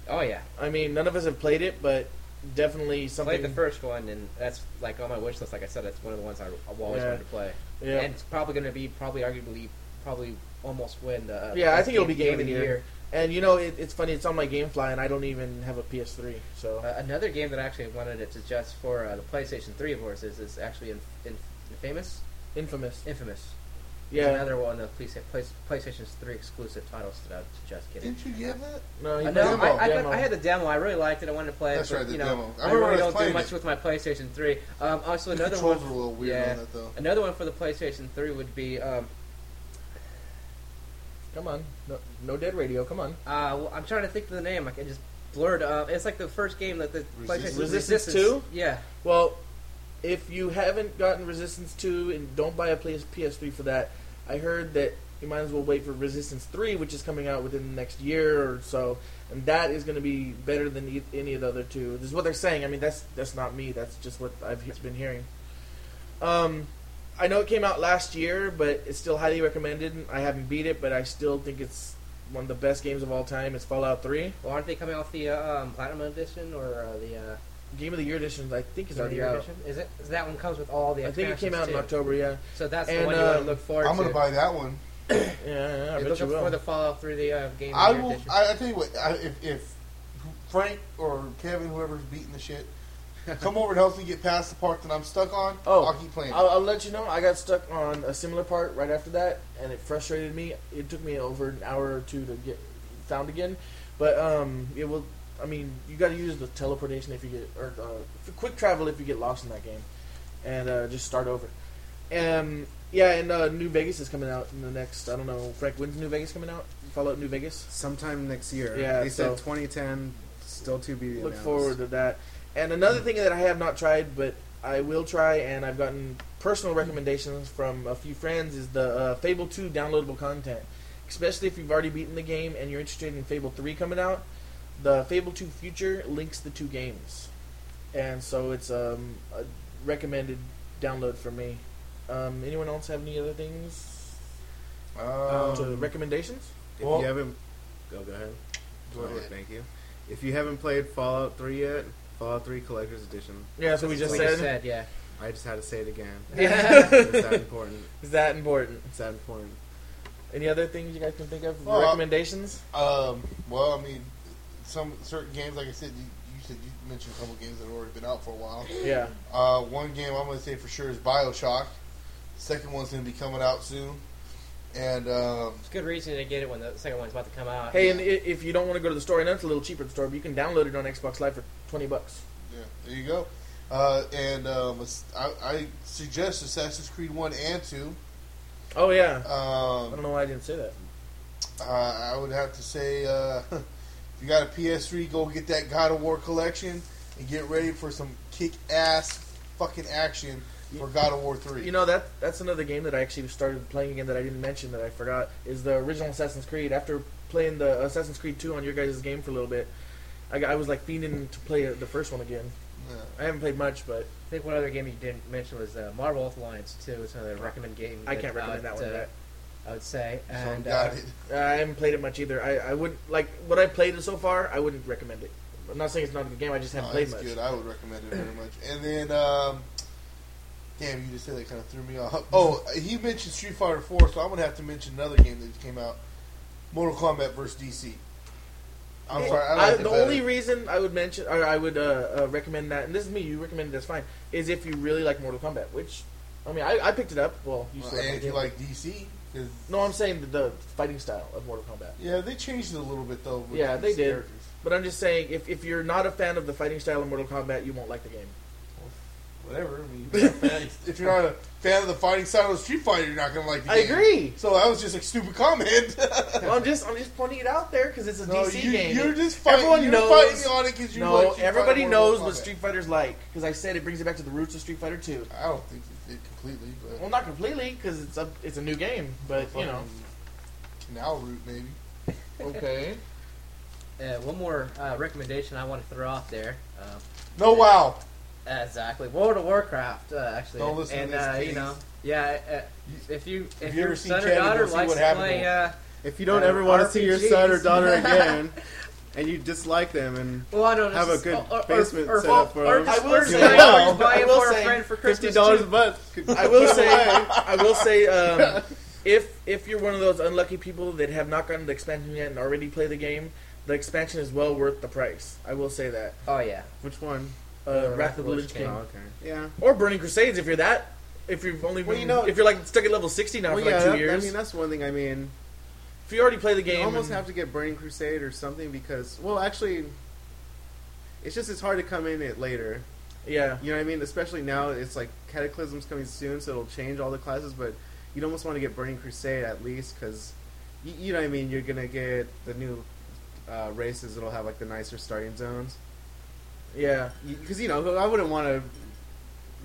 Speaker 2: oh yeah,
Speaker 1: I mean, none of us have played it, but definitely
Speaker 2: I
Speaker 1: something.
Speaker 2: played the first one, and that's like on my wish list. Like I said, that's one of the ones I, I've always
Speaker 1: Yeah.
Speaker 2: wanted to play,
Speaker 1: yeah.
Speaker 2: and it's probably going to be probably arguably probably almost win the uh,
Speaker 1: Yeah, I
Speaker 2: best
Speaker 1: think it'll be Game of the Year. And, you know, it, it's funny. It's on my GameFly, and I don't even have a PS3. So
Speaker 2: Uh, another game that I actually wanted to suggest for uh, the PlayStation 3, of course, is, is actually in, in, Infamous.
Speaker 1: infamous.
Speaker 2: Infamous. It's
Speaker 1: Yeah.
Speaker 2: Another one of the PlayStation, PlayStation 3 exclusive titles that I would suggest getting.
Speaker 6: Didn't you get that?
Speaker 1: No, you
Speaker 2: Uh,
Speaker 1: played it.
Speaker 2: no, I, I, got,
Speaker 1: Demo.
Speaker 2: I had the demo. I really liked it. I wanted to play it.
Speaker 6: That's
Speaker 2: but,
Speaker 6: right, the
Speaker 2: you know,
Speaker 6: demo. I
Speaker 2: I,
Speaker 6: remember I
Speaker 2: really
Speaker 6: was
Speaker 2: don't do
Speaker 6: playing
Speaker 2: much
Speaker 6: it.
Speaker 2: with my PlayStation 3. Um, also,
Speaker 6: The
Speaker 2: another one.
Speaker 6: controls were a little weird
Speaker 2: yeah.
Speaker 6: on that though.
Speaker 2: Another one for the PlayStation 3 would be um,
Speaker 1: Come on. No, no Dead Radio. Come on.
Speaker 2: Uh, well, I'm trying to think of the name. I can just blurred. Uh, it's like the first game that the
Speaker 6: Resistance.
Speaker 2: PlayStation
Speaker 1: Resistance 2?
Speaker 2: Yeah,
Speaker 1: Well, if you haven't gotten Resistance 2 and don't buy a PS- PS3 for that, I heard that you might as well wait for Resistance 3, which is coming out within the next year or so, and that is going to be better than e- any of the other two. This is what they're saying. I mean, that's that's not me. That's just what I've he- been hearing. Um, I know it came out last year, but it's still highly recommended. I haven't beat it, but I still think it's one of the best games of all time. It's Fallout 3.
Speaker 2: well, aren't they coming out with the uh, um, Platinum Edition or uh, the uh,
Speaker 1: Game of the Year edition, I think, is
Speaker 2: Game of
Speaker 1: already
Speaker 2: the Year
Speaker 1: out.
Speaker 2: Edition? Is it? Is that one comes with all the?
Speaker 1: I think it came
Speaker 2: expansions,
Speaker 1: out in
Speaker 2: too.
Speaker 1: October, yeah.
Speaker 2: So that's the
Speaker 1: And,
Speaker 2: one you want
Speaker 1: um,
Speaker 2: to look forward
Speaker 6: uh, I'm
Speaker 2: to.
Speaker 6: gonna buy that one.
Speaker 1: Yeah, yeah, yeah, I
Speaker 2: You
Speaker 1: bet
Speaker 2: look
Speaker 1: you
Speaker 2: up
Speaker 1: will.
Speaker 2: for the Fallout 3 the uh, Game
Speaker 6: I
Speaker 2: of the Year
Speaker 6: will.
Speaker 2: Edition.
Speaker 6: I, I tell you what. I, if, if Frank or Kevin, whoever's beating the shit, come over and help me get past the part that I'm stuck on.
Speaker 1: Oh.
Speaker 6: I'll keep playing.
Speaker 1: I'll, I'll let you know. I got stuck on a similar part right after that, and it frustrated me. It took me over an hour or two to get found again, but um, it will. I mean, you got to use the teleportation if you get or uh, f- quick travel if you get lost in that game, and uh, just start over. Um, yeah, and uh, New Vegas is coming out in the next. I don't know, Frank. When's New Vegas coming out? Fallout New Vegas.
Speaker 4: Sometime next year.
Speaker 1: Yeah,
Speaker 4: They
Speaker 1: so-
Speaker 4: said 2010, still to be
Speaker 1: look
Speaker 4: announced.
Speaker 1: forward to that. And another thing that I have not tried, but I will try, and I've gotten personal recommendations from a few friends, is the uh, Fable 2 downloadable content. especially if you've already beaten the game and you're interested in Fable 3 coming out, the Fable 2 Future links the two games. And so it's um, a recommended download for me. Um, anyone else have any other things?
Speaker 6: Um,
Speaker 1: to recommendations?
Speaker 4: If
Speaker 6: Well-
Speaker 4: you haven't, go go ahead.
Speaker 6: Go ahead.
Speaker 4: Thank you. If you haven't played Fallout 3 yet, Fallout 3 Collector's Edition.
Speaker 1: Yeah, that's what we just
Speaker 2: Like
Speaker 1: said.
Speaker 2: I said, yeah.
Speaker 4: I just had to say it again.
Speaker 1: Yeah.
Speaker 4: it's that important.
Speaker 1: Is that important?
Speaker 4: It's that important.
Speaker 1: Any other things you guys can think of?
Speaker 6: Well,
Speaker 1: recommendations?
Speaker 6: Um, well, I mean, some certain games, like I said, you, you said you mentioned a couple games that have already been out for a while.
Speaker 1: Yeah.
Speaker 6: Uh, one game I'm going to say for sure is Bioshock. Second one's going to be coming out soon, and um,
Speaker 2: It's a good reason to get it when the second one's about to come out.
Speaker 1: Hey, and i- if you don't want to go to the store, I know it's a little cheaper at the store, but you can download it on Xbox Live for twenty bucks.
Speaker 6: yeah, there you go. Uh, and um, it's- I, I suggest Assassin's Creed One and Two.
Speaker 1: Oh yeah. I don't
Speaker 6: Um,
Speaker 1: know why I didn't say that.
Speaker 6: uh, I would have to say, uh, if you got a PS3, go get that God of War collection and get ready for some kick-ass fucking action for God of War Three.
Speaker 1: You know that that's another game that I actually started playing again that I didn't mention that I forgot is the original Assassin's Creed. After playing the Assassin's Creed two on your guys' game for a little bit, I, got- I was like fiending to play the first one again.
Speaker 6: Yeah.
Speaker 1: I haven't played much, but
Speaker 2: I think one other game you didn't mention was uh, Marvel Alliance 2. It's another recommend game.
Speaker 1: I
Speaker 2: that
Speaker 1: can't recommend
Speaker 2: I
Speaker 1: that
Speaker 2: would,
Speaker 1: one.
Speaker 2: uh,
Speaker 1: Right?
Speaker 2: I would say.
Speaker 6: So,
Speaker 2: And
Speaker 6: got
Speaker 2: uh,
Speaker 6: it.
Speaker 1: I haven't played it much either. I, I wouldn't like what I played so far. I wouldn't recommend it. I'm not saying it's not a good game. I just haven't
Speaker 6: No,
Speaker 1: played
Speaker 6: Oh, that's
Speaker 1: much.
Speaker 6: good. I would recommend it very much. And then, um, damn, you just said that kind of threw me off. Oh, he mentioned Street Fighter Four, so I'm gonna have to mention another game that came out: Mortal Kombat vs. DC. I'm
Speaker 1: It-
Speaker 6: sorry. I
Speaker 1: I-
Speaker 6: like
Speaker 1: the
Speaker 6: it better.
Speaker 1: only reason I would mention, or I would uh, uh, recommend that, and this is me, you recommend it, that's fine, is if you really like Mortal Kombat, which, I mean, I, I picked it up. Well, you
Speaker 6: Well,
Speaker 1: still
Speaker 6: and
Speaker 1: have
Speaker 6: if
Speaker 1: to
Speaker 6: you
Speaker 1: do it.
Speaker 6: like DC, 'cause-
Speaker 1: No, I'm saying the, the fighting style of Mortal Kombat.
Speaker 6: yeah, they changed it a little bit though. with
Speaker 1: Yeah, they
Speaker 6: these
Speaker 1: did.
Speaker 6: characters.
Speaker 1: But I'm just saying, if, if you're not a fan of the fighting style of Mortal Kombat, you won't like the game.
Speaker 6: Whatever. I mean, if you're not a fan- if you're not a fan of the fighting style of Street Fighter, you're not gonna like. The
Speaker 1: I
Speaker 6: game.
Speaker 1: agree.
Speaker 6: So that was just a stupid comment.
Speaker 1: well, I'm just I'm just pointing it out there because it's a
Speaker 6: No,
Speaker 1: DC
Speaker 6: you,
Speaker 1: game.
Speaker 6: You're just fighting.
Speaker 1: Everyone
Speaker 6: you're
Speaker 1: knows.
Speaker 6: fighting on it because you
Speaker 1: no,
Speaker 6: like Street Fighter
Speaker 1: everybody
Speaker 6: more than
Speaker 1: knows
Speaker 6: Mortal
Speaker 1: what
Speaker 6: Kombat.
Speaker 1: Street Fighter's like because I said it brings it back to the roots of Street Fighter Two.
Speaker 6: I don't think it did completely, but
Speaker 1: Well, not completely because it's a it's a new game, but you know.
Speaker 6: Fucking canal route maybe.
Speaker 1: Okay.
Speaker 2: uh, one more uh, recommendation I want to throw out there. Um,
Speaker 6: No, wow.
Speaker 2: Exactly. World of Warcraft, uh, actually.
Speaker 6: Don't listen to
Speaker 2: and,
Speaker 6: this,
Speaker 2: uh,
Speaker 6: please.
Speaker 2: you know, yeah. Uh,
Speaker 6: You-
Speaker 2: if you
Speaker 6: Have
Speaker 2: if
Speaker 6: you ever
Speaker 2: your
Speaker 6: seen
Speaker 2: son or
Speaker 6: Chad and
Speaker 2: daughter
Speaker 6: go see
Speaker 2: likes
Speaker 6: what
Speaker 2: to
Speaker 6: happened to
Speaker 2: play, uh,
Speaker 4: If you don't
Speaker 2: Uh,
Speaker 4: ever want to see your son or
Speaker 2: RPGs.
Speaker 4: daughter again, and you dislike them, and
Speaker 2: well, I don't know,
Speaker 4: have a
Speaker 2: just-
Speaker 4: good
Speaker 2: or- or- or-
Speaker 4: basement
Speaker 2: or,
Speaker 4: set up for
Speaker 2: or,
Speaker 4: them,
Speaker 2: just
Speaker 1: I will
Speaker 2: learn
Speaker 1: say-
Speaker 2: something else,
Speaker 1: I
Speaker 2: buy it
Speaker 1: will
Speaker 2: for
Speaker 1: say
Speaker 2: a friend for Christmas.
Speaker 4: fifty dollars a
Speaker 2: too.
Speaker 4: month. could
Speaker 1: I will
Speaker 4: go
Speaker 1: say,
Speaker 4: away.
Speaker 1: I will say, um, if if you're one of those unlucky people that have not gotten the expansion yet and already play the game, the expansion is well worth the price. I will say that.
Speaker 2: Oh yeah.
Speaker 4: Which one?
Speaker 1: Uh, Wrath
Speaker 2: Wrath
Speaker 1: of the
Speaker 2: of the
Speaker 1: Lich
Speaker 2: Lich
Speaker 1: King.
Speaker 4: Oh, okay. Yeah.
Speaker 1: or Burning Crusades if you're that. If you've only been,
Speaker 4: Well, you know-
Speaker 1: if you're like stuck at level sixty now
Speaker 4: Well,
Speaker 1: for like
Speaker 4: yeah.
Speaker 1: two
Speaker 4: that- I
Speaker 1: years,
Speaker 4: mean, that's one thing. I mean,
Speaker 1: if you already play the
Speaker 4: you
Speaker 1: game,
Speaker 4: almost
Speaker 1: and-
Speaker 4: have to get Burning Crusade or something because, well, actually, it's just it's hard to come in it later.
Speaker 1: yeah.
Speaker 4: You know what I mean? Especially now, it's like Cataclysm's coming soon, so it'll change all the classes. But you'd almost want to get Burning Crusade at least, because you, know what I mean. You're gonna get the new uh, races that'll have like the nicer starting zones.
Speaker 1: Yeah.
Speaker 4: Because you know, I wouldn't want to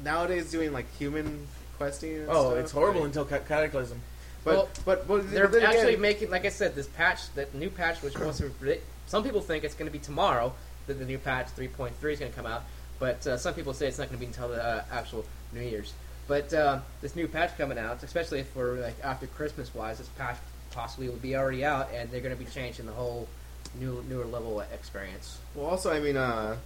Speaker 4: nowadays doing like human questing. And
Speaker 1: Oh,
Speaker 4: stuff,
Speaker 1: it's horrible
Speaker 4: like-
Speaker 1: until ca- Cataclysm.
Speaker 4: But
Speaker 2: Well,
Speaker 4: but, but
Speaker 2: They're
Speaker 4: then
Speaker 2: actually
Speaker 4: again,
Speaker 2: making, like I said, this patch, that new patch, which was some people think it's going to be tomorrow that the new patch 3.3 is going to come out, but uh, some people say it's not going to be until the uh, actual New Year's. But uh, this new patch coming out, especially if we're like after Christmas wise, this patch possibly will be already out, and they're going to be changing the whole new newer level experience.
Speaker 4: well, also I mean, uh,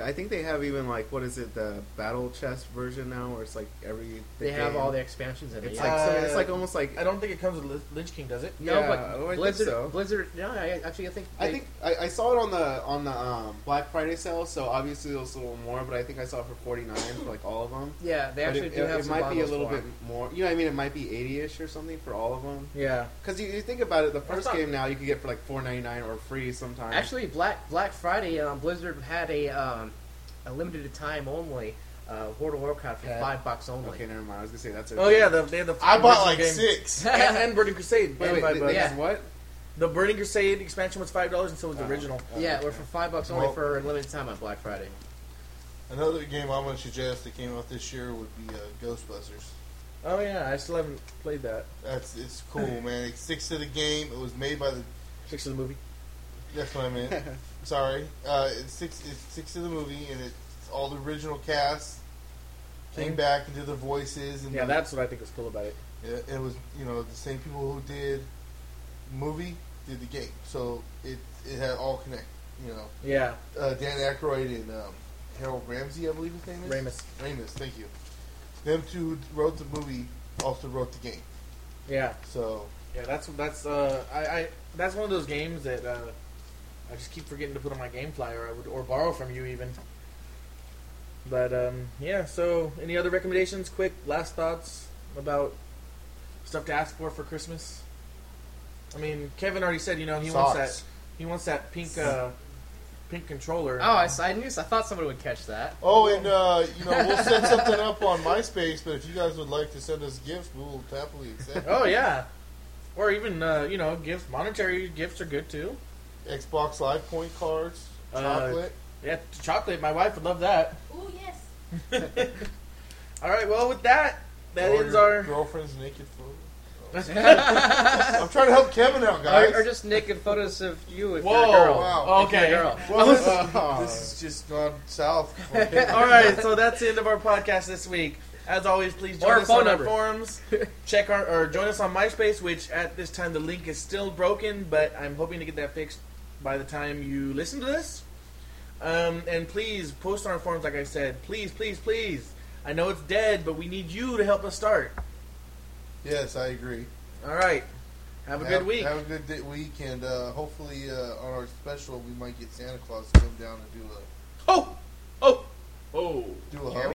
Speaker 4: I think they have even like what is it the battle chest version now, where it's like every the
Speaker 2: They have
Speaker 4: game-
Speaker 2: all the expansions in it.
Speaker 4: It's
Speaker 2: yeah.
Speaker 4: like so it's
Speaker 1: Uh,
Speaker 4: like almost like
Speaker 1: I don't think it comes with Lich- Lich King, does it?
Speaker 2: no,
Speaker 4: yeah, oh, I
Speaker 2: but
Speaker 4: think
Speaker 2: Blizzard,
Speaker 4: so.
Speaker 2: Blizzard, no, I, actually, I think
Speaker 4: I
Speaker 2: they-
Speaker 4: think I, I saw it on the on the um, Black Friday sale, so obviously it was a little more, but I think I saw it for forty nine for like all of them.
Speaker 2: yeah, they actually
Speaker 4: it,
Speaker 2: do
Speaker 4: it-
Speaker 2: have
Speaker 4: it
Speaker 2: some
Speaker 4: might be a
Speaker 2: bundles
Speaker 4: little
Speaker 2: for
Speaker 4: bit
Speaker 2: 'em.
Speaker 4: more. You know, what I mean, it might be eighty ish or something for all of them.
Speaker 1: Yeah.
Speaker 4: Because you, you think about it, the
Speaker 1: That's
Speaker 4: first
Speaker 1: not-
Speaker 4: game now you could get for like four ninety nine or free sometimes.
Speaker 2: Actually, Black Black Friday, um, Blizzard had a um, a limited time only uh, World of Warcraft for
Speaker 1: Yeah.
Speaker 2: five bucks only.
Speaker 4: okay, never mind. I was gonna say that's.
Speaker 1: Oh yeah, the, they had the.
Speaker 6: I
Speaker 1: original
Speaker 6: bought like
Speaker 1: game.
Speaker 6: six.
Speaker 1: and, and Burning Crusade.
Speaker 4: Wait,
Speaker 1: and
Speaker 4: wait,
Speaker 1: five
Speaker 4: th-
Speaker 1: bucks.
Speaker 4: this is what?
Speaker 1: The Burning Crusade expansion was five dollars, and so was the
Speaker 4: Oh.
Speaker 1: original.
Speaker 2: yeah, or for five bucks only
Speaker 6: Well-
Speaker 2: for a limited time on Black Friday.
Speaker 6: Another game I'm gonna suggest that came out this year would be uh, Ghostbusters.
Speaker 1: Oh yeah, I still haven't played that.
Speaker 6: That's it's cool, man. It sticks to the game. It was made by the.
Speaker 1: Six of the movie.
Speaker 6: That's what I meant. Sorry. Uh, it sticks. It sticks to the movie, and it's all the original cast came
Speaker 1: Mhm.
Speaker 6: back and did the voices. And
Speaker 1: Yeah,
Speaker 2: Mm-hmm.
Speaker 6: the-
Speaker 1: that's what I think is cool about it.
Speaker 6: it, it was you know the same people who did movie did the game, so it it had all connect. You know,
Speaker 1: Yeah,
Speaker 6: uh, Dan Aykroyd and um, Harold Ramsey, I believe his name is
Speaker 1: Ramus.
Speaker 6: Ramis, thank you. Them two who wrote the movie also wrote the game,
Speaker 1: Yeah,
Speaker 6: so
Speaker 1: yeah. That's that's uh, I, I that's one of those games that uh, I just keep forgetting to put on my game flyer. I would or borrow from you even. But um, yeah. So, any other recommendations? Quick last thoughts about stuff to ask for for Christmas. I mean, Kevin already said you know he wants
Speaker 6: Socks.
Speaker 1: that he wants that pink uh, pink controller.
Speaker 2: Oh, I, s- I knew. I thought somebody would catch that.
Speaker 6: Oh, and uh, you know we'll set something up on MySpace. But if you guys would like to send us gifts, we will happily accept.
Speaker 1: Oh yeah. Or even uh, you know gifts. Monetary gifts are good too.
Speaker 6: Xbox Live point cards,
Speaker 1: Oh. Uh,
Speaker 6: chocolate.
Speaker 1: Yeah, t- chocolate. My wife would love that.
Speaker 11: Oh yes.
Speaker 1: All right. Well, with that, that
Speaker 6: or
Speaker 1: ends
Speaker 6: your
Speaker 1: our.
Speaker 6: girlfriend's naked photo. I'm trying to help Kevin out, guys.
Speaker 2: Or, or just naked photos of you with your
Speaker 1: Whoa.
Speaker 2: girl.
Speaker 6: Wow.
Speaker 2: With your
Speaker 1: Okay.
Speaker 2: girl.
Speaker 6: Well, this, this has just gone south. for Kevin.
Speaker 1: All right. So that's the end of our podcast this week. As always, please join
Speaker 2: Or
Speaker 1: us
Speaker 2: phone
Speaker 1: on
Speaker 2: number.
Speaker 1: our forums. Check our or join us on MySpace, which at this time the link is still broken, but I'm hoping to get that fixed by the time you listen to this. Um, and please post on our forums, like I said. Please, please, please. I know it's dead, but we need you to help us start.
Speaker 6: Yes, I agree.
Speaker 1: All right. Have a good week.
Speaker 6: Have a good day, week, and uh, hopefully uh, on our special we might get Santa Claus to come down and do a
Speaker 1: Oh, oh, oh.
Speaker 6: do a hump.